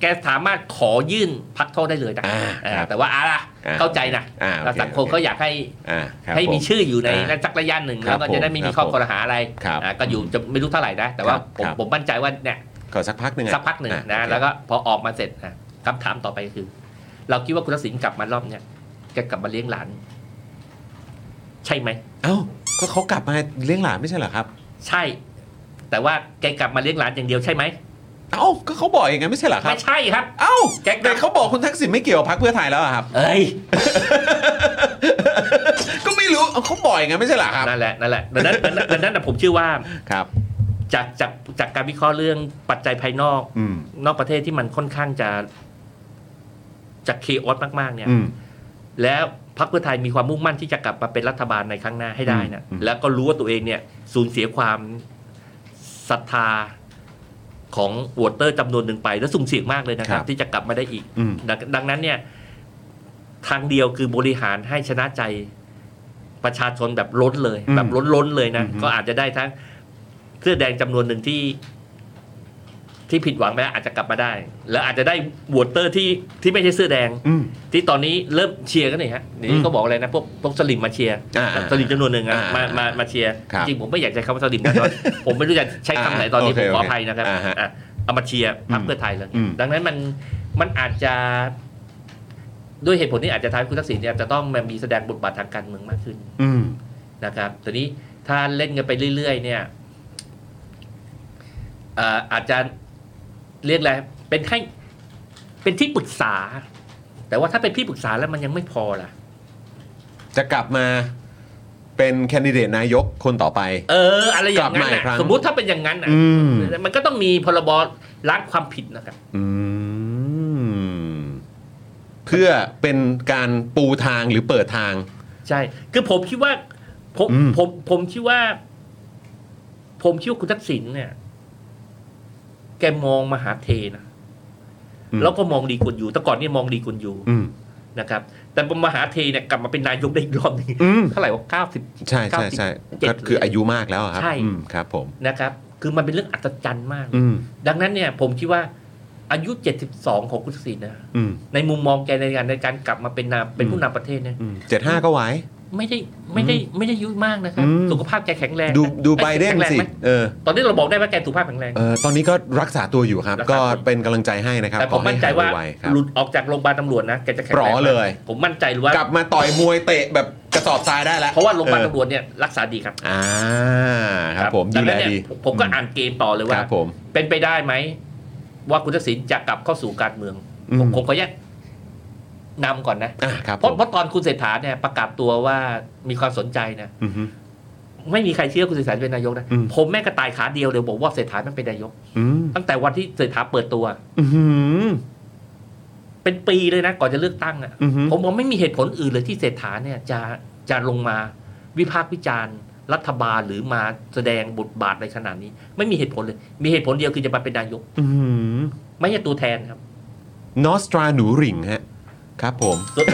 [SPEAKER 5] แกสามารถขอยื่นพักโทษได้เลยนะ
[SPEAKER 1] อ่า
[SPEAKER 5] เออ
[SPEAKER 1] ครับ
[SPEAKER 5] แต่ว่าอะล่ะ
[SPEAKER 1] อ่า
[SPEAKER 5] เข้าใจนะ
[SPEAKER 1] อ่าโอเค
[SPEAKER 5] แล้วสังคมเขาอยากให้
[SPEAKER 1] อ่าครับ
[SPEAKER 5] ให้
[SPEAKER 1] ผ
[SPEAKER 5] มีชื่ออยู่ใน
[SPEAKER 1] อ่า
[SPEAKER 5] นั้นสักระยะหนึ่ง
[SPEAKER 1] ครั
[SPEAKER 5] แล้
[SPEAKER 1] บ
[SPEAKER 5] วก็จะได้ไม่มีข้อ
[SPEAKER 1] ผม
[SPEAKER 5] กล่าวหาอะไร
[SPEAKER 1] ครับ
[SPEAKER 5] อ่าก็อยู่จะไม่รู้เท่าไหร่นะแต่
[SPEAKER 1] ค
[SPEAKER 5] ว่า
[SPEAKER 1] รับ
[SPEAKER 5] ผม
[SPEAKER 1] ครับ
[SPEAKER 5] ผมมั่นใจว่าเนี่ย
[SPEAKER 1] ขอสักพักหนึ่งอ่ะ
[SPEAKER 5] สักพักหนึ่ง
[SPEAKER 1] อ่
[SPEAKER 5] นะ
[SPEAKER 1] โอเค
[SPEAKER 5] แล้วก็พอออกมาเสร็จนะคำถามต่อไปก็คือ เราคิดว่าคุณทักษิณกลับมารอบเนี่ยแกกลับมาเลี้ยงหลาน ใช่ไหม
[SPEAKER 1] เอ้าก็เขากลับมาเลี้ยงหลานไม่ใช่เหรอครับ
[SPEAKER 5] ใช่ แต่ว่าแกกลับมาเลี้ยงหลานอย่างเดียวใช่ไหม
[SPEAKER 1] เอ้าก็เขาบอกอย่างนั้นไม่ใช่เหรอครั
[SPEAKER 5] ไม่
[SPEAKER 1] บ
[SPEAKER 5] ใช่ครับ
[SPEAKER 1] เอ้า
[SPEAKER 5] แจ็ค
[SPEAKER 1] แต่เขาบอกคุณทักษิณไม่เกี่ยวกับพรรคเพื่อไทยแล้วอะครับ
[SPEAKER 5] เอ้ย
[SPEAKER 1] ก็ไม่รู้เอาเขาบอกอย่างนั้นไม่ใช่เหรอครับ
[SPEAKER 5] นั่นแหละนั่นแหละดังนั้นดังนั้นดังนั้นนะผมเชื่อว่า
[SPEAKER 1] ครับ
[SPEAKER 5] จากจากจากการวิเคราะห์เรื่องปัจจัยภายนอก
[SPEAKER 1] อืม
[SPEAKER 5] นอกประเทศที่มันค่อนข้างจะจะเคออสมากๆเนี่ย
[SPEAKER 1] อืม
[SPEAKER 5] แล้วพรรคเพื่อไทยมีความมุ่งมั่นที่จะกลับมาเป็นรัฐบาลในครั้งหน้าให้ได้นะ
[SPEAKER 1] อืม
[SPEAKER 5] แล้วก็รู้ว่าตัวเองเนี่ย สูญเสียความศรัทธาของวอเตอร์จำนวนหนึ่งไป และสุ่มเสี่ยงมากเลยนะครับ ที่จะกลับมาได้อีก
[SPEAKER 1] อืม
[SPEAKER 5] ดังดังนั้นเนี่ยทางเดียวคือบริหารให้ชนะใจประชาชนแบบล้นเลย
[SPEAKER 1] อืม
[SPEAKER 5] แบบล้นล้นๆเลยนะ
[SPEAKER 1] อืม
[SPEAKER 5] ก็อาจจะได้ทั้งเสื้อแดงจำนวนหนึ่งที่ ที่ผิดหวังไปแล้วอาจจะกลับมาได้ แล้วอาจจะได้วอเตอร์ที่ที่ไม่ใช่เสื้อแดง
[SPEAKER 1] อืม
[SPEAKER 5] ที่ตอนนี้เริ่มเชียร์กันหน่อยฮะเดี๋ยว
[SPEAKER 1] อื
[SPEAKER 5] นี้
[SPEAKER 1] ม
[SPEAKER 5] ก็บอกอะไรนะพวกพวกสลิมมาเชียร์
[SPEAKER 1] อ่า
[SPEAKER 5] สลิมจำนวนหนึ่งอะ
[SPEAKER 1] อ่า
[SPEAKER 5] มามามาเชียร์
[SPEAKER 1] ครับ
[SPEAKER 5] จริงผมไม่อยากใช้คำว่าสลิมนะตอน ผมไม่รู้จะใช้คำไหนตอนนี้
[SPEAKER 1] อ่า
[SPEAKER 5] ผ
[SPEAKER 1] โอเค
[SPEAKER 5] มขออภัยนะครับ
[SPEAKER 1] อ่าฮะ
[SPEAKER 5] อ่ะเอามาเชียร์พรรคเพื่อไทยแล้ว
[SPEAKER 1] อืม
[SPEAKER 5] ดังนั้นมันมันอาจจะด้วยเหตุผลนี้อาจจะทำให้คุณทักษิณเนี่ยจะต้องมามีแสดงบทบาททางการเมืองมากขึ้น
[SPEAKER 1] อืม
[SPEAKER 5] นะครับตอนนี้ถ้าเล่นกันไปเรื่อย ๆ เนี่ยเอ่ออาจจะเรียกอะไรเป็นให้เป็นที่ปรึกษา แต่ว่าถ้าเป็นที่ปรึกษาแล้วมันยังไม่พอล่ะ
[SPEAKER 1] จะกลับมาเป็นแคนดิเดตนายกคนต่อไป
[SPEAKER 5] เออ อะไรอ
[SPEAKER 1] ก
[SPEAKER 5] ย่าง
[SPEAKER 1] ลับ
[SPEAKER 5] นั้
[SPEAKER 1] มาน อีก
[SPEAKER 5] น่ะ
[SPEAKER 1] ครั้ง
[SPEAKER 5] สมมุติถ้าเป็นอย่างนั้นน่ะ
[SPEAKER 1] อืม
[SPEAKER 5] มันก็ต้องมีพรบล้างความผิดนะครับ
[SPEAKER 1] อืม เพื่อเป็นการปูทางหรือเปิดทาง
[SPEAKER 5] ใช่ คือผมคิดว่า ผม
[SPEAKER 1] อืม
[SPEAKER 5] ผมผมคิดว่า ผมคิดว่าคุณทักษิณเนี่ย แกมองมหาเทนะ
[SPEAKER 1] อืม
[SPEAKER 5] แล้วก็มองดีกว่าอยู่แต่ก่อนเนี่ยมองดีกว่าอยู่
[SPEAKER 1] อืม
[SPEAKER 5] นะครับ แต่มหาเทเนี่ยกลับมาเป็นนายกได้อีกรอบหนึง
[SPEAKER 1] อืม
[SPEAKER 5] เท่าไหร่ว่าเก้าสิบ
[SPEAKER 1] ใช่ใช่ใช่
[SPEAKER 5] 97
[SPEAKER 1] ก็คืออายุมากแล้วอะครับ
[SPEAKER 5] ใช่
[SPEAKER 1] อืมครับ ผม
[SPEAKER 5] นะครับ คือมันเป็นเรื่องอัศจรรย์มาก
[SPEAKER 1] อืม
[SPEAKER 5] ดังนั้นเนี่ย ผมคิดว่า อายุเจ็ดสิบสองของคุณทักษิณนะ
[SPEAKER 1] อืม
[SPEAKER 5] ในมุมมองแกในการในการกลับมาเป็นนาเป็นผู้นำประเทศเนี่ย
[SPEAKER 1] อืมเจ็ดห้าก็ไหว
[SPEAKER 5] ไม่ได้ไม่ได้ไม่ได้ยุ่ยมากนะครับ
[SPEAKER 1] อืม
[SPEAKER 5] สุขภาพแกแข็งแรง
[SPEAKER 1] ดูดู
[SPEAKER 5] อ้ย
[SPEAKER 1] ไบเดน
[SPEAKER 5] แข็งแรง
[SPEAKER 1] สิ
[SPEAKER 5] ไหม
[SPEAKER 1] เออ
[SPEAKER 5] ตอนนี้เราบอกได้ว่าแกสุขภาพแข็งแรง
[SPEAKER 1] เออตอนนี้ก็รักษาตัวอยู่ครับ
[SPEAKER 5] รักษา
[SPEAKER 1] ก็เป็นกำลังใจให้นะครับ
[SPEAKER 5] แต่ผม
[SPEAKER 1] ขอห้
[SPEAKER 5] มั่นใจว่า
[SPEAKER 1] หยไครับ
[SPEAKER 5] หลุดออกจากโรงพยาบาลตำรวจนะแกจะแข็ง
[SPEAKER 1] ปล
[SPEAKER 5] แร
[SPEAKER 1] อง
[SPEAKER 5] มาก
[SPEAKER 1] เลย
[SPEAKER 5] ผมมั่นใจว่า
[SPEAKER 1] กลับมาต่อยมวยเตะแบบกระสอบทรายได้แล้ว
[SPEAKER 5] เพราะว่าโรงพยาบาล
[SPEAKER 1] ออ
[SPEAKER 5] ตำรวจเนี่ยรักษาดีครับ
[SPEAKER 1] อ่าครับ ผมดู
[SPEAKER 5] ง
[SPEAKER 1] แล
[SPEAKER 5] นั้นเนี่ย
[SPEAKER 1] ดี
[SPEAKER 5] ผมผมก็อ่านเกมต่อเลย
[SPEAKER 1] ค
[SPEAKER 5] ว่า
[SPEAKER 1] รับผม
[SPEAKER 5] เป็นไปได้ไหม ว่าคุณทักษิณจะกลับเข้าสู่การเมือง
[SPEAKER 1] อืม
[SPEAKER 5] ผมผมขอแยกนำก่อนนะ
[SPEAKER 1] อ่ะครับ
[SPEAKER 5] เพ
[SPEAKER 1] ผม
[SPEAKER 5] ราะเพราะตอนคุณเศรษฐาเนี่ยประกาศตัวว่ามีความสนใจนะ
[SPEAKER 1] อือฮึ
[SPEAKER 5] ไม่มีใครเชื่อคุณเศรษฐาจะเป็นนายกนะ
[SPEAKER 1] อืม
[SPEAKER 5] ผมแม่งกระต่ายขาเดียวเลยบอกว่าเศรษฐาไม่เป็นนายก
[SPEAKER 1] อืม
[SPEAKER 5] ตั้งแต่วันที่เศรษฐาเปิดตัว
[SPEAKER 1] อือหือ
[SPEAKER 5] เป็นปีเลยนะ ก่อนจะเลือกตั้งอะ
[SPEAKER 1] อือฮึ
[SPEAKER 5] ผมบอกไม่มีเหตุผลอื่นเลยที่เศรษฐาเนี่ยจะจะลงมาวิพากษ์วิจารณ์ รัฐบาลหรือมาแสดงบทบาทในขนาดนี้ ไม่มีเหตุผลเลย มีเหตุผลเดียวคือจะมาเป็นนายก
[SPEAKER 1] อื้อหือ
[SPEAKER 5] ไม่ใช่ตัวแทนครับ
[SPEAKER 1] นอสตราหนูหริงฮะ ครับผม
[SPEAKER 5] ส่วน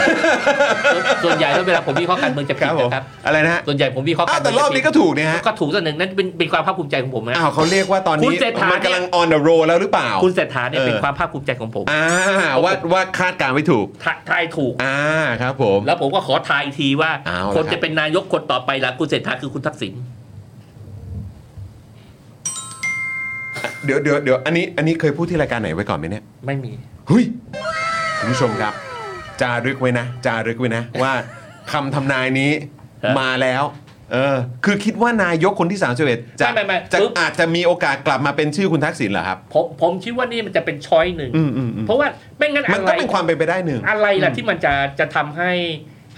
[SPEAKER 5] ส่วนส่วนใหญ่แล้วเวลาผมวิเคราะห์การเมืองจะผิดนะครับ
[SPEAKER 1] อะไรนะฮะ
[SPEAKER 5] ส่วนใหญ่ผมวิเคราะห์
[SPEAKER 1] อ้าก
[SPEAKER 5] าว รเมื
[SPEAKER 1] แต่
[SPEAKER 5] อง
[SPEAKER 1] รอบ
[SPEAKER 5] จะผิด
[SPEAKER 1] นี้ก็ถูกเนี่ยฮะ
[SPEAKER 5] ก็ถูกส่วนหนึ่งนั่นเป็นเป็นความภาคภูมิใจของผมนะ
[SPEAKER 1] อ้าวเขาเรียกว่าตอน
[SPEAKER 5] คุ
[SPEAKER 1] นี้
[SPEAKER 5] ณเศรษฐามั
[SPEAKER 1] มันกำลัง
[SPEAKER 5] เนี่ย
[SPEAKER 1] on the roll แล้วหรือเปล่า
[SPEAKER 5] คุณเศรษฐาเนี่ย
[SPEAKER 1] เออ
[SPEAKER 5] เป็นความภาคภูมิใจของผม
[SPEAKER 1] อ่าว่าว่าคาดการณ์ไม่ถูก
[SPEAKER 5] ทะทายถูก
[SPEAKER 1] อ่าครับผม
[SPEAKER 5] แล้วผมก็ขอทายอีกทีว่า
[SPEAKER 1] เอาละ
[SPEAKER 5] คน
[SPEAKER 1] ครั
[SPEAKER 5] จะ
[SPEAKER 1] บ
[SPEAKER 5] เป็นนายกคนต่อไปหลังคุณเศรษฐาคือคุณทักษิณ
[SPEAKER 1] เดี๋ยวเดี๋ยวเดี๋ยวอันนี้อันนี้เคยพูดที่รายการไหนไว้ก่อนไหมเนี่ย
[SPEAKER 5] ไม่มี
[SPEAKER 1] เฮ้ยคุณผู้ชมครับ จารึกไว้นะ จารึกไว้ นะ ว่าคำทำนายนี้
[SPEAKER 5] ฮะ
[SPEAKER 1] มาแล้ว เออ คือคิดว่านายกคนที่ 31 จะ
[SPEAKER 5] ไม่ไม่ไม่
[SPEAKER 1] จะ
[SPEAKER 5] ปึ๊บ
[SPEAKER 1] อาจจะมีโอกาสกลับมาเป็นชื่อคุณทักษิณเหรอครับ
[SPEAKER 5] ผมผมคิดว่านี่มันจะเป็นช้อยหนึ่ง
[SPEAKER 1] อืมอืมอืม
[SPEAKER 5] เพราะว่าไม่งั้น
[SPEAKER 1] มัน
[SPEAKER 5] อะ
[SPEAKER 1] ต้
[SPEAKER 5] ไร
[SPEAKER 1] องเป็นความเป็นไปได้หนึ่ง
[SPEAKER 5] อะไรล่ะที่มันจะจะทำให้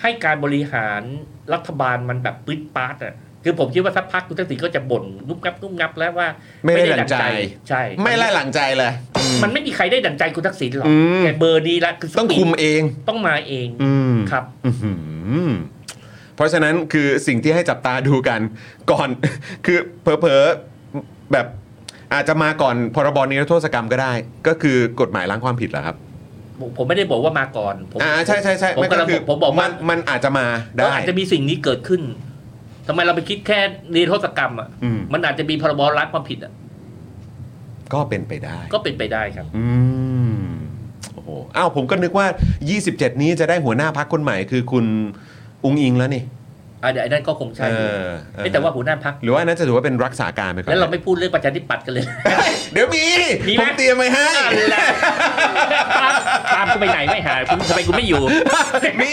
[SPEAKER 5] ให้การบริหารรัฐบาลมันแบบปื๊ดปาร์ตอ่ะคือผมคิดว่าสักพักคุณทักษิณก็จะบ่นงุบงับงุบงับแล้วว่า
[SPEAKER 1] ไม่ได้ดั่งใจ
[SPEAKER 5] ใช่
[SPEAKER 1] ไม่ไล่หลังใจเลย
[SPEAKER 5] มันไม่มีใครได้ดั่งใจคุณทักษิณหรอก
[SPEAKER 1] อืม
[SPEAKER 5] แต่เบอร์นี้ละคือส
[SPEAKER 1] ต้อง
[SPEAKER 5] ปีด
[SPEAKER 1] คุมเอง
[SPEAKER 5] ต้องมาเอง
[SPEAKER 1] อืม
[SPEAKER 5] ครับ
[SPEAKER 1] อื้อหือเพราะฉะนั้นคือสิ่งที่ให้จับตาดูกันก่อน คือเผลอๆแบบอาจจะมาก่อนพรบนิรโทษกรรมก็ได้ ก็คือกฎหมายล้างความผิดเหรอครับ
[SPEAKER 5] ผมผมไม่ได้บอกว่ามาก่อนผม
[SPEAKER 1] อ่าใช่ใช่ใช่
[SPEAKER 5] ผมกำลัง
[SPEAKER 1] คื
[SPEAKER 5] ผมบอกว่า
[SPEAKER 1] นมันอาจจะมาได้
[SPEAKER 5] ก็อาจจะมีสิ่งนี้เกิดขึ้น ทำไมเราไปคิดแค่นิรโทษกรรมอ่ะ
[SPEAKER 1] อืม
[SPEAKER 5] มันอาจจะมีพรบล้างความผิดอ่ะ
[SPEAKER 1] ก็เป็นไปได้
[SPEAKER 5] ก็เป็นไปได้ครับ
[SPEAKER 1] อืมโอ้โหอ้าวผมก็นึกว่า 27 นี้จะได้หัวหน้าพักคนใหม่คือคุณอุงอิงแล้วนี่
[SPEAKER 5] อ่ะเดี๋ยวไอ้นั่นก็คงใช่
[SPEAKER 1] เอ
[SPEAKER 5] อยู่
[SPEAKER 1] อเออ
[SPEAKER 5] เอ้ยแต่ว่าหัวหน้าพัก
[SPEAKER 1] หรือว่าอันนั้นจะถือว่าเป็นรักษาการไปก่อน
[SPEAKER 5] แล้วเราไม่พูดเรื่องประชาธิปัตย์กันเลย
[SPEAKER 1] เดี๋ยวมี
[SPEAKER 5] มีไหม
[SPEAKER 1] ผมเตรียมไว้ให้
[SPEAKER 5] ตามกูไปไหนไม่หายคุณทำไมกูไม่อยู่
[SPEAKER 1] มี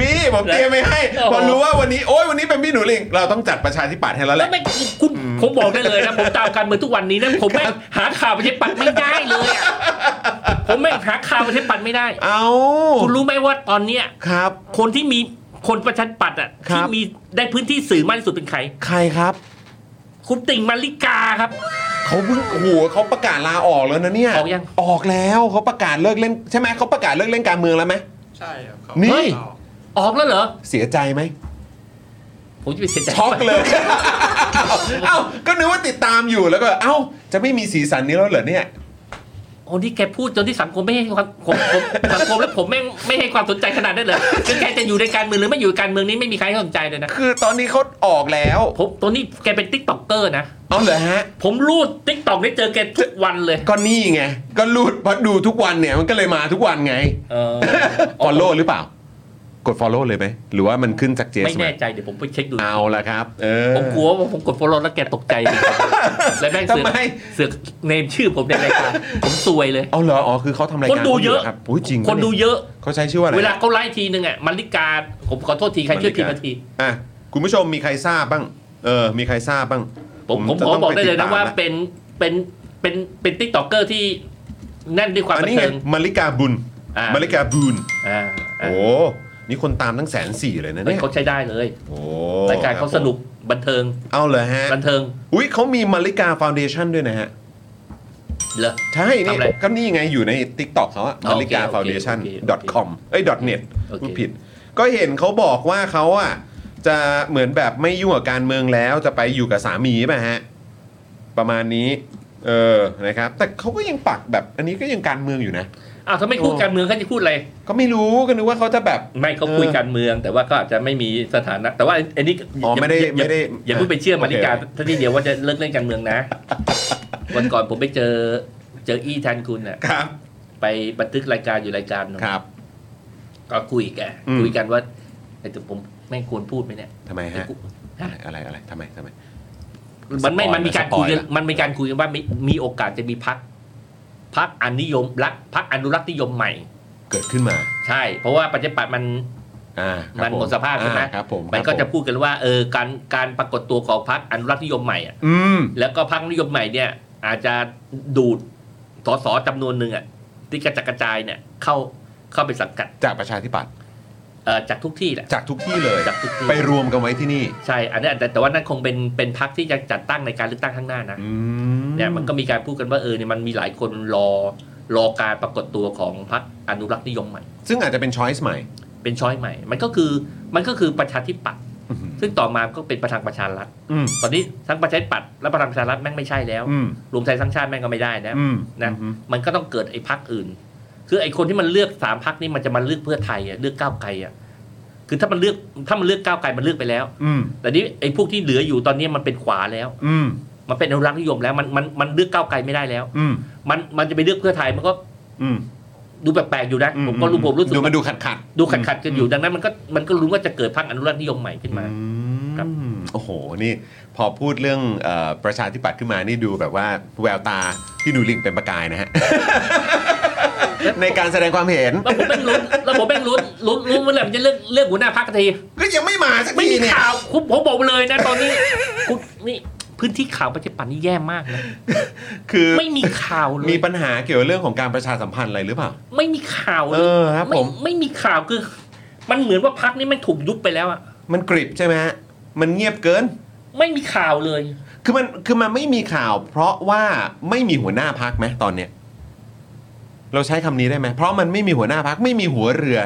[SPEAKER 1] มีผมเตรียมไว้ให้
[SPEAKER 5] โอ้โห
[SPEAKER 1] พอรู้ว่าวันนี้โอ้ยวันนี้เป็นพี่หนูลิงเราต้องจัดประชาธิปัตย์ให้แล้วแห
[SPEAKER 5] แล้ว
[SPEAKER 1] ละ
[SPEAKER 5] ไม่คุณผมบอกได้เลยนะผมตามการเมืองทุกวันนี้นะผมไม่งหาข่าวประชาธิปัตย์ไม่ได้เลยอะผมไม่งหาข่าวประชาธิปัตย์ไม่ได้
[SPEAKER 1] เอา
[SPEAKER 5] คุณรู้ไหมว่าตอนเนี้ย
[SPEAKER 1] ครับ
[SPEAKER 5] คนที่มีคนประชาธิปัตย์อ่ะ
[SPEAKER 1] ครับ
[SPEAKER 5] ที่มีได้พื้นที่สื่อมากที่สุดเป็นใคร
[SPEAKER 1] ใครครับ
[SPEAKER 5] คุณติ่งมาริกาครับ
[SPEAKER 1] เขาเพิ่งโอ้โหเขาประกาศลาออกแล้วนะเนี่ย
[SPEAKER 5] ออกยัง
[SPEAKER 1] ออกแล้วเขาประกาศเลิกเล่นใช่ไหมเขาประกาศเลิกเล่นการเมืองแล้วไหม
[SPEAKER 3] ใช่ครับเขา
[SPEAKER 1] นี่
[SPEAKER 3] เอา
[SPEAKER 5] ออกแล้วเหรอ
[SPEAKER 1] เสียใจไหม
[SPEAKER 5] ผมจะไปเสียใจ
[SPEAKER 1] ช็อกเลย เอ้าก็นึกว่าติดตามอยู่แล้วก็เอ้าจะไม่มีสีสันนี้แล้วเหรอเนี่ย
[SPEAKER 5] โอ้นี่แกพูดจนที่สังคมไม่ให้ความผมผมสังคมแล้วผมแม่งไม่ให้ความสนใจขนาดนั้นเลยคือแกจะอยู่ในการเมืองหรือไม่อยู่ในการเมืองนี้ไม่มีใครให้สนใจเลยนะ
[SPEAKER 1] คือตอนนี้เขาออกแล้ว
[SPEAKER 5] ผมตัวนี้แกเป็นติ๊กต็อกเกอร์นะ
[SPEAKER 1] เอาเหรอฮะ
[SPEAKER 5] ผมรูดติ๊กต็อกได้เจอแกทุกวันเลย
[SPEAKER 1] ก็นี่ไง ก็รูดเพราะดูทุกวันเนี่ยมันก็เลยมาทุกวันไง
[SPEAKER 5] เอ อ
[SPEAKER 1] follow หรือเปล่า กด follow เลยไหม หรือว่ามันขึ้นจากเจส
[SPEAKER 5] ไม่แน่ใจเดี๋ยวผมไปเช็คดู
[SPEAKER 1] เอาละครับ เออ
[SPEAKER 5] ผมกลัวว่าผมกด follow แล้วแกตกใจดิแล้วแม่งเสือก
[SPEAKER 1] ทำไม
[SPEAKER 5] เสือกเนมชื่อผมในราย การผมซวยเลย
[SPEAKER 1] เอาเหรอ อ๋อ คือเขาทำรายการ
[SPEAKER 5] คนดูเยอะ
[SPEAKER 1] ครับอุ้ยจริง
[SPEAKER 5] คนดูเยอะ
[SPEAKER 1] เขาใช้ชื่อว่าอะไร
[SPEAKER 5] เวลาเขาไลฟ์ทีนึงอ่ะมาริกา ผมขอโทษทีใครช่วยทีมาที
[SPEAKER 1] อ่ะ คุณผู้ชมมีใครทราบบ้าง เออ มีใครทราบบ้าง
[SPEAKER 5] ผมผม
[SPEAKER 1] จะ
[SPEAKER 5] ขอ
[SPEAKER 1] ต้ง
[SPEAKER 5] บอก
[SPEAKER 1] ป
[SPEAKER 5] ได้เลย
[SPEAKER 1] ติต
[SPEAKER 5] นะ
[SPEAKER 1] ม
[SPEAKER 5] ว่าเป็นเป็นเป็นเป็นติ๊กต็อกเกอร์ที่แน่นด้วยความ
[SPEAKER 1] อัน
[SPEAKER 5] บัน
[SPEAKER 1] นี้ไง
[SPEAKER 5] เทิง
[SPEAKER 1] มาริกาบุญ
[SPEAKER 5] อ่าม
[SPEAKER 1] มาริกาบุญ
[SPEAKER 5] อ่า
[SPEAKER 1] โอ้นี่คนตามทั้งแสนสี่เลยนะ
[SPEAKER 5] เฮ้ย
[SPEAKER 1] เนี่ย
[SPEAKER 5] เขาใช้ได้เลย
[SPEAKER 1] โอ้
[SPEAKER 5] รายการเขาสนุกบันเทิง
[SPEAKER 1] เอาเหรอฮะ
[SPEAKER 5] บันเทิง
[SPEAKER 1] อุ้ยเขามีมาริกาฟาวเดชั่นด้วยนะฮะ
[SPEAKER 5] เหรอ
[SPEAKER 1] ใช่นี่
[SPEAKER 5] ทำอะไร
[SPEAKER 1] ก็นี่ไงอยู่ใน t i k t o k เขาอะ
[SPEAKER 5] อ๋
[SPEAKER 1] มา
[SPEAKER 5] อโอ
[SPEAKER 1] ริ
[SPEAKER 5] เค
[SPEAKER 1] กา
[SPEAKER 5] โอเค
[SPEAKER 1] foundation
[SPEAKER 5] โอเคโอเค
[SPEAKER 1] com เอ้ย .net
[SPEAKER 5] โอเค
[SPEAKER 1] พูดผิด ก็เห็นเขาบอกว่าเขาอะจะเหมือนแบบไม่ยุ่งกับการเมืองแล้วจะไปอยู่กับสามีป่ะฮะ ประมาณนี้ เออนะครับ แต่เขาก็ยังปักแบบ อันนี้ก็ยังการเมืองอยู่นะ
[SPEAKER 5] อ้าวถ้าไม่พูด
[SPEAKER 1] โอ้
[SPEAKER 5] การเมืองเขาจะพูดอะไร
[SPEAKER 1] ก็ไม่รู้ก็นึกว่าเขาจะแบบ
[SPEAKER 5] ไม่เขาคุยการเมือง แต่ว่าก็อาจจะไม่มีสถานะ แต่ว่าอันนี้
[SPEAKER 1] อ๋อไม่ได้
[SPEAKER 5] ย่า
[SPEAKER 1] ไม่ได้
[SPEAKER 5] อย่าอย่าเพิ่งไปเชื่อมาริกา
[SPEAKER 1] โอเค
[SPEAKER 5] ท่านี้เดียวว่าจะเลิกเล่นการเมืองนะ วันก่อนผมไปเจอเจออี้แทนคุณอ่ะ
[SPEAKER 1] ครับ
[SPEAKER 5] ไปบันทึกรายการอยู่รายการหนึง
[SPEAKER 1] ครับ
[SPEAKER 5] ก็คุยแก
[SPEAKER 1] อืม
[SPEAKER 5] คุยกันว่าไอ้ตัวผมไม่งควรพูดไหมเนี่ย
[SPEAKER 1] ทำไมฮะ อะไรอะไรทำไมทำไม
[SPEAKER 5] มันไม่
[SPEAKER 1] สปอยล์
[SPEAKER 5] มันมีการคุยกัน
[SPEAKER 1] สปอยล์
[SPEAKER 5] มันมีการคุยกันว่ามีมีโอกาสจะมีพัก พักอนิยมรักพักอนุรักษ์นิยมใหม่
[SPEAKER 1] เกิดขึ้นมา
[SPEAKER 5] ใช่ เพราะว่าปัจจุบันมัน
[SPEAKER 1] อ่าครับ
[SPEAKER 5] มันหมดสภาพใช่ไหม
[SPEAKER 1] อ่ครับผม
[SPEAKER 5] มันก็
[SPEAKER 1] ครับ
[SPEAKER 5] จะ
[SPEAKER 1] ผ
[SPEAKER 5] พูดกันว่า เออ การ การปรากฏตัวของพักอนุรักษ์นิยมใหม่อะ
[SPEAKER 1] อืม
[SPEAKER 5] แล้วก็พักนิยมใหม่เนี่ย อาจจะดูด สสจำนวนหนึ่งอะที่กระจัดกระจายเนี่ย เข้า เข้าไปสังกัด
[SPEAKER 1] จากประชาธิปัตย์
[SPEAKER 5] เอ่อ จากทุกที่แหละ
[SPEAKER 1] จากทุกที่เลย
[SPEAKER 5] จากทุกที่
[SPEAKER 1] ไปรวมกันไว้ที่นี่
[SPEAKER 5] ใช่ อันนี้แต่แต่ว่านั่นคงเป็น เป็นพักที่จะจัดตั้งในการเลือกตั้งข้างหน้านะ
[SPEAKER 1] อื
[SPEAKER 5] เนี่ยมันก็มีการพูดกันว่าเออเนี่ยมันมีหลายคนรอรอการปรากฏตัวของพรรคอนุรักษ์นิยมใหม่
[SPEAKER 1] ซึ่งอาจจะเป็นช้อยส์ใหม่
[SPEAKER 5] เป็นช้อยใหม่ มันก็คือมันก็คือประชาธิปัตย์ซึ่งต่อมาก็เป็นประทางประชารัฐ
[SPEAKER 1] อืม
[SPEAKER 5] ตอนนี้ทั้งประชาธิปัตย์และประทางประชารัฐแม่งไม่ใช่แล้ว
[SPEAKER 1] อืม
[SPEAKER 5] รวมไทยสร้างชาติแม่งก็ไม่ได้นะ
[SPEAKER 1] อืม
[SPEAKER 5] นะ
[SPEAKER 1] อืม
[SPEAKER 5] มันก็ต้องเกิดไอ้พรรคอื่น คือไอ้คนที่มันเลือกสามพรรคนี่มันจะมาเลือกเพื่อไทยอะเลือกก้าวไกลอะคือถ้ามันเลือกถ้ามันเลือกก้าวไกลมันเลือกไปแล้ว
[SPEAKER 1] อืม
[SPEAKER 5] แต่นี้ไอ้พวกที่เหลืออยู่ตอนนี้มันเป็นขวาแล้ว
[SPEAKER 1] อืม
[SPEAKER 5] มันเป็นอนุรักษ์นิยมแล้วมันมันมันเลือกก้าวไกลไม่ได้แล้ว
[SPEAKER 1] อืม
[SPEAKER 5] มันมันจะไปเลือกเพื่อไทยมันก็
[SPEAKER 1] อืม
[SPEAKER 5] ดูแปลกๆอยู่นะ
[SPEAKER 1] อื
[SPEAKER 5] ผมก็รู้ผมรู้สึก
[SPEAKER 1] ดูมัน
[SPEAKER 5] ว่า
[SPEAKER 1] ดูขัดขัด
[SPEAKER 5] ดูขัดขัดๆกันอยู่ดังนั้นมันก็มันก็รู้ว่าจะเกิดพรรคอนุรักษ์นิยมใหม่ขึ้นมา
[SPEAKER 1] อืม
[SPEAKER 5] ครับ
[SPEAKER 1] โอ้โห นี่พอพูดเรื่องเอ่อประชาธิปัตย์ขึ้นมานี่ดูแบบว่าแววตาพี่หนูลิงเป็นประกาย นะฮะ ในการแสดงความเห็น
[SPEAKER 5] แล้วผมแม่งลุ้นแล้วผมแม่งลุ้นลุ้นลุ้นเมื่อไหร่มันจะเลือกเลือกหัวหน้าพรรคที
[SPEAKER 1] ก็ยังไม่มาสัก
[SPEAKER 5] ไม่
[SPEAKER 1] ที
[SPEAKER 5] มี
[SPEAKER 1] เนี่ย
[SPEAKER 5] ข่าวผมผมบอกเลยนะตอนนี้คุณนี่พื้นที่ข่าวประชาธิปัตย์นี่แย่มากนะ
[SPEAKER 1] คือ
[SPEAKER 5] ไม่มีข่าวเล
[SPEAKER 1] มี
[SPEAKER 5] ย
[SPEAKER 1] ปัญหาเกี่ยวกับเรื่องของการประชาสัมพันธ์อะไรหรือเปล่า
[SPEAKER 5] ไม่มีข่าวเล
[SPEAKER 1] เอยอครับ
[SPEAKER 5] ไม่
[SPEAKER 1] ผม
[SPEAKER 5] ไม่มีข่าวคือ มันเหมือนว่าพรรคนี้มันถูกยุบไปแล้วอ่ะ
[SPEAKER 1] มันกริบใช่ไหมฮะมันเงียบเกิน
[SPEAKER 5] ไม่มีข่าวเลย
[SPEAKER 1] คือมันคือมันไม่มีข่าว เพราะว่าไม่มีหัวหน้าพักไหมตอนเนี้ยเราใช้คำนี้ได้ไหมเพราะมันไม่มีหัวหน้าพักไม่มีหัวเรือ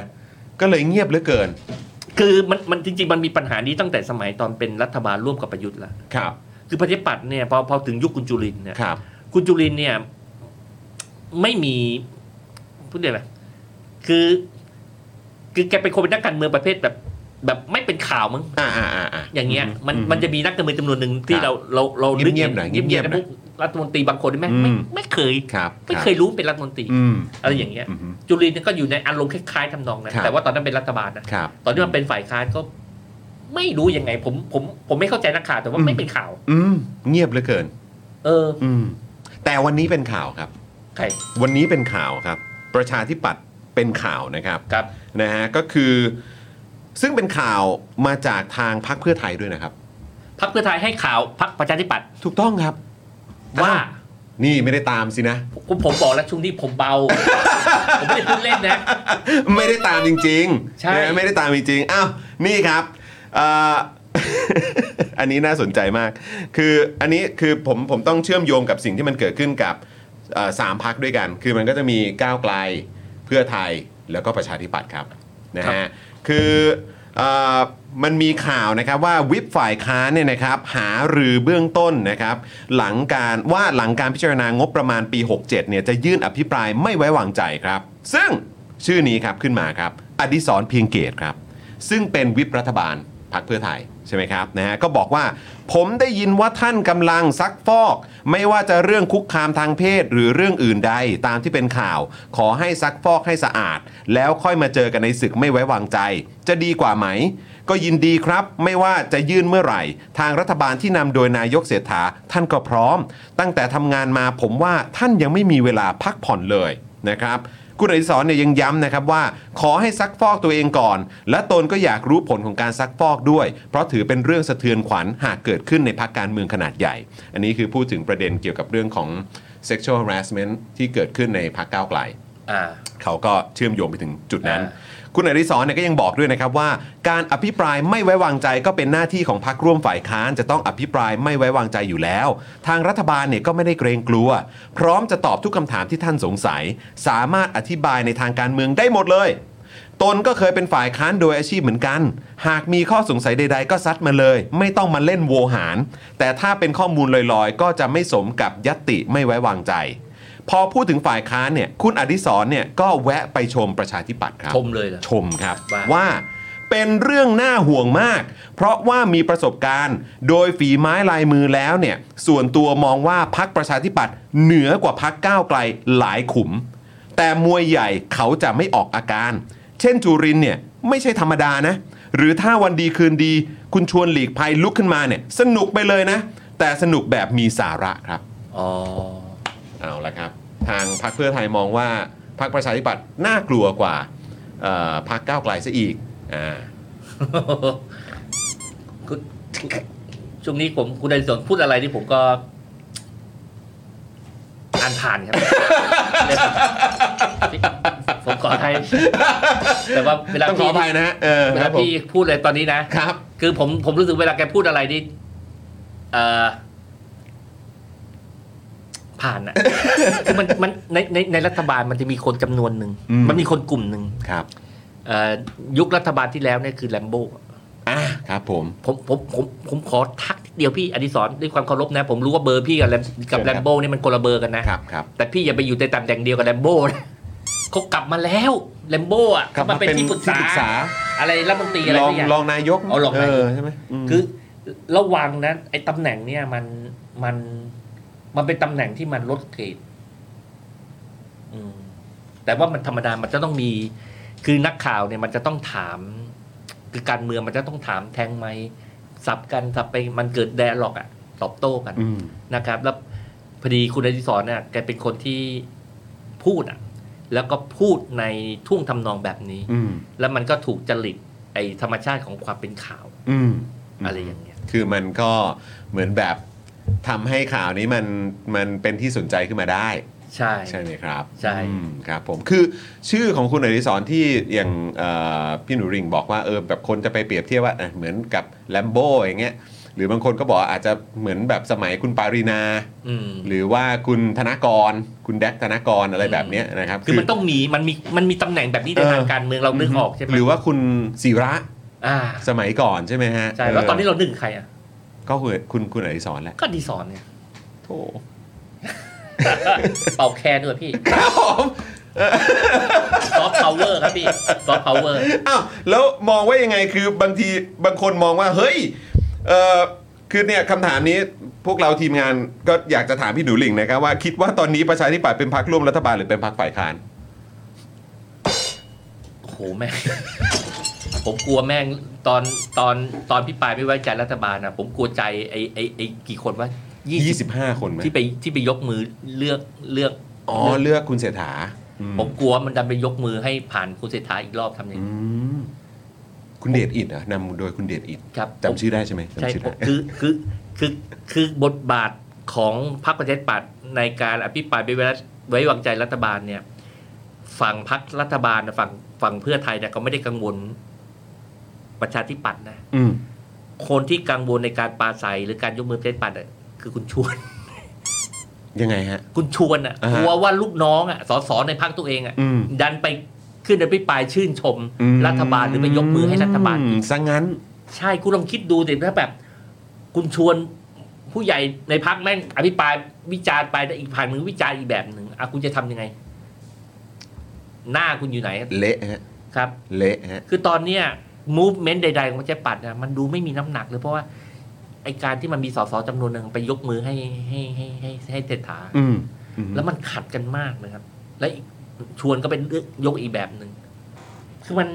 [SPEAKER 1] ก็เลยเงียบเหลือเกิน
[SPEAKER 5] คือมันมันจริง ๆ มันมีปัญหานี้ตั้งแต่สมัยตอนเป็นรัฐบาลร่วมกับประยุทธ์ละ
[SPEAKER 1] ครับ
[SPEAKER 5] คือประชาธิปัตย์เนี่ยพอพอถึงยุคคุณจุลินทร์เนี่ย
[SPEAKER 1] ครับ
[SPEAKER 5] คุณจุลินทร์เนี่ย ไม่มีพูดได้ไหมคือ คือแกเป็นคนเป็นนักการเมืองประเภทแบบ แบบไม่เป็นข่าวมั้ง
[SPEAKER 1] อ่าอ่าอ่าอ่า
[SPEAKER 5] อย่างเงี้ย มัน
[SPEAKER 1] อืม
[SPEAKER 5] มันจะมีนักการเมืองจำนวนหนึ่ง
[SPEAKER 1] ค
[SPEAKER 5] ที่
[SPEAKER 1] รับ
[SPEAKER 5] เราเราเรานึก
[SPEAKER 1] เงียบๆหน่อย
[SPEAKER 5] เงียบ
[SPEAKER 1] เงี
[SPEAKER 5] เงี
[SPEAKER 1] ย
[SPEAKER 5] ย
[SPEAKER 1] บบ ๆหน่อย
[SPEAKER 5] พวกรัฐมนตรีบางคนแม่ง
[SPEAKER 1] อืม
[SPEAKER 5] ไม่ไม่เคย
[SPEAKER 1] ครับ
[SPEAKER 5] ไม่เคยรู้เป็นรัฐมนตรี
[SPEAKER 1] อืม
[SPEAKER 5] อะไรอย่างเงี้ย
[SPEAKER 1] อืม
[SPEAKER 5] จุลินทร์เนี่ยก็อยู่ในอารมณ์คล้ายๆทำนองนั้น
[SPEAKER 1] ครับ
[SPEAKER 5] แต่ว่าตอนนั้นเป็นรัฐบาลนะ
[SPEAKER 1] ครับ
[SPEAKER 5] ตอนที่มันเป็นฝ่ายค้านก็ ไม่รู้ยังไง ผมผมผมไม่เข้าใจนักข่าวแต่ว่าไม่เป็นข่าว
[SPEAKER 1] อืม เงียบเหลือเกิน
[SPEAKER 5] เออ
[SPEAKER 1] อืม แต่วันนี้เป็นข่าวครับ
[SPEAKER 5] ใคร
[SPEAKER 1] วันนี้เป็นข่าวครับ ประชาธิปัตย์เป็นข่าวนะครับ
[SPEAKER 5] ครับ
[SPEAKER 1] นะฮะก็คือซึ่งเป็นข่าวมาจากทางพรรคเพื่อไทยด้วยนะครับ
[SPEAKER 5] พักเพื่อไทยให้ข่าวพักประชาธิปัตย์
[SPEAKER 1] ถูกต้องครับ
[SPEAKER 5] ว่า
[SPEAKER 1] นี่ไม่ได้ตามสินะ
[SPEAKER 5] ผมผมบอกแล้วช่วงนี้ผมเบา ผมไม่ได้พูดเล่นนะ
[SPEAKER 1] ไม่ได้ตามจริงๆ
[SPEAKER 5] ใช่
[SPEAKER 1] นะไม่ได้ตามจริงๆอ้าวนี่ครับเอ่อ อันนี้น่าสนใจมาก คืออันนี้คือผมผมต้องเชื่อมโยงกับสิ่งที่มันเกิดขึ้นกับเอ่อสามพักด้วยกัน คือมันก็จะมีก้าวไกลเพื่อไทยแล้วก็ประชาธิปัตย์ครับนะฮะคือเอ่อมันมีข่าวนะครับว่าวิปฝ่ายค้านเนี่ยนะครับหารือเบื้องต้นนะครับหลังการว่าหลังการพิจารณางบประมาณปี 67เนี่ยจะยื่นอภิปรายไม่ไว้วางใจครับ ซึ่ง ชื่อนี้ครับขึ้นมาครับ อดิศรเพียงเกตครับ ซึ่งเป็นวิปรัฐบาลพรรคเพื่อไทยใช่ไหมครับนะฮะก็บอกว่า ผมได้ยินว่าท่านกำลังซักฟอก ไม่ว่าจะเรื่องคุกคามทางเพศหรือเรื่องอื่นใดตามที่เป็นข่าว ขอให้ซักฟอกให้สะอาด แล้วค่อยมาเจอกันในศึกไม่ไว้วางใจ จะดีกว่าไหม ก็ยินดีครับ ไม่ว่าจะยื่นเมื่อไหร่ ทางรัฐบาลที่นำโดยนายกเศรษฐาท่านก็พร้อม ตั้งแต่ทำงานมาผมว่าท่านยังไม่มีเวลาพักผ่อนเลยนะครับ คุณอดิศรเนี่ยยังย้ำนะครับว่า ขอให้ซักฟอกตัวเองก่อน และตนก็อยากรู้ผลของการซักฟอกด้วย เพราะถือเป็นเรื่องสะเทือนขวัญหากเกิดขึ้นในพักการเมืองขนาดใหญ่ อันนี้คือพูดถึงประเด็นเกี่ยวกับเรื่องของ sexual harassment ที่เกิดขึ้นในพักก้าวไกล
[SPEAKER 5] อ่า
[SPEAKER 1] เขาก็เชื่อมโยงไปถึงจุดนั้น
[SPEAKER 5] อ่า
[SPEAKER 1] คุณอริศรเนี่ยก็ยังบอกด้วยนะครับว่า การอภิปรายไม่ไว้วางใจก็เป็นหน้าที่ของพรรคร่วมฝ่ายค้านจะต้องอภิปรายไม่ไว้วางใจอยู่แล้ว ทางรัฐบาลเนี่ยก็ไม่ได้เกรงกลัว พร้อมจะตอบทุกคำถามที่ท่านสงสัย สามารถอธิบายในทางการเมืองได้หมดเลย ตนก็เคยเป็นฝ่ายค้านโดยอาชีพเหมือนกัน หากมีข้อสงสัยใด ๆ ก็ซัดมาเลย ไม่ต้องมาเล่นโวหาร แต่ถ้าเป็นข้อมูลลอยๆ ก็จะไม่สมกับยตติไม่ไว้วางใจ พอพูดถึงฝ่ายค้านเนี่ย คุณอดิศรเนี่ยก็แวะไปชมประชาธิปัตย์ครับ
[SPEAKER 5] ชมเลยเหรอ
[SPEAKER 1] ชมครับ
[SPEAKER 5] ว่า
[SPEAKER 1] ว่าเป็นเรื่องน่าห่วงมาก เพราะว่ามีประสบการณ์ โดยฝีไม้ลายมือแล้วเนี่ย ส่วนตัวมองว่าพักประชาธิปัตย์เหนือกว่าพักก้าวไกลหลายขุม แต่มวยใหญ่เขาจะไม่ออกอาการ เช่นจุรินทร์เนี่ย ไม่ใช่ธรรมดานะ หรือถ้าวันดีคืนดี คุณชวนหลีกภัยลุกขึ้นมาเนี่ย สนุกไปเลยนะ แต่สนุกแบบมีสาระครับ
[SPEAKER 5] อ๋อ
[SPEAKER 1] เอาละครับ ทางพรรคเพื่อไทยมองว่าพรรคประชาธิปัตย์น่ากลัวกว่าเอ่อพรรคก้าวไกลซะอีกอ่า
[SPEAKER 5] คือช่วงนี้ผมคุณอดิศรพูดอะไรนี่ผมก็อ่านผ่านครับ ผมขออภัยแต่ว่าเวลา
[SPEAKER 1] ต้องขออภัยนะฮะเออค
[SPEAKER 5] เวลา
[SPEAKER 1] รับผม
[SPEAKER 5] พี่พูดเลยตอนนี้นะ
[SPEAKER 1] ครับ
[SPEAKER 5] คือผมผมรู้สึกเวลาแกพูดอะไรนี่เอ่อผ่านอะ คือมันมันในในในรัฐบาลมันจะมีคนจำนวนหนึ่ง
[SPEAKER 1] อืม
[SPEAKER 5] นมีคนกลุ่มหนึ่ง
[SPEAKER 1] ครับ
[SPEAKER 5] เอ่อยุครัฐบาลที่แล้วเนี่ยคือแลมโบ
[SPEAKER 1] อ่ะครับผม
[SPEAKER 5] ผมผมผมผมขอทักนิดเดียวพี่อดิศรด้วยความเคารพนะ ผมรู้ว่าเบอร์พี่กับ Lam- กับแลมโบเนี่ยมันคนละเบอร์กันนะ
[SPEAKER 1] ครับครับ
[SPEAKER 5] แต่พี่อย่าไปอยู่ในตำแหน่งเดียวกับแลมโบนะเขากลับมาแล้วแลมโบอ่ะเขามาเป็นที่ปรึกษา อะไรรัฐมนตรีอะไร
[SPEAKER 1] รอง
[SPEAKER 5] สักอย่าง
[SPEAKER 1] รองนายก
[SPEAKER 5] อ๋อรองนายก
[SPEAKER 1] เใช่ไหมม
[SPEAKER 5] คือระวังนะไอ้ตำแหน่งเนี่ยมันมันมันเป็นตำแหน่งที่มันลดเกรดอืมแต่ว่ามันธรรมดามันจะต้องมี คือนักข่าวเนี่ยมันจะต้องถาม คือการเมืองมันจะต้องถามแทงไหมสับกันสับไปมันเกิดแดร์ล็อกอะตอบโต้กัน
[SPEAKER 1] ม
[SPEAKER 5] นะครับ แล้วพอดีคุณอดิศรเนี่ยแกเป็นคนที่พูดอะแล้วก็พูดในท่วงทำนองแบบนี้
[SPEAKER 1] อืม
[SPEAKER 5] แล้วมันก็ถูกจริตไอธรรมชาติของความเป็นข่าว
[SPEAKER 1] อืม
[SPEAKER 5] อะไรอย่างเงี้ย
[SPEAKER 1] คือมันก็เหมือนแบบทำให้ข่าวนี้มันมันเป็นที่สนใจขึ้นมาได้
[SPEAKER 5] ใช่
[SPEAKER 1] ใช่ไหมครับ
[SPEAKER 5] ใช่
[SPEAKER 1] อืมครับผมคือชื่อของคุณอดิศรที่อย่างเอ่อพี่หนูริงบอกว่าเออแบบคนจะไปเปรียบเทียบว่าอ่ะเหมือนกับแลมโบอย่างเงี้ยหรือบางคนก็บอกว่าอาจจะเหมือนแบบสมัยคุณปารีนา
[SPEAKER 5] อืม
[SPEAKER 1] หรือว่าคุณธนากร คุณแดกธนากรอะไรแบบเนี้ยนะครับ
[SPEAKER 5] คือมันต้องมีมันมีมันมีตำแหน่งแบบนี้ในทางการเมืองเรานึกออกใช่ไหม
[SPEAKER 1] หรือว่าคุณศิระ
[SPEAKER 5] อ่า
[SPEAKER 1] สมัยก่อนใช่ไหมฮะ
[SPEAKER 5] ใช่แล้วตอนนี้เรานึกถึงใครอ่ะ
[SPEAKER 1] ก็คือคุณคุณอดิศรแหละ
[SPEAKER 5] ก็ดีสอน เนี่ย
[SPEAKER 1] โถ
[SPEAKER 5] เป่าแคนด้วยพี่
[SPEAKER 1] ครับผม
[SPEAKER 5] ซอฟต์พาวเวอร์ครับพี่ซอฟต์พาวเวอร์
[SPEAKER 1] อ้าวแล้วมองว่ายังไงคือบางทีบางคนมองว่าเฮ้ยเออคือเนี่ยคำถามนี้พวกเราทีมงานก็อยากจะถามพี่หนูหลิงนะครับว่าคิดว่าตอนนี้ประชาธิปัตย์เป็นพรรคร่วมรัฐบาลหรือเป็นพรรคฝ่ายค้าน
[SPEAKER 5] โอ้โหแม่ง ผมกลัวแม่งตอนตอนตอนพี่ปายไม่ไว้ใจรัฐบาลนะผมกลัวใจไอ้ไอ้ไอ้กี่คนว่า
[SPEAKER 1] ยี่สิบห้าคนไหม
[SPEAKER 5] ที่ไปที่ไปยกมือเลือกเลือก
[SPEAKER 1] อ๋อเลือกคุณเศรษฐาอืม
[SPEAKER 5] ผมกลัวมันดันไปยกมือให้ผ่านคุณเศรษฐาอีกรอบทำยั
[SPEAKER 1] อื
[SPEAKER 5] งไง
[SPEAKER 1] มคุณเดชอิดนะนำโดยคุณเดชอิด
[SPEAKER 5] ครับ
[SPEAKER 1] จำชื่อได้ใช่ไหม
[SPEAKER 5] ใช่
[SPEAKER 1] จำชื่อ
[SPEAKER 5] ผม
[SPEAKER 1] ได้
[SPEAKER 5] คือคือคือคือบทบาทของพรรคประชาธิปัตย์ในการอภิปรายไม่ไว้ไว้วางใจรัฐบาลเนี่ย ฝั่งพรรครัฐบาลนะฝั่งฝั่งเพื่อไทยเนี่ยเขาไม่ได้กังวลประชาธิปัตย์นะ
[SPEAKER 1] อืม
[SPEAKER 5] คนที่กังวลในการปราศัยหรือการยกมือเต้นปัดอะคือคุณชวน
[SPEAKER 1] ยังไงฮะ
[SPEAKER 5] คุณชวนอ่ะ
[SPEAKER 1] อ่าฮะ
[SPEAKER 5] กลัวว่าลูกน้องอ่ะสสในพักตัวเองอ่ะ
[SPEAKER 1] อืม
[SPEAKER 5] ดันไปขึ้นอภิปรายชื่นชม
[SPEAKER 1] อืม
[SPEAKER 5] รัฐบาลหรือไปยกมือให้รัฐบาล
[SPEAKER 1] ซะงั้น
[SPEAKER 5] ใช่คุณลองคิดดูสิถ้าแบบ คุณชวนผู้ใหญ่ในพักแม่งอภิปรายวิจารณ์ไปแต่อีกผ่านหนึ่งวิจารณ์อีกแบบหนึ่งอ่ะคุณจะทำยังไง หน้าคุณอยู่ไหน
[SPEAKER 1] เละฮะ
[SPEAKER 5] ครับ
[SPEAKER 1] เละฮะ
[SPEAKER 5] คือตอนเนี้ย movement ใด ๆ ของประชาธิปัตย์นะมันดูไม่มีน้ำหนักเลยเพราะว่า ไอการที่มันมีสสจำนวนหนึ่งไปยกมือให้ให้ให้ให้ให้เศรษฐา
[SPEAKER 1] อืม
[SPEAKER 5] แล้วมันขัดกันมากนะครับ และอีกชวนก็เป็นเลือกยกอีกแบบหนึ่งคือมัน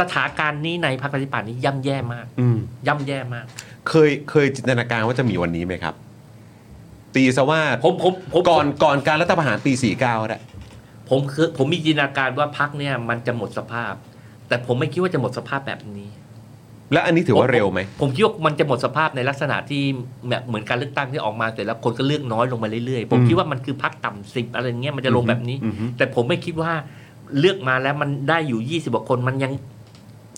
[SPEAKER 5] สถานการณ์นี้ในพรรคประชาธิปัตย์นี้ย่ำแย่มาก
[SPEAKER 1] อืม
[SPEAKER 5] ย่ำแย่มาก
[SPEAKER 1] เคยเคยจินตนาการว่าจะมีวันนี้ไหมครับ ตีซะว่า
[SPEAKER 5] ผมผมผม
[SPEAKER 1] ก่อนก่อนการรัฐประหารปี 49แหละ
[SPEAKER 5] ผมคือผมมีจินตนาการว่าพรรคเนี่ยมันจะหมดสภาพ แต่ผมไม่คิดว่าจะหมดสภาพแบบนี้
[SPEAKER 1] แล้วอันนี้ถือว่าเร็วไหม
[SPEAKER 5] ผมคิดว่ามันจะหมดสภาพในลักษณะที่แบบเหมือนการเลือกตั้งที่ออกมาเสร็จแล้วคนก็เลือกน้อยลงมาเรื่อยๆ ผม
[SPEAKER 1] อืม
[SPEAKER 5] คิดว่ามันคือพักต่ำสิบอะไรเงี้ยมันจะลงแบบนี้
[SPEAKER 1] อือฮึ
[SPEAKER 5] แต่ผมไม่คิดว่าเลือกมาแล้วมันได้อยู่ยี่สิบกว่าคนมันยัง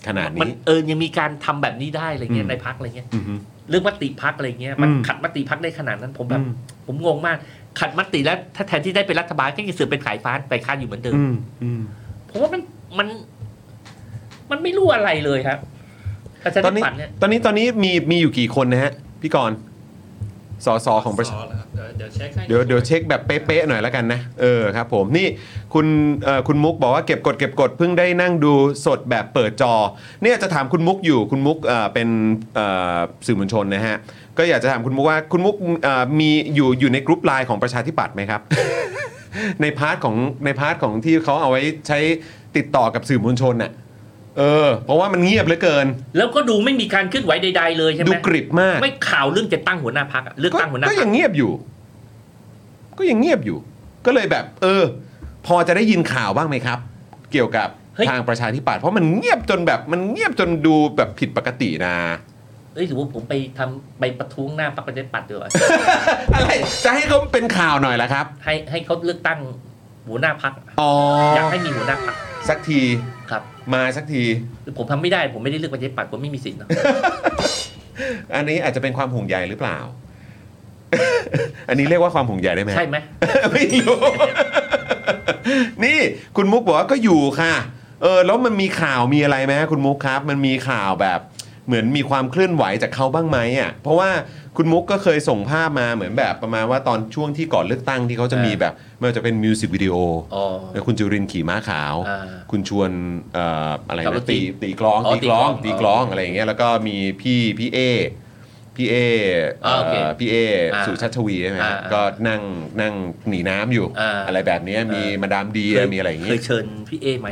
[SPEAKER 1] ขนาด
[SPEAKER 5] มัน
[SPEAKER 1] นี้
[SPEAKER 5] เออยังมีการทำแบบนี้ได้อะไรเงี้
[SPEAKER 1] อื
[SPEAKER 5] ย
[SPEAKER 1] ม
[SPEAKER 5] ในพักอะไรเงี้ย
[SPEAKER 1] อือฮึ
[SPEAKER 5] เรื่องมติพักอะไรเงี้ยมัน
[SPEAKER 1] อืม
[SPEAKER 5] ขัดมติพักได้ขนาดนั้น ผมแบบ
[SPEAKER 1] อืม
[SPEAKER 5] ผมงงมาก ขัดมติแล้วถ้าแทนที่ได้เป็นรัฐบาลก็ยังเสือกเป็นขายฟ้านไปค้านอยู่เหมือนเดิม
[SPEAKER 1] อืมอืม
[SPEAKER 5] ผมว่ามันมัน มันไม่รู้อะไรเลยครับประชา
[SPEAKER 1] ตอน
[SPEAKER 5] ธิ
[SPEAKER 1] นี้
[SPEAKER 5] ปัตย์เนี่ย
[SPEAKER 1] ตอนนี้ตอนนี้มีมีอยู่กี่คนนะฮะ พี่กรณ์สสของประชา
[SPEAKER 3] สเหรครับเดี๋ยวเดี๋ยวเช็คให้
[SPEAKER 1] เดี๋ยวเดี๋ยวเช็คแบบเป๊ะๆหน่อยแล้วกันนะ เออครับผมนี่คุณเอ่อคุณมุกบอกว่าเก็บกดเก็บกดเพิ่งได้นั่งดูสดแบบเปิดจอ เนี่ยจะถามคุณมุกอยู่คุณมุกเอ่อเป็นเอ่อสื่อมวลชนนะฮะ ก็อยากจะถามคุณมุกว่าคุณมุกเอ่อมีอยู่อยู่ในกรุ๊ปไลน์ของประชาธิปัตย์ไหมครับ ในพาร์ทของในพาร์ทของที่เขาเอาไว้ใช้ติดต่อกับสื่อมวลชนน่ะเออ เพราะว่ามันเงียบเหลือเกิน
[SPEAKER 5] แล้วก็ดูไม่มีการเคลื่อนไหวใดๆเลยใช่ไหม
[SPEAKER 1] ดูกริบมาก
[SPEAKER 5] ไม่ข่าวเรื่องจะตั้งหัวหน้าพักเลือก
[SPEAKER 1] ก็
[SPEAKER 5] ตั้งหัวหน้า
[SPEAKER 1] ก็
[SPEAKER 5] พั
[SPEAKER 1] ยั
[SPEAKER 5] ก
[SPEAKER 1] งเงียบอยู่ ก็ยังเงียบอยู่ ก็เลยแบบ เออ พอจะได้ยินข่าวบ้างไหมครับ เกี่ยวกับทางประชาธิปัตย์เพราะมันเงียบจนแบบมันเงียบจนดูแบบผิดปกตินะ
[SPEAKER 5] เอ้ยหรือว่าผมไปทำไปประท้วงหน้าพรรคประชาธิปัตย์ดีกว่า
[SPEAKER 1] อะไรจะให้เขาเป็นข่าวหน่อยละครับ
[SPEAKER 5] ให้ให้เขาเลือกตั้งหัวหน้าพัก
[SPEAKER 1] อ๋อ
[SPEAKER 5] อยากให้มีหัวหน้าพัก
[SPEAKER 1] สักที
[SPEAKER 5] ครับ
[SPEAKER 1] มาสักที
[SPEAKER 5] หรือผมทำไม่ได้ผมไม่ได้เลือกประชาธิปัตย์ผมไม่มีสิทธิ์เนอะ
[SPEAKER 1] อันนี้อาจจะเป็นความห่วงใยหรือเปล่า อันนี้เรียกว่าความห่วงใยได้ไหม
[SPEAKER 5] ใช่ไหม
[SPEAKER 1] ไม่รู้ นี่คุณมุกบอกว่าก็อยู่ค่ะ เออ แล้วมันมีข่าวมีอะไรไหมฮะคุณมุกครับ มันมีข่าวแบบ เหมือนมีความเคลื่อนไหวจากเขาบ้างไหมอ่ะ เพราะว่าคุณมุกก็เคยส่งภาพมาเหมือนแบบประมาณว่าตอนช่วงที่ก่อนเลือกตั้งที่เขาจะมีแบบไม่ว่าจะเป็นมิวสิกวิดีโอ
[SPEAKER 5] อ๋อ
[SPEAKER 1] แล้วคุณจุรินทร์ขี่ม้าขาว
[SPEAKER 5] อ่า
[SPEAKER 1] คุณชวนเอ่ออะไร
[SPEAKER 5] กับร
[SPEAKER 1] นะ
[SPEAKER 5] ถ
[SPEAKER 1] ตี
[SPEAKER 5] จีน
[SPEAKER 1] ตีกลอง
[SPEAKER 5] อ๋อ
[SPEAKER 1] ตีกลอง
[SPEAKER 5] ตี
[SPEAKER 1] ตีก
[SPEAKER 5] ก
[SPEAKER 1] ล
[SPEAKER 5] ล
[SPEAKER 1] อ
[SPEAKER 5] อง ง
[SPEAKER 1] อะไรอย่างเงี้ยแล้วก็มีพี่พี่เอพี่เอ
[SPEAKER 5] อ่าโอเค
[SPEAKER 1] เอ่อพี่เอ
[SPEAKER 5] อ่า
[SPEAKER 1] สุชัชวีใช่ไหมฮะ
[SPEAKER 5] อ่า
[SPEAKER 1] ก็ นั่งนั่งหนีน้ำอยู่
[SPEAKER 5] อ่า
[SPEAKER 1] อะไรแบบเนี้ยมี
[SPEAKER 5] อ่ามี
[SPEAKER 1] มาดามเดียมีอะไรอย่าง
[SPEAKER 5] เค
[SPEAKER 1] งี้
[SPEAKER 5] ยเชิญพี่เอไหม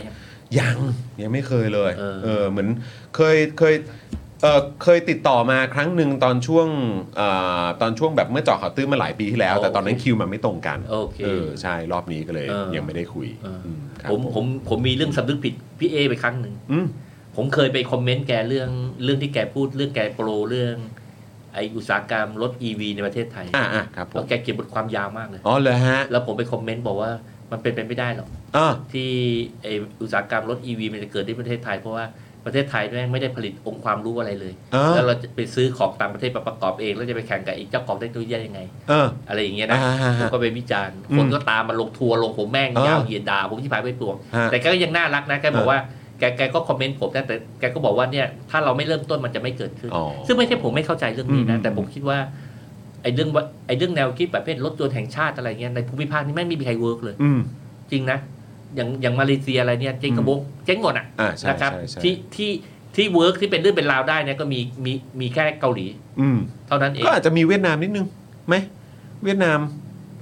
[SPEAKER 1] ยังยังไม่เคยเลย
[SPEAKER 5] เออ
[SPEAKER 1] เออเหมือนเคยเคยเออเคยติดต่อมาครั้งหนึ่งตอนช่วงเอ่อตอนช่วงแบบเมื่อเจาะข่าวตื้นมาหลายปีที่แล้ว แต่ตอนนั้นคิวมันไม่ตรงกัน
[SPEAKER 5] โอเค
[SPEAKER 1] เออใช่รอบนี้ก็เลย
[SPEAKER 5] เออ
[SPEAKER 1] ยังไม่ได้คุย
[SPEAKER 5] เอออ
[SPEAKER 1] มครับ
[SPEAKER 5] ผมผมผมมีเรื่องสำนึกผิดพี่เอไปครั้งหนึ่ง
[SPEAKER 1] อืม
[SPEAKER 5] ผมเคยไปคอมเมนต์แกเรื่องเรื่องที่แกพูดเรื่องแกโปรเรื่อง ไออุตสาหกรรมรถ EV ในประเทศไทย
[SPEAKER 1] อ่าอ่ะครับผม
[SPEAKER 5] แล้วแกเขียนบทความยาวมากเลย
[SPEAKER 1] อ๋อเหรอฮะ
[SPEAKER 5] แล้วผมไปคอมเมนต์บอกว่ามันเป็นไปไม่ได้หรอก
[SPEAKER 1] อ่า
[SPEAKER 5] ที่ไออุตสาหกรรมรถ EV มันจะเกิดที่ประเทศไทย เพราะว่าประเทศไทยแม่งไม่ได้ผลิตองค์ความรู้อะไรเลย
[SPEAKER 1] อ่า
[SPEAKER 5] แล้วเราจะไปซื้อของต่างประเทศมาประกอบเอง แล้วจะไปแข่งกับไอ้เจ้าของเทคโนโลยีได้ยังไง
[SPEAKER 1] เออ
[SPEAKER 5] อะไรอย่างเงี้ยนะ
[SPEAKER 1] อ่าฮะ
[SPEAKER 5] ผมก็ไปวิจารณ์
[SPEAKER 1] อืม
[SPEAKER 5] คนก็ตามมาลงทัวร์ลงผมแม่ง
[SPEAKER 1] อ่าย
[SPEAKER 5] ยาวเหยียดด่าผมที่ผายไปปลวง
[SPEAKER 1] ฮะ
[SPEAKER 5] แต่แกก็ยังน่ารักนะแกบอกว่าแกแกก็คอมเมนต์ผมนะแต่แกก็บอกว่าเนี่ยถ้าเราไม่เริ่มต้นมันจะไม่เกิดขึ้น
[SPEAKER 1] อ๋อ
[SPEAKER 5] ซึ่งไม่ใช่ผมไม่เข้าใจเรื่องนี้
[SPEAKER 1] อื
[SPEAKER 5] นะ
[SPEAKER 1] ม
[SPEAKER 5] แต่ผมคิดว่าไอ้เรื่องว่าไอ้เรื่องแนวคิดประเภทรถยนต์แห่งชาติอะไรเงี้ยในภูมิภาคนี่แม่งไม่มีใครเวิร์กเลย
[SPEAKER 1] อืม
[SPEAKER 5] จริงนะอย่างอย่างมาเลเซียอะไรเนี่ยเจ๊งกระบงเจ๊งหมดอ่ะ
[SPEAKER 1] อ่าใช่
[SPEAKER 5] นะครับ
[SPEAKER 1] ใช่ใช่
[SPEAKER 5] ที่ที่ที่เวิร์กที่เป็นเรื่องเป็นราวได้เนี่ยก็มีมีมีแค่เกาหลี
[SPEAKER 1] อืม
[SPEAKER 5] เท่านั้นเอง
[SPEAKER 1] ก็อาจจะมีเวียดนามนิดนึงไหมเวียดนาม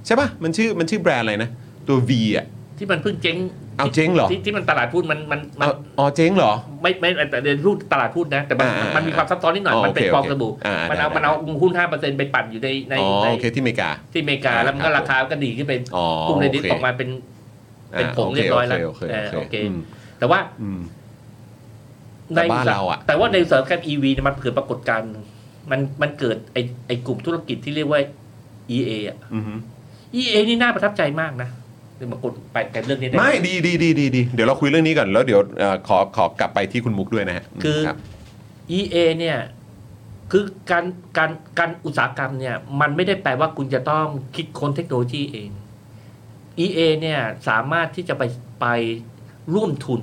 [SPEAKER 1] ใช่ป่ะ มันชื่อมันชื่อแบรนด์อะไรนะ ตัว V อ่ะ
[SPEAKER 5] ที่ ที่มันเพิ่งเจ๊ง
[SPEAKER 1] เอาเจ๊งเหรอ
[SPEAKER 5] ที่ที่มันตลาดพูดมันมันมัน
[SPEAKER 1] เอาอ๋อเจ๊งเหรอ
[SPEAKER 5] ไม่ไม่แต่เรียนรู้ตลาดหุ้นนะ แต่มัน
[SPEAKER 1] อ่า
[SPEAKER 5] มันมีความซับซ้อนนิดหน่อย
[SPEAKER 1] อ๋อ
[SPEAKER 5] มันเป็น
[SPEAKER 1] โอเค
[SPEAKER 5] ฟองสบู่
[SPEAKER 1] อ่าได้
[SPEAKER 5] มันเอา
[SPEAKER 1] ได้
[SPEAKER 5] มันเอาหุ้นห้าเปอร์เซ็นต์ไปปั่นอยู่ในใน
[SPEAKER 1] อ๋อ
[SPEAKER 5] ใน
[SPEAKER 1] โอเคที่อเมริกา
[SPEAKER 5] ที่อเมริกา
[SPEAKER 1] อ่า
[SPEAKER 5] แล้วมัน
[SPEAKER 1] ครั
[SPEAKER 5] ก็
[SPEAKER 1] บ
[SPEAKER 5] ราคาก็ดีขึ้นเป็น
[SPEAKER 1] อ๋อก
[SPEAKER 5] ลุ่มในดิส
[SPEAKER 1] โเค
[SPEAKER 5] ออกมาเป็นเป็นผง
[SPEAKER 1] า
[SPEAKER 5] เรียบร้อยแล้ว
[SPEAKER 1] โอเค
[SPEAKER 5] เอ
[SPEAKER 1] โอ
[SPEAKER 5] อ
[SPEAKER 1] เค
[SPEAKER 5] โอ
[SPEAKER 1] โอ
[SPEAKER 5] เค
[SPEAKER 1] เคอืม
[SPEAKER 5] แต่ว่า
[SPEAKER 1] อืม
[SPEAKER 5] ใน
[SPEAKER 1] แต่บ้านเราอะ
[SPEAKER 5] แต่ว่าในอุตสาหกรรม EV เนี่ยมันเกิดปรากฏการณ์มันมันเกิดไอไอกลุ่มธุรกิจที่เรียกว่า EA อะ
[SPEAKER 1] อือหือ
[SPEAKER 5] EA นี่น่าประทับใจมากนะเดี๋ยวมากดไปกันเรื่องนี้ด้ห
[SPEAKER 1] ไม่ดีดีดีดีดีเดี๋ยวเราคุยเรื่องนี้ก่อนแล้วเดี๋ยวเอ่อขอขอกลับไปที่คุณมุกด้วยนะฮะ
[SPEAKER 5] คือ
[SPEAKER 1] รับ
[SPEAKER 5] EA เนี่ยคือการการการอุตสาหกรรมเนี่ยมันไม่ได้แปลว่าคุณจะต้องคิดค้นเทคโนโลยีเอง EA เนี่ยสามารถที่จะไปไปร่วมทุน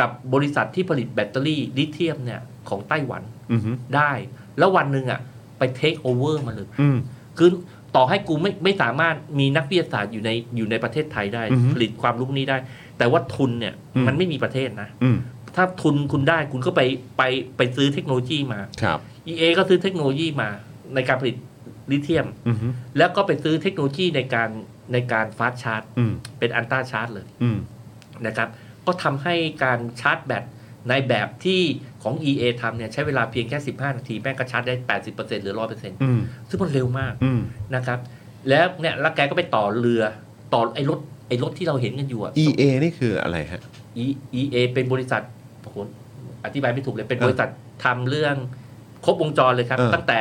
[SPEAKER 5] กับบริษัทที่ผลิตแบตเตอรี่ลิเธียมเนี่ยของไต้หวัน
[SPEAKER 1] อือหือ
[SPEAKER 5] ได้ แล้ววันหนึ่งอ่ะไปเทคโอเวอร์มาเลย
[SPEAKER 1] อืม
[SPEAKER 5] คือต่อให้กูไม่ไม่สามารถมีนักวิทยาศาสตร์อยู่ในอยู่ในประเทศไทยได้
[SPEAKER 1] อือฮึ
[SPEAKER 5] ผลิตความรู้นี้ได้ แต่ว่าทุนเนี่ย
[SPEAKER 1] อืม
[SPEAKER 5] มันไม่มีประเทศนะ
[SPEAKER 1] อืม
[SPEAKER 5] ถ้าทุนคุณได้คุณก็ไปไปไปซื้อเทคโนโลยีมา
[SPEAKER 1] ครับ
[SPEAKER 5] EA ก็ซื้อเทคโนโลยีมาในการผลิตลิเธียม
[SPEAKER 1] อือหือ
[SPEAKER 5] แล้วก็ไปซื้อเทคโนโลยีในการในการฟาสต์ชาร์จ
[SPEAKER 1] อืม
[SPEAKER 5] เป็นอันต้าชาร์จเลย
[SPEAKER 1] อืม
[SPEAKER 5] นะครับ ก็ทำให้การชาร์จแบตในแบบที่ของ EA ทำเนี่ยใช้เวลาเพียงแค่ 15 นาที แม่งก็ชาร์จได้ 80%หรือ 100%
[SPEAKER 1] อืม
[SPEAKER 5] ซึ่งมันเร็วมาก
[SPEAKER 1] อืม
[SPEAKER 5] นะครับ แล้วเนี่ยแล้วแกก็ไปต่อเรือต่อไอ้รถไอ้รถที่เราเห็นกันอยู่อะ
[SPEAKER 1] EA นี่คืออะไรฮะ
[SPEAKER 5] E- EA เป็นบริษัทโอ้โหอธิบายไม่ถูกเลย เป็น
[SPEAKER 1] เออบ
[SPEAKER 5] ริษัททำเรื่องครบวงจรเลยครับ
[SPEAKER 1] เออ
[SPEAKER 5] ตั้งแต่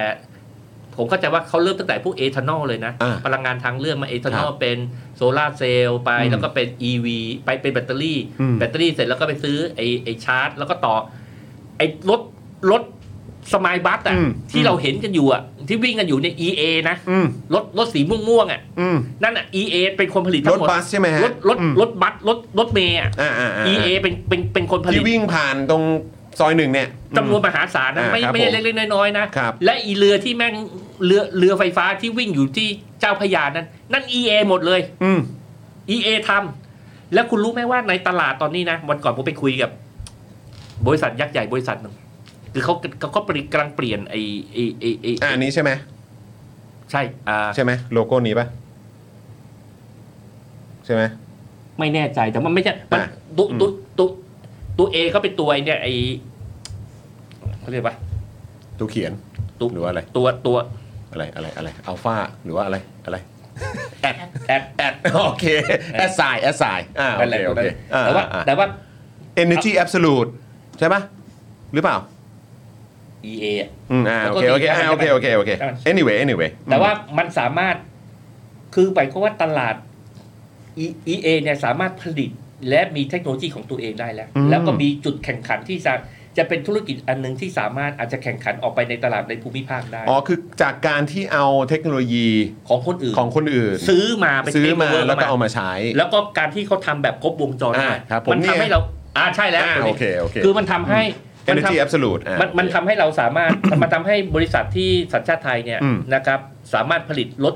[SPEAKER 5] ผมเข้าใจว่าเขาเริ่มตั้งแต่พวกเอทานอลเลยนะ
[SPEAKER 1] อ่า
[SPEAKER 5] พลังงานทางเลือกมาเอทานอล
[SPEAKER 1] ครับ
[SPEAKER 5] เป็นโซลาร์เซลล์ไป
[SPEAKER 1] อืม
[SPEAKER 5] แล้วก็เป็น EV ไปเป็นแบตเตอรี่
[SPEAKER 1] อืม
[SPEAKER 5] แบตเตอรี่เสร็จแล้วก็ไปซื้อไอไอชาร์จ แล้วก็ต่อ ไอรถรถสมายบัสอ่ะ
[SPEAKER 1] อืม
[SPEAKER 5] ที่
[SPEAKER 1] อืม
[SPEAKER 5] เราเห็นกันอยู่อ่ะที่วิ่งกันอยู่ใน EA นะ
[SPEAKER 1] อืม
[SPEAKER 5] รถรถสีม่วงๆอ่ะ
[SPEAKER 1] อืม
[SPEAKER 5] นั่นอ่ะ EA เป็นคนผลิต
[SPEAKER 1] ร
[SPEAKER 5] ทั้
[SPEAKER 1] ถ
[SPEAKER 5] งหมด
[SPEAKER 1] บัสใช่ไหมฮะ
[SPEAKER 5] รถรถ
[SPEAKER 1] อืม
[SPEAKER 5] รถบัสรถรถเมย์อ่ะ
[SPEAKER 1] อ่าอ่าา
[SPEAKER 5] EA เป็นเป็นเป็นคนผลิ
[SPEAKER 1] ที่
[SPEAKER 5] ต
[SPEAKER 1] วิ่งผ่านตรงซอยหนึ่งเนี่ย
[SPEAKER 5] จำนวนมหาศาลนะ
[SPEAKER 1] อ่า
[SPEAKER 5] ไม่
[SPEAKER 1] ครับ
[SPEAKER 5] ไม่ใช่
[SPEAKER 1] ผม
[SPEAKER 5] เล็กๆน้อยๆนะครับ และอีเรือที่แม่งเรือเรือไฟฟ้าที่วิ่งอยู่ที่เจ้าพระยานั้น นั่น EA หมดเลย
[SPEAKER 1] อืม
[SPEAKER 5] EA ทำแล้วคุณรู้ไหมว่าในตลาดตอนนี้นะวันก่อนผมไปคุยกับ บริษัทยักษ์ใหญ่บริษัทหนึ่งคือเขาเขาก็ปริกำลังเปลี่ยนไอ้ไอ้ไอ้ไอ้
[SPEAKER 1] อ่านี้ใช่ไหม
[SPEAKER 5] ใช่อ่า
[SPEAKER 1] ใช่ไหมโลโก้นี้ปะใช่ไหม
[SPEAKER 5] ไม่แน่ใจแต่มันไม่ใช่มัน
[SPEAKER 1] อ่า
[SPEAKER 5] ตัว
[SPEAKER 1] อืม
[SPEAKER 5] ตัวตัวตัวเอเขาเป็นตัวไอ้เนี่ยไอเขาเรียกว่า
[SPEAKER 1] ตัวเขียน
[SPEAKER 5] ตัว
[SPEAKER 1] หรือว่าอะไร
[SPEAKER 5] ตัวตัว
[SPEAKER 1] อะไรอะไรอะไรอัลฟาหรือว่าอะไรอะไร
[SPEAKER 5] แอดแอดแอด
[SPEAKER 1] โอเคแอสไซแอสไซอ่าโอ
[SPEAKER 5] นั่นแห
[SPEAKER 1] เค
[SPEAKER 5] ละ
[SPEAKER 1] โอเค
[SPEAKER 5] แต่ว่าแต่ว่า
[SPEAKER 1] เอเนจีแอบสูตใช่ปะหรือเปล่า
[SPEAKER 5] EA อะ
[SPEAKER 1] อืมอ่าโอเคโอเคอ่าโอเคโอเคโอเค anyway anyway
[SPEAKER 5] แต่ว่ามันสามารถคือไปก็ว่าตลาด E- EA เนี่ยสามารถผลิตและมีเทคโนโลยีของตัวเองได้แล้ว
[SPEAKER 1] อืม
[SPEAKER 5] แล้วก็มีจุดแข่งขันที่จะจะเป็นธุรกิจอันหนึงที่สามารถอาจจะแข่งขันออกไปในตลาดในภูมิภาคได้
[SPEAKER 1] อ๋อคือจากการที่เอาเทคโนโลยี
[SPEAKER 5] ของคนอื่น
[SPEAKER 1] ของคนอื่น
[SPEAKER 5] ซื้อมาไป
[SPEAKER 1] ซื้อ
[SPEAKER 5] เทค
[SPEAKER 1] มา
[SPEAKER 5] โนโยี
[SPEAKER 1] แล้วก็เอามาใช้
[SPEAKER 5] แล้วก็การที่เขาทำแบบครบวงจร
[SPEAKER 1] อ่า
[SPEAKER 5] ได้
[SPEAKER 1] ครับผม
[SPEAKER 5] มัน
[SPEAKER 1] นี่
[SPEAKER 5] ทำให้เรา อ่าใช่แล้ว
[SPEAKER 1] อ่า
[SPEAKER 5] ตัวนี้
[SPEAKER 1] โอเคโอเค
[SPEAKER 5] คือมันทำให้มันทำ
[SPEAKER 1] energy absolute อ่ะ
[SPEAKER 5] มันมันทำให้เราสามารถ มันทำให้บริษัทที่สัญชาติไทยเนี่ย
[SPEAKER 1] อืม
[SPEAKER 5] นะครับ สามารถผลิตรถ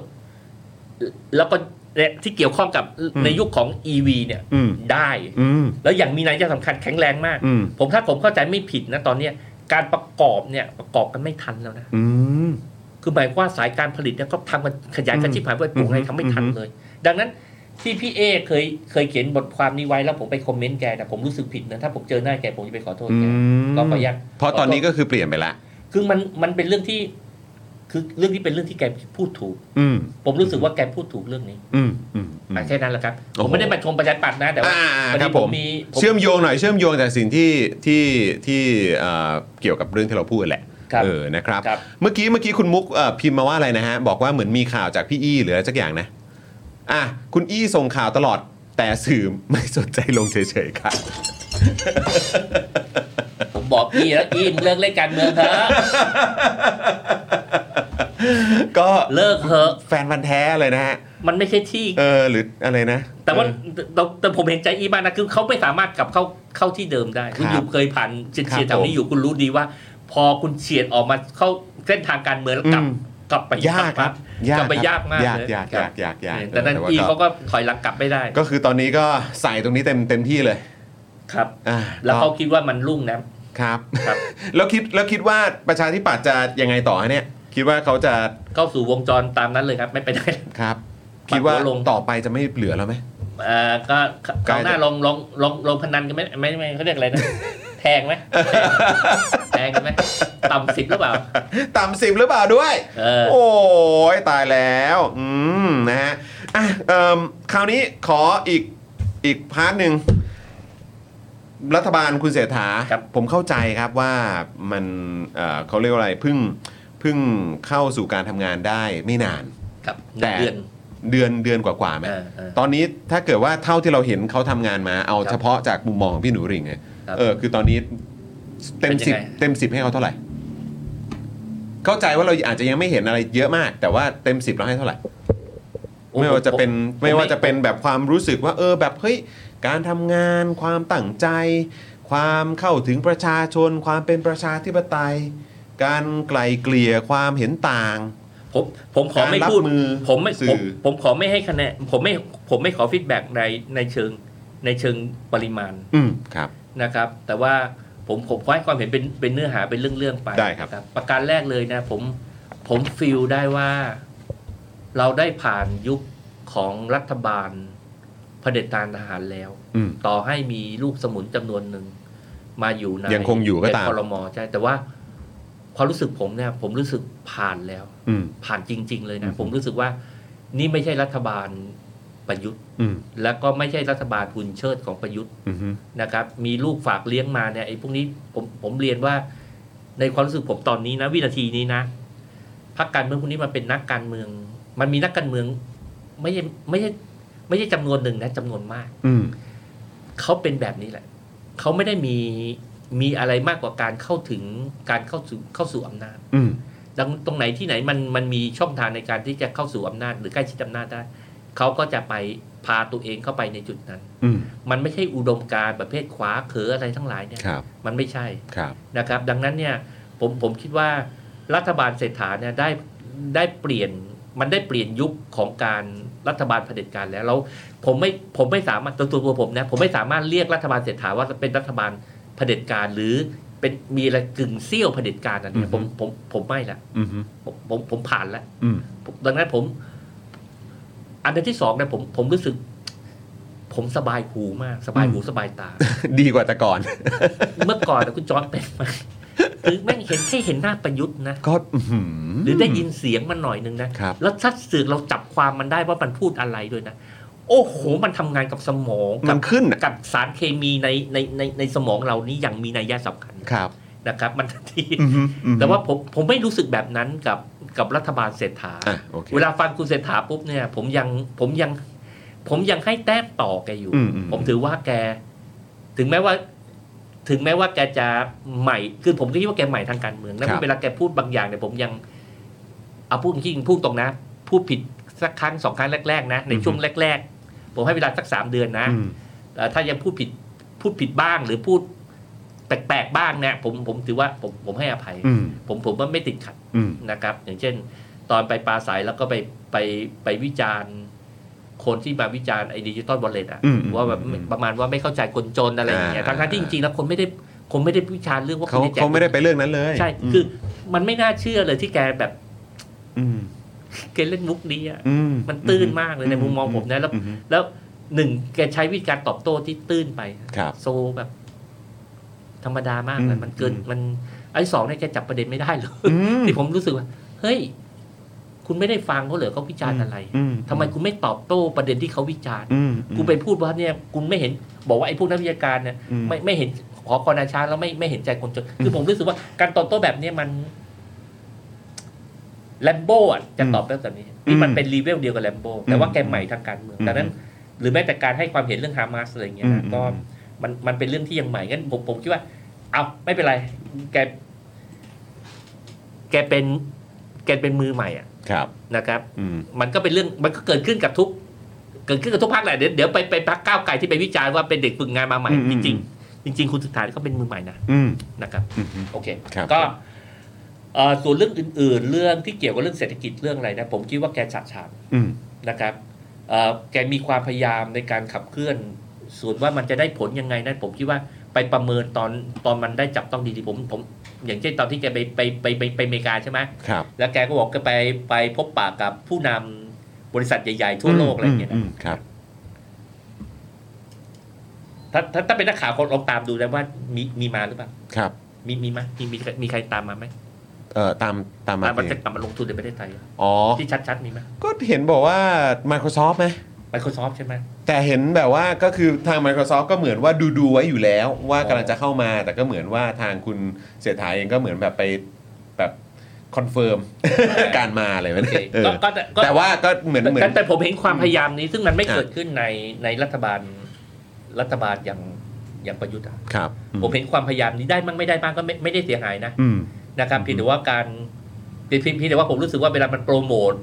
[SPEAKER 5] แล้วก็เนี่ยที่เกี่ยวข้องกับ
[SPEAKER 1] อืม
[SPEAKER 5] ในยุคของ E ีวีเนี่ย
[SPEAKER 1] อืม
[SPEAKER 5] ได้
[SPEAKER 1] อืม
[SPEAKER 5] แล้วอย่างมีนัยยะสำคัญแข็งแรงมาก
[SPEAKER 1] อืม
[SPEAKER 5] ผมถ้าผมเข้าใจไม่ผิดนะตอนเนี้ยการประกอบเนี่ยประกอบกันไม่ทันแล้วนะ
[SPEAKER 1] อืม
[SPEAKER 5] คือหมายความว่าสายการผลิตเนี่ยก็ทำกันขยายกันชิบหายไปปลูกอะไรทำไม่ทัน
[SPEAKER 1] อืม
[SPEAKER 5] เลย ดังนั้นที่พี่เอเคยเคยเขียนบทความนี้ไว้แล้วผมไปคอมเมนต์แกแต่ผมรู้สึกผิดนะถ้าผมเจอหน้าแกผมจะไปขอโทษ
[SPEAKER 1] อื
[SPEAKER 5] แก
[SPEAKER 1] ม
[SPEAKER 5] ก็ขออนุญาต
[SPEAKER 1] เพราะตอนนี้ก็คือเปลี่ยนไปละ
[SPEAKER 5] คือมันมันเป็นเรื่องที่ คือเรื่องที่เป็นเรื่องที่แกพูดถูก
[SPEAKER 1] อืม
[SPEAKER 5] ผมรู้สึกว่าแกพูดถูกเรื่องนี้
[SPEAKER 1] อืมอืมอืม
[SPEAKER 5] อ่ะแค่นั้นแหละครับ
[SPEAKER 1] โอ้
[SPEAKER 5] ผ
[SPEAKER 1] โห
[SPEAKER 5] มไม่ได้มาชมประชาธิปัตย์นะ แต่ว่า
[SPEAKER 1] อ่า
[SPEAKER 5] วัน
[SPEAKER 1] ครั
[SPEAKER 5] นี้
[SPEAKER 1] บ
[SPEAKER 5] ผ
[SPEAKER 1] ผม ม
[SPEAKER 5] มีผม
[SPEAKER 1] เชื่อมโยงหน่อยเชื่อมโยงจากสิ่งที่ที่ที่เอ่อเกี่ยวกับเรื่องที่เราพูดแหละ
[SPEAKER 5] ครับ
[SPEAKER 1] เออนะครับ
[SPEAKER 5] ครับ
[SPEAKER 1] เมื่อกี้เมื่อกี้คุณมุกเอ่อพิมพ์มาว่าอะไรนะฮะ บอกว่าเหมือนมีข่าวจากพี่อี้หรืออะไรสักอย่างนะ อ่ะ คุณอี้ส่งข่าวตลอดแต่สื่อไม่สนใจลงเฉยๆค่ะ
[SPEAKER 5] ผมบอกอีแล้วอีมงเลิกเล่นการเมืองเถอะ
[SPEAKER 1] ก็
[SPEAKER 5] เลิกเถอะ
[SPEAKER 1] แฟนพันธุ์แท้เลยนะฮะ
[SPEAKER 5] มันไม่ใช่ที่
[SPEAKER 1] เออ หรืออะไรนะ
[SPEAKER 5] แต่ว่าแต่แต่ผมเห็นใจอีมากนะคือเขาไม่สามารถกลับเข้าเข้าที่เดิมได้ คุณ
[SPEAKER 1] ครับ
[SPEAKER 5] อยู่เคยผ่านเฉียดเฉียด
[SPEAKER 1] ครับ
[SPEAKER 5] แถวนี้อยู่คุณรู้ดีว่า พอคุณเฉียดออกมาเข้าเส้นทางการเมืองแล้วกลับ
[SPEAKER 1] อืม
[SPEAKER 5] กลับไป
[SPEAKER 1] ยากครับ
[SPEAKER 5] กลับไปยากมาก
[SPEAKER 1] ยาก
[SPEAKER 5] เลย
[SPEAKER 1] ยาก
[SPEAKER 5] ครั
[SPEAKER 1] ยา
[SPEAKER 5] บ
[SPEAKER 1] กยากยาก
[SPEAKER 5] แต่นั้น
[SPEAKER 1] ว่
[SPEAKER 5] อีเขาก็ถอยหลังกลับไม่ได้
[SPEAKER 1] ก็คือตอนนี้ก็ใส่ตรงนี้เต็มเต็มที่เลย
[SPEAKER 5] ครับ
[SPEAKER 1] อ่า
[SPEAKER 5] แล้วเขาคิดว่ามันรุ่ง
[SPEAKER 1] ค
[SPEAKER 5] นะ
[SPEAKER 1] รับ
[SPEAKER 5] ครับ
[SPEAKER 1] แล้วคิดแล้วคิดว่าประชาธิปัตย์จะยังไงต่อฮะเนี่ย คิดว่าเขาจะ
[SPEAKER 5] เข้าสู่วงจรตามนั้นเลยครับ ไม่ไปได้
[SPEAKER 1] ครับ
[SPEAKER 5] ปัด
[SPEAKER 1] คิดว่า
[SPEAKER 5] หัวลง
[SPEAKER 1] ต่อไปจะไม่เหลือแล้วไหม
[SPEAKER 5] เอ่อก็
[SPEAKER 1] ใกล้
[SPEAKER 5] เอาหน้า
[SPEAKER 1] จะ
[SPEAKER 5] ลองลองลองลองพนันกันไหมไม่ไม่เขาเรียกอะไร นะ แทงไหม แทงกันไหมต่ำสิบหรือเปล่า
[SPEAKER 1] ต่ำสิบหรือเปล่าด้วย
[SPEAKER 5] เออ
[SPEAKER 1] โอ้ยตายแล้ว อืมนะฮะอ่ะเอิ่มคราวนี้ขออีกอีกพาร์ทหนึ่งรัฐบาลคุณเสถา
[SPEAKER 5] ครับ
[SPEAKER 1] ผมเข้าใจครับว่ามันเอ่อเขาเรียกว่าอะไรเพิ่งเพิ่งเข้าสู่การทำงานได้ไม่นาน
[SPEAKER 5] ครับห
[SPEAKER 1] แต่
[SPEAKER 5] นึ่งเดือน
[SPEAKER 1] เดือนเดือนกว่าๆไหม
[SPEAKER 5] เออเออ
[SPEAKER 1] ตอนนี้ถ้าเกิดว่าเท่าที่เราเห็นเขาทำงานมาเอา
[SPEAKER 5] ครับ
[SPEAKER 1] เฉพาะจากมุมมองของพี่หนูริงเนี่ย
[SPEAKER 5] ครับ
[SPEAKER 1] เออคือตอนนี้เต็ม
[SPEAKER 5] เป็นยังไง
[SPEAKER 1] สิบเต็มสิบให้เขาเท่าไหร่ เข้าใจว่าเราอาจจะยังไม่เห็นอะไรเยอะมาก แต่ว่าเต็มสิบเราให้เท่าไหร่
[SPEAKER 5] โอ้
[SPEAKER 1] ไม่ว่าจะเป็น
[SPEAKER 5] ผ
[SPEAKER 1] ไม่ว่าจะเป็นแบบความรู้สึกว่า เออแบบเฮ้ยการทำงานความตั้งใจ ความเข้าถึงประชาชน ความเป็นประชาธิปไตย การไกลเกลี่ยความเห็นต่าง
[SPEAKER 5] ผมผมขอไม่
[SPEAKER 1] การรับ
[SPEAKER 5] พูด
[SPEAKER 1] มือ
[SPEAKER 5] ผมไม่
[SPEAKER 1] สื่
[SPEAKER 5] ผ
[SPEAKER 1] อ
[SPEAKER 5] มผมขอไม่ให้คะแนนผมไม่ผมไม่ขอฟีดแบ็ในในเชิงในเชิงปริมาณ
[SPEAKER 1] อืมครับ
[SPEAKER 5] นะครับ แต่ว่าผมผมขอให้ความเห็นเป็นเป็นเนื้อหาเป็นเรื่องๆไป
[SPEAKER 1] ได้ครับ
[SPEAKER 5] นะประการแรกเลยนะ ผมผมฟีลได้ว่าเราได้ผ่านยุคของรัฐบาลเผด็จการทหารแล้ว
[SPEAKER 1] อืม
[SPEAKER 5] ต่อให้มีลูกสมุนจำนวนหนึ่งมาอยู่ใน
[SPEAKER 1] ยังคงอยู่ก็ตาม
[SPEAKER 5] ในครมใช่แต่ว่าความรู้สึกผมเนี่ย ผมรู้สึกผ่านแล้ว
[SPEAKER 1] อืม
[SPEAKER 5] ผ่านจริง ๆ เลย
[SPEAKER 1] อื
[SPEAKER 5] นะ
[SPEAKER 1] ม
[SPEAKER 5] ผมรู้สึกว่านี่ไม่ใช่รัฐบาลประยุทธ์
[SPEAKER 1] อืม
[SPEAKER 5] และก็ไม่ใช่รัฐบาลคุณเชิดของประยุทธ์
[SPEAKER 1] อืม
[SPEAKER 5] นะครับ มีลูกฝากเลี้ยงมาเนี่ยไอ้พวกนี้ผมผมเรียนว่า ในความรู้สึกผมตอนนี้นะ วินาทีนี้นะพรรคการเมืองพวกนี้มันเป็นนักการเมือง มันมีนักการเมือง ไม่ใช่ไม่ใช่ไม่ใช่จำนวนหนึ่งนะจำนวนมาก
[SPEAKER 1] อืม
[SPEAKER 5] เขาเป็นแบบนี้แหละ เขาไม่ได้มีมีอะไรมากกว่าการเข้าถึงการเข้าสู่เข้าสู่อำนาจ
[SPEAKER 1] อืม
[SPEAKER 5] ดังตรงไหนที่ไหนมันมันมีช่องทางในการที่จะเข้าสู่อำนาจ หรือใกล้ชิดอำนาจได้ เขาก็จะไปพาตัวเองเข้าไปในจุดนั้น
[SPEAKER 1] อืม
[SPEAKER 5] มันไม่ใช่อุดมการณ์ประเภทขวาเขออะไรทั้งหลายเนี่ย
[SPEAKER 1] ครับ
[SPEAKER 5] มันไม่ใช่
[SPEAKER 1] ครับ
[SPEAKER 5] นะครับ ดังนั้นเนี่ยผมผมคิดว่ารัฐบาลเศรษฐาเนี่ยได้ได้เปลี่ยนมันได้เปลี่ยนยุคของการรัฐบาลเผด็จการแล้วแล้วผมไม่ผมไม่สามารถตัวตัวตัวผมนะผมไม่สามารถเรียกรัฐบาลเศรษฐาว่าเป็นรัฐบาลเผด็จการหรือเป็นมีอะไรกึ่งเซี่ยวเผด็จการอันเนี้ยผมผมผมไม่ละ
[SPEAKER 1] อืม
[SPEAKER 5] ผมผมผมผ่านแล้ว
[SPEAKER 1] อืม
[SPEAKER 5] ผมดังนั้นผม อันดับที่สองเนี่ยผมผมรู้สึก ผมสบายหูมาก สบายหูสบายตา
[SPEAKER 1] ดีกว่าแต่ก่อน
[SPEAKER 5] เมื่อก่อนนะคุณจอร์นเป็นไหมคือแม่งเห็นแค่เห็นหน้าประยุทธ์นะ
[SPEAKER 1] ก็อื้อหื
[SPEAKER 5] หรือได้ยินเสียงมันหน่อยนึงนะ
[SPEAKER 1] ครับ
[SPEAKER 5] แล้วถ้าสื่อเราจับความมันได้ว่ามันพูดอะไรด้วยนะ โอ้โห มันทำงานกับสมอง
[SPEAKER 1] มั
[SPEAKER 5] กัน บ
[SPEAKER 1] ขึ้นอะ
[SPEAKER 5] กับสารเคมีในในในในสมองเรานี้อย่างมีนัยยะสำคัญ
[SPEAKER 1] ครับ
[SPEAKER 5] นะครับ มันทันที
[SPEAKER 1] อือหืออือหือ
[SPEAKER 5] แต่ว่าผมผมไม่รู้สึกแบบนั้นกับกับรัฐบาลเศรษฐา
[SPEAKER 1] อ่ะโอเค
[SPEAKER 5] เวลาฟังคุณเศรษฐาปุ๊บเนี่ย ผมยังผมยัง ผมยังให้แต้มต่อแกอยู่
[SPEAKER 1] อืมอืม
[SPEAKER 5] ผมถือว่าแก ถึงแม้ว่า ถึงแม้ว่าแกจะใหม่คือผมก็คิดว่าแกใหม่ทางการเมืองแล้วเวลาแกพูดบางอย่างเนี่ยผมยังเอาพูดจริงๆพูดตรงนะ พูดผิดสักครั้งสองครั้งแรกๆนะในช่วงแรก ๆ ผมให้เวลาสักสามเดือนนะ
[SPEAKER 1] อืม
[SPEAKER 5] เอ่อถ้ายังพูดผิดพูดผิดบ้างหรือพูดแปลกๆบ้างเนี่ยผมผมถือว่าผมผมให้อภัย
[SPEAKER 1] อืม
[SPEAKER 5] ผมผมว่าไม่ติดขัด
[SPEAKER 1] อืม
[SPEAKER 5] นะครับอย่างเช่น ตอนไปปราศัยแล้วก็ไปไปไปวิจารณ์ คนที่มาวิจารณ์ไอ้ดิจิตอลวอลเล็ตอะ
[SPEAKER 1] อืมอืม
[SPEAKER 5] ว่าแบบ
[SPEAKER 1] อืม
[SPEAKER 5] ประมาณว่าไม่เข้าใจคนจนอะไรอย่างเงี้ย
[SPEAKER 1] อ่า
[SPEAKER 5] ทั้งๆที่จริงๆแล้วคนไม่ได้คนไม่ได้วิจารณ์เรื่องว่า
[SPEAKER 1] เขา
[SPEAKER 5] คุณจะแจก
[SPEAKER 1] เขาไม่ได้ไปเรื่องนั้นเลย
[SPEAKER 5] ใช่
[SPEAKER 1] ม
[SPEAKER 5] คือมันไม่น่าเชื่อเลยที่แกแบบ
[SPEAKER 1] ม
[SPEAKER 5] แกเล่นมุกนี้อะ
[SPEAKER 1] อื
[SPEAKER 5] มันตื้นมากเลยในมุมมองผมนะแล้ว
[SPEAKER 1] อือหือ
[SPEAKER 5] แล้วหนึ่งแกใช้วิธีการตอบโต้ที่ตื้นไป
[SPEAKER 1] ครับ
[SPEAKER 5] โซแบบ ธรรมดามากเลย
[SPEAKER 1] อืม
[SPEAKER 5] มันเกิน
[SPEAKER 1] อืม
[SPEAKER 5] มันไอ้สองเนี่ยแกจับประเด็นไม่ได้เลย
[SPEAKER 1] อืม
[SPEAKER 5] ที่ผมรู้สึกว่า เฮ้ย คุณไม่ได้ฟังเขาเหรอเขาวิจารณ์อะไร
[SPEAKER 1] ม
[SPEAKER 5] ทำไมคุณไม่ตอบโต้ประเด็นที่เขาวิจารณ์
[SPEAKER 1] อืม
[SPEAKER 5] คุณไปพูดว่าเนี่ยคุณไม่เห็นบอกว่าไอ้พวกนักวิชาการเนี่ย
[SPEAKER 1] อืม
[SPEAKER 5] ไม่ไม่เห็นขอคอนาชาแล้วไม่ไม่เห็นใจคนจนคือผมรู้สึกว่าการตอบโต้แบบเนี้ยมันแลมโบ้อะจะตอบแบบนี้ที่มันเป็นรีเวลเดียวกับแลมโบ้แต่ว่าแกใหม่ทางการเมืองดังนั้น หรือแม้แต่การให้ความเห็นเรื่องฮามาสอะไรอย่างเงี้ยนะ
[SPEAKER 1] อืม
[SPEAKER 5] ก็มันมันเป็นเรื่องที่ยังใหม่งั้นผมผมคิดว่า เอาไม่เป็นไร แก แกเป็นแกเป็นมือใหม่อะ
[SPEAKER 1] ครับ
[SPEAKER 5] นะครับ
[SPEAKER 1] อืม
[SPEAKER 5] มันก็เป็นเรื่องมันก็เกิดขึ้นกับทุก เกิดขึ้นกับทุกภาคแหละเดี๋ยวเดี๋ยวไปไปพักก้าวไกลที่ไปวิจารณ์ว่าเป็นเด็กฝึกงานมาใหม่
[SPEAKER 1] อืม
[SPEAKER 5] จ
[SPEAKER 1] อื
[SPEAKER 5] ริ
[SPEAKER 1] ม
[SPEAKER 5] งๆจริง ๆ คุณสุดท้ายก็เป็นมือใหม่นะ
[SPEAKER 1] อืม
[SPEAKER 5] นะครับ
[SPEAKER 1] อืมอืม
[SPEAKER 5] โอเค
[SPEAKER 1] ครับ
[SPEAKER 5] ก็เอ่อส่วนเรื่องอื่น ๆ เรื่องที่เกี่ยวกับเรื่องเศรษฐกิจเรื่องอะไรนะผมคิดว่าแกฉาดฉาน
[SPEAKER 1] อืม
[SPEAKER 5] นะครับเอ่อแกมีความพยายามในการขับเคลื่อน ส่วนว่ามันจะได้ผลยังไงนั้นผมคิดว่าไปประเมินตอนตอนมันได้จับต้องดีๆผมผม อย่างเช่นตอนที่แกไปไปไปไปไปอเมริกาใช่ไหม
[SPEAKER 1] ครับ
[SPEAKER 5] แล้วแกก็บอกแกไปไปพบปะกับผู้นำบริษัทใหญ่ ๆ ทั่วโลกอะไรอย่างเงี้ย
[SPEAKER 1] อืม
[SPEAKER 5] นะ
[SPEAKER 1] อืมครับ
[SPEAKER 5] ถ้าถ้าถ้าเป็นนักข่าวคนลองตามดูนะว่ามีมีมาหรือเปล่า
[SPEAKER 1] ครับ
[SPEAKER 5] มีมีไหมมีมีมีใครตามมาไหม
[SPEAKER 1] เอ่อตามตามมา
[SPEAKER 5] ตามมา
[SPEAKER 1] เอ
[SPEAKER 5] จะ
[SPEAKER 1] ง
[SPEAKER 5] กลับมาลงทุนในประเทศไทยอะ
[SPEAKER 1] อ๋อ
[SPEAKER 5] ที่ชัดๆมีไหม
[SPEAKER 1] ก็เห็นบอกว่า Microsoft ไหม
[SPEAKER 5] ไมโครซอฟท์ใช่ไหม
[SPEAKER 1] แต่เห็นแบบว่าก็คือทาง Microsoft ก็เหมือนว่าดูดูๆไว้อยู่แล้ว ว่ากำลังจะเข้ามา แต่ก็เหมือนว่าทางคุณเสถาเองก็เหมือนแบบไปแบบคอนเฟิร์ม การมาอะไรแบบ
[SPEAKER 5] โอเค
[SPEAKER 1] นี้เออ
[SPEAKER 5] ก็ก็ก็
[SPEAKER 1] แต่ว่าก็เหมือนเหมือ
[SPEAKER 5] แต่
[SPEAKER 1] น
[SPEAKER 5] แต่ผมเห็นความพยายามนี้ซึ่งมันไม่
[SPEAKER 1] อ่ะ
[SPEAKER 5] เกิดขึ้นในในรัฐบาลรัฐบาลอย่างอย่างประยุทธ์อะ
[SPEAKER 1] ครับ
[SPEAKER 5] ผมเห็นความพยายามนี้ได้มั่งไม่ได้บ้างก็ไม่ไม่ได้เสียหายนะ
[SPEAKER 1] อืม
[SPEAKER 5] นะครับ
[SPEAKER 1] อืม
[SPEAKER 5] เพียงแต่ว่าการเพียงเพียงเพียงแต่ว่าผมรู้สึกว่าเวลามันโปรโมท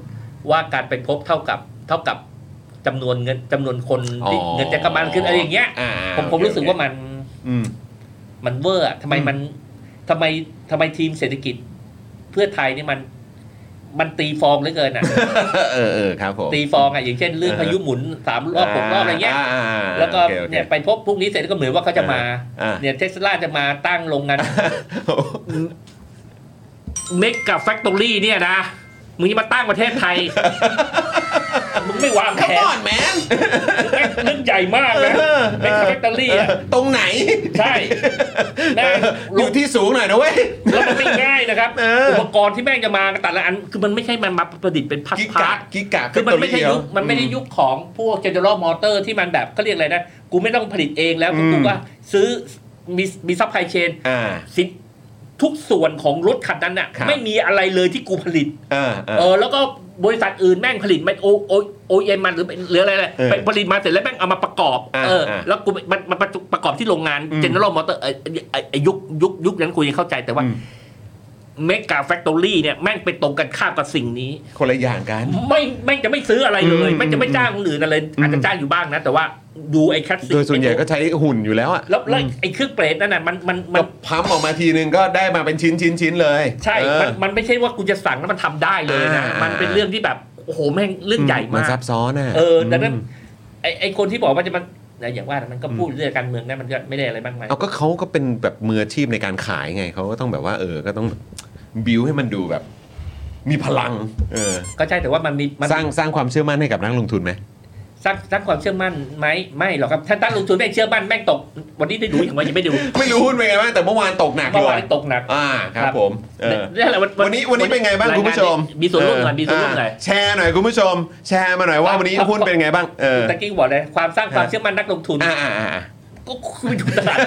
[SPEAKER 5] ว่าการไปพบเท่ากับเท่ากับจำนวนเงินจำนวนคนที่
[SPEAKER 1] อ๋อ
[SPEAKER 5] เงินจะกำมันขึ้นอะไรอย่างเงี้ย
[SPEAKER 1] อ่า
[SPEAKER 5] ผมผมรู้สึกว่ามัน
[SPEAKER 1] อืม
[SPEAKER 5] มันเวอร์อะทำไม
[SPEAKER 1] อืม
[SPEAKER 5] มันทำไมทำไมทีมเศรษฐกิจเพื่อไทยนี่มันมันตีฟองเหลือเกิ นอ่ะ
[SPEAKER 1] เออเออครับผม
[SPEAKER 5] ตีฟองอ่ะอย่างเช่นเรื่อง
[SPEAKER 1] เออ
[SPEAKER 5] พายุหมุนสามรอบหกรอบอะไรเงี้ย
[SPEAKER 1] าอ่า
[SPEAKER 5] แล้วก็
[SPEAKER 1] โอคโอค
[SPEAKER 5] เนี่ยไปพบพวกนี้เสร็จก็เหมือนว่าเขาจะมา
[SPEAKER 1] อ่า
[SPEAKER 5] เนี่ยเทสลาจะมาตั้งโรงงาน เมกกับแฟค t อรี่เนี่ยนะ มึงจะมาตั้งประเทศไทย มึงไม่วางแผ
[SPEAKER 1] Come
[SPEAKER 5] น
[SPEAKER 1] on man
[SPEAKER 5] แม่งเรื่องใหญ่มากนะ
[SPEAKER 1] เออ
[SPEAKER 5] เมกกับแฟค t อรี่อ่ะ
[SPEAKER 1] ตรงไหน
[SPEAKER 5] ใช่แม่ง
[SPEAKER 1] อยู่ที่สูงหน่อยนะเว้ย
[SPEAKER 5] แล้วมันไม่ง่ายนะครับ
[SPEAKER 1] เอออุ
[SPEAKER 5] อุปกรณ์ที่แม่งจะมาแต่ละอัน คือมันไม่ใช่มันมาประดิษฐ์เป็นพั
[SPEAKER 1] กิ
[SPEAKER 5] าก
[SPEAKER 1] กะ
[SPEAKER 5] ร์
[SPEAKER 1] กิกกะ
[SPEAKER 5] คือมันไม่ใช่
[SPEAKER 1] ตัวเดีว
[SPEAKER 5] ยุคมันไม่ได้ยุคของพวก General Motor ที่มันแบบเขาเรียกอะไรนะ กูไม่ต้องผลิตเองแล้ว
[SPEAKER 1] อืม
[SPEAKER 5] กูก็ซื้อมีมีซัพพลายเชน
[SPEAKER 1] อ่า
[SPEAKER 5] สินทุกส่วนของรถคันนั้นน่ะ
[SPEAKER 1] ครับ
[SPEAKER 5] ไม่มีอะไรเลยที่กูผลิต
[SPEAKER 1] อ่าอ่า
[SPEAKER 5] เออ แล้วก็บริษัทอื่นแม่งผลิตมันโอโอโอเอ็มมันหรือเป็นหรืออะไรอะไร
[SPEAKER 1] เออ
[SPEAKER 5] ไปผลิตมาเสร็จแล้วแม่งเอามาประกอบ
[SPEAKER 1] อ่า
[SPEAKER 5] เออ
[SPEAKER 1] อ่า
[SPEAKER 5] แล้วกูมันมันมันประกอบที่โรงงาน
[SPEAKER 1] อืม
[SPEAKER 5] General Motor เออไอ้ไอ้ไอ้ยุคยุคยุคนั้นกูยังเข้าใจแต่ว่า
[SPEAKER 1] อืม
[SPEAKER 5] เมกาแฟคทอรี่เนี่ยแม่งไปตรงกันข้ามกับสิ่งนี้
[SPEAKER 1] คนละอย่างกัน
[SPEAKER 5] ไม่ไม่จะไม่ซื้ออะไรเลย
[SPEAKER 1] อืม
[SPEAKER 5] ไม่จะไม่จ้างคนอื่นอะไร
[SPEAKER 1] อืม
[SPEAKER 5] อาจจะจ้างอยู่บ้างนะ แต่ว่าดูไอ้แคสซิ่ง
[SPEAKER 1] โดยส่วนใหญ่ก็ใช้หุ่นอยู่แล้วอะ
[SPEAKER 5] แล้วแล้วไอ้เครื่องเปรตนั่นน่ะมันมันมั
[SPEAKER 1] ก็
[SPEAKER 5] น
[SPEAKER 1] พัมออกมาทีนึงก็ได้มาเป็นชิ้นชิ้นชิ้นเลย
[SPEAKER 5] ใช่
[SPEAKER 1] เออ
[SPEAKER 5] มันมันไม่ใช่ว่ากูจะสั่งแล้วมันทำได้เลยนะ
[SPEAKER 1] อ่ามั
[SPEAKER 5] มันเป็นเรื่องที่แบบโอ้โหแม่งเรื่องใหญ่
[SPEAKER 1] มัน
[SPEAKER 5] มาก
[SPEAKER 1] ซับซ้อนอะ
[SPEAKER 5] เออดังนั้น
[SPEAKER 1] ม
[SPEAKER 5] ไอ้ไอ้คนที่บอกว่าจะมันนะอย่างว่านะมันก็พูดเรื่องการเมืองนะมันก็ไม่ได้อะไรมากมาย
[SPEAKER 1] เอาก็เขาก็เป็นแบบมืออาชีพในการขายไงเขาก็ต้องแบบว่า เออก็ต้องบิวให้มันดูแบบ มีพลัง เออ
[SPEAKER 5] ก็ใช่แต่ว่ามันมีมัน
[SPEAKER 1] สร้างสร้างความเชื่อมั่นให้กับนักลงทุนไหม
[SPEAKER 5] สร้างสร้างความเชื่อมั่นไหมไม่หรอกครับถ้าตั้งลงทุนแม่งเชื่อมั่นแม่งตก วันนี้ได้ดูอย่างวันยังไม่ดู
[SPEAKER 1] ไม่รู้หุ้นเป็นไงบ้างแต่เมื่อวานตกหนัก
[SPEAKER 5] เมื่
[SPEAKER 1] เล
[SPEAKER 5] อวาน
[SPEAKER 1] ย
[SPEAKER 5] ตกหนัก
[SPEAKER 1] อ่าครับผม เออ
[SPEAKER 5] นี่แหละ
[SPEAKER 1] วันนี้วันนี้เป็นไงบ้างคุณผู้ชม
[SPEAKER 5] มีส่วนร่วมหน่อยมีส่วนร่วมหน่อย
[SPEAKER 1] เแชร์หน่อยคุณผู้ชม แชร์มาหน่อยว่าวันนี้
[SPEAKER 5] ครับ
[SPEAKER 1] หุ้นเป็นไงบ้าง เออ
[SPEAKER 5] ตะกี้บอกเลยความสร้างความเชื่อมั่นนักลงทุน
[SPEAKER 1] อ่าอ่าอ่า
[SPEAKER 5] ก็คืออยู่ตลาด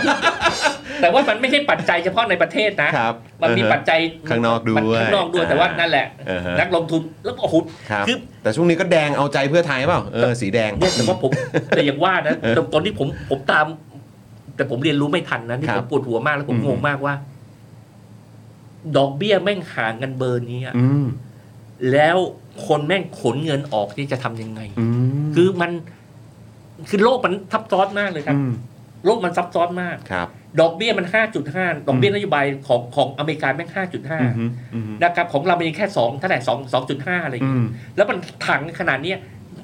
[SPEAKER 5] แต่ว่ามันไม่ใช่ปัจจัยเฉพาะในประเทศนะ
[SPEAKER 1] ครับ
[SPEAKER 5] มันมี
[SPEAKER 1] เออฮะ
[SPEAKER 5] ปัจจัย
[SPEAKER 1] ข้างนอกด้วย
[SPEAKER 5] ข้างนอกด้วยแต่ว่านั่นแหละ
[SPEAKER 1] อ่าฮะ
[SPEAKER 5] นักลงทุนแล้วโอ้โห
[SPEAKER 1] ครับ
[SPEAKER 5] คือ
[SPEAKER 1] แต่ช่วงนี้ก็แดงเอาใจเพื่อไทยเปล่าเออสีแดง
[SPEAKER 5] เนี่ยแต่ว่าผมแต่อย่างว่านะ
[SPEAKER 1] เออ
[SPEAKER 5] ตอนที่ผมผมตาม แต่ผมเรียนรู้ไม่ทันนะนี่
[SPEAKER 1] ครั
[SPEAKER 5] ผ
[SPEAKER 1] บ
[SPEAKER 5] มปวดหัวมากแล้วผม
[SPEAKER 1] อืม
[SPEAKER 5] งงมากว่า ดอกเบี้ยแม่งห่างกันเบอร์นี้อะ
[SPEAKER 1] อืม
[SPEAKER 5] แล้วคนแม่งขนเงินออกนี่จะทำยังไง
[SPEAKER 1] อืม
[SPEAKER 5] คือมันคือโลกมันซับซ้อนมากเลยครับ
[SPEAKER 1] ม
[SPEAKER 5] โลกมันซับซ้อนมาก
[SPEAKER 1] ครับ
[SPEAKER 5] ดอกเบี้ยมัน 5.5 ดอกเบี้ยนโยบายของของอเมริกาแม่ง
[SPEAKER 1] อืมฮึ
[SPEAKER 5] 5.5
[SPEAKER 1] อืมฮึ
[SPEAKER 5] นะครับของเรามันยังแค่2เท่าไหร่2 2.5 อะไรอย่าง
[SPEAKER 1] อื
[SPEAKER 5] เงี้ย
[SPEAKER 1] ม
[SPEAKER 5] แล้วมันถังขนาดเนี้ย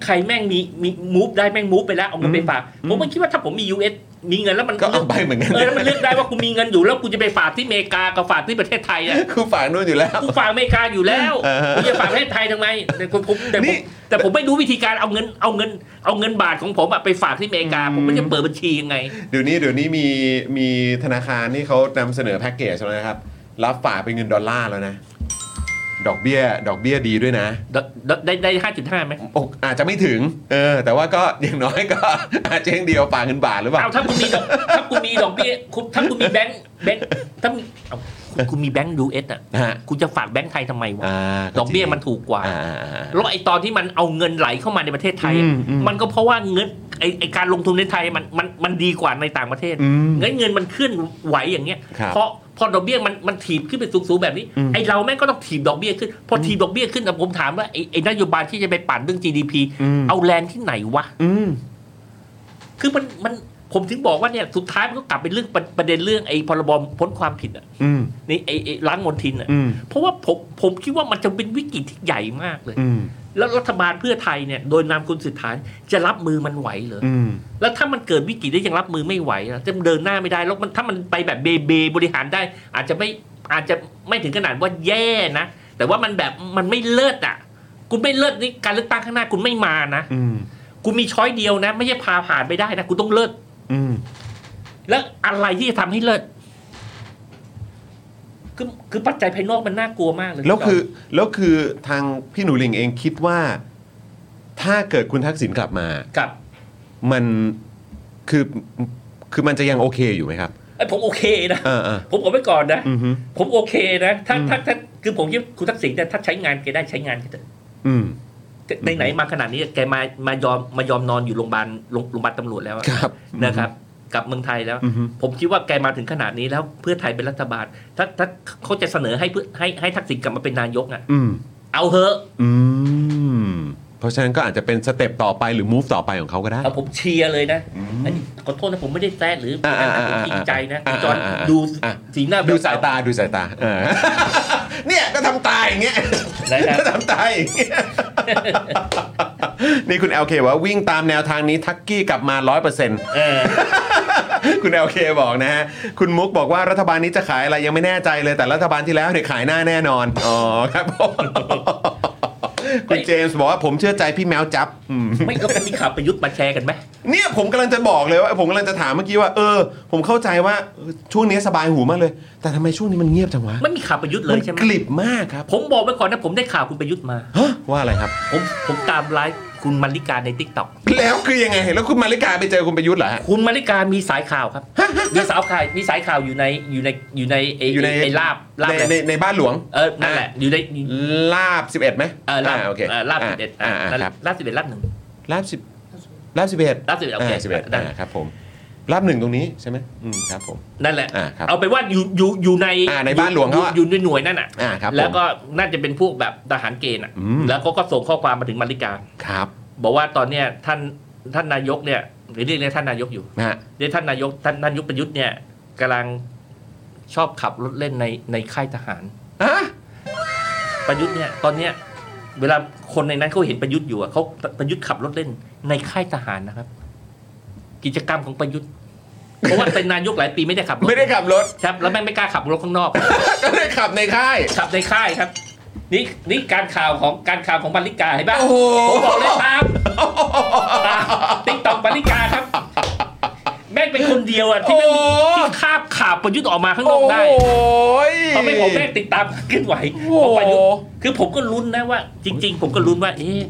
[SPEAKER 5] ใครแม่งมีมีมูฟได้แม่งมูฟไปแล้วเอาเงินไปฝาก
[SPEAKER 1] อืม
[SPEAKER 5] ผมก็คิดว่าถ้าผมมี US มีเงินแล้วมัน
[SPEAKER 1] ก็เอาไปเหมือนกัน
[SPEAKER 5] เออแล้วมันเลือกได้ว่ากูมีเงินอยู่แล้วกูจะไปฝากที่อเมริกากับฝากที่ประเทศไท ยอ่ะ
[SPEAKER 1] คือฝากนู่นอยู่แล้ว
[SPEAKER 5] กูฝากอเมริกาอยู่แล้ว
[SPEAKER 1] เออ
[SPEAKER 5] กูจะฝากประเทศไทยทำไมแต่ผมผมแต่ผ
[SPEAKER 1] นี่
[SPEAKER 5] มแต่ผมไม่รู้วิธีการเอาเงินเอาเงิน เอาเงินบาทของผมอะไปฝากที่อเมริกาผมไม่จะเปิดบัญชียังไง
[SPEAKER 1] เดี๋ยวนี้เดี๋ยวนี้มีมีธนาคารนี่เขานำเสนอแพ็กเกจแล้วนะครับ รับฝากเป็นเงินดอลลาร์แล้วนะ ดอกเบี้ย ดอกเบี้ยดีด้วยนะ
[SPEAKER 5] ดดได้ได้ห้าจุดห้าไหม
[SPEAKER 1] โอ้อาจจะไม่ถึง เออ แต่ว่าก็ อย่างน้อยก็ อาจจะอย่างเดียวฝากเงินบาทหรือเปล่า
[SPEAKER 5] เอาถ้าคุณมีดอกถ้าคุณมีดอกเบี้ยคุณถ้าคุณมีแบงค์แบงค์ถ้ามีเอาคุณคุณมีแบงค์ยูเอสอ่ะ
[SPEAKER 1] ฮะ
[SPEAKER 5] คุณจะฝากแบงค์ไทยทำไมวะ
[SPEAKER 1] อ่า
[SPEAKER 5] ดอกเบี้ยมันถูกกว่า
[SPEAKER 1] อ่าอ่าอ่า
[SPEAKER 5] แล้วไอ้ตอนที่มันเอาเงินไหลเข้ามาในประเทศไทยอะ
[SPEAKER 1] อืมอืม
[SPEAKER 5] มันก็เพราะว่าเงินไอ้ไอ้การลงทุนในไทยมันมันมันดีกว่าในต่างประเทศ
[SPEAKER 1] อืม
[SPEAKER 5] งั้นเงินมันเคลื่อนไหวอย่างเงี้ย
[SPEAKER 1] ครับ
[SPEAKER 5] เพราะพอดอกเบี้ยมันมันถีบขึ้นไปสูงๆแบบนี้
[SPEAKER 1] อืม
[SPEAKER 5] ไอ้เราแม่งก็ต้องถีบดอกเบี้ยขึ้นพอถีบดอกเบี้ยขึ้นแต่ผมถามว่าไอ้ไอ้นโยบายที่จะไปปั่นเรื่อง GDP
[SPEAKER 1] ม
[SPEAKER 5] เอาแรงที่ไหนวะ
[SPEAKER 1] อืม
[SPEAKER 5] คือมันมันผมถึงบอกว่าเนี่ยสุดท้ายมันก็กลับเป็นเรื่องประประเด็นเรื่องไอ้พรบพ้นความผิดอ่ะ
[SPEAKER 1] อืม
[SPEAKER 5] ในไอ้ไอ้ล้างมลทินอ่ะ
[SPEAKER 1] อืม
[SPEAKER 5] เพราะว่าผมผมคิดว่ามันจะเป็นวิกฤตที่ใหญ่มากเลย
[SPEAKER 1] อืม
[SPEAKER 5] แล้วรัฐบาลเพื่อไทยเนี่ยโดยนามคุณสิทธาจะรับมือมันไหวเหรอ
[SPEAKER 1] อืม
[SPEAKER 5] แล้วถ้ามันเกิดวิกฤตได้ยังรับมือไม่ไหวอะจะเดินหน้าไม่ได้แล้วมันถ้ามันไปแบบเบเบบริหารได้ อาจจะไม่อาจจะไม่ถึงขนาดว่าแย่นะแต่ว่ามันแบบมันไม่เลิศอ่ะคุณไม่เลิศนี่การเลือกตั้งข้างหน้าคุณไม่มานะ
[SPEAKER 1] อืม
[SPEAKER 5] คุณมีช้อยเดียวนะ ไม่ใช่พาผ่านไปได้นะคุณต้องเลิศ
[SPEAKER 1] อืม
[SPEAKER 5] แล้วอะไรที่จะทำให้เลิศคือคือปัจจัยภายนอกมันน่ากลัวมากเลย
[SPEAKER 1] แล้วคือแล้วคือทางพี่หนูหลิงเองคิดว่า ถ้าเกิดคุณทักษิณกลับมา
[SPEAKER 5] กับ
[SPEAKER 1] มันคือคือมันจะยังโอเคอยู่ไหมครับ
[SPEAKER 5] ไอ้ยผมโอเคนะ
[SPEAKER 1] เออเออ
[SPEAKER 5] ผมบอกไว้ก่อนนะ
[SPEAKER 1] อืมฮึ
[SPEAKER 5] ผมโอเคนะถ้า
[SPEAKER 1] อืม
[SPEAKER 5] ถ้าถ้าคือผมคิดว่าคุณทักษิณเนี่ยถ้าใช้งานแกได้ใช้งานแกเถอะ
[SPEAKER 1] อืม
[SPEAKER 5] ในไหนๆมาขนาดนี้แกมามายอมมายอมนอนอยู่โรงพยาบาลโรงโรงพยาบาลตำรวจแล้วอะ
[SPEAKER 1] ครับ
[SPEAKER 5] นะครับ กลับเมืองไทยแล้ว
[SPEAKER 1] อือฮึ
[SPEAKER 5] ผมคิดว่าแกมาถึงขนาดนี้แล้วเพื่อไทยเป็นรัฐบาล ถ้าถ้าเขาจะเสนอให้เพื่อให้ให้ทักษิณกลับมาเป็นนายกอ่ะ
[SPEAKER 1] อืม
[SPEAKER 5] เอาเถอะ
[SPEAKER 1] อืมเพราะฉะนั้นก็อาจจะเป็นสเต็ปต่อไปหรือมูฟต่อไปของเขาก็ได้
[SPEAKER 5] เอาผมเชียร์เลยนะอันนี้ขอโทษนะผมไม่ได้แซะหรืออะไร
[SPEAKER 1] อ่า
[SPEAKER 5] นะ
[SPEAKER 1] อ่า
[SPEAKER 5] ผม
[SPEAKER 1] อ่า
[SPEAKER 5] จริงใจนะ
[SPEAKER 1] อ่า
[SPEAKER 5] จอน
[SPEAKER 1] อ่าอ่า
[SPEAKER 5] ดู
[SPEAKER 1] อ่า
[SPEAKER 5] สีหน้า
[SPEAKER 1] ดูสายตาดูสายตาเออ เนี่ยก็ทำตายอย่างเงี้ย
[SPEAKER 5] นะครับ
[SPEAKER 1] ก็ทำตายอย่างเงี้ย นี่คุณ LK ว่าวิ่งตามแนวทางนี้ทักกี้กลับมา 100%
[SPEAKER 5] เออ
[SPEAKER 1] คุณ LK บอกนะฮะ คุณมุกบอกว่ารัฐบาลนี้จะขายอะไรยังไม่แน่ใจเลยแต่รัฐบาลที่แล้วเนี่ยขายหน้าแน่นอน อ๋อครับผมคุณเจมส์บอกว่าผมเชื่อใจพี่แมวจับอืม
[SPEAKER 5] ไม่ก็มีข่าวประยุทธ์มาแชร์กันไหม
[SPEAKER 1] เนี่ยผมกำลังจะบอกเลยว่าผมกำลังจะถามเมื่อกี้ว่า เออ ผมเข้าใจว่าช่วงนี้สบายหูมากเลย แต่ทำไมช่วงนี้มันเงียบจังวะ
[SPEAKER 5] ไม่มีข่าวประยุทธ์เลยใช่ไหม
[SPEAKER 1] กลิบมากครับ
[SPEAKER 5] ผมบอกไว้ก่อนนะผมได้ข่าวคุณประยุทธ์มา
[SPEAKER 1] ฮะว่าอะไรครับ
[SPEAKER 5] ผมผมตามไลฟ์คุณมาริกาในทิกตอก
[SPEAKER 1] แล้วคือยังไงแล้วคุณมาริกาไปเจอคุณประยุทธ์เหรอฮะ
[SPEAKER 5] คุณมาริกามีสายข่าวครับ มีสาวข่าวมีสายข่าวอยู่ในอยู่ในอยู่ในไอ้
[SPEAKER 1] อยู่ใน
[SPEAKER 5] ไอ้ลาบลาบ
[SPEAKER 1] ใน
[SPEAKER 5] อะไร
[SPEAKER 1] ในในบ้านหลวง
[SPEAKER 5] เออนั่นแหละอยู่ใน
[SPEAKER 1] ลาบ 11ไหม
[SPEAKER 5] เออลาบ
[SPEAKER 1] โอเค
[SPEAKER 5] เออลาบสิบเอ็ด
[SPEAKER 1] อ่าอ่าครับ
[SPEAKER 5] ลาบสิบเอ็ดลาบหนึ่ง
[SPEAKER 1] ลาบสิบลาบสิบเอ็ด
[SPEAKER 5] ลาบ11โอเค
[SPEAKER 1] สิบเอ็ด
[SPEAKER 5] ได้
[SPEAKER 1] ครับผมลาบหนึ่งตรงนี้ใช่ไหมอืมครับผม
[SPEAKER 5] นั่นแหละ
[SPEAKER 1] อ่าครับ
[SPEAKER 5] เอาไปนว่าอยู่อยู่อยู่ใน
[SPEAKER 1] อ่าในบ้านหลวงเขาอะ
[SPEAKER 5] อยู่อยู่ในหน่วยนั่นอ่ะ
[SPEAKER 1] อ่าครับผม
[SPEAKER 5] แล้วก็น่าจะเป็นพวกแบบทหารเกณฑ์อ่ะ
[SPEAKER 1] อืม
[SPEAKER 5] แล้วก็ก็ส่งข้อความมาถึงมาริกา
[SPEAKER 1] ครับ
[SPEAKER 5] บอกว่าตอนเนี้ยท่านท่านนายกเนี่ยหรือเรียกเรียกท่านนายกอยู่
[SPEAKER 1] นะฮะ
[SPEAKER 5] เรียกท่านนายกท่านนายกประยุทธ์เนี่ยกำลังชอบขับรถเล่นในในค่ายทหาร
[SPEAKER 1] อ่ะ
[SPEAKER 5] ประยุทธ์เนี่ยตอนเนี้ยเวลาคนในนั้นเขาเห็นประยุทธ์อยู่อะเขาประยุทธ์ขับรถเล่นในค่ายทหารนะครับ กิจกรรมของประยุทธ์เพราะว่าเป็นนายกหลายปีไม่ได้ขับรถ
[SPEAKER 1] ไม่ได้ขับรถ
[SPEAKER 5] ครับ แล้วแม่งไม่กล้าขับรถข้างนอก
[SPEAKER 1] ก็ได้ขับในค่าย
[SPEAKER 5] ขับในค่ายครับ นี่นี่การข่าวของการข่าวของบรริกาเห็นปะ
[SPEAKER 1] โอ้โห
[SPEAKER 5] ผมบอกเลยตามตามติ๊กต็อกบรริกาครับ แม่งเป็นคนเดียวอะที่ไม่มีที่คาบข่าวประยุทธ์ออกมาข้างนอกได้
[SPEAKER 1] โอ้ย
[SPEAKER 5] ทำให้ผมได้ติดตามความเคลื่อนไหว
[SPEAKER 1] โอ้
[SPEAKER 5] ข
[SPEAKER 1] โห
[SPEAKER 5] องประยุทธ์คือผมก็ลุ้นนะว่า จริง ๆ ผมก็ลุ้นว่า เอ๊ะ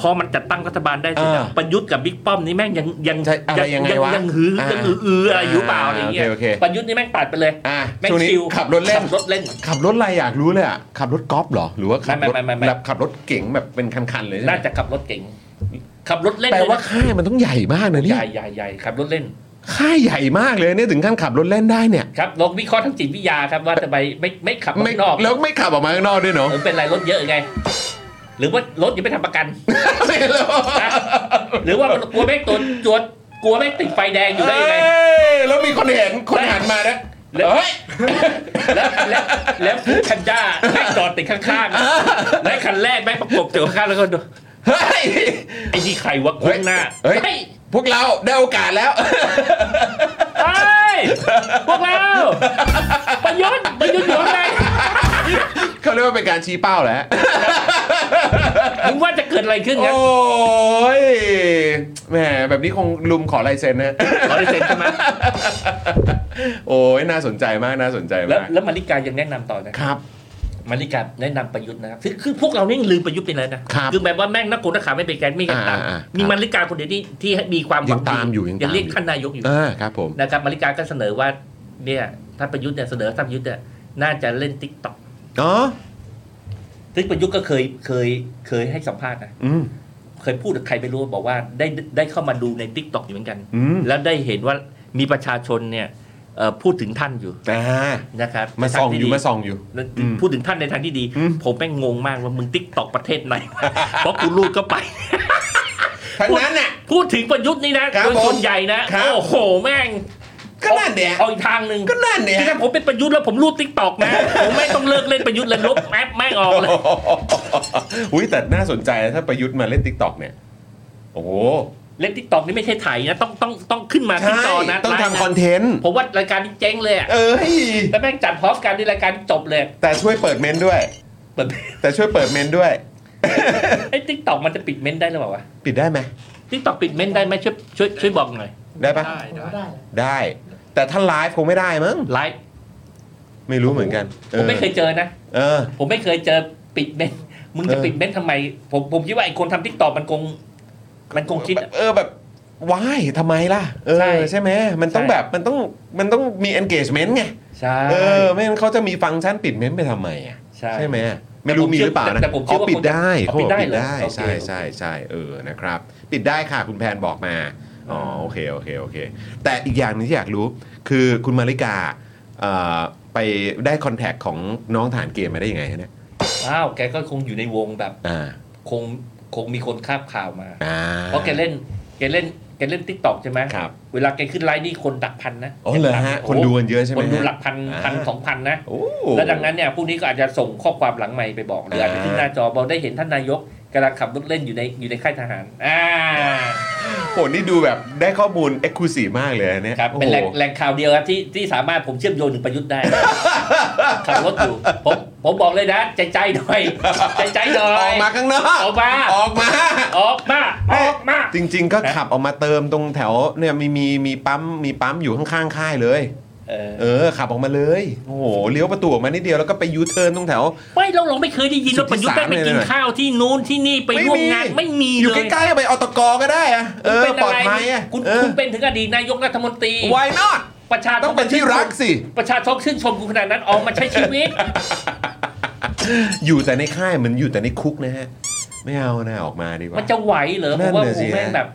[SPEAKER 5] พอมันจัดตั้งรัฐบาลได้เสร็จอะ
[SPEAKER 1] อ่า
[SPEAKER 5] ประยุทธ์กับบิ๊กป้อมนี่แม่งยังยัง
[SPEAKER 1] ใช่อะไรยังไงวะ
[SPEAKER 5] ยังหือ
[SPEAKER 1] อ่ายั
[SPEAKER 5] ยังหืออืออะไรอยู่เปล่า
[SPEAKER 1] อ่า
[SPEAKER 5] อะไรเงี้ย
[SPEAKER 1] โอเคโอเค
[SPEAKER 5] ประยุทธ์นี่แม่งตัดไปเลย
[SPEAKER 1] อ่ะ
[SPEAKER 5] แม่ง
[SPEAKER 1] ช่วงนี้
[SPEAKER 5] ชิล
[SPEAKER 1] ขับรถเล่น
[SPEAKER 5] ขับรถเล่น
[SPEAKER 1] ขับรถอะไรอยากรู้เลยอ่ะขับรถกอล์ฟเหรอ หรือว่าขับรถ
[SPEAKER 5] ไม่ไม่ไม่ไม่
[SPEAKER 1] แบบขับรถเก๋งแบบเป็นคันๆเลยใช่ไหม
[SPEAKER 5] น่าจะขับรถเก่งขับรถเล่น
[SPEAKER 1] แปลว่า
[SPEAKER 5] ด้ยนะ
[SPEAKER 1] ค่ายมันต้องใหญ่มากนะ
[SPEAKER 5] ให
[SPEAKER 1] เนี่ย
[SPEAKER 5] ญ่ใหญ่ใหญ่ขับรถเล่น
[SPEAKER 1] ค่ายใหญ่มากเลยเนี่ยถึงขั้นขับรถเล่นได้เนี่ย
[SPEAKER 5] ครับลองวิเคราะห์ทางจิตวิทยาครับว่าทำไมไม่ไม่ขับ
[SPEAKER 1] ไม่
[SPEAKER 5] ข้างนอก
[SPEAKER 1] แล้วไม่ขับออกมาข้างนอกด้วยเนาะ
[SPEAKER 5] หรือเป็นไรรถเยอะไง หรือว่ารถยังไม่ทำประกัน
[SPEAKER 1] ไม่รู้
[SPEAKER 5] นะหรือว่ามันกลัวแม่งตัวจวนกลัวแม่งติดไฟแดงอยู่ได้ยังไง
[SPEAKER 1] เอ้ยแล้วมีคนเห็นคนหันมานะ
[SPEAKER 5] แล้ว
[SPEAKER 1] เฮ้ย
[SPEAKER 5] แล้วแล้วแล้วฟูดแพันด้าแม่งจอดติดข้างๆและคันแรกแม่งประกบเจอข้างๆแล้วก็ดู
[SPEAKER 1] เฮ้ย
[SPEAKER 5] ไอ้นี่ใครวะโคุ้งหน้า
[SPEAKER 1] เฮ้ย
[SPEAKER 5] เฮ้ย
[SPEAKER 1] พวกเราได้โอกาสแล้ว
[SPEAKER 5] เฮ้ยพวกเราประยุทธ์ประยุทธ์อยู่ข้างใน
[SPEAKER 1] เขาเรียกว่าเป็นการชี้เป้าแหละ
[SPEAKER 5] มึงว่าจะเกิดอะไรขึ้นครั
[SPEAKER 1] โอ้
[SPEAKER 5] บ
[SPEAKER 1] ยแหมแบบนี้คงลุมขอลายเซ็นนะ
[SPEAKER 5] ขอได้เซ็นใช่ไหม
[SPEAKER 1] โอ้ยน่าสนใจมากน่าสนใจ
[SPEAKER 5] แล้ว
[SPEAKER 1] มาก
[SPEAKER 5] แล้วมาริกายังแนะนำต่อนะครับ มาริกาแนะนำประยุทธ์นะครับคือคือพวกเรานี่ลืมประยุทธ์ไปแล้วนะครับ อแบบว่าแม่งนักโกนนักข่าวไม่เป็นแกนไม่กันตาม
[SPEAKER 1] อ่าอ่าครับ
[SPEAKER 5] มีมาริกาคนเดียวที่ที่มีความหวั
[SPEAKER 1] ยั
[SPEAKER 5] ง
[SPEAKER 1] งตามอยู่ยังตามอยู่
[SPEAKER 5] ยังเรียกท่านนายกอยู่
[SPEAKER 1] อ่าครับผม
[SPEAKER 5] นะครับมาริกาก็เสนอว่าเนี่ยท่านประยุทธ์เนี่ยเสนอท่านประยุทธ์เนี่ยน่าจะเล่นติ๊กต็อก
[SPEAKER 1] อ๋อ
[SPEAKER 5] ซึ่งประยุทธ์ก็เคยเคยเคยให้สัมภาษณ์นะ
[SPEAKER 1] อืม
[SPEAKER 5] เคยพูดกับใครไม่รู้บอกว่าได้ได้เข้ามาดูในติ๊กต็อกอยู่เหมือนกัน
[SPEAKER 1] อืม
[SPEAKER 5] แล้วได้เห็นว่ามีประชาชนเนี่ยเอ่อพูดถึงท่านอยู่
[SPEAKER 1] อ่า
[SPEAKER 5] นะครับ
[SPEAKER 1] มาส่องอยู่
[SPEAKER 5] ใน
[SPEAKER 1] มา
[SPEAKER 5] ทางที่ดี
[SPEAKER 1] ส่องอยู่
[SPEAKER 5] แล้ว
[SPEAKER 1] อืม
[SPEAKER 5] พูดถึงท่านในทางที่ดี
[SPEAKER 1] อืม
[SPEAKER 5] ผมแม่งงงมากว่ามึงติ๊กตอกประเทศไหน เพราะกูรูดก็ไป
[SPEAKER 1] ทั้งนั้นน่ะ
[SPEAKER 5] พูดถึงประยุทธ์นี่นะครับ โดยส่วนใหญ่นะครับ โอ้โหแม่ง
[SPEAKER 1] ก็นั่นเนี่ย
[SPEAKER 5] เอาอีกทางหนึ่ง
[SPEAKER 1] ก็นั่นเนี่ย
[SPEAKER 5] คือถ้าผมเป็นประยุทธ์แล้วผมรูดติ๊กตอกนะ ผมไม่ต้องเลิกเล่นประยุทธ์เลยลบแอปไม่งออกเลย
[SPEAKER 1] อุ้ยแต่น่าสนใจนะถ้าประยุทธ์มาเล่นติ๊กต็อกเนี่ย โอ้โห
[SPEAKER 5] เล่นติ๊กตอกนี่ไม่ใช่ไถนะต้องต้องต้องขึ้นมาที่
[SPEAKER 1] ใช่
[SPEAKER 5] จอนะ
[SPEAKER 1] ต้อง
[SPEAKER 5] ไลฟ์
[SPEAKER 1] ทำค
[SPEAKER 5] นะ
[SPEAKER 1] อนเทนต์
[SPEAKER 5] ผมว่ารายการนี้เจ๊งเลยอะ
[SPEAKER 1] เอ้ย
[SPEAKER 5] แล้วแม่งจัดพร้อมกันในรายการจบเลย
[SPEAKER 1] แต่ช่วยเปิดเมนต์ด้วย
[SPEAKER 5] เปิด
[SPEAKER 1] แต่ช่วยเปิดเมนต์ด้วย
[SPEAKER 5] ไอ้ติ๊กตอกมันจะปิดเม้นต์ได้หรือเปล่าวะ
[SPEAKER 1] ปิดได้ไหม
[SPEAKER 5] ติ๊กตอกปิดเม้นต์ได้ไหมช่วยช่วยช่วยบอกหน่อย
[SPEAKER 1] ได้ปะ
[SPEAKER 3] ได้
[SPEAKER 2] โอ้ได้
[SPEAKER 3] ได้
[SPEAKER 2] เลย
[SPEAKER 1] ได้ แต่ถ้าไลฟ์คงไม่ได้มั้ง
[SPEAKER 5] ไลฟ์
[SPEAKER 1] ไม่รู้เหมือนกันอ
[SPEAKER 5] ผ
[SPEAKER 1] อ
[SPEAKER 5] มไม่เคยเจอนะ
[SPEAKER 1] เออ
[SPEAKER 5] ผมไม่เคยเจอปิดเม้นท์มึงจะ
[SPEAKER 1] เออ
[SPEAKER 5] ปิดเม้นท์ทำไม ผมผมคิดว่าไอ้คนทำทิกตอกมันคง มันคงคิด
[SPEAKER 1] แบบเออแบบวายทำไมล่ะ เออ
[SPEAKER 5] ใช่
[SPEAKER 1] ใช่ไหมมันต้อง
[SPEAKER 5] ใช่
[SPEAKER 1] แบบมันต้องมันต้องมี engagement ไง
[SPEAKER 5] ใช่
[SPEAKER 1] เออไม่งั้นเขาจะมีฟังก์ชันปิดเม้นไปทำไมอ่ะ
[SPEAKER 5] ใช่
[SPEAKER 1] ใช่ไหมไม่รู้มีหรือเปล่านะ
[SPEAKER 5] แต่ผมเชื่อว่า
[SPEAKER 1] ปิดได้
[SPEAKER 5] ค
[SPEAKER 1] เขา
[SPEAKER 5] นจะ
[SPEAKER 1] บอกปิด
[SPEAKER 5] เอาปิดได้เหรอ
[SPEAKER 1] ได้
[SPEAKER 5] โอเค
[SPEAKER 1] ใช่ใช่ใช่เออนะครับ ปิดได้ค่ะคุณแพนบอกมาอ๋อโอเคโอเคโอเค แต่อีกอย่างหนึงที่อยากรู้คือคุณมาริกาเอ่อไปได้คอนแทคของน้องฐานเกมมาได้ยังไงฮะเนี่ย
[SPEAKER 5] อ้าวแกก็คงอยู่ในวงแบบ
[SPEAKER 1] อ่า
[SPEAKER 5] คงคงมีคนคาบข่าวมา
[SPEAKER 1] อ่า
[SPEAKER 5] เพราะแกเล่นแกเล่นแกเล่นทิกตอกใช่ไหม
[SPEAKER 1] ครับ
[SPEAKER 5] เวลาแกขึ้นไลฟ์นี่คนดักพันนะ
[SPEAKER 1] อ๋อเหรอฮะ
[SPEAKER 5] โ
[SPEAKER 1] คนดูกันเยอะใช่ไหม
[SPEAKER 5] คนดู
[SPEAKER 1] ฮะ
[SPEAKER 5] หลักพัน
[SPEAKER 1] อ่า
[SPEAKER 5] พันสองพันนะ
[SPEAKER 1] โอ้
[SPEAKER 5] แล้วดังนั้นเนี่ยพวกนี้ก็อาจจะส่งข้อความหลังไมค์ไปบอกหรืออาจจะขึ้นหน้าจอบอกได้เห็นท่านนายกกำลังขับรถเล่นอยู่ในอยู่ในค่ายทหารอ่า
[SPEAKER 1] โหนี่ดูแบบได้ข้อมูลเอ็กซ์คลูซีมากเลยอันเนี่ย
[SPEAKER 5] ครับเป็นแหล่ง
[SPEAKER 1] โอ้โห
[SPEAKER 5] แหล่งข่าวเดียวครับที่ที่สามารถผมเชื่อมโยงถึงประยุท ธ์ได้ ขับรถอยู่ผมผมบอกเลยนะ ใจใจหน่อย ใจใจหน่อ
[SPEAKER 1] อย อกมาข้างนอก
[SPEAKER 5] ออกมา
[SPEAKER 1] ออกมา
[SPEAKER 5] ออกมาออกมา
[SPEAKER 1] จริง ๆ ก็
[SPEAKER 5] นะ
[SPEAKER 1] ขับออกมาเติมตรงแถวเนี่ยมีมีมีปั๊มมีปั๊มอยู่ข้างๆค่ายเลย
[SPEAKER 5] เออ
[SPEAKER 1] เออ ขับออกมาเลย โอ้โหเลี้ยวประตูออกมานิดเดียวแล้วก็ไปยูเทิร์นตรงแถว
[SPEAKER 5] ไม่เราเราไม่เคยได้ยินว่าประยุทธ์ได้ไปกินข้าวที่นู้นที่นี่ไปร่วมงานไม่มี
[SPEAKER 1] อยู่
[SPEAKER 5] เล
[SPEAKER 1] ใก
[SPEAKER 5] ย
[SPEAKER 1] ล้ๆไปอตกก็ได้อะเออ
[SPEAKER 5] คุณ
[SPEAKER 1] ปล
[SPEAKER 5] ป็น
[SPEAKER 1] อด
[SPEAKER 5] ไร
[SPEAKER 1] ภัยอะ
[SPEAKER 5] คุณ
[SPEAKER 1] เออ
[SPEAKER 5] คุณเป็นถึงอดีตนายกรัฐมนตรี
[SPEAKER 1] why not
[SPEAKER 5] ประชาช
[SPEAKER 1] ต้องเป็นที่รักสิ
[SPEAKER 5] ประชาชนชื่นชมกูขนาดนั้นออกมาใช้ชี วิต
[SPEAKER 1] อยู่แต่ในค่ายเหมือนอยู่แต่ในคุกนะฮะ ไม่เอานะออกมาดีกว่า
[SPEAKER 5] มันจะไหวเหรอ
[SPEAKER 1] นั่
[SPEAKER 5] ผ
[SPEAKER 1] น
[SPEAKER 5] มว่า
[SPEAKER 1] น่ะสิ
[SPEAKER 5] ผมแม่ง
[SPEAKER 1] ฮะ
[SPEAKER 5] แบบ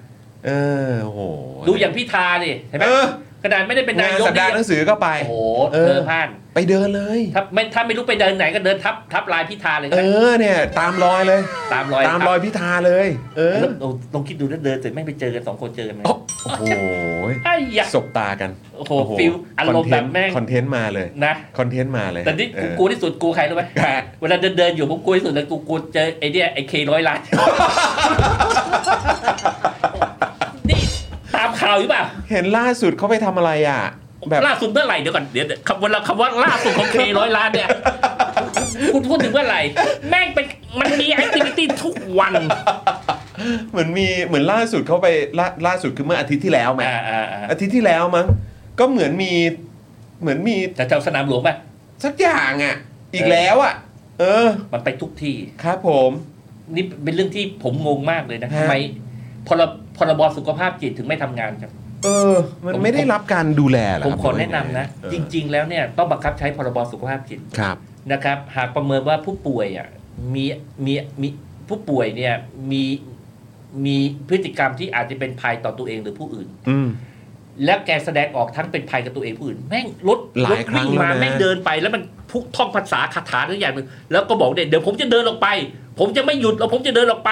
[SPEAKER 1] เออโอ้โห
[SPEAKER 5] ดูอย่างพิธาดิเห็นไหม
[SPEAKER 1] เออ
[SPEAKER 5] ขนาดไม่ได้เป็
[SPEAKER 1] งาน
[SPEAKER 5] นาน ยก
[SPEAKER 1] สัปดาห์หนั
[SPEAKER 5] นี่
[SPEAKER 1] งสือก็ไป
[SPEAKER 5] โอ้โห
[SPEAKER 1] เออ
[SPEAKER 5] เธอพลาน
[SPEAKER 1] ไปเดินเลย
[SPEAKER 5] ถ้าไม่ถ้าไม่รู้ไปเดินไหนก็เดินทับทับลายพิธาเลย
[SPEAKER 1] เอ
[SPEAKER 5] นะ
[SPEAKER 1] อเนี่ยตามรอยเลย
[SPEAKER 5] ตามรอย
[SPEAKER 1] ตามรอยพิธาเลย เออ
[SPEAKER 5] แล้วเราลองคิดดูนะเดินเสร็จแม่งไปเจอกันสองคนเจอกันไหม
[SPEAKER 1] โอ้ โอ้โห
[SPEAKER 5] ไอ้ยะ
[SPEAKER 1] สบตากัน
[SPEAKER 5] โอ้โหฟิลอารมณ์แบบแม่ง
[SPEAKER 1] คอนเทนต์มาเลย
[SPEAKER 5] นะ
[SPEAKER 1] คอนเทนต์มาเลย
[SPEAKER 5] แต่นี่
[SPEAKER 1] เอ
[SPEAKER 5] กู
[SPEAKER 1] อ
[SPEAKER 5] กูที่สุดกูใครรู้ไหม
[SPEAKER 1] ใคร
[SPEAKER 5] เวลาเดินเดินๆอยู่ผมกูที่สุดเลยกูกูเจอไอ้เนี่ยไอ้เคร้อยล้าน นี่ตามข่าวหรือเปล่า
[SPEAKER 1] เห็นล่าสุดเขาไปทำอะไรอ่ะ แบบ
[SPEAKER 5] ล่าสุดเมื่อไหร่เดี๋ยวก่อนเดี๋ยวเดี๋ยวคำว่าคำว่าล่าสุดของเคร้อยล้านเนี่ยคุณพูดถึงเมื่อไหร่ แม่งเป็นมันมีแอคทิวิตี้ทุกวัน
[SPEAKER 1] เหมือนมีเหมือนล่าสุดเขาไปล่าล่าสุดคือเมื่ออาทิตย์ที่แล้วไหม
[SPEAKER 5] อ่าอ่าอ่า
[SPEAKER 1] อาทิตย์ที่แล้วมั้งก็เหมือนมีเหมือนมี
[SPEAKER 5] แต่เจ้าสนามหลวงป่ะ
[SPEAKER 1] สักอย่างอ่ะ อีกแล้วอ่ะ เออ
[SPEAKER 5] มันไปทุกที่
[SPEAKER 1] ครับผม
[SPEAKER 5] นี่เป็นเรื่องที่ผมงงมากเลยนะ
[SPEAKER 1] ฮะ
[SPEAKER 5] ทำไมพรบพรบสุขภาพจิตถึงไม่ทำงานจัง
[SPEAKER 1] เออ มันไม่ได้รับการดูแลเหรอ
[SPEAKER 5] ผ
[SPEAKER 1] ค
[SPEAKER 5] ม
[SPEAKER 1] รับ
[SPEAKER 5] ขอแนะนำนะ
[SPEAKER 1] เออ
[SPEAKER 5] จริง ๆ แล้วเนี่ยต้องบังคับใช้พรบสุขภาพจิต
[SPEAKER 1] ครับ
[SPEAKER 5] นะครับ หากประเมินว่าผู้ป่วยอ่ะมีมีมีผู้ป่วยเนี่ยมีมีพฤติกรรมที่อาจจะเป็นภัยต่อตัวเองหรือผู้อื่น
[SPEAKER 1] อืม
[SPEAKER 5] และแกแสดงออกทั้งเป็นภัยกับตัวเองผู้อื่น แม่งรถ
[SPEAKER 1] หลาย
[SPEAKER 5] ถ
[SPEAKER 1] ครั้ง
[SPEAKER 5] วิ่งมา
[SPEAKER 1] แล้วนะ
[SPEAKER 5] แม่งเดินไป แล้วมันพุกท่องภาษาคาถาทุกอย่างหนึ่งแล้วก็บอกเนี่ยเดี๋ยวผมจะเดินออกไป ผมจะไม่หยุดแล้วผมจะเดินออกไป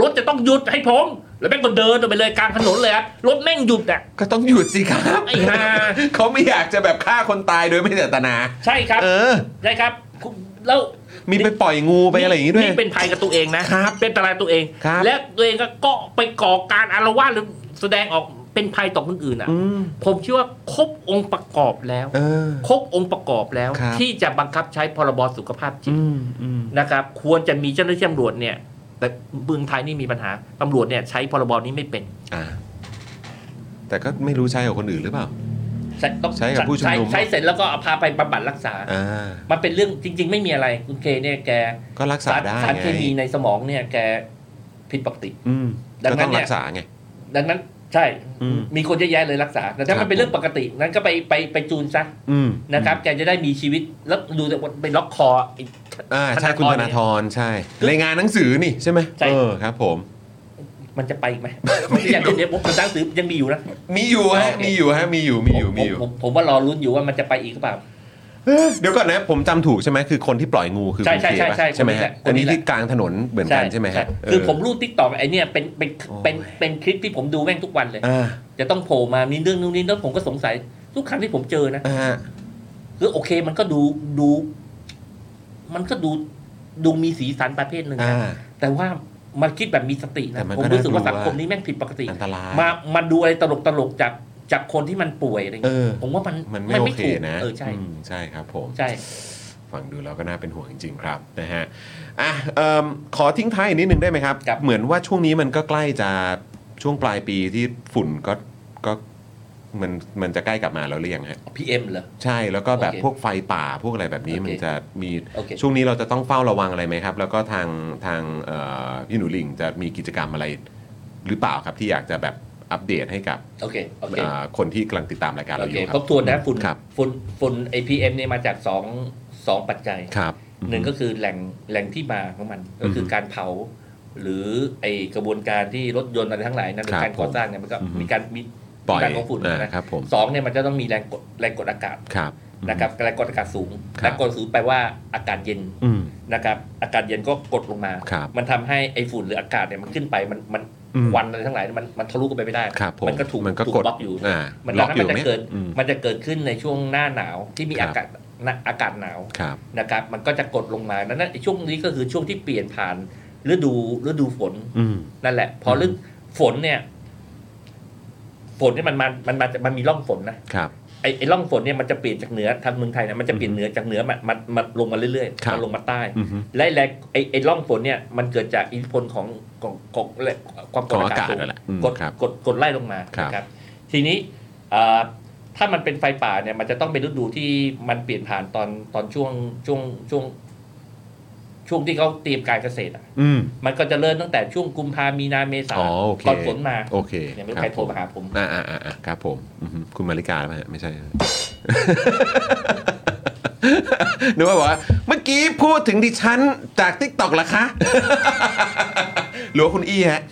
[SPEAKER 5] รถจะต้องหยุดให้ผมแล้วแม่งก็เดินออกไปเลยกลางถนนเลยอะรถแม่งหยุดอ่ะ
[SPEAKER 1] ก็ต้องหยุดสิครับ
[SPEAKER 5] ไอ้ห่า
[SPEAKER 1] เขาไม่อยากจะแบบฆ่าคนตายโดยไม่เจตนา
[SPEAKER 5] ใช่ครับ
[SPEAKER 1] เออ
[SPEAKER 5] ใช่ครับคุณแล้ว
[SPEAKER 1] มีไปปล่อยงูไปอะไรอย่างงี้ด้วย
[SPEAKER 5] นี่เป็นภัยกับตัวเองนะครับ เป็นอันตรายตัวเอง
[SPEAKER 1] ครับ
[SPEAKER 5] และตัวเองก็ก็ไปก่อการอารวาสหรือแสดงออกเป็นภัยต่อคนอื่นอ่ะ
[SPEAKER 1] อืม
[SPEAKER 5] ผมคิดว่าครบองค์ประกอบแล้ว
[SPEAKER 1] เออ
[SPEAKER 5] ครบองค์ประกอบแล้ว
[SPEAKER 1] ครับ
[SPEAKER 5] ที่จะบังคับใช้พรบสุขภาพจิต
[SPEAKER 1] อืมอืม
[SPEAKER 5] นะครับ ควรจะมีเจ้าหน้าที่ตำรวจเนี่ย แต่เมืองไทยนี่มีปัญหาตำรวจเนี่ยใช้พรบนี้ไม่เป็น
[SPEAKER 1] อ่าแต่ก็ไม่รู้ใช้กับคนอื่นหรือเปล่า
[SPEAKER 5] ใช้ต้อง
[SPEAKER 1] ใช้กับผู้ชุมนุม
[SPEAKER 5] ใช้เสร็จแล้วก็เอาพาไปบำบัดรักษา
[SPEAKER 1] อ่า
[SPEAKER 5] มันเป็นเรื่องจริง ๆ ไม่มีอะไรคุณเคเนี่ยแก
[SPEAKER 1] ก็รักษาได้
[SPEAKER 5] สาร
[SPEAKER 1] ไง
[SPEAKER 5] เคมีในสมองเนี่ยแกผิดปกติ
[SPEAKER 1] อืม
[SPEAKER 5] ดัง
[SPEAKER 1] ก็
[SPEAKER 5] นั้น
[SPEAKER 1] ต้อง
[SPEAKER 5] เนี่ย
[SPEAKER 1] รักษาไง
[SPEAKER 5] ดังนั้นใช่
[SPEAKER 1] อืม
[SPEAKER 5] มีคนเยอะแยะเลยรักษา แต่ถ้า
[SPEAKER 1] ครับ
[SPEAKER 5] มันเป็นเรื่องปกตินั้นก็ไปไปไปจูนซะ
[SPEAKER 1] อืม
[SPEAKER 5] นะครับ แกจะได้มีชีวิตแล้วดูแต่ว่าไปล็อกคอไอ้
[SPEAKER 1] อ่าใช่คุณธ
[SPEAKER 5] ธ
[SPEAKER 1] นา
[SPEAKER 5] นา
[SPEAKER 1] ธ
[SPEAKER 5] ธ
[SPEAKER 1] รใช่ ในงานหนังสือนี่ใช่ไหม
[SPEAKER 5] ใช่
[SPEAKER 1] เออครับ ผม
[SPEAKER 5] มันจะไปอีกไหม
[SPEAKER 1] ไม่รู้
[SPEAKER 5] อย่างเดียวผมผมตั้งสือยังมีอยู่นะ
[SPEAKER 1] มีอยู่ฮะ
[SPEAKER 5] โอเค
[SPEAKER 1] มีอยู่ฮะมีอยู่มีอยู่
[SPEAKER 5] ผม
[SPEAKER 1] มีอยู่
[SPEAKER 5] ผมผมว่ารอรุ้นอยู่ว่ามันจะไปอีกหรือเปล่า
[SPEAKER 1] เอ้อเดี๋ยวก่อนนะผมจำถูกใช่ไหมคือคนที่ปล่อยงูคือ
[SPEAKER 5] ใช่
[SPEAKER 1] คุณเค
[SPEAKER 5] ใช่
[SPEAKER 1] ปะ
[SPEAKER 5] ใช่
[SPEAKER 1] ใช่ไหม
[SPEAKER 5] คนนี้แห
[SPEAKER 1] ฮะ
[SPEAKER 5] ละค
[SPEAKER 1] อัน
[SPEAKER 5] นนี้
[SPEAKER 1] นี้
[SPEAKER 5] แหละ
[SPEAKER 1] ที่กลางถนนเหมือนกันใช่ไหมฮะเ
[SPEAKER 5] คือผมรูดติ๊กตอกไอ้เนี่ยเป็นเป็น
[SPEAKER 1] โอ้ย
[SPEAKER 5] เป็นเป็นคลิปที่ผมดูแม่งทุกวันเลย
[SPEAKER 1] อ่า
[SPEAKER 5] จะต้องโผล่มามีเรื่องนู้นนี่แล้วผมก็สงสัยทุกครั้งที่ผมเจอนะ
[SPEAKER 1] อ่า
[SPEAKER 5] คือโอเคมันก็ดูดู มันก็ดูดูมีสีสันประเภทหนึ่งนะ
[SPEAKER 1] อ่า
[SPEAKER 5] แต่ว่ามันคิดแบบมีสติ
[SPEAKER 1] แต่
[SPEAKER 5] นะ
[SPEAKER 1] มัน
[SPEAKER 5] ผม
[SPEAKER 1] ก็
[SPEAKER 5] รู้สึกว่า
[SPEAKER 1] น่า
[SPEAKER 5] สั
[SPEAKER 1] ก
[SPEAKER 5] ง
[SPEAKER 1] ลัว
[SPEAKER 5] คมนี้แม่งผิดปกติ
[SPEAKER 1] อันตราย
[SPEAKER 5] มามาดูอะไรตลกตลกๆจากจากคนที่มันป่วยอะไร
[SPEAKER 1] เอ
[SPEAKER 5] เงี้ย
[SPEAKER 1] อ
[SPEAKER 5] ผมว่ามัน
[SPEAKER 1] มันไม่โอเค
[SPEAKER 5] ถูก
[SPEAKER 1] นะ
[SPEAKER 5] เออใช่
[SPEAKER 1] อืมใช่ครับผม
[SPEAKER 5] ใช่
[SPEAKER 1] ฟังดูแล้วก็น่าเป็นห่วงจริงๆครับนะฮะอ่ะเอิ่มขอทิ้งท้ายอีกนิดนึงได้ไหมครับ เหมือนว่าช่วงนี้มันก็ใกล้จะช่วงปลายปีที่ฝุ่นก็ก็ มันมันจะใกล้กลับมาแล้วหรือยังฮะ
[SPEAKER 5] PM เหรอ
[SPEAKER 1] ใช่แล้วก็แบบ
[SPEAKER 5] โอเค
[SPEAKER 1] พวกไฟป่าพวกอะไรแบบนี้
[SPEAKER 5] โอเค
[SPEAKER 1] มันจะมี
[SPEAKER 5] โอเค
[SPEAKER 1] ช่วงนี้เราจะต้องเฝ้าระวังอะไรไหมครับ แล้วก็ทางทางเอ่อพี่หนูลิงจะมีกิจกรรมอะไร หรือเปล่าครับที่อยากจะแบบอัปเดตให้กับ
[SPEAKER 5] โอเคโอเค
[SPEAKER 1] เอ่อคนที่กำลังติดตามรายการ
[SPEAKER 5] โอ
[SPEAKER 1] เราอ
[SPEAKER 5] เค
[SPEAKER 1] ยู่ค
[SPEAKER 5] ท
[SPEAKER 1] รั
[SPEAKER 5] บบ ทวนนะฝุ่น
[SPEAKER 1] ครับ
[SPEAKER 5] ฝุ่นฝุ่นไอพีเอ็มเนี่ยมาจากสองสองปัจจัย
[SPEAKER 1] ครับ
[SPEAKER 5] หนึ่งก็คือแหล่งแหล่งที่มาของมันก็คือ
[SPEAKER 1] ม
[SPEAKER 5] การเผา หรือไอกระบวนการที่รถยนต์อะไรทั้งหลายนั้นหรือ
[SPEAKER 1] ครับ
[SPEAKER 5] การก่อสร้างเนี่ยมันก็
[SPEAKER 1] อืม
[SPEAKER 5] มีการมี
[SPEAKER 1] ปล่อย
[SPEAKER 5] การของฝุ่น
[SPEAKER 1] อ่า
[SPEAKER 5] นะครับ
[SPEAKER 1] ผม
[SPEAKER 5] สองเนี่ยมันจะต้องมีแรงกดแรงกดอากาศ
[SPEAKER 1] ครับ
[SPEAKER 5] นะครับแรงกดอากาศสูง
[SPEAKER 1] ครับ
[SPEAKER 5] แรงกดสูงแปลว่าอากาศเย็น
[SPEAKER 1] อืม
[SPEAKER 5] นะครับอากาศเย็นก็กดลงมา
[SPEAKER 1] ครับ
[SPEAKER 5] มันทำให้ไอฝุ่นหรืออากาศเนี่ยมันขึ้นไปมันมัน
[SPEAKER 1] อืม
[SPEAKER 5] ควันอะไรทั้งหลาย มันมันทะลุกันไปไม่ได้
[SPEAKER 1] ครับผม
[SPEAKER 5] มันก็ถูก
[SPEAKER 1] มันก็
[SPEAKER 5] ถู
[SPEAKER 1] กด
[SPEAKER 5] บล็อกอยู่
[SPEAKER 1] อ่า
[SPEAKER 5] มัน
[SPEAKER 1] ล็
[SPEAKER 5] ดั
[SPEAKER 1] อง ก
[SPEAKER 5] นั้น
[SPEAKER 1] อ
[SPEAKER 5] มั
[SPEAKER 1] ยู่
[SPEAKER 5] น
[SPEAKER 1] ไหม
[SPEAKER 5] จะเกิด
[SPEAKER 1] อืม
[SPEAKER 5] มันจะเกิดขึ้นในช่วงหน้าหนาวที่มี
[SPEAKER 1] ครับ
[SPEAKER 5] อากาศหน้าอากาศหนาว
[SPEAKER 1] ครับ
[SPEAKER 5] นะครับมันก็จะกดลงมาดังนั้นไอ้ช่วงนี้ก็คือช่วงที่เปลี่ยนผ่านฤดูฤดูฝน
[SPEAKER 1] อืม
[SPEAKER 5] นั่นแหละ พอฤ
[SPEAKER 1] อืม
[SPEAKER 5] ฝนเนี่ย ฝนเนี่ยมันมามันมามันมีร่องฝนนะครับ ไอ้ไอ้ร่องฝนเนี่ยมันจะเปลี่ยนจากเหนือทางเมืองไทยนะมันจะเปลี่ยนเหนือจากเหนือมามามาลงมาเรื่อย
[SPEAKER 1] ครับ
[SPEAKER 5] ๆมาลงมาใต้
[SPEAKER 1] อืมฮึ
[SPEAKER 5] และแรงไอ้ไอ้ร่องฝนเนี่ยมันเกิดจากอิทธิพลของของของแรงความก
[SPEAKER 1] ข
[SPEAKER 5] ด
[SPEAKER 1] องอา
[SPEAKER 5] อาาก
[SPEAKER 1] กา
[SPEAKER 5] ศ
[SPEAKER 1] ศ
[SPEAKER 5] สูง
[SPEAKER 1] นั่นแหละอืม
[SPEAKER 5] กด
[SPEAKER 1] ครับ
[SPEAKER 5] กดกดไล่ลงมา
[SPEAKER 1] ครับ
[SPEAKER 5] นะครับ ทีนี้เอ่อถ้ามันเป็นไฟป่าเนี่ยมันจะต้องเป็นฤดูที่มันเปลี่ยนผ่านตอนตอนช่วงช่วงช่วง ช่วงที่เขาเตรียมการเกษตรอ่ะ
[SPEAKER 1] อืม
[SPEAKER 5] มันก็จะเริ่มตั้งแต่ช่วงกุมภามีนาเมษา
[SPEAKER 1] อ๋อโอเค
[SPEAKER 5] ตอนฝนมา
[SPEAKER 1] โอเค
[SPEAKER 5] เนี่ยไม่รู้
[SPEAKER 1] บ
[SPEAKER 5] ใครโทรมาหาผม
[SPEAKER 1] อ่าอ่าอ่าอ่าครับผมอือฮึคุณมาริกาไหมฮะไม่ใช่ นึกว่าบอกว่า เมื่อกี้พูดถึงดิฉันจากทิกตอกเหรอคะ หรือว่าคุณอี้ ฮะ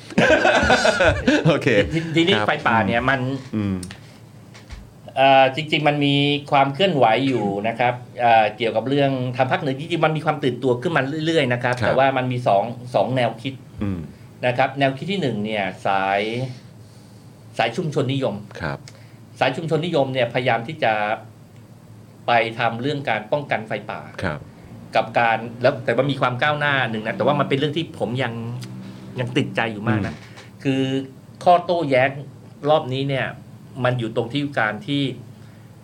[SPEAKER 1] โอเค
[SPEAKER 5] ทีทีนี้
[SPEAKER 1] ครับ
[SPEAKER 5] ไฟป่าเนี่ยมัน
[SPEAKER 1] อืม
[SPEAKER 5] เอ่อจริงๆมันมีความเคลื่อนไหวอยู่นะครับเอ่อเกี่ยวกับเรื่องทางภาคเหนือจริงๆมันมีความตื่นตัวขึ้นมาเรื่อยๆนะครับ
[SPEAKER 1] ครับ
[SPEAKER 5] แต่ว่ามันมีสองสองแนวคิด
[SPEAKER 1] อืม
[SPEAKER 5] นะครับ แนวคิดที่หนึ่งเนี่ยสายสายชุมชนนิยม
[SPEAKER 1] ครับ
[SPEAKER 5] สายชุมชนนิยมเนี่ยพยายามที่จะไปทำเรื่องการป้องกันไฟป่า
[SPEAKER 1] ครับ
[SPEAKER 5] กับการแล้วแต่ว่ามีความก้าวหน้าหนึ่งนะแต่ว่ามันเป็นเรื่องที่ผมยังยังติดใจอยู่มากนะคือข้อโต้แย้งรอบนี้เนี่ย มันอยู่ตรงที่การที่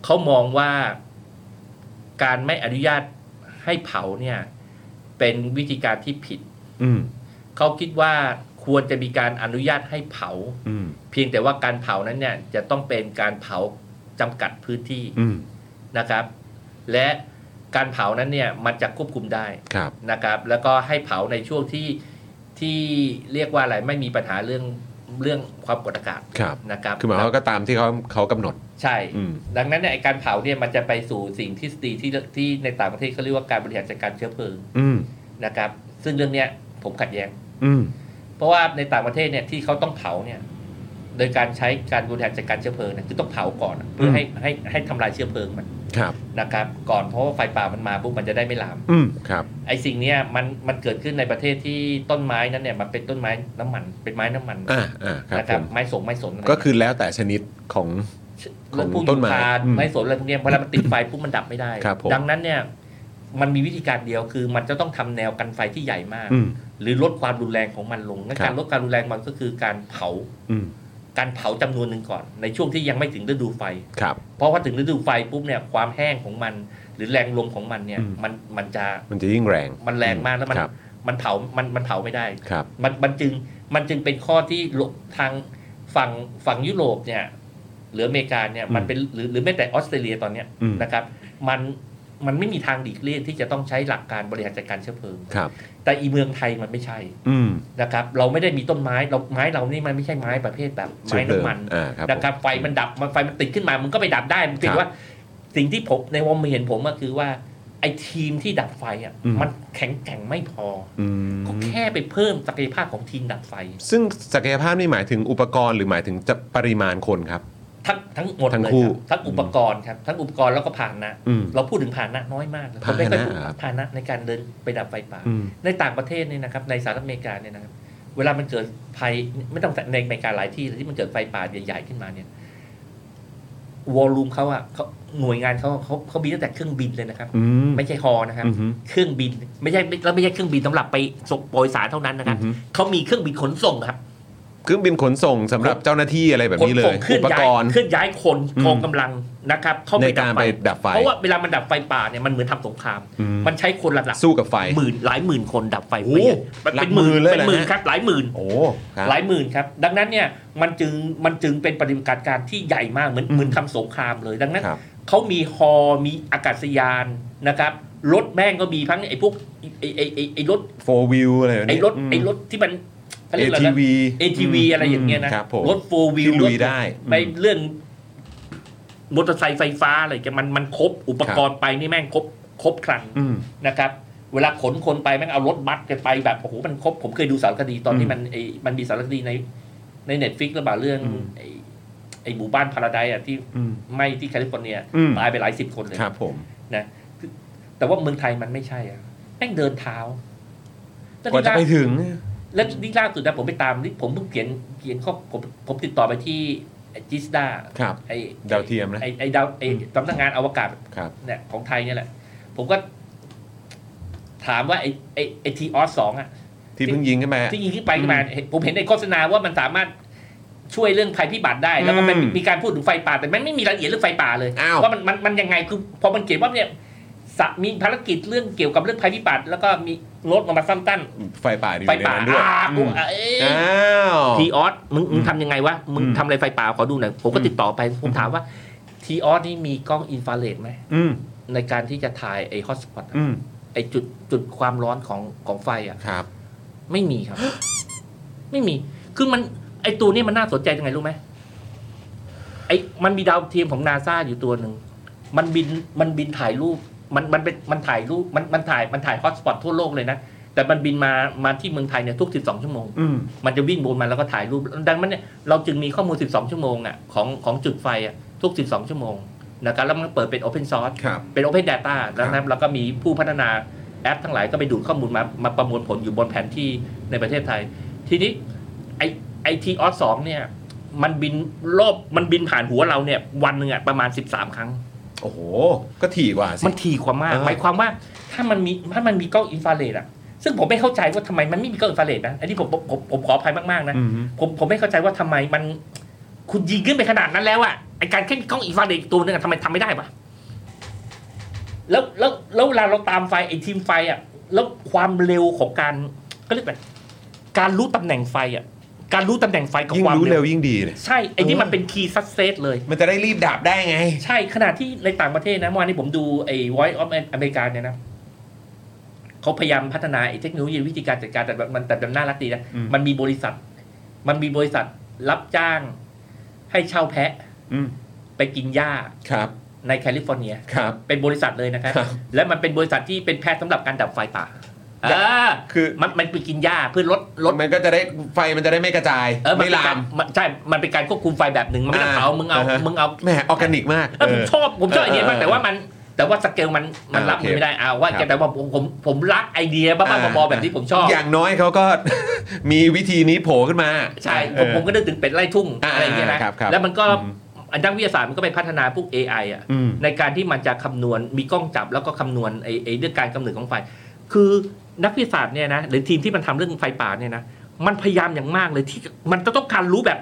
[SPEAKER 5] เขามองว่าการไม่อนุญาตให้เผาเนี่ย เป็นวิธีการที่ผิด
[SPEAKER 1] อืม
[SPEAKER 5] เขาคิดว่าควรจะมีการอนุญาตให้เผา
[SPEAKER 1] อืม
[SPEAKER 5] เพียงแต่ว่าการเผานั้นเนี่ย จะต้องเป็นการเผาจำกัดพื้นที่
[SPEAKER 1] อืม
[SPEAKER 5] นะครับ และการเผานั้นเนี่ยมันจะควบคุมได้
[SPEAKER 1] ครับ
[SPEAKER 5] นะครับแล้วก็ให้เผาในช่วงที่ที่เรียกว่าอะไรไม่มีปัญหาเรื่องเรื่องความกดอากาศ
[SPEAKER 1] ครับ
[SPEAKER 5] นะครับ
[SPEAKER 1] คือหมายความว่าก็ตามที่เขาเขากำหนด
[SPEAKER 5] ใช่
[SPEAKER 1] อืม
[SPEAKER 5] ดังนั้นเนี่ยไอ้การเผาเนี่ยมันจะไปสู่สิ่งที่ดีที่ที่ในต่างประเทศเขาเรียกว่าการบริหารจัดการเชื้อเพลิง
[SPEAKER 1] อืม
[SPEAKER 5] นะครับ ซึ่งเรื่องเนี้ยผมขัดแย้ง
[SPEAKER 1] อืม
[SPEAKER 5] เพราะว่าในต่างประเทศเนี่ยที่เขาต้องเผาเนี่ยโดยการใช้การบริหารจัดการเชื้อเพลิงเนี่ยคือต้องเผาก่อน เพื่อให้ให้ให้ทำลายเชื้อเพลิงมัน
[SPEAKER 1] ครับ
[SPEAKER 5] นะครับ ก่อนเพราะว่าไฟป่ามันมาปุ๊บมันจะได้ไม่ลาม
[SPEAKER 1] อืมครับ
[SPEAKER 5] ไอสิ่งเนี้ยมันมันเกิดขึ้นในประเทศที่ต้นไม้นั้นเนี่ยมันเป็นต้นไม้น้ำมัน เป็นไม้น้ำมัน
[SPEAKER 1] อ่าอ่าครับผ
[SPEAKER 5] นะ
[SPEAKER 1] ม
[SPEAKER 5] ไม้สงไม้สนอะไร
[SPEAKER 1] ก็คือแล้วแต่ชนิดของ
[SPEAKER 5] เรื่องพวก
[SPEAKER 1] ของต้นไม้
[SPEAKER 5] ยูคา
[SPEAKER 1] อืม
[SPEAKER 5] ไม้สนอะไรพวกเนี้ยเวลามันติดไฟปุ๊บมันดับไม่ได้
[SPEAKER 1] ครับผม
[SPEAKER 5] ดังนั้นเนี่ยมันมีวิธีการเดียวคือมันจะต้องทำแนวกันไฟที่ใหญ่มาก
[SPEAKER 1] อืม
[SPEAKER 5] หรือลดความรุนแรงของมันลงงั้น
[SPEAKER 1] ครับ
[SPEAKER 5] การลดความรุนแรงมันก็คือการเผา
[SPEAKER 1] อืม
[SPEAKER 5] การเผาจำนวนหนึ่งก่อน ในช่วงที่ยังไม่ถึงฤดูไฟ
[SPEAKER 1] ครับ
[SPEAKER 5] เพราะว่าถึงฤดูไฟปุ๊บเนี่ยความแห้งของมัน หรือแรงลมของมันเนี่ย
[SPEAKER 1] อืม
[SPEAKER 5] มันมันจะ
[SPEAKER 1] มันจะยิ่งแรง
[SPEAKER 5] มันแรงมากแล้วมัน
[SPEAKER 1] ครับ
[SPEAKER 5] มันเผามันมันเผาไม่ได้
[SPEAKER 1] ครับ
[SPEAKER 5] มันมันจึงมันจึงเป็นข้อที่หลบทางฝั่งฝั่งยุโรปเนี่ยหรืออเมริกาเนี่ย
[SPEAKER 1] อืม
[SPEAKER 5] มันเป็นหรือหรือแม้แต่ออสเตรเลียตอนเนี้ย
[SPEAKER 1] อืม
[SPEAKER 5] นะครับมันมันไม่มีทางหลีกเลี่ยงที่จะต้องใช้หลักการบริหารจัดการเชื้อเพลิง
[SPEAKER 1] ครับ
[SPEAKER 5] แต่อีเมืองไทยมันไม่ใช่
[SPEAKER 1] อืม
[SPEAKER 5] นะครับ เราไม่ได้มีต้นไม้เราไม้เรานี่มันไม่ใช่ไม้ประเภทแบบ
[SPEAKER 1] เชื้
[SPEAKER 5] ไม้
[SPEAKER 1] อเพลิง
[SPEAKER 5] น้ำมัน
[SPEAKER 1] อ่าครับ
[SPEAKER 5] นะค
[SPEAKER 1] ผ
[SPEAKER 5] รับ
[SPEAKER 1] ม
[SPEAKER 5] ไฟมันดับมันไฟมันติดขึ้นมามันก็ไปดับได้มันเพีย
[SPEAKER 1] ครั
[SPEAKER 5] ง
[SPEAKER 1] บ
[SPEAKER 5] ว่า สิ่งที่ผมในความเห็นผมก็คือว่าไอ้ทีมที่ดับไฟอ่ะ
[SPEAKER 1] อืม
[SPEAKER 5] มันแข็งแกร่งไม่พอ
[SPEAKER 1] อืม
[SPEAKER 5] ก็แค่ไปเพิ่มศักยภาพของทีมดับไฟ
[SPEAKER 1] ซึ่งศักยภาพนี่หมายถึงอุปกรณ์หรือหมายถึงจะปริมาณคนครับ
[SPEAKER 5] ทั้งทั้งหมด
[SPEAKER 1] ทั้ง
[SPEAKER 5] เลย
[SPEAKER 1] คู่
[SPEAKER 5] รับทั้งอุปกรณ์ครับทั้งอุปกรณ์แล้วก็ผ่านนะ
[SPEAKER 1] อืม
[SPEAKER 5] เราพูดถึงผ่านนะน้อยมากเลยคนไม่ค่อยพูด
[SPEAKER 1] พาหนะครับ
[SPEAKER 5] ผ่านนะในการเดินไปดับไฟป่า
[SPEAKER 1] อืม
[SPEAKER 5] ในต่างประเทศเนี่ยนะครับในสหรัฐอเมริกาเนี่ยนะครับเวลามันเกิดภัยไม่ต้องแต่ในอเมริกาหลายที่เลยที่มันเกิดไฟป่าใหญ่ๆขึ้นมาเนี่ยวอลลุ่มเขาอะเขาหน่วยงานเขาเขาเขามีตั้งแต่เครื่องบินเลยนะครับ
[SPEAKER 1] อืม
[SPEAKER 5] ไม่ใช่ฮอนะครับ
[SPEAKER 1] อือฮึ
[SPEAKER 5] เครื่องบินไม่ใช่แล้วไม่ใช่เครื่องบินสำหรับไปส่งโปรยสารเท่านั้นนะครับ
[SPEAKER 1] อือฮึ
[SPEAKER 5] เขามีเครื่องบินขนส่งครับ
[SPEAKER 1] เครื่องบินขนส่งสำหรับเจ้าหน้าที่อะไรแบบนี้เลย
[SPEAKER 5] ขส่งเคลื่อ
[SPEAKER 1] อุ
[SPEAKER 5] น
[SPEAKER 1] ป
[SPEAKER 5] ย้าก ย
[SPEAKER 1] รณ์
[SPEAKER 5] เคลื่อนย้ายคน
[SPEAKER 1] อืม
[SPEAKER 5] กองกำลังนะครับ เข้าไป
[SPEAKER 1] ในการไปดับไฟ
[SPEAKER 5] เพราะว่าเวลามันดับไฟป่าเนี่ยมันเหมือนทำสงคราม
[SPEAKER 1] อืม
[SPEAKER 5] มันใช้คนหลักๆ
[SPEAKER 1] สู้กับไฟ
[SPEAKER 5] หมื่นหลายหมื่นคนดับไฟ
[SPEAKER 1] โอ้
[SPEAKER 5] ไป
[SPEAKER 1] ห
[SPEAKER 5] เนี่ยมัน
[SPEAKER 1] ลั
[SPEAKER 5] เป็
[SPEAKER 1] ก
[SPEAKER 5] น
[SPEAKER 1] ห
[SPEAKER 5] ห
[SPEAKER 1] มื่
[SPEAKER 5] มื่
[SPEAKER 1] น
[SPEAKER 5] น
[SPEAKER 1] เลย
[SPEAKER 5] เป็น
[SPEAKER 1] เหรอ
[SPEAKER 5] หมื่น
[SPEAKER 1] ฮะ
[SPEAKER 5] ครับหลายหมื่น
[SPEAKER 1] โอ้ครับ
[SPEAKER 5] หลายหมื่นครับ ดังนั้นเนี่ยมันจึงมันจึงเป็นปฏิบัติการที่ใหญ่มากเหมือน
[SPEAKER 1] อืม
[SPEAKER 5] เหมือนทำสงครามเลย ดังนั้น
[SPEAKER 1] ครับ
[SPEAKER 5] เขามีฮอมีอากาศยานนะครับรถแม่งก็มีทั้งไอ้พวกไอ้ไอ้ไอ้ไอ้รถ
[SPEAKER 1] four wheel อะไรแบบนี้
[SPEAKER 5] ไอ้รถ
[SPEAKER 1] ม
[SPEAKER 5] ไอ้รถที่มันเขาเรียกอะไรนะ
[SPEAKER 1] ATV
[SPEAKER 5] ATV อะไรอย่างเงี้ยนะครับ
[SPEAKER 1] ผม
[SPEAKER 5] รถโฟวิล
[SPEAKER 1] ที่ลุยได้
[SPEAKER 5] ไปเรื่องมอเตอร์ไซค์ไฟฟ้าอะไรกันมันมันครบอุปกรณ์ไปนี่แม่งครบครบครัน
[SPEAKER 1] อืม
[SPEAKER 5] นะครับเวลาขนคนไปแม่งเอารถบัสกันไปแบบโอ้โหมันครบผมเคยดูสารคดีตอนที่มันไอ้มันมีสารคดีในในเน็ตฟิกหรือเปล่าเรื่อง
[SPEAKER 1] อืม
[SPEAKER 5] ไอ้ไอ้หมู่บ้านพาราไดซ์อะที่
[SPEAKER 1] อืม
[SPEAKER 5] ไหม่ที่แคลิฟอร์เนีย
[SPEAKER 1] อืม
[SPEAKER 5] ตายไปหลายสิบคนเลย
[SPEAKER 1] ครับผม
[SPEAKER 5] นะคือแต่ว่าเมืองไทยมันไม่ใช่อะแม่งเดินเท้าแล้ว
[SPEAKER 1] กว่า
[SPEAKER 5] นี่
[SPEAKER 1] จะ
[SPEAKER 5] ล่า
[SPEAKER 1] ไปถึง
[SPEAKER 5] แล้วนี่ล่าสุดนะผมไปตามนี่ผมเพิ่งเขียนเขียนข้อผมผมติดต่อไปที่จิสดา
[SPEAKER 1] ครับ
[SPEAKER 5] ไอ้
[SPEAKER 1] ดาวเทียมนะ
[SPEAKER 5] ไอ้ไอ้ดาวไอ้สำนักงานอวกาศ
[SPEAKER 1] ครับ
[SPEAKER 5] เนี่ยของไทยเนี่ยแหละ ผมก็ถามว่าไอ้ไอ้ไอ้ทีออสสองอะ
[SPEAKER 1] ที่เพิ่งยิงขึ้นมา
[SPEAKER 5] ที่ยิงขึ้นไปขึ้นมาเห็นผมเห็นในโฆษณาว่ามันสามารถช่วยเรื่องภัยพิบัติได้ แล้วก็มัน
[SPEAKER 1] อืม
[SPEAKER 5] มีการพูดถึงไฟป่า แต่มันไม่มีรายละเอียดเรื่องไฟป่าเลย
[SPEAKER 1] อ้าว
[SPEAKER 5] ว่ามันมันมันยังไงคือพอมันเขียนว่าเนี่ยสะมีภารกิจเรื่องเกี่ยวกับเรื่องภัยพิบัติ แล้วก็มีรถมาซ้ำตั้น
[SPEAKER 1] ไฟป่าอยู่
[SPEAKER 5] ไฟ
[SPEAKER 1] ใน
[SPEAKER 5] ป่า
[SPEAKER 1] นั้นด้วย
[SPEAKER 5] อ่า
[SPEAKER 1] อื
[SPEAKER 5] กู
[SPEAKER 1] ม
[SPEAKER 5] อ่ะเอ้ย
[SPEAKER 1] อ้าว
[SPEAKER 5] ทีออสมึงมึงทำยังไงวะ มึง
[SPEAKER 1] อืม
[SPEAKER 5] ทำอะไรไฟป่าขอดูหน่อยผมก็
[SPEAKER 1] อืม
[SPEAKER 5] ติดต่อไป ผมถามว่าทีออสนี่มีกล้องอินฟราเรดไหม
[SPEAKER 1] อืม
[SPEAKER 5] ในการที่จะถ่ายไอ้ฮอตสปอต
[SPEAKER 1] อืม
[SPEAKER 5] ไอจุดจุดความร้อนของของไฟอ่ะ
[SPEAKER 1] ครับ
[SPEAKER 5] ไม่มี ครับ ไม่มี คือมัน ไอตัวนี้มันน่าสนใจยังไงรู้ไหมไอมันมีดาวเทียมของนาซาอยู่ตัวหนึ่ง มันบินมันบินถ่ายรูป มันมันเป็นมันถ่ายรูปมันมันถ่ายมันถ่ายฮอตสปอตทั่วโลกเลยนะ แต่มันบินมามาที่เมืองไทยเนี่ยทุก 12 ชั่วโมง
[SPEAKER 1] อืม
[SPEAKER 5] มันจะวิ่งวนมาแล้วก็ถ่ายรูป ดังนั้นเนี่ยเราจึงมีข้อมูล 12 ชั่วโมงอ่ะของของจุดไฟอ่ะทุก 12 ชั่วโมงนะครับแล้วมันเปิดเป็น Open Source
[SPEAKER 1] ครับ
[SPEAKER 5] เป็น Open Data แล้ว
[SPEAKER 1] ครั
[SPEAKER 5] นะ
[SPEAKER 1] บ
[SPEAKER 5] แล้วก็มีผู้พัฒนาแอปทั้งหลายก็ไปดูดข้อมูลมามาประมวลผลอยู่บนแผนที่ในประเทศไทย ทีนี้ไอไอทีออสสองเนี่ย มันบินรอบมันบินผ่านหัวเราเนี่ย วันหนึ่งอ่ะประมาณ 13 ครั้ง
[SPEAKER 1] โอ้โห ก็ถี่กว่าสิ
[SPEAKER 5] มันถี่กว่ามาก
[SPEAKER 1] เออ
[SPEAKER 5] หมายความว่าถ้ามันมีถ้ามันมีกล้องอินฟราเรดอ่ะ ซึ่งผมไม่เข้าใจว่าทำไมมันไม่มีกล้องอินฟราเรดนะอันนี้ผมผมผมผมขออภัยมากๆนะ
[SPEAKER 1] อืม
[SPEAKER 5] ผมผมไม่เข้าใจว่าทำไมมัน คุณยิงขึ้นไปขนาดนั้นแล้วอะไอการแค่มีกล้องอีกฟาเดอีกตัวนึงอะทำไมทำไม่ได้ปะแล้วแล้วแล้วเวลาเราตามไฟไอทีมไฟอะแล้วความเร็วของการก็เรียกแบบการรู้ตำแหน่งไฟอะการรู้ตำแหน่งไฟกับ
[SPEAKER 1] ยิ่ง
[SPEAKER 5] ความ
[SPEAKER 1] รู้
[SPEAKER 5] เร็
[SPEAKER 1] เร็
[SPEAKER 5] ว
[SPEAKER 1] วยิ่งดีเลย
[SPEAKER 5] ใช่ไอนี่มันเป็นคีย์ซั c เซสเลย
[SPEAKER 1] มันจะได้รีบดับได้ไง
[SPEAKER 5] ใช่ขณะที่ในต่างประเทศนะเมื่อวานนี้ผมดูไอ้ Voice of อเมริกาเนี่ยนะเขาพยายามพัฒนาไอ้เทคโนโลยีวิธีการจัดการแต่แบบมันแต่แบบน่ารักดีนะ
[SPEAKER 1] อืม
[SPEAKER 5] มันมีบริษัท มันมีบริษัทรับจ้าง ให้เช่าแพะ
[SPEAKER 1] อืม
[SPEAKER 5] ไปกินหญ้า
[SPEAKER 1] ครับ
[SPEAKER 5] ในแคลิฟอร์เนีย
[SPEAKER 1] ครับ
[SPEAKER 5] เป็นบริษัทเลยนะครับ
[SPEAKER 1] ครับ
[SPEAKER 5] และมันเป็นบริษัทที่เป็นแพทย์สำหรับการดับไฟป่าอ่า
[SPEAKER 1] คือ
[SPEAKER 5] มันมันไปกินหญ้าเพื่อลดลด
[SPEAKER 1] มันก็จะได้ไฟมันจะได้ไม่กระจาย
[SPEAKER 5] เออมัน
[SPEAKER 1] ไม่
[SPEAKER 5] เป็
[SPEAKER 1] ลาก
[SPEAKER 5] นามรมันใช่ มันเป็นการควบคุมไฟแบบหนึ่งมันไม่ต้องเผามึงเอา
[SPEAKER 1] ฮะ
[SPEAKER 5] มึงเอา
[SPEAKER 1] แหมออร์แกนิกมาก
[SPEAKER 5] เออผมชอบผมชอบไอเดียมากแต่ว่ามันแต่ว่าสเกลมันมัน
[SPEAKER 1] อ่า
[SPEAKER 5] รับ
[SPEAKER 1] โอเค
[SPEAKER 5] มือไม่ได้เอาว่า
[SPEAKER 1] ครับ
[SPEAKER 5] แต่ว่าผมผมผมรักไอเดียบ้าๆบอๆแบบที่ผมชอบ
[SPEAKER 1] อย่างน้อยเขาก็ มีวิธีนี้โผล่ขึ้นมา
[SPEAKER 5] ใช่
[SPEAKER 1] เอ
[SPEAKER 5] ผม
[SPEAKER 1] อ
[SPEAKER 5] ผมก็นึกถึงเป็ดไล่ทุ่ง
[SPEAKER 1] อ่า
[SPEAKER 5] อะไรอย่างเงี้ยนะครับ
[SPEAKER 1] ครับ
[SPEAKER 5] แล้วมันก็
[SPEAKER 1] อืม
[SPEAKER 5] อันนักวิทยาศาสตร์มันก็ไปพัฒนาพวก AI อ่ะ
[SPEAKER 1] อืม
[SPEAKER 5] ในการที่มันจะคำนวณมีกล้องจับแล้วก็คำนวณไอไอเรื่องการกำเนิดของไฟ คือนักวิทยาศาสตร์เนี่ยนะหรือทีมที่มันทำเรื่องไฟป่าเนี่ยนะมันพยายามอย่างมากเลยที่มันจะต้องการรู้แบบ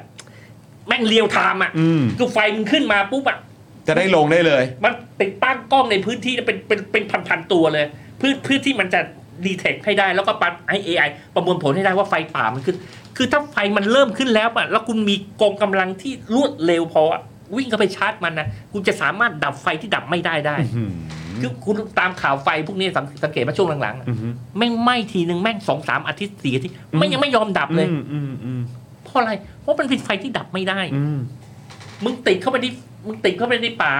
[SPEAKER 5] แม่งเรียลไทม์อ่ะ
[SPEAKER 1] อืม
[SPEAKER 5] คือไฟมันขึ้นมาปุ๊บอ่ะ
[SPEAKER 1] จะได้ลงได้เลย
[SPEAKER 5] มันติดตั้งกล้องในพื้นที่เป็นเป็นเป็นพันๆตัวเลยเพื่อเพื่อที่มันจะดีเทคให้ได้แล้วก็ปัดให้ AI ประมวลผลให้ได้ว่าไฟป่ามันขึ้น คือถ้าไฟมันเริ่มขึ้นแล้วอะแล้วคุณมีกองกำลังที่รวดเร็วพออะวิ่งเข้าไปชาร์จมันนะคุณจะสามารถดับไฟที่ดับไม่ได้ได้ คือคุณตามข่าวไฟพวกนี้สังสังเกตว่าช่วงหลังๆอะแม่งไหม้ทีหนึ่งแม่งสองสามอาทิตย์สี่อาทิตย์ไม่งยังไม่ยอมดับเลย
[SPEAKER 1] อืมอืมอืม
[SPEAKER 5] เพราะอะไรเพราะมันเป็นไฟที่ดับไม่ได้
[SPEAKER 1] อืม
[SPEAKER 5] มึงติดเข้าไปที่มึงติดเข้าไปในป่า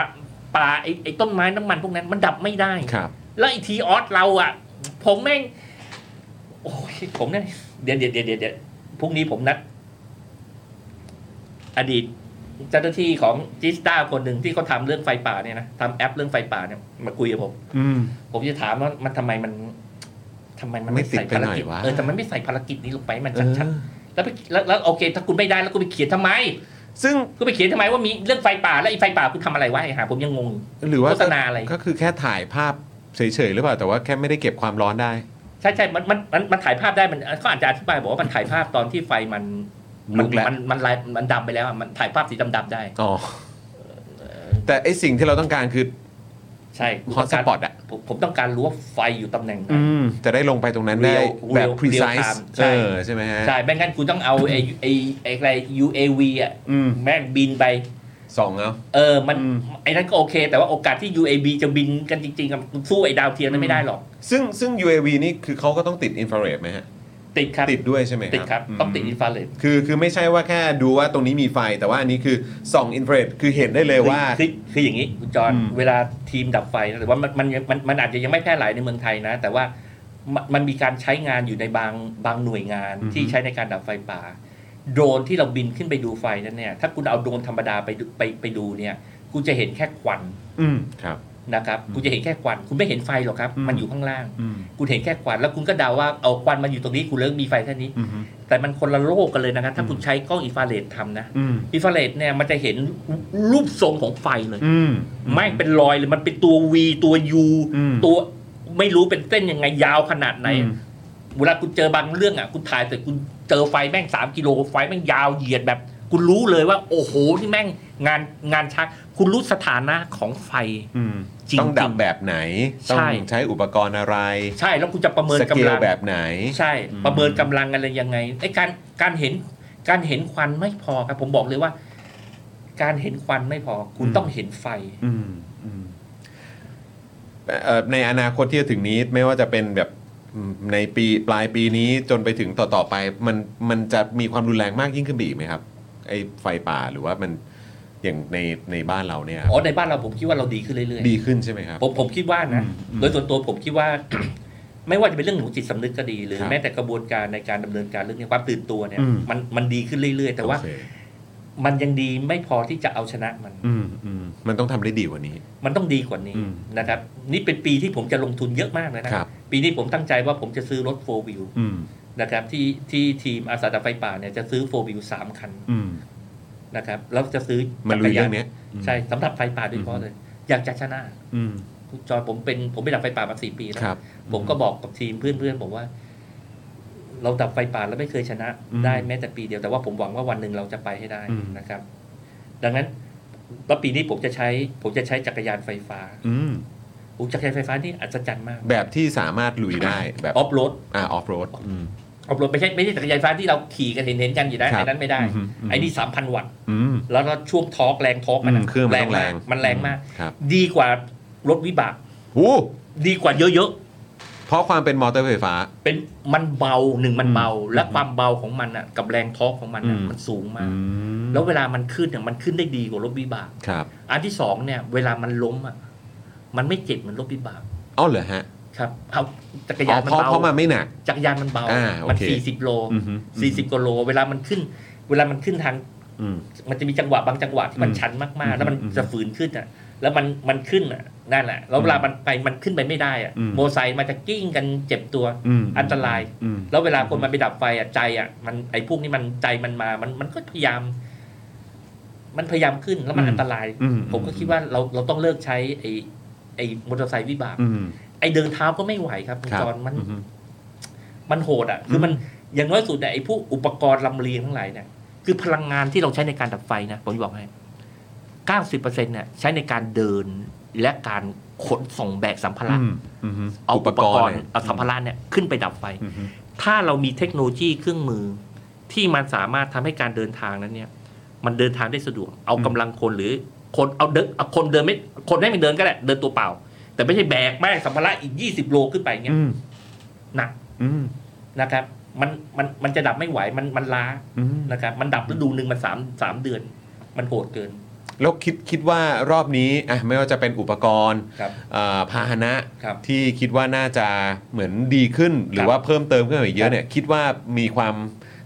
[SPEAKER 5] ป่าไอ้ไอ้ต้นไม้น้ำมันพวกนั้นมันดับไม่ได้
[SPEAKER 1] ครับ
[SPEAKER 5] แล้วไอ้ทีออสเราอ่ะ ผมแม่ง โอ้ยผมเนี่ยเดี๋ยวเดี๋ยวเดี๋ยวเดี๋ยวเดี๋ยวพรุ่งนี้ผมนัด อดีตเจ้าหน้าที่ของจิสตาคนหนึ่งที่เขาทำเรื่องไฟป่าเนี่ยนะทำแอปเรื่องไฟป่าเนี่ยมาคุยกับผม
[SPEAKER 1] อืม
[SPEAKER 5] ผมจะถามว่ามันทำไมมันทำไมมัน
[SPEAKER 1] ไม่
[SPEAKER 5] ไม่
[SPEAKER 1] ติด
[SPEAKER 5] ใส่
[SPEAKER 1] ไป
[SPEAKER 5] ภา
[SPEAKER 1] ห
[SPEAKER 5] ร
[SPEAKER 1] น่อย
[SPEAKER 5] กิจ
[SPEAKER 1] วะ
[SPEAKER 5] เออแต่มันไม่ใส่ภารกิจนี้ลงไปให้มันชัดๆแล้วไปแล้วแล้วโอเค ถ้าคุณไม่ได้แล้วคุณไปเขียนทำไม
[SPEAKER 1] ซึ่ง
[SPEAKER 5] ก็ไปเขียนทำไมว่ามีเรื่องไฟป่าแล้วไอ้ไฟป่าคุณทำอะไรวะไอ้หาผมยังงง
[SPEAKER 1] หรือว่า
[SPEAKER 5] โฆษณาอะไร
[SPEAKER 1] ก็คือแค่ถ่ายภาพเฉยๆหรือเปล่าแต่ว่าแค่ไม่ได้เก็บความร้อนได้
[SPEAKER 5] ใช่ใช่มันมันมันมันถ่ายภาพได้มันเขาอาจจะอธิบายบอกว่ามันถ่ายภาพตอนที่ไฟมัน มัน
[SPEAKER 1] มุกแหละ
[SPEAKER 5] มันมันลายมันดำไปแล้วอะมันถ่ายภาพสีดำๆได้
[SPEAKER 1] อ๋อแต่ไอสิ่งที่เราต้องการคือ
[SPEAKER 5] ใช่ผมต้ง
[SPEAKER 1] Hot spot อะ
[SPEAKER 5] ผมผมต้องการรู้ว่าไฟอยู่ตำแหน่งไหน
[SPEAKER 1] อืมจะได้ลงไปตรงนั้นได้
[SPEAKER 5] Real-
[SPEAKER 1] แบบ
[SPEAKER 5] real-
[SPEAKER 1] precise
[SPEAKER 5] real time ใช่
[SPEAKER 1] เออใช่ไหมฮะ
[SPEAKER 5] ใช่ไม่งั้นคุณต้องเอาไอ้ไอ้ไอ้อะไร UAV อ่ะ
[SPEAKER 1] อืม
[SPEAKER 5] แม่งบินไป
[SPEAKER 1] สองเอา
[SPEAKER 5] เออ มัน
[SPEAKER 1] อืม
[SPEAKER 5] ไอ้นั้นก็โอเค แต่ว่าโอกาสที่ UAB จะบินกันจริงๆกับสู้ไอ้ดาวเทียมนั้นไม่ได้หรอก
[SPEAKER 1] ซึ่งซึ่ง UAV นี่คือเขาก็ต้องติดอินฟราเรดไหมฮะ
[SPEAKER 5] ติดครับ
[SPEAKER 1] ติดด้วยใช่ไหม
[SPEAKER 5] ติดครับ
[SPEAKER 1] ม
[SPEAKER 5] ต้องติดอินฟราเรด
[SPEAKER 1] คือคือไม่ใช่ว่าแค่ดูว่าตรงนี้มีไฟ แต่ว่าอันนี้คือส่องอินฟราเรดคือเห็นได้เลยว่า
[SPEAKER 5] คือคืออย่างนี้คุณจอห์น
[SPEAKER 1] อืม
[SPEAKER 5] เวลาทีมดับไฟนะหรือว่ามันมันมันมันอาจจะยังไม่แพร่หลายในเมืองไทยนะ แต่ว่ามันมันมีการใช้งานอยู่ในบางบางหน่วยงานที่ใช้ในการดับไฟป่า โดรนที่เราบินขึ้นไปดูไฟนั้นเนี่ย ถ้าคุณเอาโดรนธรรมดาไปดูไปไปดูเนี่ยคุณจะเห็นแค่ควัน
[SPEAKER 1] อืมครับ
[SPEAKER 5] นะครับคุณจะเห็นแค่ควัน คุณไม่เห็นไฟหรอกครับ
[SPEAKER 1] อืม
[SPEAKER 5] มันอยู่ข้างล่าง
[SPEAKER 1] อืม
[SPEAKER 5] คุณเห็นแค่ควันแล้วคุณก็เดาว่าเอาควันมาอยู่ตรงนี้คุณเลิกมีไฟแค่นี้
[SPEAKER 1] อืม
[SPEAKER 5] แต่มันคนละโลกกันเลยนะครับ ถ้าคุณใช้กล้องอินฟราเรดทำนะ
[SPEAKER 1] อืม
[SPEAKER 5] อินฟราเรดเนี่ยมันจะเห็นรูปทรงของไฟเลย
[SPEAKER 1] อืม
[SPEAKER 5] ไม่งเป็นรอยเลยมันเป็นตัว V ตัว U
[SPEAKER 1] อืม
[SPEAKER 5] ตัวไม่รู้เป็นเส้นยังไงยาวขนาดไหน
[SPEAKER 1] อืม
[SPEAKER 5] เวลาคุณเจอบางเรื่องอ่ะคุณถ่ายแต่คุณเจอไฟแม่งสามกิโลไฟแม่งยาวเหยียดแบบ คุณรู้เลยว่า โอ้โหที่แม่งงานงานชัก คุณรู้สถานะของไฟ
[SPEAKER 1] อืม
[SPEAKER 5] จริงๆ
[SPEAKER 1] ต้องดับแบบไหน ต้อง
[SPEAKER 5] ใช่
[SPEAKER 1] ใช้อุปกรณ์อะไร
[SPEAKER 5] ใช่แล้วคุณจะประเมิน
[SPEAKER 1] สเก
[SPEAKER 5] กำ
[SPEAKER 1] ล
[SPEAKER 5] ลัง
[SPEAKER 1] แบบไหน
[SPEAKER 5] ใช่
[SPEAKER 1] อืม
[SPEAKER 5] ประเมินกำลังอะไรยังไงไอ้การการเห็นการเห็นควันไม่พอครับ ผมบอกเลยว่า การเห็นควันไม่พอ คุณต้องเห็นไฟ
[SPEAKER 1] อืมอืมเอ่อในอนาคตที่จะถึงนี้ไม่ว่าจะเป็นแบบอืมในปีปลายปีนี้จนไปถึงต่อๆไป มันมันจะมีความรุนแรงมากยิ่งขึ้นไปอีกไหมครับ ไอ้ไฟป่าหรือว่ามันอย่างในในบ้านเราเนี่ยครับ
[SPEAKER 5] อ๋อในบ้านเราผมคิดว่าเราดีขึ้นเรื่อย
[SPEAKER 1] ดีขึ้นใช่ไหมครับ
[SPEAKER 5] ๆผมผมคิดว่านะ
[SPEAKER 1] อืมอืม
[SPEAKER 5] โดยส่วนตัวผมคิดว่า ไม่ว่าจะเป็นเรื่องของจิตสำนึกก็ดีหรือ
[SPEAKER 1] ครับ
[SPEAKER 5] แม้แต่กระบวนการในการดำเนินการเรื่องนี้ความตื่นตัวเนี่ย
[SPEAKER 1] อืม
[SPEAKER 5] มันมันดีขึ้นเรื่อยๆ แต่ว่า
[SPEAKER 1] โอเค
[SPEAKER 5] มันยังดีไม่พอที่จะเอาชนะมัน
[SPEAKER 1] อืมอืมมันต้องทำได้ดีกว่านี้
[SPEAKER 5] มันต้องดีกว่านี้
[SPEAKER 1] อืม
[SPEAKER 5] นะครับ นี่เป็นปีที่ผมจะลงทุนเยอะมากเลยนะครับ ปีนี้ผมตั้งใจว่าผมจะซื้อรถโฟวิว
[SPEAKER 1] อืม
[SPEAKER 5] นะครับที่ที่ทีมอาสาดับไฟป่าเนี่ยจะซื้อโฟวิวสามคัน
[SPEAKER 1] อืม
[SPEAKER 5] นะครับแล้วจะซื้อ
[SPEAKER 1] มันลุยเรื่องเนี้ย
[SPEAKER 5] ใช่สำหรับไฟป่าโดยเฉพาะเลย อยากจะชนะ
[SPEAKER 1] อืม
[SPEAKER 5] คุณจอยผมเป็นผมไปดับไฟป่ามาสี่ปีแล้ว
[SPEAKER 1] ครับ
[SPEAKER 5] ผมก็บอกกับทีมเพื่อนๆผมว่า เราดับไฟป่าแล้วไม่เคยชนะ
[SPEAKER 1] อืม
[SPEAKER 5] ได้แม้แต่ปีเดียวแต่ว่าผมหวังว่าวันหนึ่งเราจะไปให้ได้
[SPEAKER 1] อืม
[SPEAKER 5] นะครับ ดังนั้นแล้วปีนี้ผมจะใช้ ผมจะใช้จักรยานไฟฟ้า
[SPEAKER 1] อืม
[SPEAKER 5] โอ้จักรยานไฟฟ้านี่อัศจรรย์มาก
[SPEAKER 1] แบบที่สามารถลุยได้แบบ
[SPEAKER 5] ออฟโรด
[SPEAKER 1] อ่าออฟโรด
[SPEAKER 5] อบรมไม่ใช่ไม่ใช่จักรยานไฟฟ้าที่เราขี่กันเห็นเห็นๆกันอยู่นะครับ ไอ้นั้นไม่ได้
[SPEAKER 1] อืมอืม
[SPEAKER 5] ไอ้นี่สามพันวัตต์
[SPEAKER 1] อืม
[SPEAKER 5] แล้วก็ช่วงทอร์กแรงทอร์กมันอะ
[SPEAKER 1] อืมเครื่องมันต้อง
[SPEAKER 5] มา
[SPEAKER 1] แรง
[SPEAKER 5] กมันแรงมาก
[SPEAKER 1] ครับ
[SPEAKER 5] ดีกว่ารถวิบาก
[SPEAKER 1] โอ้
[SPEAKER 5] ดีกว่าเยอะ
[SPEAKER 1] เพราะความเป็นมอเตอร์ไฟฟ้า
[SPEAKER 5] ๆ เป็นมันเบาหนึ่งมันเบา และความเบาของมันอ่ะกับแรงทอร์กของมันอะ
[SPEAKER 1] อืม
[SPEAKER 5] มันสูงมา
[SPEAKER 1] อื
[SPEAKER 5] ก
[SPEAKER 1] ม
[SPEAKER 5] แล้วเวลามันขึ้นเนี่ยมันขึ้นได้ดีกว่ารถวิบาก
[SPEAKER 1] ครับ
[SPEAKER 5] อันที่สองเนี่ยเวลามันล้มอ่ะมันไม่เจ็บเหมือนรถวิบาก
[SPEAKER 1] เอ้าเหรอฮะ
[SPEAKER 5] ครับเอาจักร
[SPEAKER 1] อ๋
[SPEAKER 5] ยา
[SPEAKER 1] อน เพ
[SPEAKER 5] มัน
[SPEAKER 1] ราะ
[SPEAKER 5] เบา
[SPEAKER 1] เพราะมันไม่หนัก
[SPEAKER 5] จักรยานมันเบา
[SPEAKER 1] อ่าโอ
[SPEAKER 5] มัน
[SPEAKER 1] เค
[SPEAKER 5] สี่สิบโล
[SPEAKER 1] อือฮึ
[SPEAKER 5] สี่สิบกว่าโล เวลามันขึ้น เวลามันขึ้นทาง
[SPEAKER 1] อืม
[SPEAKER 5] มันจะมีจังหวะบางจังหวะที่มัน
[SPEAKER 1] อืม
[SPEAKER 5] ชันมากๆ แล้วมัน
[SPEAKER 1] อืม
[SPEAKER 5] จะฝืนขึ้นอ่ะ แล้วมันมันขึ้นอ่ะ นั่นแหละ แล้วเวลามันไปมันขึ้นไปไม่ได้อ่ะ
[SPEAKER 1] อืม
[SPEAKER 5] โมไซค์มันจะกิ้งกันเจ็บตัว
[SPEAKER 1] อืม
[SPEAKER 5] อันตราย
[SPEAKER 1] อืม
[SPEAKER 5] แล้วเวลาคนมันไปดับไฟอ่ะใจอ่ะ มันไอ้พวกนี้มันใจมันมา มันมันก็พยายาม มันพยายามขึ้นแล้วมัน
[SPEAKER 1] อืม
[SPEAKER 5] อันตราย
[SPEAKER 1] อืม
[SPEAKER 5] ผมก็คิดว่าเราเราต้องเลิกใช้ไอ้ไอ้มอเตอร์ไซค์วิบาก
[SPEAKER 1] อืม
[SPEAKER 5] ไอ้เดินเท้าก็ไม่ไหวครับคุณ
[SPEAKER 1] ครับ
[SPEAKER 5] จอนมัน
[SPEAKER 1] อือฮึ
[SPEAKER 5] มันโหดอ่ะ คือมันอย่างน้อยสุดเนี่ยไอ้พวกอุปกรณ์ลำเลียงทั้งหลายเนี่ย คือพลังงานที่เราใช้ในการดับไฟนะ ผมจะบอกให้ 90%เนี่ยใช้ในการเดินและการขนส่งแบกสัมภาระ
[SPEAKER 1] อืมอือฮึ
[SPEAKER 5] เอาอุปกรณ์
[SPEAKER 1] เนี่ย
[SPEAKER 5] เอาสัมภาระเนี่ยขึ้นไปดับไฟ
[SPEAKER 1] อือฮึ
[SPEAKER 5] ถ้าเรามีเทคโนโลยีเครื่องมือ ที่มันสามารถทำให้การเดินทางนั้นเนี่ย มันเดินทางได้สะดวก เอากำลังคนหรือคนเอาเดินเอาคนเดินไม่คนให้มันเดินก็ได้เดินตัวเปล่า แต่ไม่ใช่แบกแม่งสัมภาระอีก 20 โลขึ้นไปเงี้ย
[SPEAKER 1] อืม
[SPEAKER 5] หนัก
[SPEAKER 1] อืม
[SPEAKER 5] นะครับมันมันมันจะดับไม่ไหวมันมันล้า
[SPEAKER 1] อืม
[SPEAKER 5] นะครับ มันดับฤดูหนึ่งมันสามสามเดือน มันโหดเกิน
[SPEAKER 1] แล้วคิดคิดว่ารอบนี้อ่ะไม่ว่าจะเป็นอุปกรณ์
[SPEAKER 5] ครับ
[SPEAKER 1] เอ่อพาหนะครับ ที่คิดว่าน่าจะเหมือนดีขึ้น หรือ
[SPEAKER 5] ครับ
[SPEAKER 1] ว่าเพิ่มเติมขึ้นมาอีกเยอะเนี่ย คิดว่ามีความ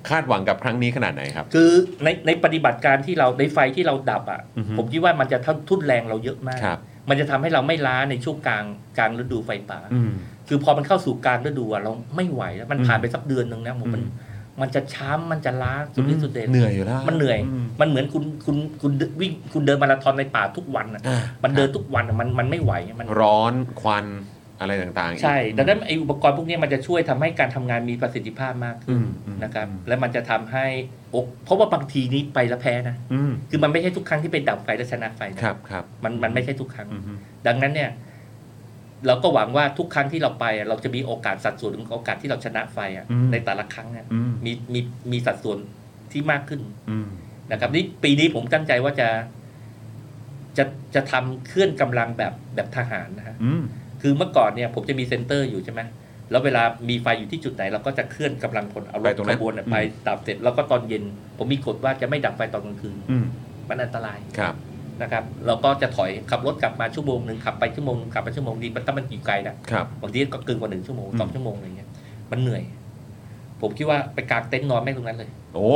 [SPEAKER 1] คาดหวังกับครั้งนี้ขนาดไหนครับ
[SPEAKER 5] คือในในปฏิบัติการที่เราในไฟที่เราดับอ่ะ
[SPEAKER 1] อือฮึ
[SPEAKER 5] ผมคิดว่ามันจะทุ่นทุนแรงเราเยอะมาก
[SPEAKER 1] ครับ
[SPEAKER 5] มันจะทำให้เราไม่ล้าในช่วงกลางกลางฤดูไฟป่า
[SPEAKER 1] อืม
[SPEAKER 5] คือพอมันเข้าสู่กลางฤดูอ่ะเราไม่ไหวแล้วมัน
[SPEAKER 1] อืม
[SPEAKER 5] ผ่านไปสักเดือนหนึ่งนะผมมัน
[SPEAKER 1] อืม
[SPEAKER 5] มันจะช้ำมันจะล้าสุดฤทธิ์สุดเดช
[SPEAKER 1] เหนื่อยอยู่แล้ว
[SPEAKER 5] มันเหนื่อย
[SPEAKER 1] ม
[SPEAKER 5] มันเหมือนคุณคุณคุณวิ่งคุณเดินมาราธอนในป่าทุกวันอ่ะ
[SPEAKER 1] อ่ามั
[SPEAKER 5] มันเดินทุกวันอะมันมันไม่ไหวมัน
[SPEAKER 1] ร้อนควัน อะไรต่างๆอีก
[SPEAKER 5] ใช่ ดังนั้นไอ้อุปกรณ์พวกนี้มันจะช่วยทำให้การทำงานมีประสิทธิภาพมากขึ้น
[SPEAKER 1] อืมอืม
[SPEAKER 5] นะครับ และมันจะทำให้โอกเพราะว่าบางทีนี้ไปแล้วแพ้นะ
[SPEAKER 1] อืม
[SPEAKER 5] คือมันไม่ใช่ทุกครั้งที่เป็นดับไฟและชนะไฟนะครับ
[SPEAKER 1] ครับ
[SPEAKER 5] มันมันไม่ใช่ทุกครั้ง
[SPEAKER 1] อืมฮึ
[SPEAKER 5] ดังนั้นเนี่ย เราก็หวังว่าทุกครั้งที่เราไปอะเราจะมีโอกาสสัดส่วนของโอกาสที่เราชนะไฟอะในแต่ละครั้งเนี่ย
[SPEAKER 1] อืม
[SPEAKER 5] มีมีมีสัดส่วนที่มากขึ้น
[SPEAKER 1] อืม
[SPEAKER 5] นะครับนี่ปีนี้ผมตั้งใจว่าจะจะจะทำเคลื่อนกำลังแบบแบบทหารนะฮะ
[SPEAKER 1] อืม
[SPEAKER 5] คือเมื่อก่อนเนี่ยผมจะมีเซ็นเตอร์อยู่ใช่ไหม แล้วเวลามีไฟอยู่ที่จุดไหน เราก็จะเคลื่อนกำลังคนเอารถขบวนเนี่ยไปดับเสร็จแล้วก็ตอนเย็น ผมมีกฎว่าจะไม่ดับไฟตอนกลางคืน
[SPEAKER 1] อืม
[SPEAKER 5] มันอันตราย
[SPEAKER 1] ครับ
[SPEAKER 5] นะครับ เราก็จะถอยขับรถกลับมาชั่วโมงหนึ่งขับไปชั่วโมงหนึ่งขับไปชั่วโมงดีมันถ้ามันอยู่ไกลนะครับ บางทีก็เกินกว่าหนึ่งชั่วโมงสอง
[SPEAKER 1] อืม
[SPEAKER 5] ชั่วโมงอะไรเงี้ย มันเหนื่อย ผมคิดว่าไปกางเต็นท์นอนแม่งตรงนั้นเลย
[SPEAKER 1] โอ้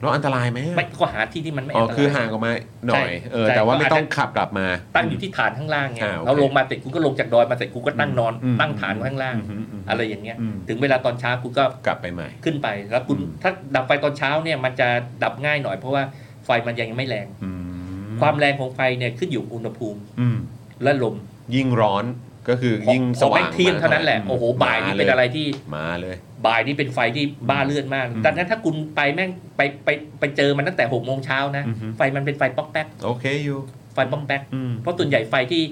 [SPEAKER 1] แล้วอันตรายไหมอะ
[SPEAKER 5] ไม่ก็หาที่ที่มันไม่
[SPEAKER 1] อ๋
[SPEAKER 5] อั
[SPEAKER 1] อน
[SPEAKER 5] ตราย
[SPEAKER 1] คือห่างออกมาหน่อย
[SPEAKER 5] ใช่
[SPEAKER 1] เออ
[SPEAKER 5] ใช่
[SPEAKER 1] แต่ว่า
[SPEAKER 5] ก็
[SPEAKER 1] ไม่
[SPEAKER 5] อาจจะ
[SPEAKER 1] ต้องขับกลับมา
[SPEAKER 5] ตั้งอยู่ที่ฐานข้างล่างไง
[SPEAKER 1] อ่าโอเค
[SPEAKER 5] เราลงมาเสร็จกูก็ลงจากดอยมาเสร็จกูก็ตั้งนอน
[SPEAKER 1] อืม
[SPEAKER 5] ตั้งฐานข้างล่าง
[SPEAKER 1] อืมอืมอืม
[SPEAKER 5] อะไรอย่างเงี้ย
[SPEAKER 1] อืม
[SPEAKER 5] ถึงเวลาตอนเช้ากูก็
[SPEAKER 1] กลับไปใหม่
[SPEAKER 5] ขึ้นไปแล้วคุณ
[SPEAKER 1] อืม
[SPEAKER 5] ถ้าดับไฟตอนเช้าเนี่ยมันจะดับง่ายหน่อยเพราะว่าไฟมันยังไม่แรง
[SPEAKER 1] อื
[SPEAKER 5] ความแรงของไฟเนี่ยขึ้นอยู่กับอุณหภูมิ
[SPEAKER 1] อืม
[SPEAKER 5] และลม
[SPEAKER 1] ยิ่งร้อนก็คือยิ่ง
[SPEAKER 5] พอ
[SPEAKER 1] สว่าง
[SPEAKER 5] พอแม่เที่ยงเท่านั้นแหละ
[SPEAKER 1] ม
[SPEAKER 5] โอ้โหบ่ายนี่เป็นอะไรที่
[SPEAKER 1] มาเลย
[SPEAKER 5] บ่ายนี่เป็นไฟที่บ้าเลือดมาก
[SPEAKER 1] อืม
[SPEAKER 5] ดังนั้นถ้าคุณไปแม่งไปไปไปเจอมันตั้งแต่หกโมงเช้านะ
[SPEAKER 1] อือฮึ
[SPEAKER 5] ไฟมันเป็นไฟป๊อกแป๊ก
[SPEAKER 1] โอเคอยู่
[SPEAKER 5] ไฟป๊อกแป๊ก
[SPEAKER 1] อืม
[SPEAKER 5] เพราะส่วนใหญ่ไฟที่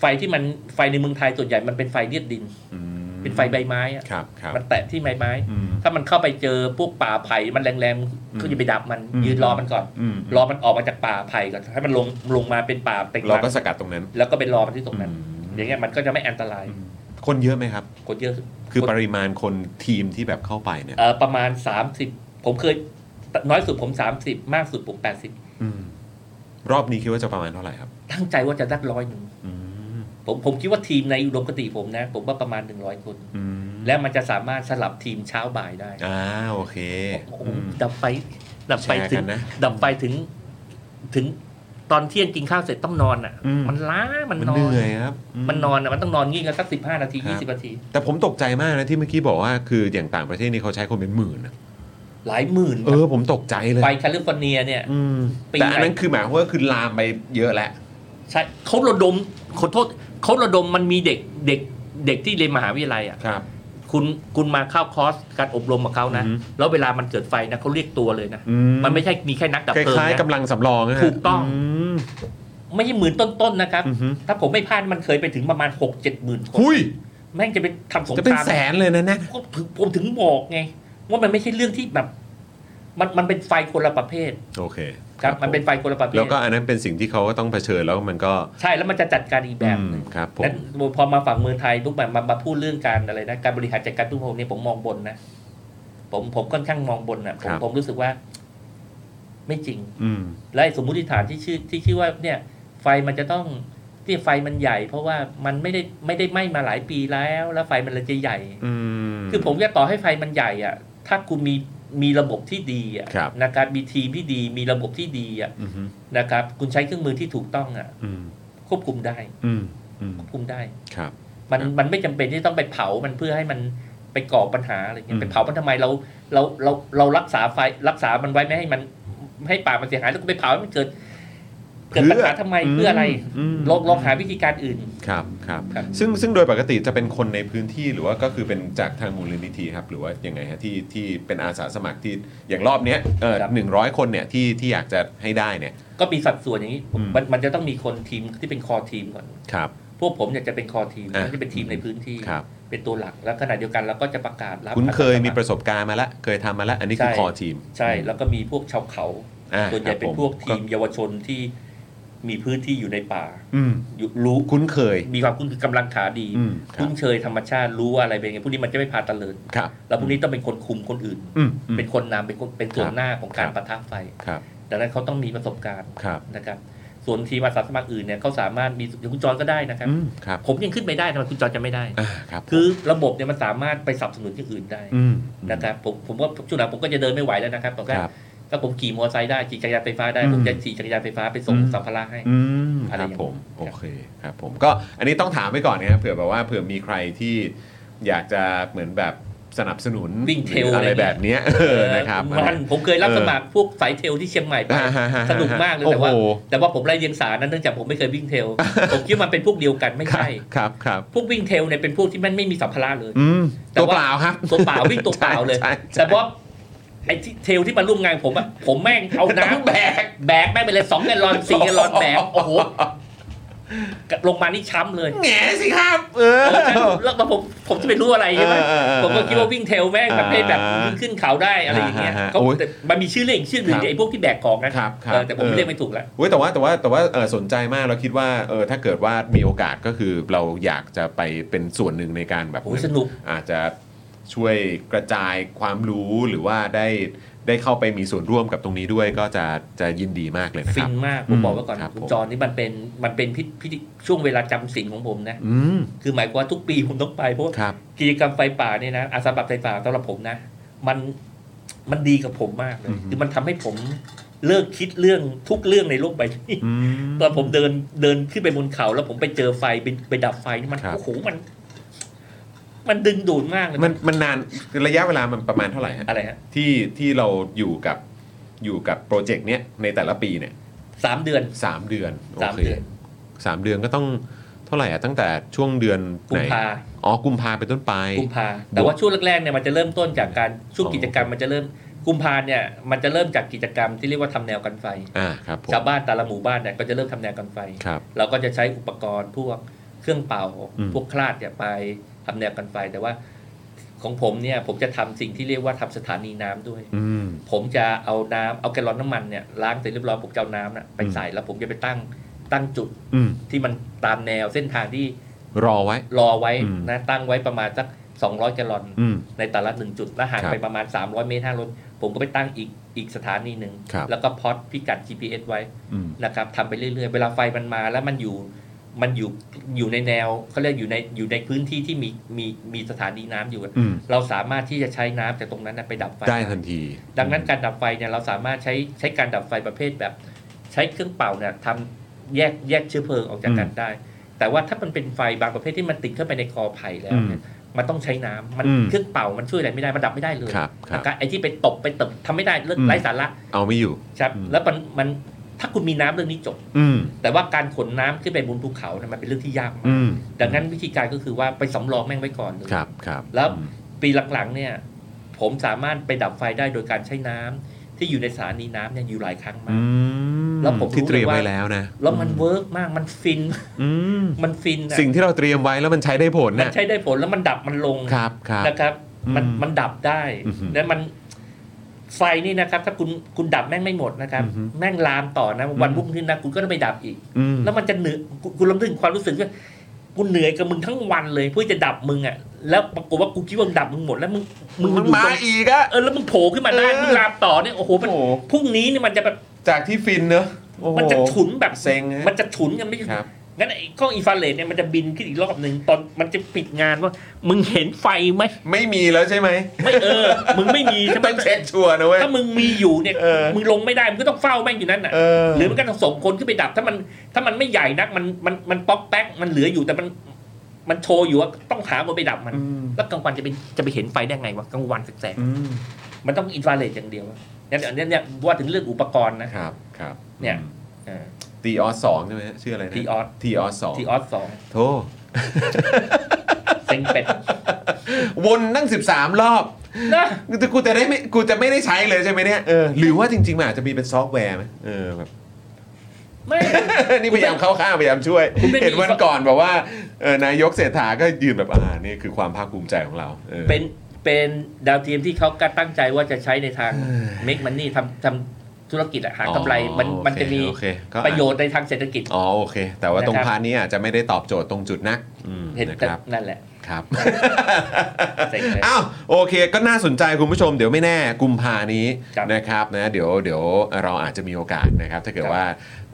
[SPEAKER 5] ไฟที่มันไฟในเมืองไทยส่วนใหญ่มันเป็นไฟเลียดดิน
[SPEAKER 1] อืม
[SPEAKER 5] เป็นไฟใบไม้อะ
[SPEAKER 1] ครับครับ
[SPEAKER 5] มันแตะที่ใบไม้
[SPEAKER 1] อืม
[SPEAKER 5] ถ้ามันเข้าไปเจอพวกป่าไผ่มันแรง
[SPEAKER 1] อืม
[SPEAKER 5] ๆก็อย่าไปดับมัน
[SPEAKER 1] อืม
[SPEAKER 5] ยืนรอมันก่อน
[SPEAKER 1] อืม
[SPEAKER 5] รอมันออกมาจากป่าไผ่ก่อนให้มันลงลงมาเป็นป่าเต็ง
[SPEAKER 1] เรา
[SPEAKER 5] ง
[SPEAKER 1] ก็สกัดตรงนั้น
[SPEAKER 5] แล้วก็เป็นรอมันที่ตรงนั้น
[SPEAKER 1] อืม
[SPEAKER 5] อย่างเงี้ยมันก็จะไม่อันตราย
[SPEAKER 1] คนเยอะไหมครับ
[SPEAKER 5] คนเยอะขึ้น
[SPEAKER 1] คือป
[SPEAKER 5] น
[SPEAKER 1] ริมาณคนทีมที่แบบเข้าไปเนี่ย
[SPEAKER 5] เอ่อประมาณ 30 ผมเคยน้อยสุดผม 30 มากสุดผม
[SPEAKER 1] มรอบนี้คิดว่าจะประมาณเท่าไหร่ครับ
[SPEAKER 5] 80 ตั้งใจว่าจะสักร้อยหนึ่ง
[SPEAKER 1] อืม
[SPEAKER 5] ผมผมคิดว่าทีมในอุดมคติผมนะ ผมว่าประมาณ 100 คน
[SPEAKER 1] อืม
[SPEAKER 5] และมันจะสามารถสลับทีมเช้าบ่ายได้
[SPEAKER 1] อ่าโอเค
[SPEAKER 5] โอ้โห
[SPEAKER 1] อืม
[SPEAKER 5] ดับไฟดับไฟถึ
[SPEAKER 1] แชร์กั
[SPEAKER 5] ง
[SPEAKER 1] นนะ
[SPEAKER 5] ดับไฟถึงถึงตอนเที่ยงกินข้าวเสร็จต้องนอนอ่ะ
[SPEAKER 1] อืม
[SPEAKER 5] มันล้ามัน
[SPEAKER 1] มัน
[SPEAKER 5] นอ
[SPEAKER 1] เห
[SPEAKER 5] น
[SPEAKER 1] นื่อยครับม
[SPEAKER 5] มันนอนอ่ะมันต้องนอนงี่กันสักสิบห้านาที
[SPEAKER 1] ครับ
[SPEAKER 5] ยี่สิบนาที
[SPEAKER 1] แต่ผมตกใจมากนะที่เมื่อกี้บอกว่าคืออย่างต่างประเทศนี่เขาใช้คนเป็นหมื่นอะ
[SPEAKER 5] หลายหมื่น
[SPEAKER 1] เออผมตกใจเลย
[SPEAKER 5] ไปแคลิฟอร์เนียเนี่ย
[SPEAKER 1] อืม
[SPEAKER 5] ปี
[SPEAKER 1] แต่อันนั้นคือหมายความว่าคือลามไปเยอะแล้ว
[SPEAKER 5] ใช่เขาระดมขอโทษเขาระดมมันมีเด็กเด็กเด็กที่เรียนมหาวิทยาลัยอ่ะ
[SPEAKER 1] ครับ
[SPEAKER 5] คุณคุณมาเข้าคอร์สการอบรมกับเขานะ
[SPEAKER 1] อือฮึ
[SPEAKER 5] แล้วเวลามันเกิดไฟนะเขาเรียกตัวเลยนะ
[SPEAKER 1] อืม
[SPEAKER 5] มันไม่ใช่มีแค่นักดับ
[SPEAKER 1] ค
[SPEAKER 5] เพลิง
[SPEAKER 1] ล้ายๆ
[SPEAKER 5] นะ
[SPEAKER 1] กำลังสำรองนะฮะ
[SPEAKER 5] ถูกต้อง
[SPEAKER 1] ม
[SPEAKER 5] ไม่ใช่หมื่นต้นๆนะครับ
[SPEAKER 1] อือฮึ
[SPEAKER 5] ถ้าผมไม่พลาดมันเคยไปถึงประมาณหกเจ็ดหมื่นคน
[SPEAKER 1] หุย
[SPEAKER 5] แม่งจะเป็นทำสง
[SPEAKER 1] จะ
[SPEAKER 5] ค
[SPEAKER 1] เป็น
[SPEAKER 5] ราม
[SPEAKER 1] แสนเลยนะเนย
[SPEAKER 5] ก็ถึงผมถึงบอกไง ว่ามันไม่ใช่เรื่องที่แบบ มันมันเป็นไฟคนละประเภท
[SPEAKER 1] โอเค
[SPEAKER 5] ครับมันเป็นไฟคนละประเภท
[SPEAKER 1] แล้วก็อันนั้นเป็นสิ่งที่เขาก็ต้องเผชิญแล้วมันก็
[SPEAKER 5] ใช่แล้วมันจะจัดการอีกแบบหนึ่ง
[SPEAKER 1] อืมครับผม
[SPEAKER 5] นั้นพอมาฝั่งเมืองไทยทุกแบบมามาพูดเรื่องการอะไรนะการบริหารจัดการทุกโมเนี่ยผมมองบนนะผมผมค่อนข้างมองบนนะผ
[SPEAKER 1] ค
[SPEAKER 5] ม
[SPEAKER 1] รับ
[SPEAKER 5] ผมรู้สึกว่า ไม่จริง
[SPEAKER 1] อืม
[SPEAKER 5] และไอ้สมมุติฐานที่ชื่อที่ชื่อว่า เนี่ย ไฟมันจะต้องที่ไฟมันใหญ่ เพราะว่ามันไม่ได้ไม่ได้ไหม้มาหลายปีแล้ว แล้วไฟมันเลยจะใหญ่
[SPEAKER 1] อืม
[SPEAKER 5] คือผมจะต่อให้ไฟมันใหญ่อ่ะ ถ้าคุณมีมีระบบที่ดีอ่ะ
[SPEAKER 1] ครับ
[SPEAKER 5] นะครับมีทีมที่ดี มีระบบที่ดีอ่ะ
[SPEAKER 1] อืมฮึ
[SPEAKER 5] นะครับ คุณใช้เครื่องมือที่ถูกต้องอ่ะ
[SPEAKER 1] อืม
[SPEAKER 5] ควบคุมได้
[SPEAKER 1] อืมอืม
[SPEAKER 5] ควบคุมได้
[SPEAKER 1] ครับ
[SPEAKER 5] มัน
[SPEAKER 1] ครับ
[SPEAKER 5] มันไม่จำเป็นที่ต้องไปเผามันเพื่อให้มันไปก่อปัญหาอะไรเงี้
[SPEAKER 1] อื
[SPEAKER 5] ย
[SPEAKER 1] ม
[SPEAKER 5] ไปเผามันทำไมเราเราเราเรารักษาไฟรักษามันไว้ไม่ให้มันให้ป่ามันเสียหายแล้วก็ไปเผาให้มันเกิด เกิดปัญหาทำไมเพื่ออะไร
[SPEAKER 1] ม
[SPEAKER 5] ลองลองหาวิธีการอื่น
[SPEAKER 1] ครับครับ
[SPEAKER 5] ครับ
[SPEAKER 1] ซึ่งซึ่งโดยปกติจะเป็นคนในพื้นที่หรือว่าก็คือเป็นจากทางมูลนิธิครับ หรือว่ายังไงฮะที่ที่เป็นอาสาสมัครที่อย่างรอบเนี้ยเออหนึ่งร้อยคนเนี่ยที่ที่อยากจะให้ได้เนี่ย
[SPEAKER 5] ก็มีสัดส่วนอย่างนี้
[SPEAKER 1] อืม
[SPEAKER 5] มันมันจะต้องมีคนทีมที่เป็นคอทีมก่อน
[SPEAKER 1] ครับ
[SPEAKER 5] พวกผมเนี่ยจะเป็นคอทีม
[SPEAKER 1] อ่ะ
[SPEAKER 5] ที่เป็นทีมในพื้นที่
[SPEAKER 1] ครับ
[SPEAKER 5] เป็นตัวหลักแล้วขณะเดียวกันเราก็จะประกาศรับ
[SPEAKER 1] คุณเคยมีป
[SPEAKER 5] อาสาสค
[SPEAKER 1] ระสบการณ์มาแล้วเคยทำมาแล้ว อันนี้คือ
[SPEAKER 5] ใช่
[SPEAKER 1] คอทีม
[SPEAKER 5] ใช่ แล้วก็มีพวกชาวเขา
[SPEAKER 1] อ่ะ
[SPEAKER 5] ส่วนใหญ่เป็น
[SPEAKER 1] ครับผม
[SPEAKER 5] พวกทีม
[SPEAKER 1] ก็
[SPEAKER 5] เยาวชนที่มีพื้นที่อยู่ในป่า
[SPEAKER 1] อืม
[SPEAKER 5] อยู่รู้
[SPEAKER 1] คุ้นเคย
[SPEAKER 5] มีความคุ้นคือกำลังขาดี
[SPEAKER 1] อืมครับ
[SPEAKER 5] คุ้นเคยธรรมชาติรู้ว่าอะไรเป็นไงพวกนี้มันจะไม่พาตะเลิด
[SPEAKER 1] ครับ
[SPEAKER 5] แล้วพวกนี้ต้องเป็นคนคุมคนอื่น
[SPEAKER 1] อืมอืม
[SPEAKER 5] เป็นคนนำเป็นคนเป็นส่วนหน้าของกา
[SPEAKER 1] ค
[SPEAKER 5] ร
[SPEAKER 1] รับ
[SPEAKER 5] ปะทะไฟ
[SPEAKER 1] ครับ
[SPEAKER 5] ดังนั้นเขาต้องมีประสบการณ์
[SPEAKER 1] ครับ
[SPEAKER 5] นะครับ ส่วนทีมอาสาสมัครอื่นเนี่ยเขาสามารถมีอย่างคุณจอนก็ได้นะครับ
[SPEAKER 1] อืมครับ
[SPEAKER 5] ผมยังขึ้นไม่ได้ทำไมคุณจอนจะไม่ได้
[SPEAKER 1] อ่าครับผม
[SPEAKER 5] คือระบบเนี่ยมันสามารถไปสนับสนุนอย่างอื่นได้
[SPEAKER 1] ม
[SPEAKER 5] นะครับผมผมว่าช่วงหลังผมก็จะเดินไม่ไหวแล้วนะครับผมก็
[SPEAKER 1] ครับ
[SPEAKER 5] ถ้าผมขี่มอเตอร์ไซค์ได้ขี่จักรยานไฟฟ้าได้
[SPEAKER 1] อืม
[SPEAKER 5] ผมจะขี่จักรยานไฟฟ้าไปส่ง
[SPEAKER 1] อืม
[SPEAKER 5] สัมภาระให้
[SPEAKER 1] อืม
[SPEAKER 5] อะ
[SPEAKER 1] ค
[SPEAKER 5] ไร
[SPEAKER 1] รับ
[SPEAKER 5] อย่าง
[SPEAKER 1] ผม
[SPEAKER 5] นั้น
[SPEAKER 1] โอเคครับผมก็อันนี้ต้องถามไว้ก่อนนะครับเผื่อแบบว่าเผื่อมีใครที่อยากจะเหมือนแบบ สนับสนุน
[SPEAKER 5] วิ่งเทรล
[SPEAKER 1] หรืออะไร
[SPEAKER 5] อะไร
[SPEAKER 1] แบบเนี้ยเออนะครับ
[SPEAKER 5] มันผมเคยรับสมัครพวกสายเทรลที่เชียงใหม่ไป
[SPEAKER 1] อ่าฮะฮะฮะ
[SPEAKER 5] สนุกมากเลยแต่ว่า
[SPEAKER 1] โอ้โห
[SPEAKER 5] แต่ว่าผมไล่เรียงสารนั้นเนื่องจากผมไม่เคยวิ่งเทร ลผมคิดว่ามันเป็นพวกเดียวกันไม่
[SPEAKER 1] ครั
[SPEAKER 5] ใช่
[SPEAKER 1] บครับครับ
[SPEAKER 5] พวกวิ่งเทรลเนี่ยเป็นพวกที่มันไม่มีสัมภาระเลย
[SPEAKER 1] อืม
[SPEAKER 5] แต่
[SPEAKER 1] ตัว
[SPEAKER 5] ว่า
[SPEAKER 1] เปล่าครับ
[SPEAKER 5] ตัวเปล่าวิ่งตัวเปล่าเลย
[SPEAKER 1] ใช่ใช่
[SPEAKER 5] แต่ว่าไอ้ที่เทรลที่มาร่วมงานผมอะผมแม่งเอาน้ำแบกแบกแม่งไปเลยสองแกลลอนสี่แกลลอนแบกโอ้โหลงมานี่ช้ำเลย
[SPEAKER 1] แหง่สิครับ เออ
[SPEAKER 5] เออใช่แล้วผมผมจะไปรู้อะไรใช่ไหม
[SPEAKER 1] เออเออเออ
[SPEAKER 5] ผมก็คิดว่าวิ่งเทรลแม่งประเภทแบบ
[SPEAKER 1] อ่า
[SPEAKER 5] วิ่งขึ้นเขาได้อะไรอย่างเงี้ย
[SPEAKER 1] อ่าฮะ
[SPEAKER 5] เขา
[SPEAKER 1] โอ้ย
[SPEAKER 5] แต่มันมีชื่อเรียกอีกชื่อหนึ่
[SPEAKER 1] ค
[SPEAKER 5] ง
[SPEAKER 1] รับ
[SPEAKER 5] ไอ้พวกที่แบกของนะครับ
[SPEAKER 1] ครับ
[SPEAKER 5] เออแต่ผม
[SPEAKER 1] เออ
[SPEAKER 5] เรียกไม่ถูกแล้ว
[SPEAKER 1] เว้ยแต่ว่าแต่ว่าแต่ว่าเออสนใจมากเราคิดว่าเออถ้าเกิดว่ามีโอกาสก็คือเราอยากจะไปเป็นส่วนหนึ่งในการแบบ
[SPEAKER 5] โอ้ยสนุก
[SPEAKER 1] อาจจะช่วยกระจายความรู้หรือว่าได้ได้เข้าไปมีส่วนร่วมกับตรงนี้ด้วยก็จะจะยินดีมากเลยนะค
[SPEAKER 5] ฟิ
[SPEAKER 1] รับ
[SPEAKER 5] นมาก
[SPEAKER 1] อื
[SPEAKER 5] ผม มบอกไว้ก่อน
[SPEAKER 1] ครับ
[SPEAKER 5] คุณ
[SPEAKER 1] ผม
[SPEAKER 5] จอนี่มันเป็นมันเป็นพิพิธีช่วงเวลาจำศีลของผมนะ
[SPEAKER 1] อืม
[SPEAKER 5] คือหมายความว่าทุกปีผมต้องไปเพราะว่า
[SPEAKER 1] ครับ
[SPEAKER 5] กิจกรรมไฟป่าเนี่ยนะอาสาสมัครไฟป่าสำหรับผมนะ มันมันดีกับผมมากเลยคือมันทำให้ผมเลิกคิดเรื่องทุกเรื่องในโลกใบนี้
[SPEAKER 1] อืม
[SPEAKER 5] ตอนผมเดินเดินขึ้นไปบนเขา แล้วผมไปเจอไฟไปไปดับไฟนี่มัน
[SPEAKER 1] ครับ
[SPEAKER 5] โอ้โหมัน มันดึงดูดมากเลย
[SPEAKER 1] มันมันนานระยะเวลามันประมาณเท่าไหร่ฮะ
[SPEAKER 5] อะไรฮะ
[SPEAKER 1] ที่ที่เราอยู่กับอยู่กับโปรเจกต์เนี้ยในแต่ละปีเนี่ย
[SPEAKER 5] สามเดือน
[SPEAKER 1] สามเดือนโอ
[SPEAKER 5] สาม
[SPEAKER 1] เค
[SPEAKER 5] เดือน
[SPEAKER 1] สามเดือนก็ต้องเท่าไหร่อ่ะตั้งแต่ช่วงเดือน
[SPEAKER 5] กุ
[SPEAKER 1] ไหน
[SPEAKER 5] มภา
[SPEAKER 1] อ๋อกุมภาเป็นต้นไป
[SPEAKER 5] กุมภาแต่ว่าช่วงแรกๆเนี่ยมันจะเริ่มต้นจากการช่วง
[SPEAKER 1] อ๋อ
[SPEAKER 5] กิจกรรมมันจะเริ่มกุมภาเนี่ย มันจะเริ่มจากกิจกรรมที่เรียกว่าทำแนวกันไฟ
[SPEAKER 1] อ่าครับผม
[SPEAKER 5] ชาวบ้านแต่ละหมู่บ้านเนี่ยก็จะเริ่มทำแนวกันไฟ
[SPEAKER 1] ครับ
[SPEAKER 5] เราก็จะใช้อุปกรณ์พวกเครื่องเป่า
[SPEAKER 1] อืม
[SPEAKER 5] พวกคลาดเนี่ยไปทำแนวกันไฟ แต่ว่าของผมเนี่ย ผมจะทำสิ่งที่เรียกว่าทำสถานีน้ำด้วย
[SPEAKER 1] อืม
[SPEAKER 5] ผมจะเอาน้ำเอาแกลลอนน้ำมันเนี่ยล้างเสร็จเรียบร้อยผมจะเอาน้ำน่ะไปใส่แล้วผมจะไปตั้งตั้งจุด
[SPEAKER 1] อืม
[SPEAKER 5] ที่มันตามแนวเส้นทางที่
[SPEAKER 1] รอไว้
[SPEAKER 5] รอไว้
[SPEAKER 1] อืม
[SPEAKER 5] นะตั้งไว้ประมาณสัก 200 แกลลอน
[SPEAKER 1] อืม
[SPEAKER 5] ในแต่ละหนึ่งจุดแล้วห่าง
[SPEAKER 1] ครับ
[SPEAKER 5] ไปประมาณ 300 เมตร500ผมก็ไปตั้งอีกอีกสถานีหนึ่ง
[SPEAKER 1] ครับ
[SPEAKER 5] แล้วก็พอดพิกัด GPS ไว้
[SPEAKER 1] อืม
[SPEAKER 5] นะครับทำไปเรื่อยๆ เวลาไฟมันมาแล้วมันอยู่มันอยู่อยู่ในแนวเขาเรียกอยู่ในอยู่ในพื้นที่ที่มีมีมีสถานีน้ำอยู่อะ
[SPEAKER 1] อืม
[SPEAKER 5] เราสามารถที่จะใช้น้ำจากตรงนั้นนะไปดับไฟ
[SPEAKER 1] ได้ทันที
[SPEAKER 5] ดังนั้นการดับไฟเนี่ยเราสามารถใช้ใช้การดับไฟประเภทแบบ ใช้เครื่องเป่าเนี่ยทำแยกแยกเชื้อเพลิงออกจากกันได้ แต่ว่าถ้ามันเป็นไฟบางประเภทที่มันติดเข้าไปในกอไผ่แล้ว
[SPEAKER 1] อืม
[SPEAKER 5] เนี่ยมันต้องใช้น้ำมัน
[SPEAKER 1] อืม
[SPEAKER 5] เครื่องเป่ามันช่วยอะไรไม่ได้มันดับไม่ได้เลย
[SPEAKER 1] ครับครับ
[SPEAKER 5] นะไอ้ที่ไปตบไปตบทำไม่ได้เรื่อง
[SPEAKER 1] อืม
[SPEAKER 5] ไร้สาระ
[SPEAKER 1] เอาไม่อยู่
[SPEAKER 5] ครับ
[SPEAKER 1] อืม
[SPEAKER 5] แล้วมันมันถ้าคุณมีน้ำเรื่องนี้จบ
[SPEAKER 1] อืม
[SPEAKER 5] แต่ว่าการขนน้ำขึ้นไปบนภูเขาเนี่ยมันเป็นเรื่องที่ยากมา
[SPEAKER 1] อื
[SPEAKER 5] ก
[SPEAKER 1] ม
[SPEAKER 5] ดังนั้นวิธีการก็คือว่าไปสำรองแม่งไว้ก่อนเลย
[SPEAKER 1] ครับครับ
[SPEAKER 5] แล้ว
[SPEAKER 1] อืม
[SPEAKER 5] ปีหลังๆเนี่ยผมสามารถไปดับไฟได้โดยการใช้น้ำที่อยู่ในสถานีน้ำเนี่ยอยู่หลายครั้ง
[SPEAKER 1] อื
[SPEAKER 5] มาก
[SPEAKER 1] ม
[SPEAKER 5] แล้วผมรู้
[SPEAKER 1] ที่เตรียม
[SPEAKER 5] เลยว่า
[SPEAKER 1] ไว้แล้วนะ
[SPEAKER 5] แล้วมันเวิร์กมากมันฟิน
[SPEAKER 1] อืม
[SPEAKER 5] มันฟินอะ
[SPEAKER 1] สิ่งที่เราเตรียมไว้แล้วมันใช้ได้ผล
[SPEAKER 5] มัน
[SPEAKER 1] นะ
[SPEAKER 5] ใช้ได้ผลแล้วมันดับมันลง
[SPEAKER 1] ครับครับ
[SPEAKER 5] นะครับ มัน
[SPEAKER 1] อืม
[SPEAKER 5] มันดับได้
[SPEAKER 1] อือหือ
[SPEAKER 5] และมันไฟนี่นะครับ ถ้าคุณคุณดับแม่งไม่หมดนะครับ
[SPEAKER 1] อือหือ
[SPEAKER 5] แม่งลามต่อนะวัน
[SPEAKER 1] อืม
[SPEAKER 5] รุ่งขึ้นนะคุณก็ต้องไปดับอีก
[SPEAKER 1] อืม
[SPEAKER 5] แล้วมันจะเหนื่อยกูคุณลำลึกถึงความรู้สึกว่ากูเหนื่อยกับมึงทั้งวันเลยเพื่อจะดับมึงอ่ะแล้วปรากฏว่ากูคิดว่าดับมึงหมดแล้วมึง
[SPEAKER 1] มึง
[SPEAKER 5] อยู่
[SPEAKER 1] มา
[SPEAKER 5] ตรง
[SPEAKER 1] อีกอะ
[SPEAKER 5] เออแล้วมันโผล่ขึ้นมาได้
[SPEAKER 1] เออ
[SPEAKER 5] มันลามต่อเนี่ยโอ้โหมัน
[SPEAKER 1] โอ้โห
[SPEAKER 5] พรุ่งนี้เนี่ยมันจะแบบ
[SPEAKER 1] จากที่ฟินเนอะโอ้โห
[SPEAKER 5] มันจะฉุนแบบ
[SPEAKER 1] เซ็งฮะ
[SPEAKER 5] มันจะฉุนกันไม่ใช่
[SPEAKER 1] ครับ
[SPEAKER 5] งั้นไอ้กล้องอินฟราเรดเนี่ยมันจะบินขึ้นอีกรอบหนึ่งตอนมันจะปิดงานว่า มึงเห็นไฟไหม
[SPEAKER 1] ไม่มีแล้วใช่ไหม
[SPEAKER 5] ไม่เอ อ มึงไม่มีใช่ไหม
[SPEAKER 1] ต้องเช็คชัวร์นะเว้ย
[SPEAKER 5] ถ้ามึงมีอยู่เนี่ย
[SPEAKER 1] เออ
[SPEAKER 5] มึงลงไม่ได้มึงก็ต้องเฝ้าแม่งอยู่นั่นน่ะ
[SPEAKER 1] เออ
[SPEAKER 5] หรือมันก็ต้องส่งคนขึ้นไปดับ ถ้ามันถ้ามันไม่ใหญ่นักมันมันมันป๊อกแป๊กมันเหลืออยู่แต่มันมันโชว์อยู่ว่าต้องหาคนไปดับมัน
[SPEAKER 1] ม
[SPEAKER 5] แล้วกลางวันจะไปจะไปเห็นไฟได้ไงวะกลางวันแสกๆ
[SPEAKER 1] อืม
[SPEAKER 5] มันต้องอินฟราเรดอย่างเดียวเนี่ยอันเนี้ยเนี่ยว่าถึงเรื่องอุปกรณ์นะ
[SPEAKER 1] ครับครับ
[SPEAKER 5] เนี่ย
[SPEAKER 1] ตีออสสองใช่ไหมฮะชื่ออะไรนะ
[SPEAKER 5] ทีออส
[SPEAKER 1] ทีออสสอง
[SPEAKER 5] ทีออสสอง
[SPEAKER 1] โท
[SPEAKER 5] เซ็งเป็ด
[SPEAKER 1] วนนั่ง 13 รอบ
[SPEAKER 5] นะ
[SPEAKER 1] กูจะได้ไม่กูจะไม่ได้ใช้เลยใช่ไหมเนี่ยเออหรือว่าจริงๆมันอาจจะมีเป็นซอฟต์แวร์ไหมเออแบบ
[SPEAKER 5] ไม่
[SPEAKER 1] นี่พยายามเข้าข้างพยายามช่วย
[SPEAKER 5] คุณไม่มี
[SPEAKER 1] เห็นวันก่อนแบบว่าเออนายกเศรษฐาก็ยืนแบบอ่านี่คือความภาคภูมิใจของเราออ
[SPEAKER 5] เป็นเป็นดาวเทียมที่เขาก็ตั้งใจว่าจะใช้ในทาง make money ทำทำธุรกิจอะ
[SPEAKER 1] อ๋อก
[SPEAKER 5] หาำไรมัน
[SPEAKER 1] โอเค
[SPEAKER 5] มันจะมี
[SPEAKER 1] โอเคก็
[SPEAKER 5] ประโยชน์ในทางเศรษฐกิจ
[SPEAKER 1] อ๋อโอเค แต่ว่าตรง
[SPEAKER 5] นะครับ
[SPEAKER 1] พาร์ทนี้อาจจะไม่ได้ตอบโจทย์ตรงจุดนักอืม
[SPEAKER 5] เห็น
[SPEAKER 1] นะค
[SPEAKER 5] แต่
[SPEAKER 1] รับ
[SPEAKER 5] นั่นแหละ
[SPEAKER 1] ครับ
[SPEAKER 5] เซ็งเลย
[SPEAKER 1] อ้าวโอเคก็น่าสนใจคุณผู้ชมเดี๋ยวไม่แน่กุมภานี้
[SPEAKER 5] ครับ
[SPEAKER 1] นะครับนะเดี๋ยวเดี๋ยวเราอาจจะมีโอกาสนะครับ ถ้าเกิด
[SPEAKER 5] ครับ
[SPEAKER 1] ว่า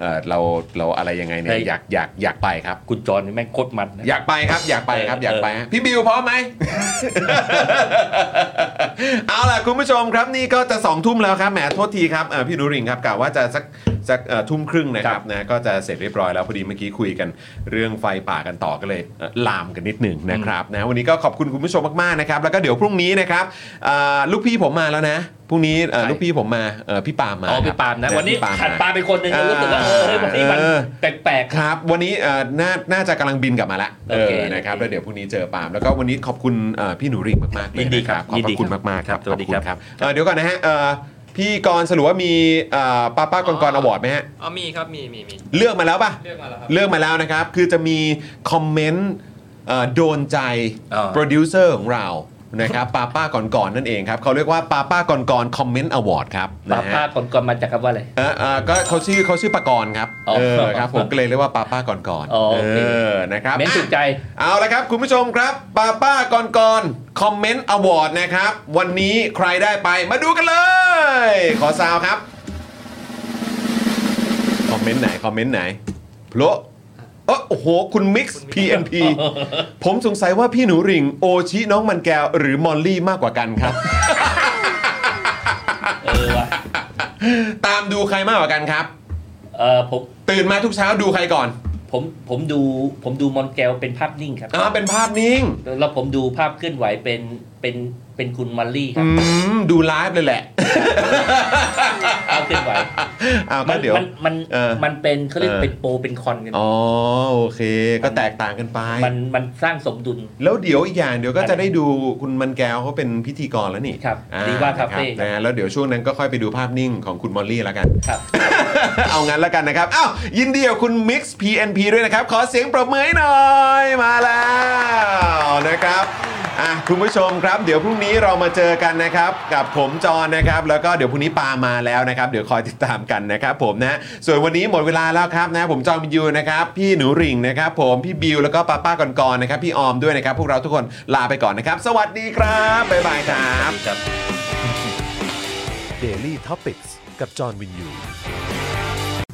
[SPEAKER 1] เอ่อเราเราอะไรยังไงเนี่ย
[SPEAKER 5] ได้
[SPEAKER 1] อยากอยากอยากไปครับ
[SPEAKER 5] คุณจอห์นนี่แม่งโคตรมันนะ
[SPEAKER 1] อยากไปครับอยากไปครับอยากไปฮะพี่บิวพร้อม ไหม เอาล่ะคุณผู้ชมครับนี่ก็จะสองทุ่มแล้วครับแหมโทษทีครับเอ่อพี่นุริงครับกะว่าจะสัก สักเอ่อทุ่มครึ่งนะครับ
[SPEAKER 5] ครับ
[SPEAKER 1] นะก็จะเสร็จเรียบร้อยแล้วพอดีเมื่อกี้คุยกันเรื่องไฟป่ากันต่อก็เลยเอ่อลามกันนิดหนึ่งนะครับนะวันนี้ก็ขอบคุณคุณผู้ชมมากๆนะครับแล้วก็เดี๋ยวพรุ่งนี้นะครับอ่าลูกพี่ผมมาแล้วนะพรุ่งนี้เอ่อลูกพี่ผมมาเอ่อพี่ปาล์มมา
[SPEAKER 5] อ๋อพี่ปาล์มนะ วันนี้
[SPEAKER 1] พี่ล์ม
[SPEAKER 5] ขัด
[SPEAKER 1] ม
[SPEAKER 5] ปาล์มเป็นคนหนึ่งแล้วรู้สึกว่าเออเฮ้ยวันนี้มัน
[SPEAKER 1] เออ
[SPEAKER 5] แปลก
[SPEAKER 1] ครับวันนี้เอ่อน่าน่าจะกำลังบินกลับมาละเอ
[SPEAKER 5] โอเค
[SPEAKER 1] อนะครับ
[SPEAKER 5] โอเค
[SPEAKER 1] แล้วเดี๋ยวพรุ่งนี้เจอปาล์มแล้วก็วันนี้ขอบคุณเอ่อพี่หนูริ่งมากๆเลย
[SPEAKER 5] ยินดี
[SPEAKER 1] นะครับ
[SPEAKER 5] ครับ
[SPEAKER 1] ขอบ
[SPEAKER 5] ยิน
[SPEAKER 1] พ
[SPEAKER 5] ดี
[SPEAKER 1] ระคุณ
[SPEAKER 5] ครับ
[SPEAKER 1] มากๆครับ
[SPEAKER 5] ครับสวัสดี
[SPEAKER 1] ขอณ
[SPEAKER 5] ครับ
[SPEAKER 1] เอ่อเดี๋ยวก่อนนะฮะเอ่อพี่กรณ์สรุปว่ามีเอ่อป้าป้ากรกรอวอร์ดไหมฮะ
[SPEAKER 3] อ๋อมีครับมีมีมี
[SPEAKER 1] เลือกมาแล้วป่ะ
[SPEAKER 3] เลือกมาแล้วครับ
[SPEAKER 1] เลือกมาแล้วนะครับ คือจะมีคอมเมนต์เอ่อโดนใจ
[SPEAKER 5] เออ
[SPEAKER 1] โปรดิวเซอร์ของเรานะครับป้าป้าก่อนก่อนนั่นเองครับเขาเรียกว่าป้าป้าก่อนก่อนคอมเมนต์อวอร์ดครับ
[SPEAKER 5] ๆปา
[SPEAKER 1] นะ
[SPEAKER 5] ปา
[SPEAKER 1] ฮะ
[SPEAKER 5] ก่อนก่อนมาจากคำว่าอะไร
[SPEAKER 1] เออเออก็เขาชื่อเขาชื่อปากรณ์ครับ
[SPEAKER 5] อ๋อ
[SPEAKER 1] เออครับผมก็เลยเรียกว่าป้าป้าก่อนก่อน
[SPEAKER 5] อ๋อโอเค
[SPEAKER 1] เออนะครับ
[SPEAKER 5] เม้นถูกใจ
[SPEAKER 1] เอาละครับ คุณผู้ชมครับป้าป้าก่อนก่อนคอมเมนต์อวอร์ดนะครับ วันนี้ใครได้ไปมาดูกันเลย ขอซาวครับคอมเมนต์ไหนคอมเมนต์ไหนโผล่ เออโอ้โห คุณมิกซ์ PNP ผมสงสัยว่าพี่หนูหริ่ง โอชิน้องมันแก้ว หรือมอลลี่มากกว่ากันครับ
[SPEAKER 5] เออว่ะ
[SPEAKER 1] ตามดูใครมากกว่ากันครับ
[SPEAKER 5] เออผม
[SPEAKER 1] ตื่นมาทุกเช้าดูใครก่อน
[SPEAKER 5] ผมผมดูผมดูมอนแกวเป็นภาพนิ่งครับ
[SPEAKER 1] อ่าเป็นภาพนิ่ง
[SPEAKER 5] แล้วผมดูภาพเคลื่อนไหวเป็นเป็นเป็นคุณมอลลี่ครั
[SPEAKER 1] อื
[SPEAKER 5] บ
[SPEAKER 1] ม ดูไลฟ์เลยแหละ
[SPEAKER 5] ภาพเคลื่อนไหว
[SPEAKER 1] อ้าวก็
[SPEAKER 5] มัน
[SPEAKER 1] เดี๋ยว
[SPEAKER 5] มันมัน
[SPEAKER 1] เออ
[SPEAKER 5] มันเป็นเขาเรียก
[SPEAKER 1] เออ
[SPEAKER 5] เป็นโปรเป็นคอนกัน
[SPEAKER 1] อ๋อ โอเค ก็แตกต่างกันไป
[SPEAKER 5] มันมันสร้างสมดุล
[SPEAKER 1] แล้วเดี๋ยวอีกอย่างเดี๋ยวก็จะได้ดูคุณมันแก้วเขาเป็นพิธีกรแล้วนี่
[SPEAKER 5] ครับ
[SPEAKER 1] อ่
[SPEAKER 5] ดีว่าคาเฟ่
[SPEAKER 1] นะรับนะแล้วเดี๋ยวช่วงนั้นก็ค่อยไปดูภาพนิ่งของคุณมอลลี่แล้วกัน
[SPEAKER 5] ครับ
[SPEAKER 1] เอางั้นแล้วกันนะครับ อ้าวยินดีกับคุณ Mix PNP ด้วยนะครับ ขอเสียงปรบมือให้หน่อย มาแล้วนะครับ อ่ะคุณผู้ชมครับ เดี๋ยวพรุ่งนี้เรามาเจอกันนะครับ กับผมจอนนะครับ แล้วก็เดี๋ยวพรุ่งนี้ปามาแล้วนะครับ เดี๋ยวคอยติดตามกันนะครับผมนะ ส่วนวันนี้หมดเวลาแล้วครับนะ ผมจอนบินยูนะครับ พี่หนูหริ่งนะครับ ผมพี่บิวแล้วก็ป้าป้าก่อนๆนะครับ พี่ออมด้วยนะครับ พวกเราทุกคนลาไปก่อนนะครับ สวัสดีครับ บ๊ายบายครับ
[SPEAKER 6] Daily Topics กับจอห์นวินยู